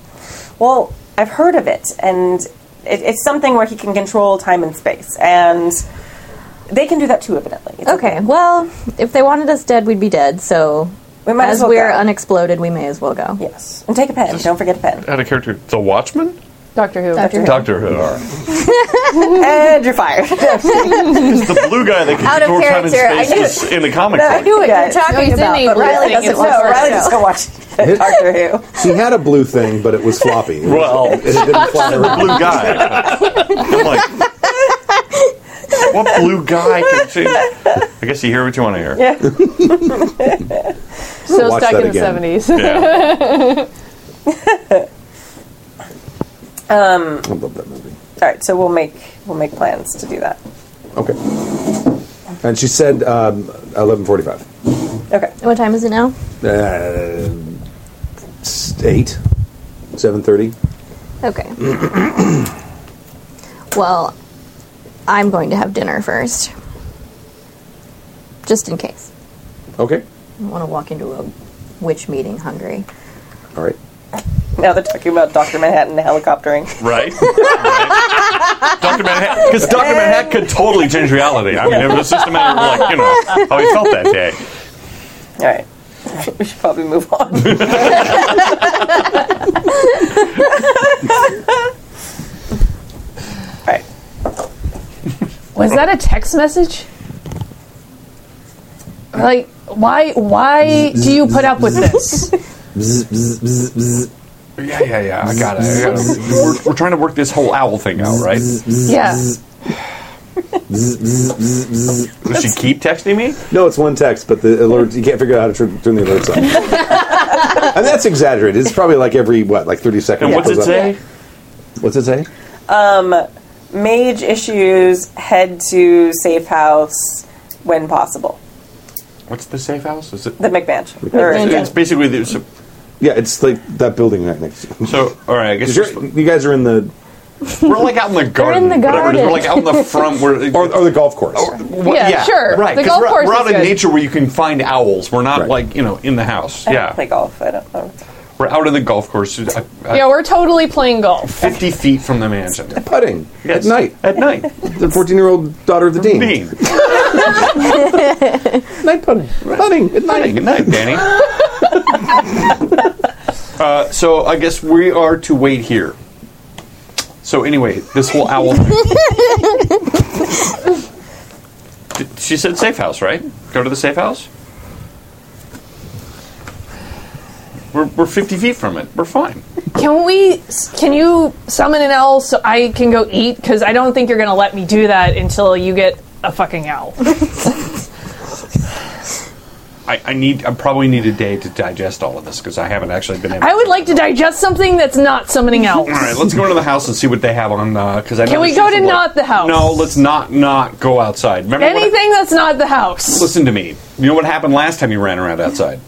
A: Well, I've heard of it, and it, it's something where he can control time and space, and they can do that too, evidently. It's
C: Okay, well, if they wanted us dead, we'd be dead, so.
A: We might
C: as
A: as well
C: we're
A: go.
C: unexploded, we may as well go.
A: Yes. And take a pen. Don't forget a pen.
E: Out of character. The Watchman?
D: Doctor Who.
C: Doctor Who.
E: Doctor Who. all right.
A: *laughs* and you're *laughs* fired.
E: It's the blue guy that can
C: Out of
E: control time and
C: character, I
E: space
C: knew-
E: was in the comic
A: No, I
E: book.
A: knew what you were
C: talking
D: No, he's in
C: about,
D: English.
C: but Riley
D: He's
C: doesn't
D: English.
C: watch
A: No,
C: that
A: Riley
C: show.
A: just go watch Doctor Who.
B: He had a blue thing, but it was floppy. It was-
E: Well.
B: it didn't fly around.
H: *laughs*
E: blue guy. I'm like, what blue guy can see? I guess you hear what you want to hear. Yeah.
D: So
B: Watch
D: stuck
B: that
D: in
B: again.
D: the 70s.
B: I love that movie.
A: All right, so we'll make we'll make plans to do that.
B: Okay. And she said um, 11:45.
A: Okay.
C: What time is it now?
B: Uh, s- eight, 7:30.
C: Okay. *clears throat* well, I'm going to have dinner first. Just in case.
B: Okay.
C: I don't want to walk into a witch meeting hungry. *laughs*
B: All right.
A: Now they're talking about Doctor Manhattan helicoptering.
E: *laughs* Right? Dr. Manhattan, because Dr. Manhattan could totally change reality. I mean, it was just a matter of, like, you know, how he felt that day.
A: All right. *laughs* We should probably move on.
D: *laughs*
A: *laughs*
D: Was that a text message? Like, why? Why do you put up with this?
B: Bzz, bzz, bzz, bzz,
E: Yeah, yeah, yeah. I got it. I got it. We're, we're trying to work this whole owl thing out, right? Does
D: Yeah.
B: bzz, bzz, bzz, bzz.
E: she keep texting me?
B: No, it's one text, but the alert you can't figure out how to turn, turn the alerts on. and that's exaggerated. It's probably like every what, like 30 seconds.
E: And what's it
B: goes up.
E: say?
B: What's it say?
A: Mage issues head to safe house when possible.
E: What's the safe house? Is it?
A: The McMansion. Or-
E: It's basically the. So,
B: Yeah, it's like that building right next. to you.
E: so all right, I guess
B: You're- You guys are in the
E: we're like out in the garden.
D: the
E: whatever it is.
D: garden.
E: We're like out in the front. We're,
B: or, or the golf course.
E: Well,
D: Yeah, sure.
E: Right.
D: The
E: 'cause
D: golf
E: we're,
D: course
E: we're
D: is
E: out in
D: good.
E: nature where you can find owls. We're not
B: Right.
E: like you know in the house.
A: I don't
E: yeah,
A: play golf. I don't know.
E: we're out in the golf course. uh, uh,
D: Yeah, we're totally playing golf.
E: Fifty feet from the mansion
B: Putting
E: Yes.
B: at night.
E: At night,
B: The 14 year old daughter of the dean.
E: being
B: Night putting. Putting at night.
E: Hey, good night,
D: *laughs*
E: Danny. uh, so I guess we are to wait here. So anyway, this whole owl. D- she said safe house, right? Go to the safe house. We're, we're 50 feet from it. We're fine.
D: Can we? Can you summon an owl so I can go eat? Because I don't think you're gonna let me do that until you get a fucking owl.
E: I, I need. I probably need a day to digest all of this because I haven't actually been. Able
D: I would like to digest something that's not summoning else.
E: All right, let's go into the house and see what they have on. Because I
D: Can
E: know
D: we
E: this
D: go
E: is
D: to
E: a lot-
D: not the house?
E: No, let's not not go outside. Remember what I-
D: Anything that's not the house.
E: listen to me. You know what happened last time you ran around outside?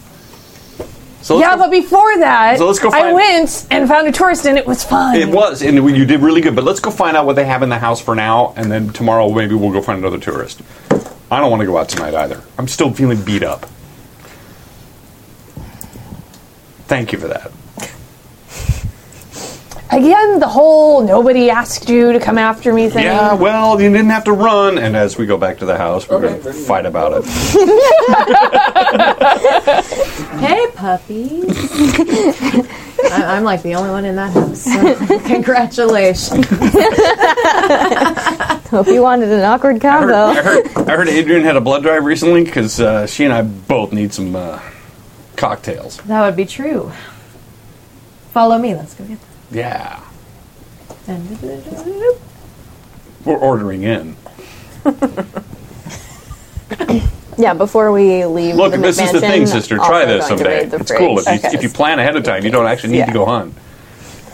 E: So let's
D: yeah,
E: go-
D: but before that,
E: So let's go
D: I
E: find-
D: went and found a tourist, and it was fun.
E: It was, and we- you did really good. But let's go find out what they have in the house for now, and then tomorrow maybe we'll go find another tourist. I don't want to go out tonight either. I'm still feeling beat up. Thank you for that.
D: Again, the whole nobody asked you to come after me thing.
E: Yeah, well, you didn't have to run. And as we go back to the house, we're going to fight about it.
F: Hey, puppies. I- I'm like the only one in that house. *laughs* so Congratulations.
C: Hope you wanted an awkward
E: I heard, I,
C: combo.
E: heard, I heard Adrian had a blood drive recently because uh, she and I both need some uh, cocktails.
F: That would be true. Follow me. Let's go get
E: Yeah,
F: them.
E: we're ordering in.
C: Yeah, before we leave.
E: Look,
C: the
E: this is the
C: McMansion,
E: thing, sister.
C: also
E: Try this
C: going to
E: someday.
C: raid the
E: It's cool if
C: fridge.
E: you,
C: Okay.
E: if you plan ahead of time. You don't actually need to
C: Yeah.
E: go hunt.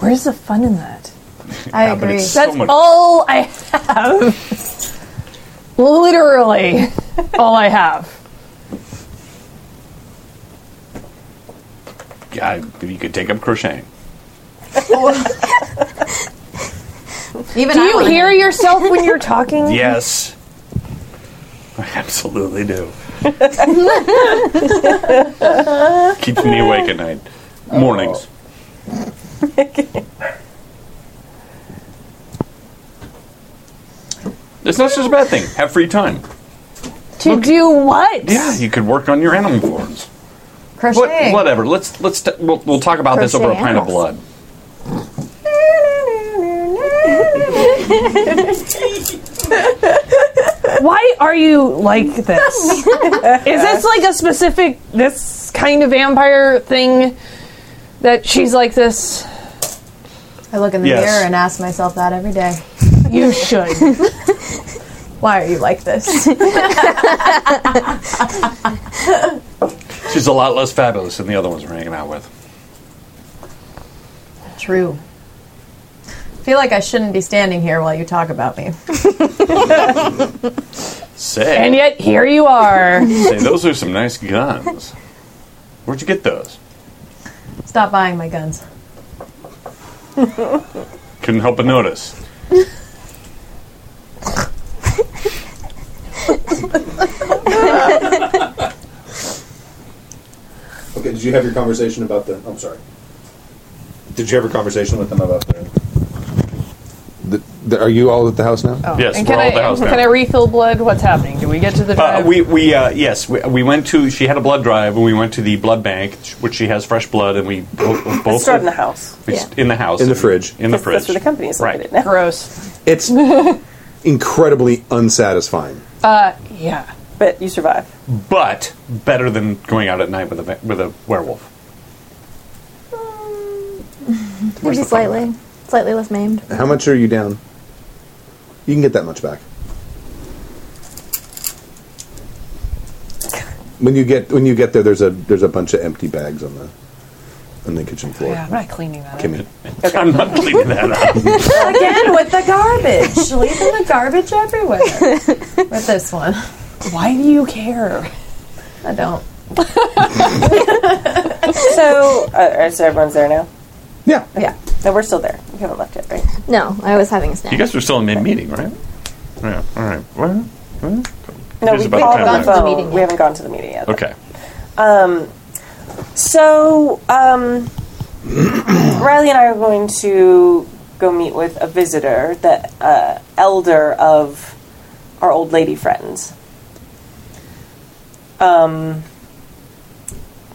D: Where's the fun in that?
E: *laughs*
F: I
E: Yeah, but
F: agree.
E: it's so
D: That's
E: much-
D: all I have. *laughs* Literally, all I have.
E: Yeah, you could take up crocheting.
F: Even
D: Do
F: I
D: you
F: wanna
D: hear yourself when you're talking?
E: *laughs* Yes, I
D: *laughs*
E: absolutely do. Keeps me awake at night,
D: *laughs*
E: mornings. It's not just a bad thing. Have free time.
D: To do what?
E: Yeah, you could work on your animal forms. What,
F: Crocheting.
E: whatever. Let's let's t- we'll, we'll talk about this over a
C: Crochet
E: pint of
C: animals.
E: blood.
D: Why are you like
E: *laughs*
D: this? Is this like a specific this kind of vampire thing that she's like this?
F: I look in the
E: Yes.
F: mirror and ask myself that every day.
E: *laughs*
D: You should.
F: Why are you like *laughs* this?
E: She's a lot less fabulous than the other ones we're hanging out with.
F: True. I feel like I shouldn't be standing here while you talk about me.
E: Say,
D: And yet here you are.
E: *laughs* say those are some nice guns. Where'd you get those?
F: Stop buying my guns.
E: Couldn't help but notice.
B: Okay, did you have your conversation about the? I'm sorry. Did you have a conversation with them about the? the are you all at the house now?
H: Oh.
E: Yes,
D: And can
E: we're all
D: I
E: at the house
D: can
E: now.
D: I refill blood? What's happening? Do we get to the
E: Uh,
D: drive?
E: we we uh, yes we, we went to she had a blood drive and we went to the blood bank which she has fresh blood and we both, both
A: Stored in the house.
E: It's in the house
B: In the fridge.
E: in the
A: That's-
E: fridge
A: That's where the company is
E: Right.
A: located now. *laughs*
D: Gross.
B: It's incredibly unsatisfying.
D: Uh, Yeah.
A: But you survive.
E: but better than going out at night with a va- with a werewolf
C: Maybe slightly. Slightly less maimed.
B: How much are you down? You can get that much back. When you get when you get there, there's a there's a bunch of empty bags on the on the kitchen floor.
D: Yeah, I'm not cleaning that up.
B: Kimmy,
E: I'm not cleaning that up
F: Again with the garbage. Leaving the garbage everywhere. With this one.
D: Why do you care?
F: I don't.
A: So, uh, so everyone's there now?
B: yeah,
A: Yeah. No, we're still there. We haven't left yet, right?
C: No, I was having a snack.
E: you guys are still in mid meeting right yeah all right well, well,
A: No,
E: It is
A: we've
E: about
A: all
E: time
A: gone to
E: now.
A: the
C: meeting
A: meeting.
C: yet.
A: We haven't gone to the meeting yet.
E: okay
A: So, um, *clears throat* Riley and I are going to go meet with a visitor, the uh, elder of our old lady friends. Um,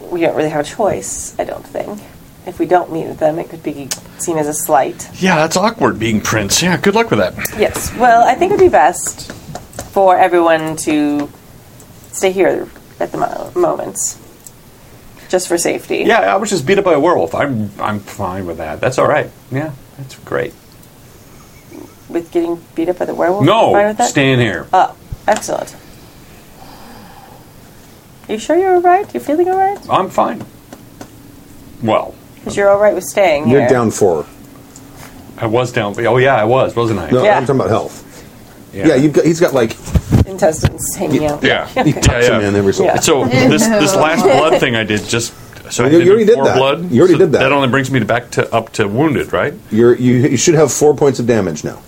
A: we don't really have a choice, I don't think. If we don't meet with them, it could be seen as a slight.
E: yeah that's awkward being prince yeah good luck with that
A: Yes, well, I think it would be best for everyone to stay here at the mo- moment, just for safety.
E: yeah I was just beat up by a werewolf I'm I'm fine with that that's all right yeah that's great
A: with getting beat up by the werewolf? Fine
E: no
A: with that?
E: staying here
A: Oh, excellent. Are you sure you're alright? You're feeling alright?
E: Uh-huh.
H: I'm fine. Well,
A: Because you're alright with staying
B: You're
A: here.
B: down four.
H: I was down. Oh yeah, I was, wasn't I?
B: No,
A: Yeah.
B: I'm talking about health. Yeah, you've got, he's got like
A: Intestines hanging out. *laughs*
H: Yeah.
B: he tucks
H: Yeah, yeah.
B: him in every so.
A: Yeah. *laughs*
H: So
C: *laughs*
H: this this last blood thing I did just so I
B: You- you
H: did
B: already did
H: four
B: that.
H: blood.
B: You already
H: so
B: did that.
H: That only brings me to back to up to wounded, right?
B: You're, you you should have four points of damage now.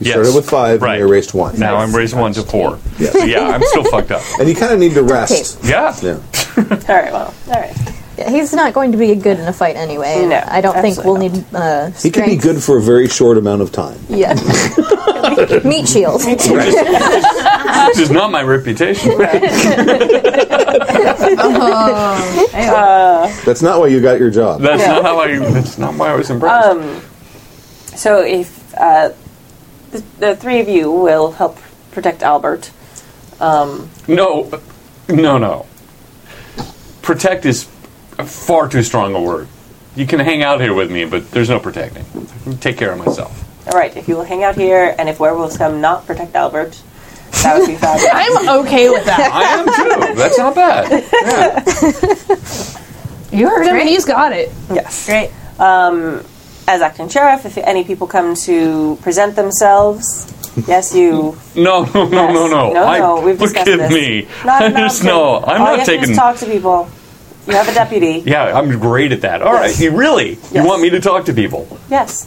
B: You
H: Yes.
B: started with five
H: Right.
B: and you erased one.
H: Now I'm raised one to four.
B: Yeah.
H: So yeah, I'm still fucked up.
B: And you kind of need to rest.
H: Yeah.
B: Yeah.
A: Alright, well. Alright.
C: Yeah, He's not going to be good in a fight anyway. and
A: No,
C: I don't think we'll need uh, strength.
B: He could be good for a very short amount of time.
C: Yeah. *laughs* Meat shield.
H: This is not my reputation.
A: Uh,
B: That's not why you got your job.
H: That's
A: No.
H: not how I. That's not why I was impressed.
A: um, so if uh, the, the three of you will help protect Albert. Um,
H: no, no, no. Protect is far too strong a word. You can hang out here with me, but there's no protecting. I can take care of myself.
A: all right, if you will hang out here, and if werewolves come, not protect Albert. That would be fabulous.
D: I'm okay with
E: *laughs*
D: that.
H: I am too. That's not bad.
D: *laughs* You heard him. He's got it.
A: Yes. Great. Um, as acting sheriff, if any people come to present themselves, yes, you.
H: No, no, *laughs* no, no, no.
A: No,
H: I,
A: no, we've
H: look
A: discussed
H: at
A: this.
H: me.
A: Not
H: *laughs* I
A: an
H: just
A: option.
H: no. I'm
A: All you
H: not
A: have to do is
H: taking.
A: talk to people. You have a
H: *laughs*
A: deputy.
H: Yeah, I'm great at that. All right, you really you
A: Yes.
H: want me to talk to people? *laughs*
A: Yes.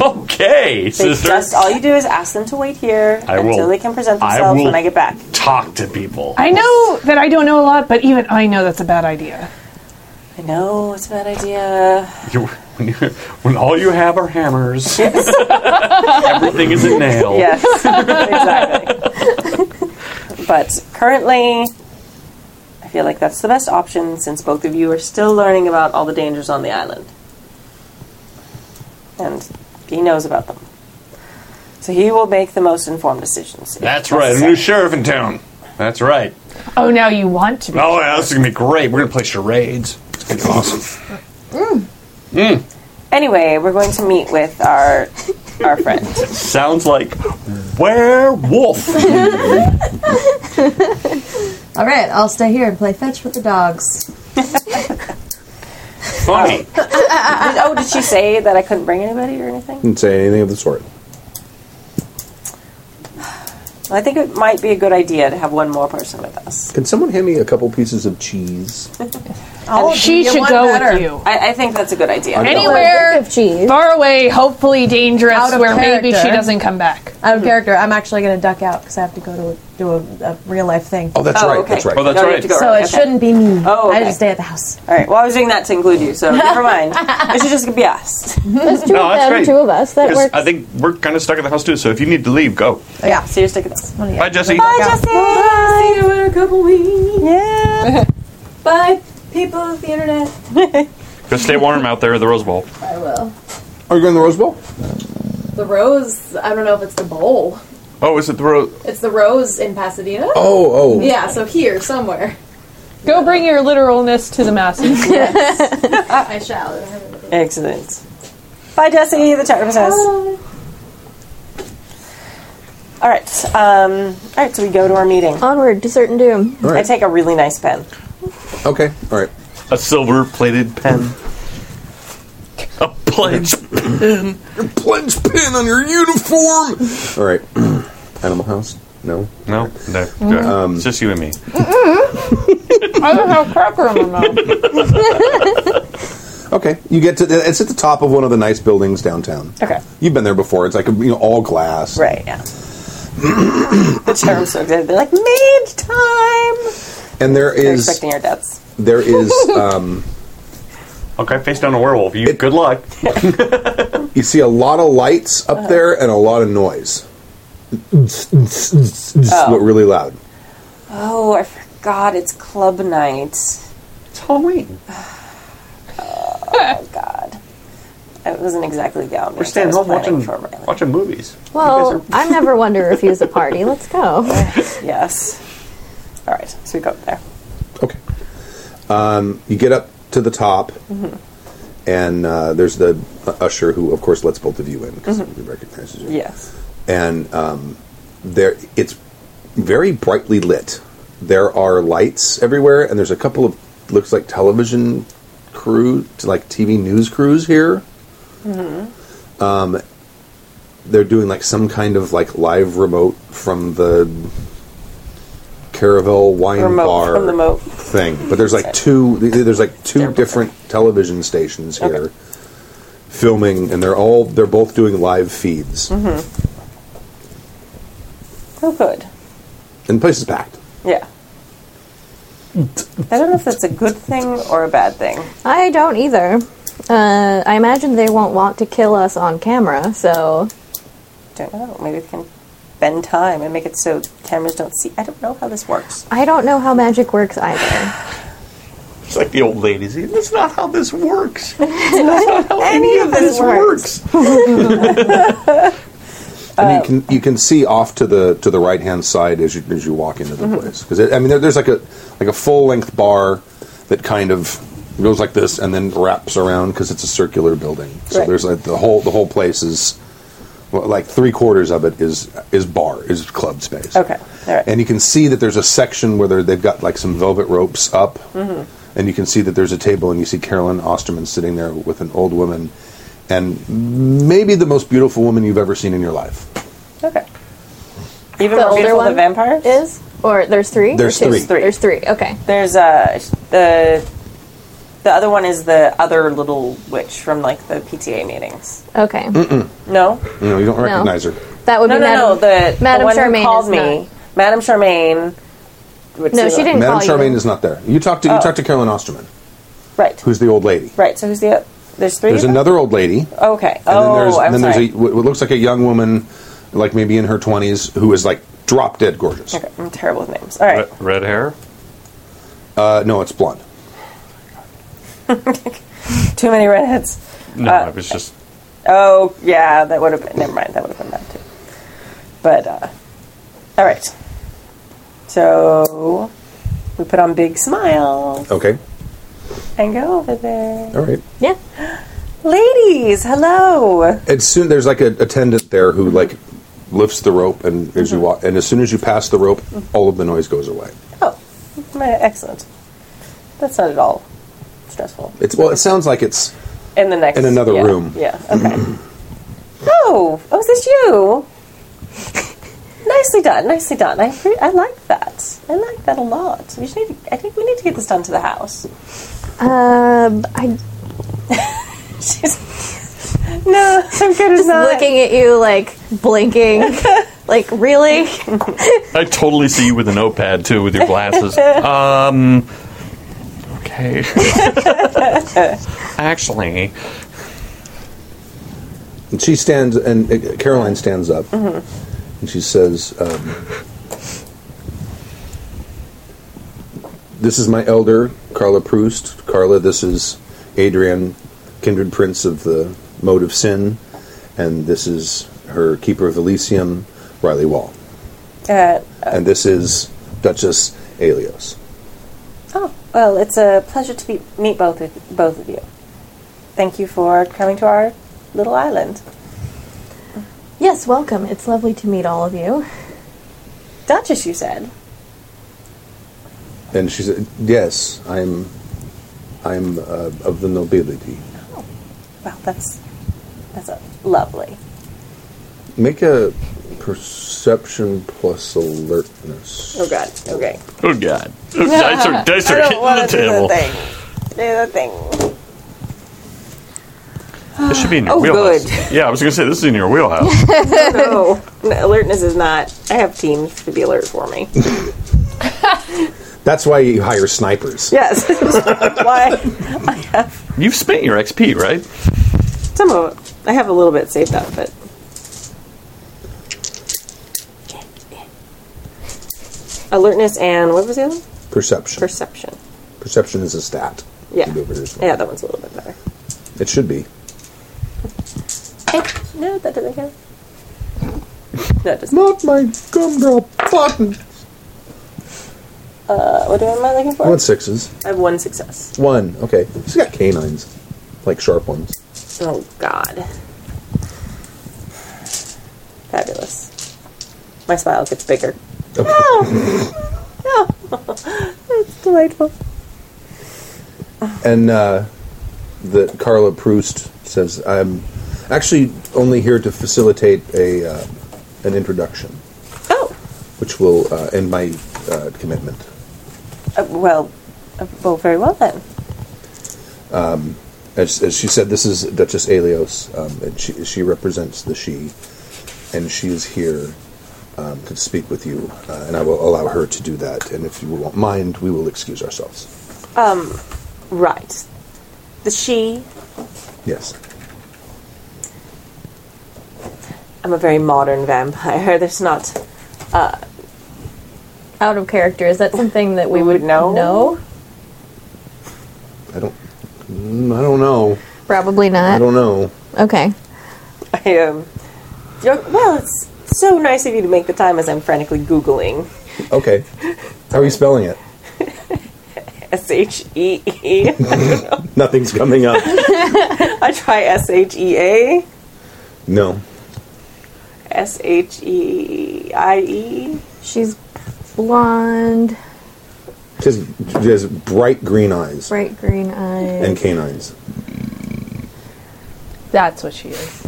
H: Okay,
A: They
H: sister.
A: just all you do is ask them to wait here
H: I will-
A: until they can present
H: I
A: themselves
H: will-
A: when I get back.
H: talk to people.
D: I know that I don't know a lot, but even I know that's a bad idea.
A: I know it's a bad idea.
H: You, *laughs* when, you, when all you have are hammers, everything is *laughs* a nail.
A: Yes, *laughs* exactly. *laughs* but currently, I feel like that's the best option since both of you are still learning about all the dangers on the island. And he knows about them. So he will make the most informed decisions. if
H: That's right. A
A: necessary.
H: new sheriff in town. That's right.
D: Oh, now you want to? be.
H: Oh, yeah, this is gonna be great. We're gonna play charades. It's gonna be awesome.
A: Anyway, we're going to meet with our our
D: *laughs*
A: friend.
H: Sounds like *laughs* werewolf.
O: All right, I'll stay here and play fetch with the dogs.
H: Funny.
A: oh, did she say that I couldn't bring anybody or anything?
B: Didn't say anything of the sort.
A: I think it might be a good idea to have one more person with us.
B: Can someone hand me a couple pieces of cheese?
D: Oh, she should go with you.
A: I, I think that's a good idea.
D: Anywhere
C: Of cheese.
D: far away, hopefully dangerous,
O: Out of
D: where maybe she
O: character.
D: doesn't come back.
O: Out of character, I'm actually going to duck out because I have to go to a, do a, a real life thing.
B: Oh, that's
A: Oh,
B: right.
A: okay.
B: That's right.
H: Oh, that's
A: No, you have
H: right.
A: to go
O: so
A: early.
O: it
A: Okay.
O: shouldn't be me.
A: Oh,
O: I
A: okay.
O: just stay at the house.
A: All right. Well, I was doing that to include you, so never mind. It should just be us.
C: There's two
H: No,
C: of
H: that's
C: them,
H: great.
C: two of us. That
H: Because
C: works.
H: I think we're kind of stuck at the house too. So if you need to leave, go.
O: Yeah.
A: So you're sticking with us.
H: Bye, Jesse.
A: Bye, Jesse.
F: See you in a couple weeks.
A: Yeah.
F: *laughs* Bye, people of the internet.
H: Go stay warm out there at the Rose Bowl.
F: I will.
B: Are you going to the Rose Bowl?
F: The rose. I don't know if it's the bowl.
H: Oh, is it the Rose?
F: It's the rose in Pasadena.
B: Oh, oh.
F: Yeah. So here somewhere.
D: Go bring your literalness to the *laughs* masses.
F: I shall. I don't have it.
A: Excellent. Bye, Jesse. The chat room says. All right. Um, all right. So we go to our meeting.
C: Onward to certain doom.
B: All
A: I
B: right.
A: take a really nice pen.
B: Okay. All right.
H: A silver plated pen. A pledge.
B: Pledge pin on your uniform. All right. *clears throat* Animal House. No.
H: No, no. Um, it's just you and me.
D: I don't have cracker in my mouth.
B: Okay. You get to. It's at the top of one of the nice buildings downtown.
A: Okay.
B: You've been there before. It's like you know all glass.
A: Right. Yeah. the chat room's so excited. They're like, mage time.
B: And there
A: They're
B: is
A: expecting your deaths.
B: there
A: *laughs*
B: is um,
H: Okay, face down a werewolf. You good luck.
B: you see a lot of lights
A: Uh-huh.
B: up there and a lot of noise. But really loud.
A: Oh, I forgot. It's club night.
H: It's
A: *sighs*
H: Halloween.
A: Oh, God. It wasn't exactly the outfit
H: We're staying
A: I was
H: home
A: planning
H: watching
A: for Riley.
H: watching movies.
C: *laughs*
H: You
C: Well,
H: guys are-
C: I'm never one to refuse a party. Let's go.
A: Yes. All right, so we go up there.
B: Okay. Um, you get up to the top, and uh, there's the usher who, of course, lets both of you in because he recognizes you.
A: Yes.
B: And um, there, it's very brightly lit. there are lights everywhere, and there's a couple of looks like television crew, like TV news crews here.
A: Mhm.
B: Um, they're doing like some kind of like live remote from the Caravel wine
A: Remote
B: bar
A: from the moat.
B: thing. But there's like two. There's like two different television stations here filming, and they're all they're both doing live feeds,
A: Mm-hmm. Oh, good.
B: and the place is packed.
A: Yeah. I don't know if that's a good thing or a bad thing.
C: I don't either. Uh, I imagine they won't want to kill us on camera, so
A: Don't know. Maybe we can bend time and make it so cameras don't see. I don't know how this works.
C: I don't know how magic works either.
H: It's like the old ladies. That's not how this works. That's not how Oh, any of this works.
B: And you can you can see off to the to the right hand side as you as you walk into the
A: Mhm.
B: place because I mean there, there's like a like a full length bar that kind of goes like this and then wraps around because it's a circular building. So
A: Right.
B: there's like the whole the whole place is well, like three quarters of it is is bar is club space.
A: Okay. All right.
B: And you can see that there's a section where they're- they've got like some velvet ropes up,
A: Mhm.
B: and you can see that there's a table, and you see Carolyn Osterman sitting there with an old woman, and maybe the most beautiful woman you've ever seen in your life.
A: Okay. Even
C: the
A: more
C: older
A: beautiful
C: one
A: than vampires
C: is, or there's three.
B: There's
C: Or two?
B: three.
C: There's three. Okay.
A: There's uh the the other one is the other little witch from like the PTA meetings.
C: Okay.
B: Mm-mm.
A: No.
B: No, you don't
A: No.
B: recognize her.
C: That would
A: no,
C: be
A: no,
C: Madame-
A: no. The the
C: Madame
A: one
C: Charmaine
A: who called
C: is
A: me, Madame Charmaine. would
C: No,
A: say,
C: she
A: like-
C: didn't
B: Madame Charmaine is not there. You talk to you
A: Oh.
B: talk to Carolyn Osterman,
A: Right,
B: who's the old lady.
A: right. So who's the o- there's three.
B: There's
A: of them?
B: another old lady, and
A: Okay.
B: then
A: oh,
B: there's
A: I'm
B: then
A: sorry.
B: there's a, what looks like a young woman, like maybe in her twenties, who is like drop dead gorgeous.
A: okay, I'm terrible with names. All right.
E: Red, red hair.
B: Uh, no, it's blonde.
A: Too many redheads.
E: No,
A: Uh,
E: it was just
A: Oh yeah, that would have been. Never mind. That would have been bad too. But uh, all right. So we put on big smiles
B: Okay,
A: and go over there.
B: all right.
C: Yeah.
A: Ladies, hello.
B: And soon there's like an attendant there who like lifts the rope, and as you walk, and as soon as you pass the rope, all of the noise goes away.
A: Oh, my, excellent. That's not at all stressful.
B: It's well, it sounds like it's
A: In the next.
B: In another
A: yeah,
B: room.
A: Yeah.
B: *clears throat*
A: Okay. oh, oh, is this you? *laughs* nicely done. Nicely done. I pre- I like that. I like that a lot. We should. I think we need to get this done to the house.
C: Um, I
A: no, I'm good
C: just looking at you like blinking, like really.
E: I totally see you with a notepad too, with
A: *laughs*
E: your glasses. um, okay. *laughs* Actually,
B: And she stands, and uh, Caroline stands up, and she says, um, "This is my elder, Carla Proust. Carla, this is Adrian, kindred prince of the mode of sin, and this is her keeper of Elysium, Riley Wall,
A: *laughs* Uh,
B: and this is Duchess Alios."
A: oh, well, it's a pleasure to be, meet both of, both of you. Thank you for coming to our little island.
C: Yes, welcome. It's lovely to meet all of you.
A: Duchess, you said.
B: And she said, "Yes, I'm, I'm uh, of the nobility.
A: Wow, that's that's a, lovely.
B: Make a perception plus alertness."
A: Oh god. Okay.
E: oh god,
A: *laughs*
E: Those dice are, dice
A: I
E: are
A: don't
E: *laughs* hitting
A: wanna
E: the
A: do the
E: table.
A: thing. Do the thing.
E: It should be in your
A: Oh,
E: wheelhouse.
A: good.
E: Yeah, I was gonna say this is in your wheelhouse.
A: Oh, no, *laughs* no, alertness is not. I have teams to be alert for me.
B: That's why you hire snipers.
A: *laughs* *laughs* Yes. Why?
E: You've spent your XP, right?
A: Some of it. I have a little bit saved up, but alertness and what was the other? one?
B: Perception.
A: Perception.
B: Perception is a stat.
A: Yeah.
B: You do it yourself.
A: Yeah, that one's a little bit better.
B: It should be.
A: Hey, no, that doesn't count. No, it doesn't.
B: Not my gumdrop button.
A: Uh, what am I looking for?
B: I want sixes.
A: I have one success.
B: One. Okay. She's got canines, like sharp ones.
A: Oh God. Fabulous. My smile gets bigger.
B: Okay.
A: Oh. *laughs* Oh. delightful.
B: And uh, that Carla Proust says, "I'm actually only here to facilitate a uh, an introduction." Oh. Which will uh, end my uh, commitment.
A: Uh, well, uh, well, very well then.
B: Um, as, as she said, this is Duchess Alios, um, and she, she represents the she, and she is here um, to speak with you, uh, and I will allow her to do that. And if you won't mind, we will excuse ourselves.
A: Um, right. The she.
B: Yes.
A: I'm a very modern vampire. *laughs* There's not. Uh,
C: Out of character, is that something that we,
A: We would
C: would
A: know?
C: know?
B: I don't. mm, I don't know.
C: Probably not.
B: I don't know.
C: Okay.
A: I um. you know, well, it's so nice of you to make the time as I'm frantically googling
B: Okay. How are you spelling it?
A: S H E E.
B: Nothing's coming up.
A: I try S H E A,
B: No.
A: S H E I E.
C: She's blonde,
B: Just, just bright green eyes
C: bright green eyes.
B: and canines.
D: That's what she is.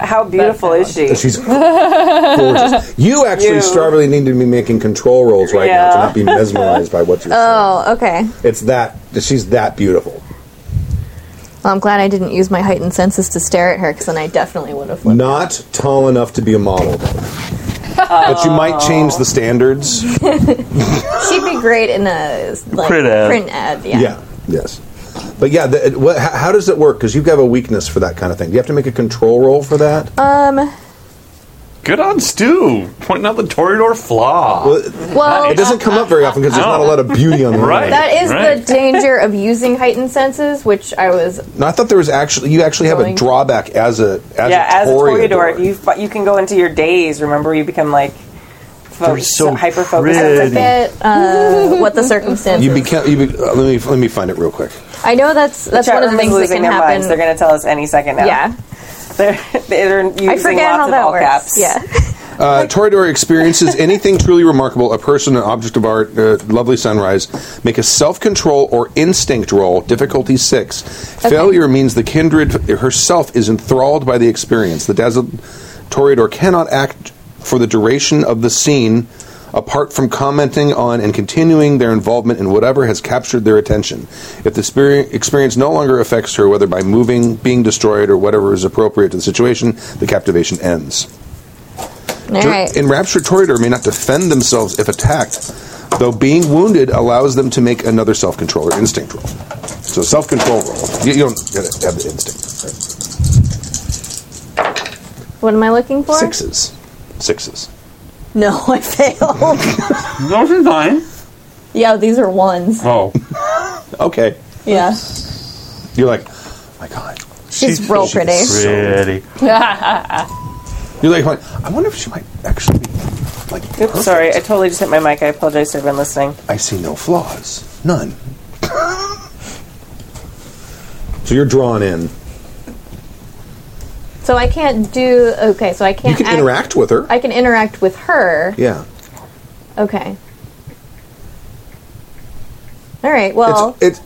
A: How beautiful is she?
B: She's *laughs* gorgeous. You actually,
A: You.
B: Starvely, need to be making control rolls right now to
A: Yeah.
C: *laughs*
B: not be mesmerized by what you're
C: Oh, okay.
B: saying. It's that she's that beautiful.
C: Well, I'm glad I didn't use my heightened senses to stare at her because then I definitely would have flipped.
B: Not tall enough to be a model, but you might change the standards.
C: She'd be great in a like,
E: Print ad.
C: Print ad, yeah.
B: Yes. But yeah, the, it- what, how, how does it work? Because you have a weakness for that kind of thing. Do you have to make a control roll for that?
C: Um.
E: Good on Stu pointing out the Torridor flaw.
B: well, it-
C: Well,
B: it doesn't come up very often because there's not a lot of beauty on the line.
E: Right.
C: that is
E: Right.
C: the danger of using heightened senses, which I was.
B: No, I thought there was actually you actually have a
C: Going-
B: drawback as a as
A: yeah,
B: a
A: as a
B: Toreador.
A: Toreador, you f- you can go into your days. Remember, you become like fo-
E: They're so
A: hyper focused.
E: pretty.
C: Forget uh, what
A: *laughs*
C: the circumstances.
B: You become. You be, uh, let me let me find it real quick.
C: I know that's that's
A: Chat
C: one of the
A: room is
C: things that
A: losing
C: can
A: their
C: happen.
A: minds. They're going to tell us any second now.
C: yeah,
A: *laughs* they're, they're using
C: I forget
A: lots
C: how
A: of
C: that
A: all
C: works.
A: caps.
C: Yeah,
B: Uh, Toreador experiences anything truly remarkable, a person, an object of art, uh, lovely sunrise. Make a self control or instinct roll, difficulty six. Failure means the kindred herself is enthralled by the experience. The dazzled Toreador cannot act for the duration of the scene apart from commenting on and continuing their involvement in whatever has captured their attention. If the speri- experience no longer affects her, whether by moving, being destroyed, or whatever is appropriate to the situation, the captivation ends.
C: all right.
B: Enraptured Toreador may not defend themselves if attacked, though being wounded allows them to make another self control or instinct roll. So self control roll. You, you don't gotta have the instinct. right?
C: What am I looking for?
B: Sixes. Sixes.
C: No, *laughs* I failed.
E: *laughs* Those are mine.
C: yeah, these are ones.
E: Oh,
B: *laughs* Okay.
C: Yeah,
B: You're like, my God.
C: she's, real
B: she's
C: Oh, pretty.
B: so-
E: pretty.
B: *laughs* You're like, I wonder if she might actually be like.
A: Oops,
B: perfect.
A: sorry, I totally just hit my mic. I apologize to everyone listening.
B: I see no flaws. None. so you're drawn in.
C: So I can't do. Okay, so I
B: You
C: can't.
B: can
C: act-
B: interact with her.
C: I can interact with her.
B: yeah.
C: Okay. All right. Well,
B: it's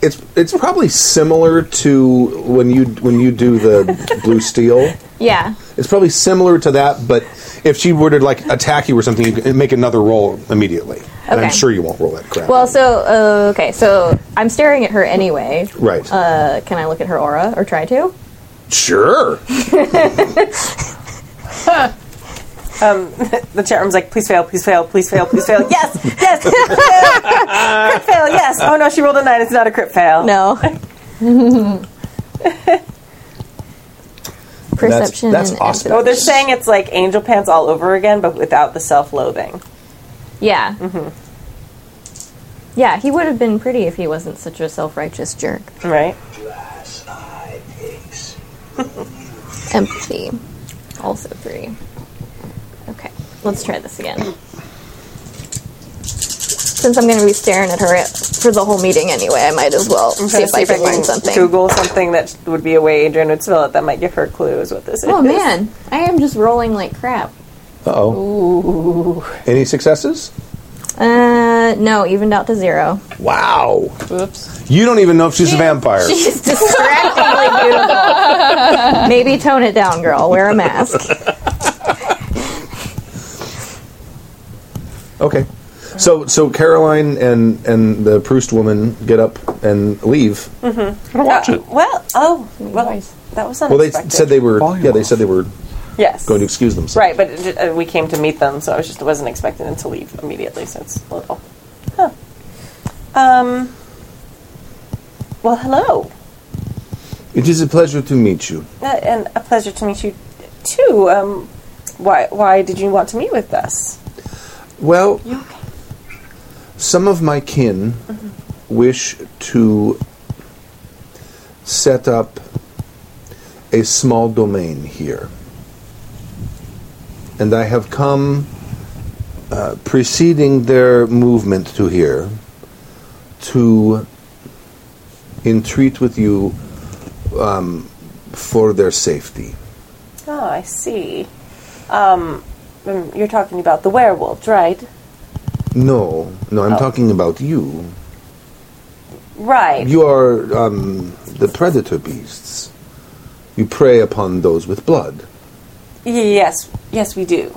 B: it's it's it's probably similar to when you when you do the blue steel.
C: yeah.
B: It's probably similar to that, but if she were to like attack you or something, you could make another roll immediately. And I'm
C: Okay.
B: sure you won't roll that crap.
C: Well, so uh, okay, so I'm staring at her anyway.
B: right?
C: Uh, can I look at her aura or try to?
B: sure.
A: The chat room's like, please fail, please fail, please fail, please fail. Yes, yes, fail. crit fail, yes. Oh no, she rolled a nine. It's not a crit
C: *laughs*
A: fail.
B: *laughs*
C: No. Perception.
B: that's
C: and empathy.
B: awesome.
A: Oh, they're saying it's like angel pants all over again, but without the self-loathing.
C: Yeah. Yeah, he would have been pretty if he wasn't such a self-righteous jerk.
A: Right?
C: Empathy, also three. Okay, let's try this again. Since I'm going to be staring at her for the whole meeting anyway, I might as well see if I can learn something.
A: Google something that would be a way Adrian would spell it that might give her clues what this is.
C: Oh man, I am just rolling like crap.
B: Uh oh. Any successes?
C: Uh, no, evened out to zero.
B: Wow.
D: Oops.
B: You don't even know if she's a vampire.
C: She's *laughs* distractingly beautiful. Maybe tone it down, girl. Wear a mask.
B: Okay. So so Caroline and and the Proust woman get up and leave.
A: Mm-hmm. well, oh, well, that was
B: Well, they
A: unexpected.
B: said they were. Yeah, they said they were
A: yes,
B: going to excuse themselves.
A: right, but it- uh, we came to meet them, so I was just wasn't expecting them to leave immediately. So it's a little, huh? Um. Well, hello,
B: It is a pleasure to meet you.
A: uh, and a pleasure to meet you too. Um, why why did you want to meet with us?
B: Well, some of my kin wish to set up a small domain here. And I have come uh, preceding their movement to here to entreat with you um, for their safety.
A: Oh, I see. Um, mm, you're talking about the werewolf, right?
B: No, no, I'm
A: Oh.
B: talking about you.
A: Right.
B: You are um, the predator beasts. You prey upon those with blood.
A: Yes, yes, we do.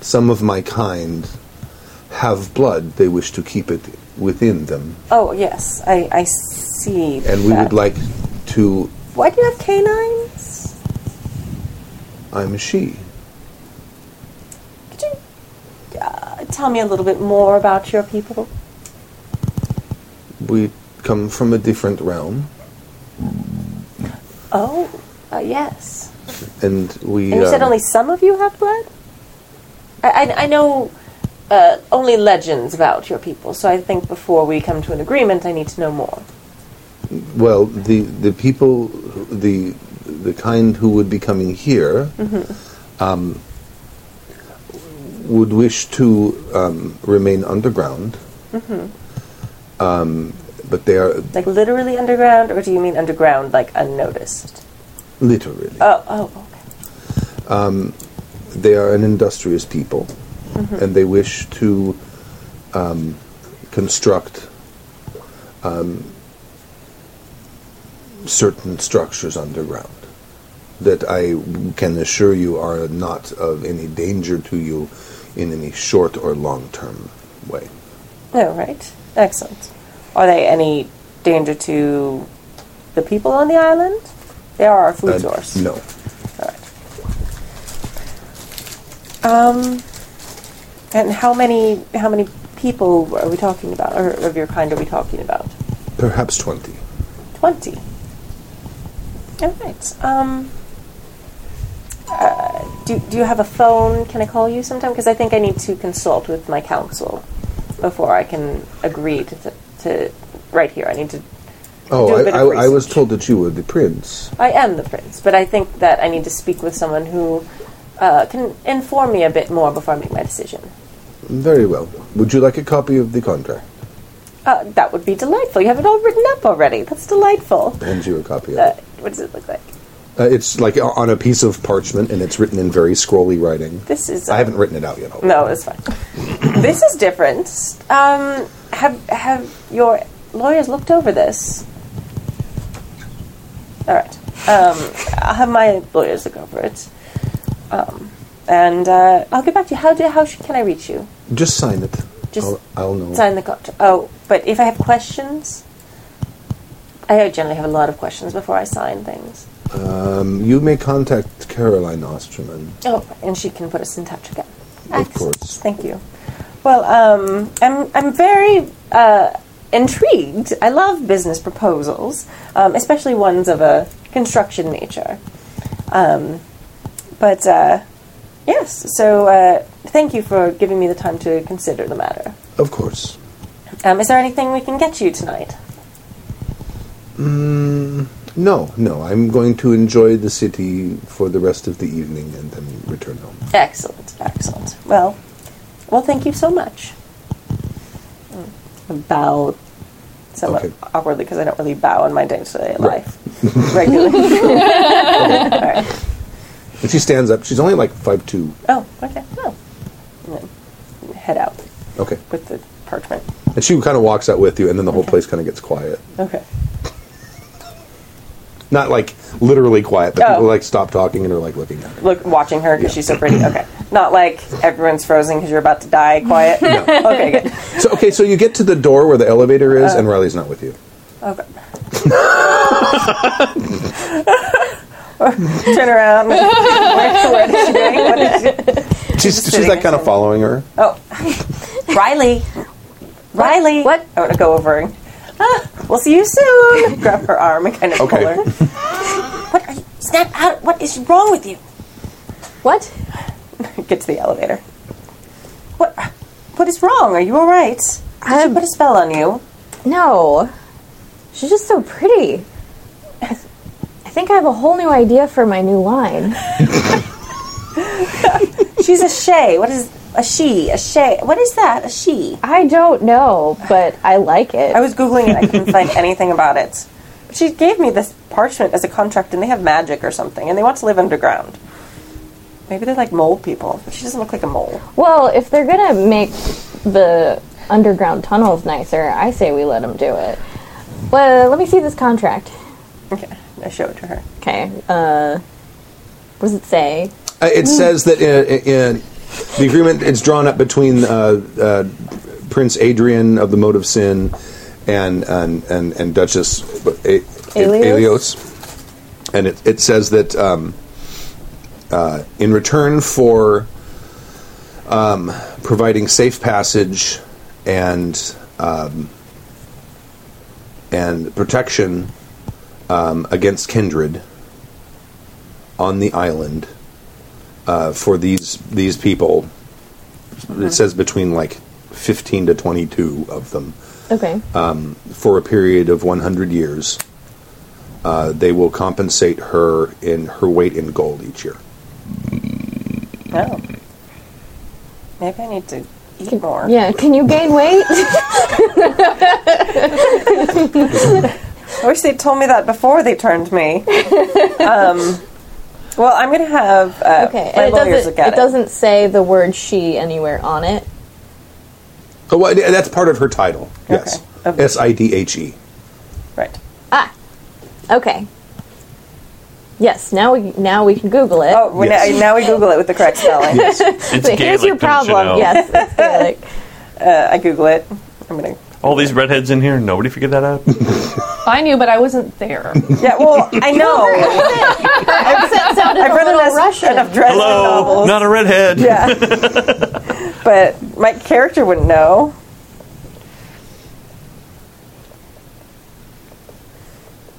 B: Some of my kind have blood. They wish to keep it within them.
A: Oh, yes, I, I see.
B: And we
A: that.
B: would like to.
A: Why do you have canines?
B: I'm a she.
A: Could you uh, tell me a little bit more about your people?
B: We come from a different realm.
A: Oh, uh, yes.
B: And we.
A: And you said
B: uh,
A: only some of you have blood? I, I, I know uh, only legends about your people, so I think before we come to an agreement, I need to know more.
B: Well, the, the people, the, the kind who would be coming here.
A: Mm-hmm.
B: um, would wish to um, remain underground,
A: Mm-hmm.
B: um, but they are
A: Like literally underground, or do you mean underground like unnoticed?
B: literally.
A: Oh, oh,
B: Um, they are an industrious people,
A: Mhm.
B: and they wish to um, construct um, certain structures underground that I can assure you are not of any danger to you in any short or long term way.
A: oh, right. Excellent. Are they any danger to the people on the island? They are our food
B: Uh,
A: source.
B: No.
A: Um, and how many how many people are we talking about, or of your kind are we talking about?
B: Perhaps 20.
A: Twenty. All right. Um, uh, do do you have a phone? Can I call you sometime? Because I think I need to consult with my council before I can agree to to, to right here. I need to.
B: Oh,
A: do a
B: I,
A: bit of
B: I, I
A: research.
B: was told that you were the prince.
A: I am the prince, but I think that I need to speak with someone who uh, can inform me a bit more before I make my decision.
B: Very well. Would you like a copy of the contract?
A: Uh, that would be delightful. You have it all written up already. That's delightful.
B: Hand you a copy of
A: Uh,
B: it.
A: what does it look like?
B: Uh, it's like o- on a piece of parchment, and it's written in very scrolly writing.
A: This is,
B: I
A: uh,
B: haven't written it out yet.
A: No, it's fine. *coughs* this is different. Um, have have your lawyers looked over this? All right. Um, I'll have my lawyers look over it, um, and uh, I'll get back to you. How do how sh- can I reach you?
B: Just sign it.
A: Just
B: I'll, I'll know.
A: Sign the contract. Oh, but if I have questions, I generally have a lot of questions before I sign things.
B: Um, you may contact Caroline Osterman.
A: Oh, and she can put us in touch again.
B: Of course.
A: Thank you. Well, um, I'm I'm very uh, intrigued. I love business proposals, um, especially ones of a construction nature. Um, but uh, yes, so uh, thank you for giving me the time to consider the matter.
B: Of course.
A: Um, is there anything we can get you tonight?
B: Mm, no, no. I'm going to enjoy the city for the rest of the evening and then return home.
A: Excellent, excellent. Well, well, thank you so much. Mm, I Bow somewhat
B: Okay.
A: awkwardly because I don't really bow in my day-to-day life regularly. All right.
B: And she stands up. She's only like five two.
A: Oh, okay. Oh. And then head out
B: Okay.
A: with the parchment.
B: And she kind of walks out with you, and then the whole place kind of gets quiet.
A: Okay.
B: Not like literally quiet, but
A: Oh.
B: people like stop talking and are like looking at her.
A: Look, watching her because she's so pretty. Okay. Not like everyone's frozen because you're about to die. Quiet. Okay, good.
B: So okay, so you get to the door where the elevator
A: Uh,
B: is, and Riley's not with you.
A: Okay. Turn around. Where, what is she doing? What is she
B: She's
A: just
B: she's
A: sitting
B: like kind of following her.
A: Oh, Riley. Riley. What? I want to go over and. Ah, we'll see you soon. Grab her arm and kind of
B: Okay.
A: pull her. what are you? Snap out! What is wrong with you?
C: What?
A: Get to the elevator. What? What is wrong? Are you all right? Did she put a spell on you?
C: No. She's just so pretty. I think I have a whole new idea for my new line.
A: She's a Shay. What is a she? A Shay? What is that? A she?
C: I don't know, but I like it.
A: I was googling it. I couldn't *laughs* find anything about it. But she gave me this parchment as a contract, and they have magic or something, and they want to live underground. Maybe they're like mole people. But she doesn't look like a mole.
C: Well, if they're gonna make the underground tunnels nicer, I say we let them do it. Well, let me see this contract.
A: Okay, I show it to her.
C: Okay. Uh, what does it say?
B: Uh, it says that in, in the agreement it's drawn up between uh, uh, Prince Adrian of the Mode of Sin and and and, and Duchess a-
C: Alios?
B: Alios. and it, it says that um, uh, in return for um, providing safe passage and um, and protection um, against kindred on the island uh, for these these people. It says between like fifteen to twenty two of them
C: Okay.
A: Uh,
B: um, for a period of one hundred years. Uh, they will compensate her in her weight in gold each year.
A: Oh. Maybe I need to eat more.
C: Yeah. Can you gain
A: *laughs*
C: weight?
A: I wish they'd told me that before they turned
C: *laughs*
A: me. um, well, I'm going to have uh,
C: okay.
A: my
C: And it
A: lawyers
C: doesn't.
A: look at
C: It doesn't say the word "she" anywhere on it.
B: Oh, well, that's part of her title. Yes, S I D H E.
A: Right.
C: Ah. Okay. Yes. Now we now we can Google it.
A: Oh, we now, now we Google it with
C: *laughs*
A: the correct spelling.
B: Yes.
C: But here's
E: Gaelic,
C: your
E: don't you
C: problem.
E: know?
C: Yes. It's
A: *laughs*
C: Gaelic.
A: Uh, I Google it. I'm going to.
E: All these redheads in here, nobody figured that out.
D: I knew, but I wasn't there.
A: Yeah, well,
C: *laughs*
A: I know.
C: That sounded
A: I've
C: a
A: read
C: little
A: enough,
C: Russian.
A: enough Dresden
E: Hello,
A: novels.
E: not a redhead.
A: yeah. but my character wouldn't know.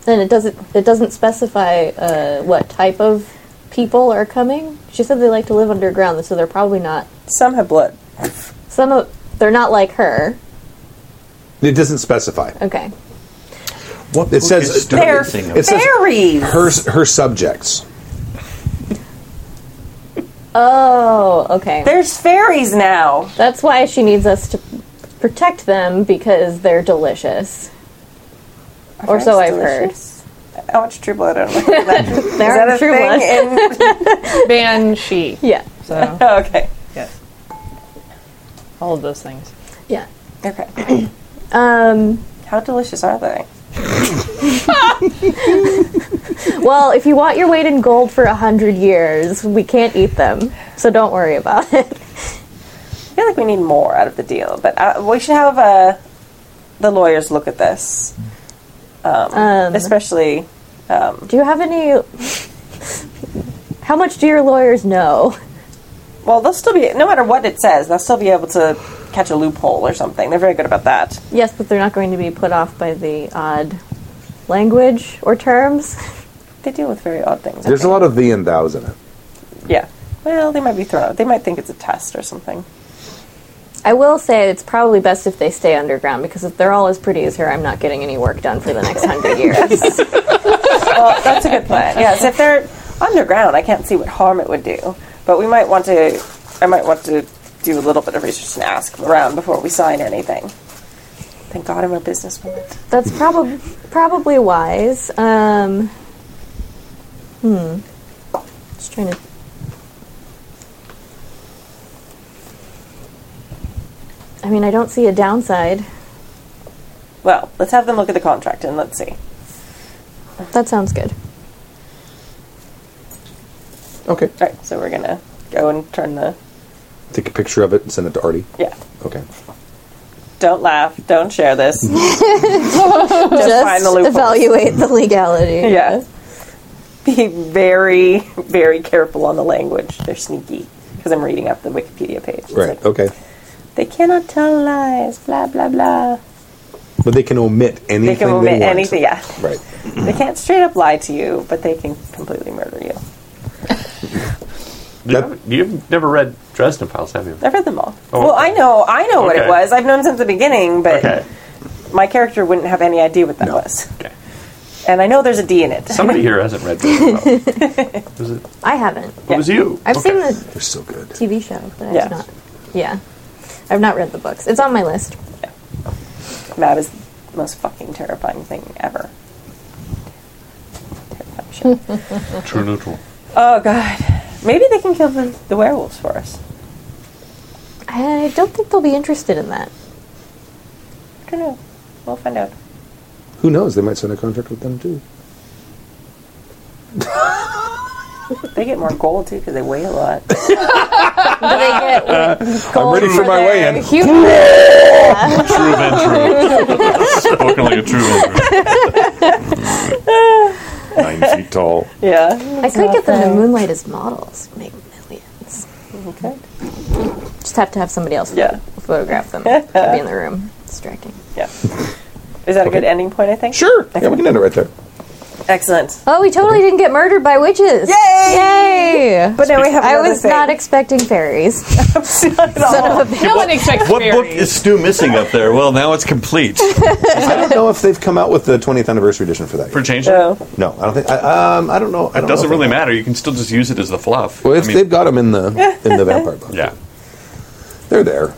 C: And it doesn't it doesn't specify uh, what type of people are coming. She said they like to live underground, so they're probably not
A: Some have blood.
C: some of they're not like her.
B: It doesn't specify.
C: Okay.
B: What it says?
A: They're
B: It says
A: fairies.
B: her her subjects.
C: Oh, okay.
A: There's fairies now.
C: That's why she needs us to protect them because they're delicious. Or so I've heard.
A: heard. How much true blood? I don't know. Is
C: *laughs*
A: that, is
C: They're
A: that a
C: true blood.
A: thing
C: *laughs*
A: in Oh,
D: Banshee.
C: Yeah.
D: So
A: Okay.
D: all of those things.
C: Yeah.
A: Okay. *clears throat*
C: Um,
A: How delicious are they?
C: well, if you want your weight in gold for a hundred years, we can't eat them, so don't worry about it.
A: I feel like we need more out of the deal, but uh, we should have uh, the lawyers look at this,
C: Mm-hmm.
A: um,
C: Um.
A: especially. Um,
C: Do you have any? How much do your lawyers know?
A: well, they'll still be no matter what it says, they'll still be able to catch a loophole or something. They're very good about that.
C: Yes, but they're not going to be put off by the odd language or terms.
A: They deal with very odd things. I
B: There's a
A: think.
B: lot of the and thous in it.
A: Yeah. Well, they might be thrown out. They might think it's a test or something.
C: I will say it's probably best if they stay underground because if they're all as pretty as her, I'm not getting any work done for the next hundred *laughs* years.
A: Well, that's a good plan. Yes, if they're underground, I can't see what harm it would do. But we might want to. I might want to do a little bit of research and ask around before we sign anything. Thank God I'm a businesswoman.
C: That's probably probably wise. Um, hmm. Just trying to. I I mean, I don't see a downside.
A: Well, let's have them look at the contract and let's see.
C: That sounds good.
B: Okay.
A: All right, so we're gonna go and turn the.
B: Take a picture of it and send it to Artie.
A: Yeah.
B: Okay.
A: Don't laugh. Don't share *laughs* this.
C: Just,
A: find the loopholes.
C: evaluate the
A: *laughs*
C: legality.
A: yeah. Be very, very careful on the language. They're sneaky because I'm reading up the Wikipedia page. It's
B: Right.
A: like,
B: Okay.
A: They cannot tell lies. Blah blah blah.
B: But they can omit anything.
A: they can omit
B: want.
A: anything.
E: *clears throat*
A: Yeah.
B: Right.
A: they can't straight up lie to you, but they can completely murder you.
E: You- You've never read Dresden Files, have you?
A: I've read them all.
E: Oh,
A: well, I know, I know what it
E: Okay.
A: was. I've known since the beginning, but
E: Okay.
A: my character wouldn't have any idea what that was.
E: Okay.
A: And I know there's a D in *laughs*
H: *laughs*
A: it.
E: Somebody here hasn't read Dresden Files. Was it,
C: I haven't.
E: it was you.
C: I've
E: Okay.
C: seen the
B: They're so good.
C: TV show, but I've
A: Yeah.
C: not. Yeah. I've not read the books. It's on my list.
A: Mab is the most fucking terrifying thing ever. Terrifying shit.
E: *laughs* True Neutral.
A: oh god. Maybe they can kill the, the werewolves for us.
C: I don't think they'll be interested in
A: *laughs*
C: that.
A: I don't know. We'll find out.
B: Who knows? They might sign a contract with them too.
A: They get more gold too because they weigh a lot.
C: But they get *laughs*
B: I'm ready for my weigh-in.
E: True
C: *laughs*
E: Ventrue. Spoken like a true Ventrue.
H: Nine feet tall.
A: yeah.
C: I could get them to moonlight as models, make millions.
A: Okay.
C: Just have to have somebody else
A: Yeah.
C: photograph
A: *laughs*
C: them. Could be in the room. Distracting.
A: Yeah. Is that a good
B: Okay.
A: ending point, I think?
B: Sure. Yeah, we can end it right there.
A: Excellent.
C: Oh, we totally didn't get murdered by witches. Yay! Yay!
A: But now we have
C: I
A: another
C: was
A: thing. *laughs* Oh.
C: not expecting fairies. *laughs*
A: Not at all.
C: Son of a
D: No one expects
H: What book
D: fairies.
H: is Stu missing up there? Well, now it's complete.
B: I don't know if they've come out with the 20th anniversary edition for that.
E: For
B: Yet.
E: change, it
A: So,
B: No, I don't think. I, um, I don't know. I don't
E: doesn't
B: know if
E: really
B: they-
E: matter. You can still just use it as the fluff.
B: Well, if
E: I mean,
B: they've got them in the in the vampire book,
E: yeah.
B: they're there.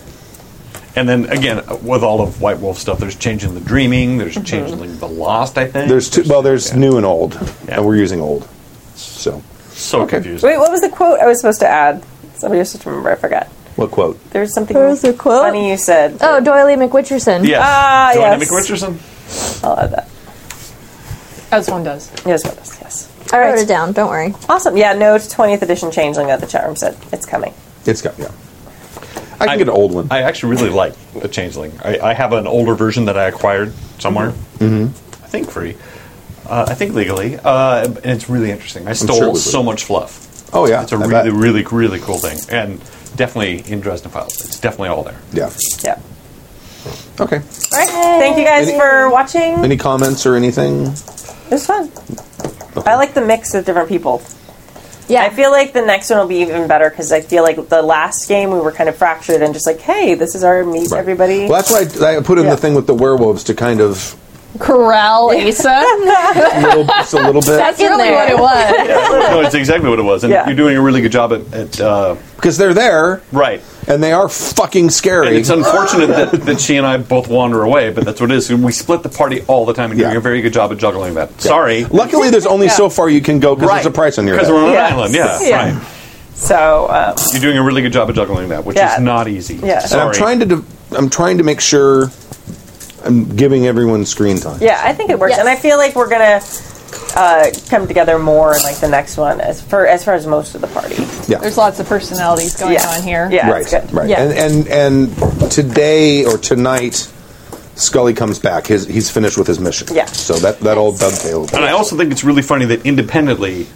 H: And then again, with all of White Wolf stuff, there's changing the dreaming, there's changing the lost. I think
B: There's two. Well, there's
H: yeah.
B: new and old,
H: Yeah.
B: and we're using old. So,
E: So
B: Okay.
E: confusing.
A: wait, what was the quote I was supposed to add? Somebody was supposed to remember. I forgot.
B: what quote?
A: There was something
C: There was a quote?
A: funny you said.
C: Oh, Doily McWitcherson.
H: Yes.
A: Ah,
H: Joanna
A: yes.
H: McRicherson.
A: I'll add that.
D: As one does.
A: Yes, what else? Yes.
C: I wrote it down. Don't worry.
A: Awesome. Yeah, no 20th edition changeling that the chat room said. It's coming.
B: It's got yeah. I can
H: I-
B: get an old one.
H: I actually really like the Changeling. I, I have an older version that I acquired somewhere. Mm-hmm. I think free. Uh, I think legally, uh, and it's really interesting. I stole
B: sure it was
H: so
B: legal.
H: much fluff.
B: Oh, yeah,
H: it's a
B: I
H: really,
B: bet.
H: really, really cool thing, and definitely in Dresden Files. It's definitely
A: *laughs*
H: all there.
B: yeah.
A: Yeah.
B: Okay.
A: All right. Thank you guys
B: Any-
A: for watching.
B: Any comments or anything?
A: it was fun. I like the mix of different people.
C: Yeah.
A: I feel like the next one will be even better because I feel like the last game we were kind of fractured and just like, hey, this is our meet
B: Right.
A: everybody.
B: Well, that's why I, I put in
A: Yeah.
B: the thing with the werewolves to kind of
D: Corral Asa.
B: little, just a little bit
D: That's really what it *laughs* was.
H: no, it's exactly what it was, and
A: Yeah.
H: you're doing a really good job at, at uh,
B: because they're there
H: right.
B: and they are fucking
H: And
B: scary.
H: it's
B: *laughs*
H: unfortunate that, that she and I both wander away, but that's what it is. We split the party all the time, and
B: Yeah.
H: you're doing a very good job at juggling that. Sorry,
B: Luckily, there's only so far you can go because
H: Right.
B: there's a price on your
H: because
B: head.
H: we're on an
A: Yes.
H: island. Yeah,
A: Yeah.
H: right.
A: so, um,
H: You're doing a really good job of juggling that, which
A: Yeah.
H: is not easy.
A: Yeah.
B: and
H: Sorry.
B: I'm trying to de- I'm trying to make sure I'm giving everyone screen time.
A: yeah, I think it works.
C: Yes.
A: And I feel like we're going to uh, come together more in like the next one as, for, as far as most of
C: *laughs*
A: the party.
B: Yeah.
D: There's lots of personalities going
A: yeah.
D: on here.
A: Yeah,
B: right.
A: it's good.
B: Right.
C: Yeah.
B: And and and today or tonight, Scully comes back. His he's finished with his mission.
A: Yeah.
B: So that that all dovetailed.
H: and I also think it's really funny that independently,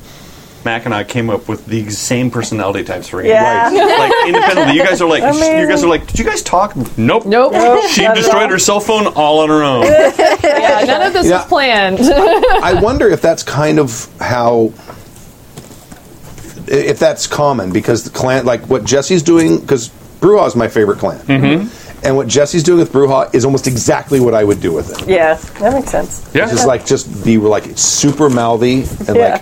H: Mac and I came up with the same personality types for Andy.
A: Yeah.
H: like independently. You guys are like, you guys are like, did you guys talk? Nope.
D: Nope.
C: Oh.
H: She destroyed her cell phone all on her
A: *laughs*
H: own.
D: Yeah, none of this
B: Yeah.
D: was planned.
B: I wonder if that's kind of how if that's common because the clan like what Jesse's doing because Bruja is my favorite clan. Mm-hmm. And what Jesse's doing with Bruja is almost exactly what I would do with it.
A: Yeah, that makes sense.
E: Yeah.
B: Just like just be like super mouthy and like,
A: Yeah.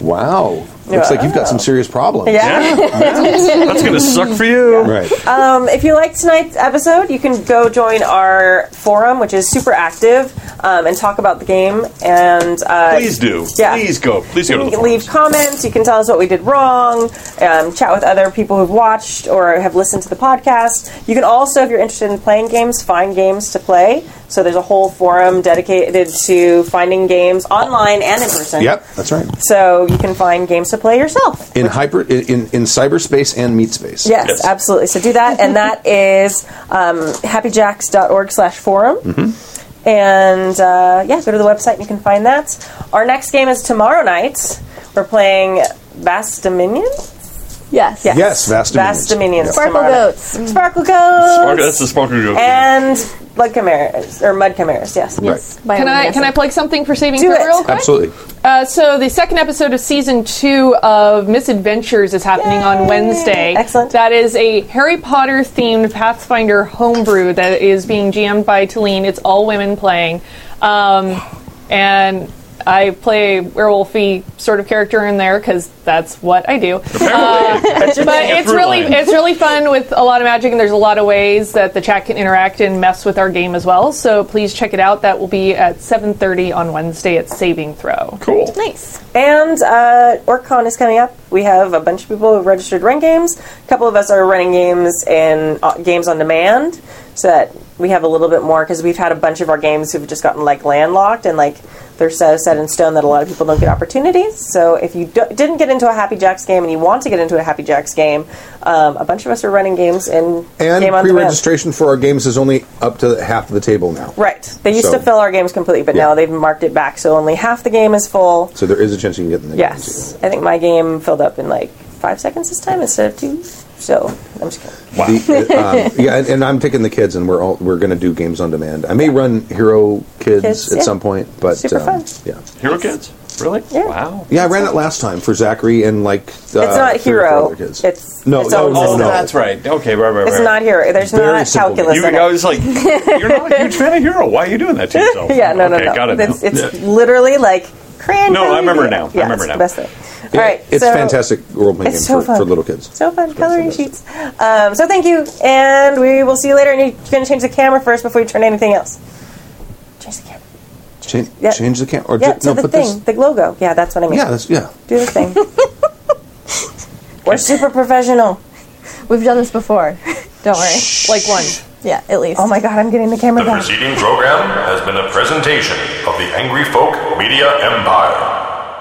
B: wow, looks like you've got some serious problems.
A: yeah.
E: That's going to suck for you.
B: Right.
A: Um, if you liked tonight's episode, you can go join our forum, which is super active. um, and talk about the game. And uh,
E: Please do.
A: Yeah.
E: Please go. Please go to
A: You
E: the
A: can
E: forum.
A: leave comments. You can tell us what we did wrong. Um, chat with other people who've watched or have listened to the podcast. You can also, if you're interested in playing games, find games to play. So there's a whole forum dedicated to finding games online and in person.
B: Yep, that's right.
A: So you can find games to play yourself.
B: In hyper, in, in, in cyberspace and meat space.
A: Yes, absolutely. So do that, and that is um, happyjacks.org/forum. And uh, yeah, go to the website and you can find that. Our next game is tomorrow night. We're playing Vast Dominion.
C: Yes.
A: Yes.
B: Yes, Vast Dominions.
A: Vast Dominions.
C: Sparkle
A: tomorrow night.
C: goats.
A: Sparkle goats.
E: Spark- that's the sparkle goat.
A: And blood chimeras or mud chimeras. Yes.
B: Yes.
C: By
D: Can I
C: Omniacid.
D: can I plug something for saving
A: Do
D: Throw
A: it.
D: real quick?
B: Absolutely.
D: Uh, so the second episode of season two of Misadventures is happening on Wednesday.
A: Excellent.
D: That is a Harry Potter themed Pathfinder homebrew that is being GM'd by Talene. It's all women playing, um, and I play a werewolfy sort of character in there because that's what I do. Uh, but it's really it's really fun with a lot of magic and there's a lot of ways that the chat can interact and mess with our game as well so please check it out that will be at 7.30 on wednesday at saving throw
E: cool.
C: Nice.
A: And uh, OrcCon is coming up. We have a bunch of people who registered run games. A couple of us are running games and uh, games on demand, so that we have a little bit more because we've had a bunch of our games who've just gotten like landlocked and like they're so set in stone that a lot of people don't get opportunities. So if you do- didn't get into a Happy Jacks game and you want to get into a Happy Jacks game, um, a bunch of us are running games in
B: And
A: game on demand.
B: pre-registration for our games is only up to half of the table now.
A: Right. They used
B: So-
A: to fill our games completely, but
B: Yeah.
A: now they've marked it back, so only half the game is full.
B: So there is a chance you can get in the
A: Yes, I think my game filled up in like five seconds this time instead of two. So I'm just kidding.
B: Wow. The,
A: *laughs*
B: um, yeah, and, and I'm taking the kids, and we're all we're going to do games on demand. I may run Hero Kids,
A: Kids,
B: at
A: yeah.
B: some point, but
A: Super
B: um,
A: fun.
B: yeah,
E: Hero Kids? Really?
A: Yeah.
E: Wow.
B: yeah. I ran it last time for Zachary and like the,
A: it's not
B: Uh, three or four
A: hero.
B: other kids.
A: It's
B: No,
A: It's,
B: no,
A: own
B: no,
A: system.
B: Oh, no.
H: Oh, that's right. Okay, right, right, right.
A: It's not hero. There's
B: Very
A: not
B: simple
A: calculus.
B: game.
A: in
E: You, I
A: *laughs* it.
E: was like, you're not a huge fan of Hero. Why are you doing
A: *laughs*
E: that to yourself?
A: Yeah, no, no,
E: okay,
A: no.
E: Got it.
A: it's
E: now.
A: it's literally like cranberry.
E: No, I remember now. I
A: Yeah,
E: remember
A: it's
E: now.
A: The best thing.
B: Yeah,
A: All right,
B: it's
A: so-
B: fantastic role playing game
A: It's so
B: for,
A: fun.
B: for little kids.
A: So fun, coloring sheets. Um, so thank you, and we will see you later. And you're going to change the camera first before you turn anything else. Change the camera.
B: Change,
A: Yeah.
B: change the camera. Or
A: Yeah,
B: ju-
A: to
B: no,
A: the
B: put
A: thing,
B: this.
A: the logo. Yeah, that's what I mean.
B: Yeah, that's yeah.
A: Do the thing.
B: *laughs*
A: We're super professional.
C: We've done this before. *laughs* Don't worry.
D: like one
C: Yeah, at least.
A: Oh my god, I'm getting the camera
P: The
A: back.
P: preceding program has been a presentation of the Angry Folk Media Empire.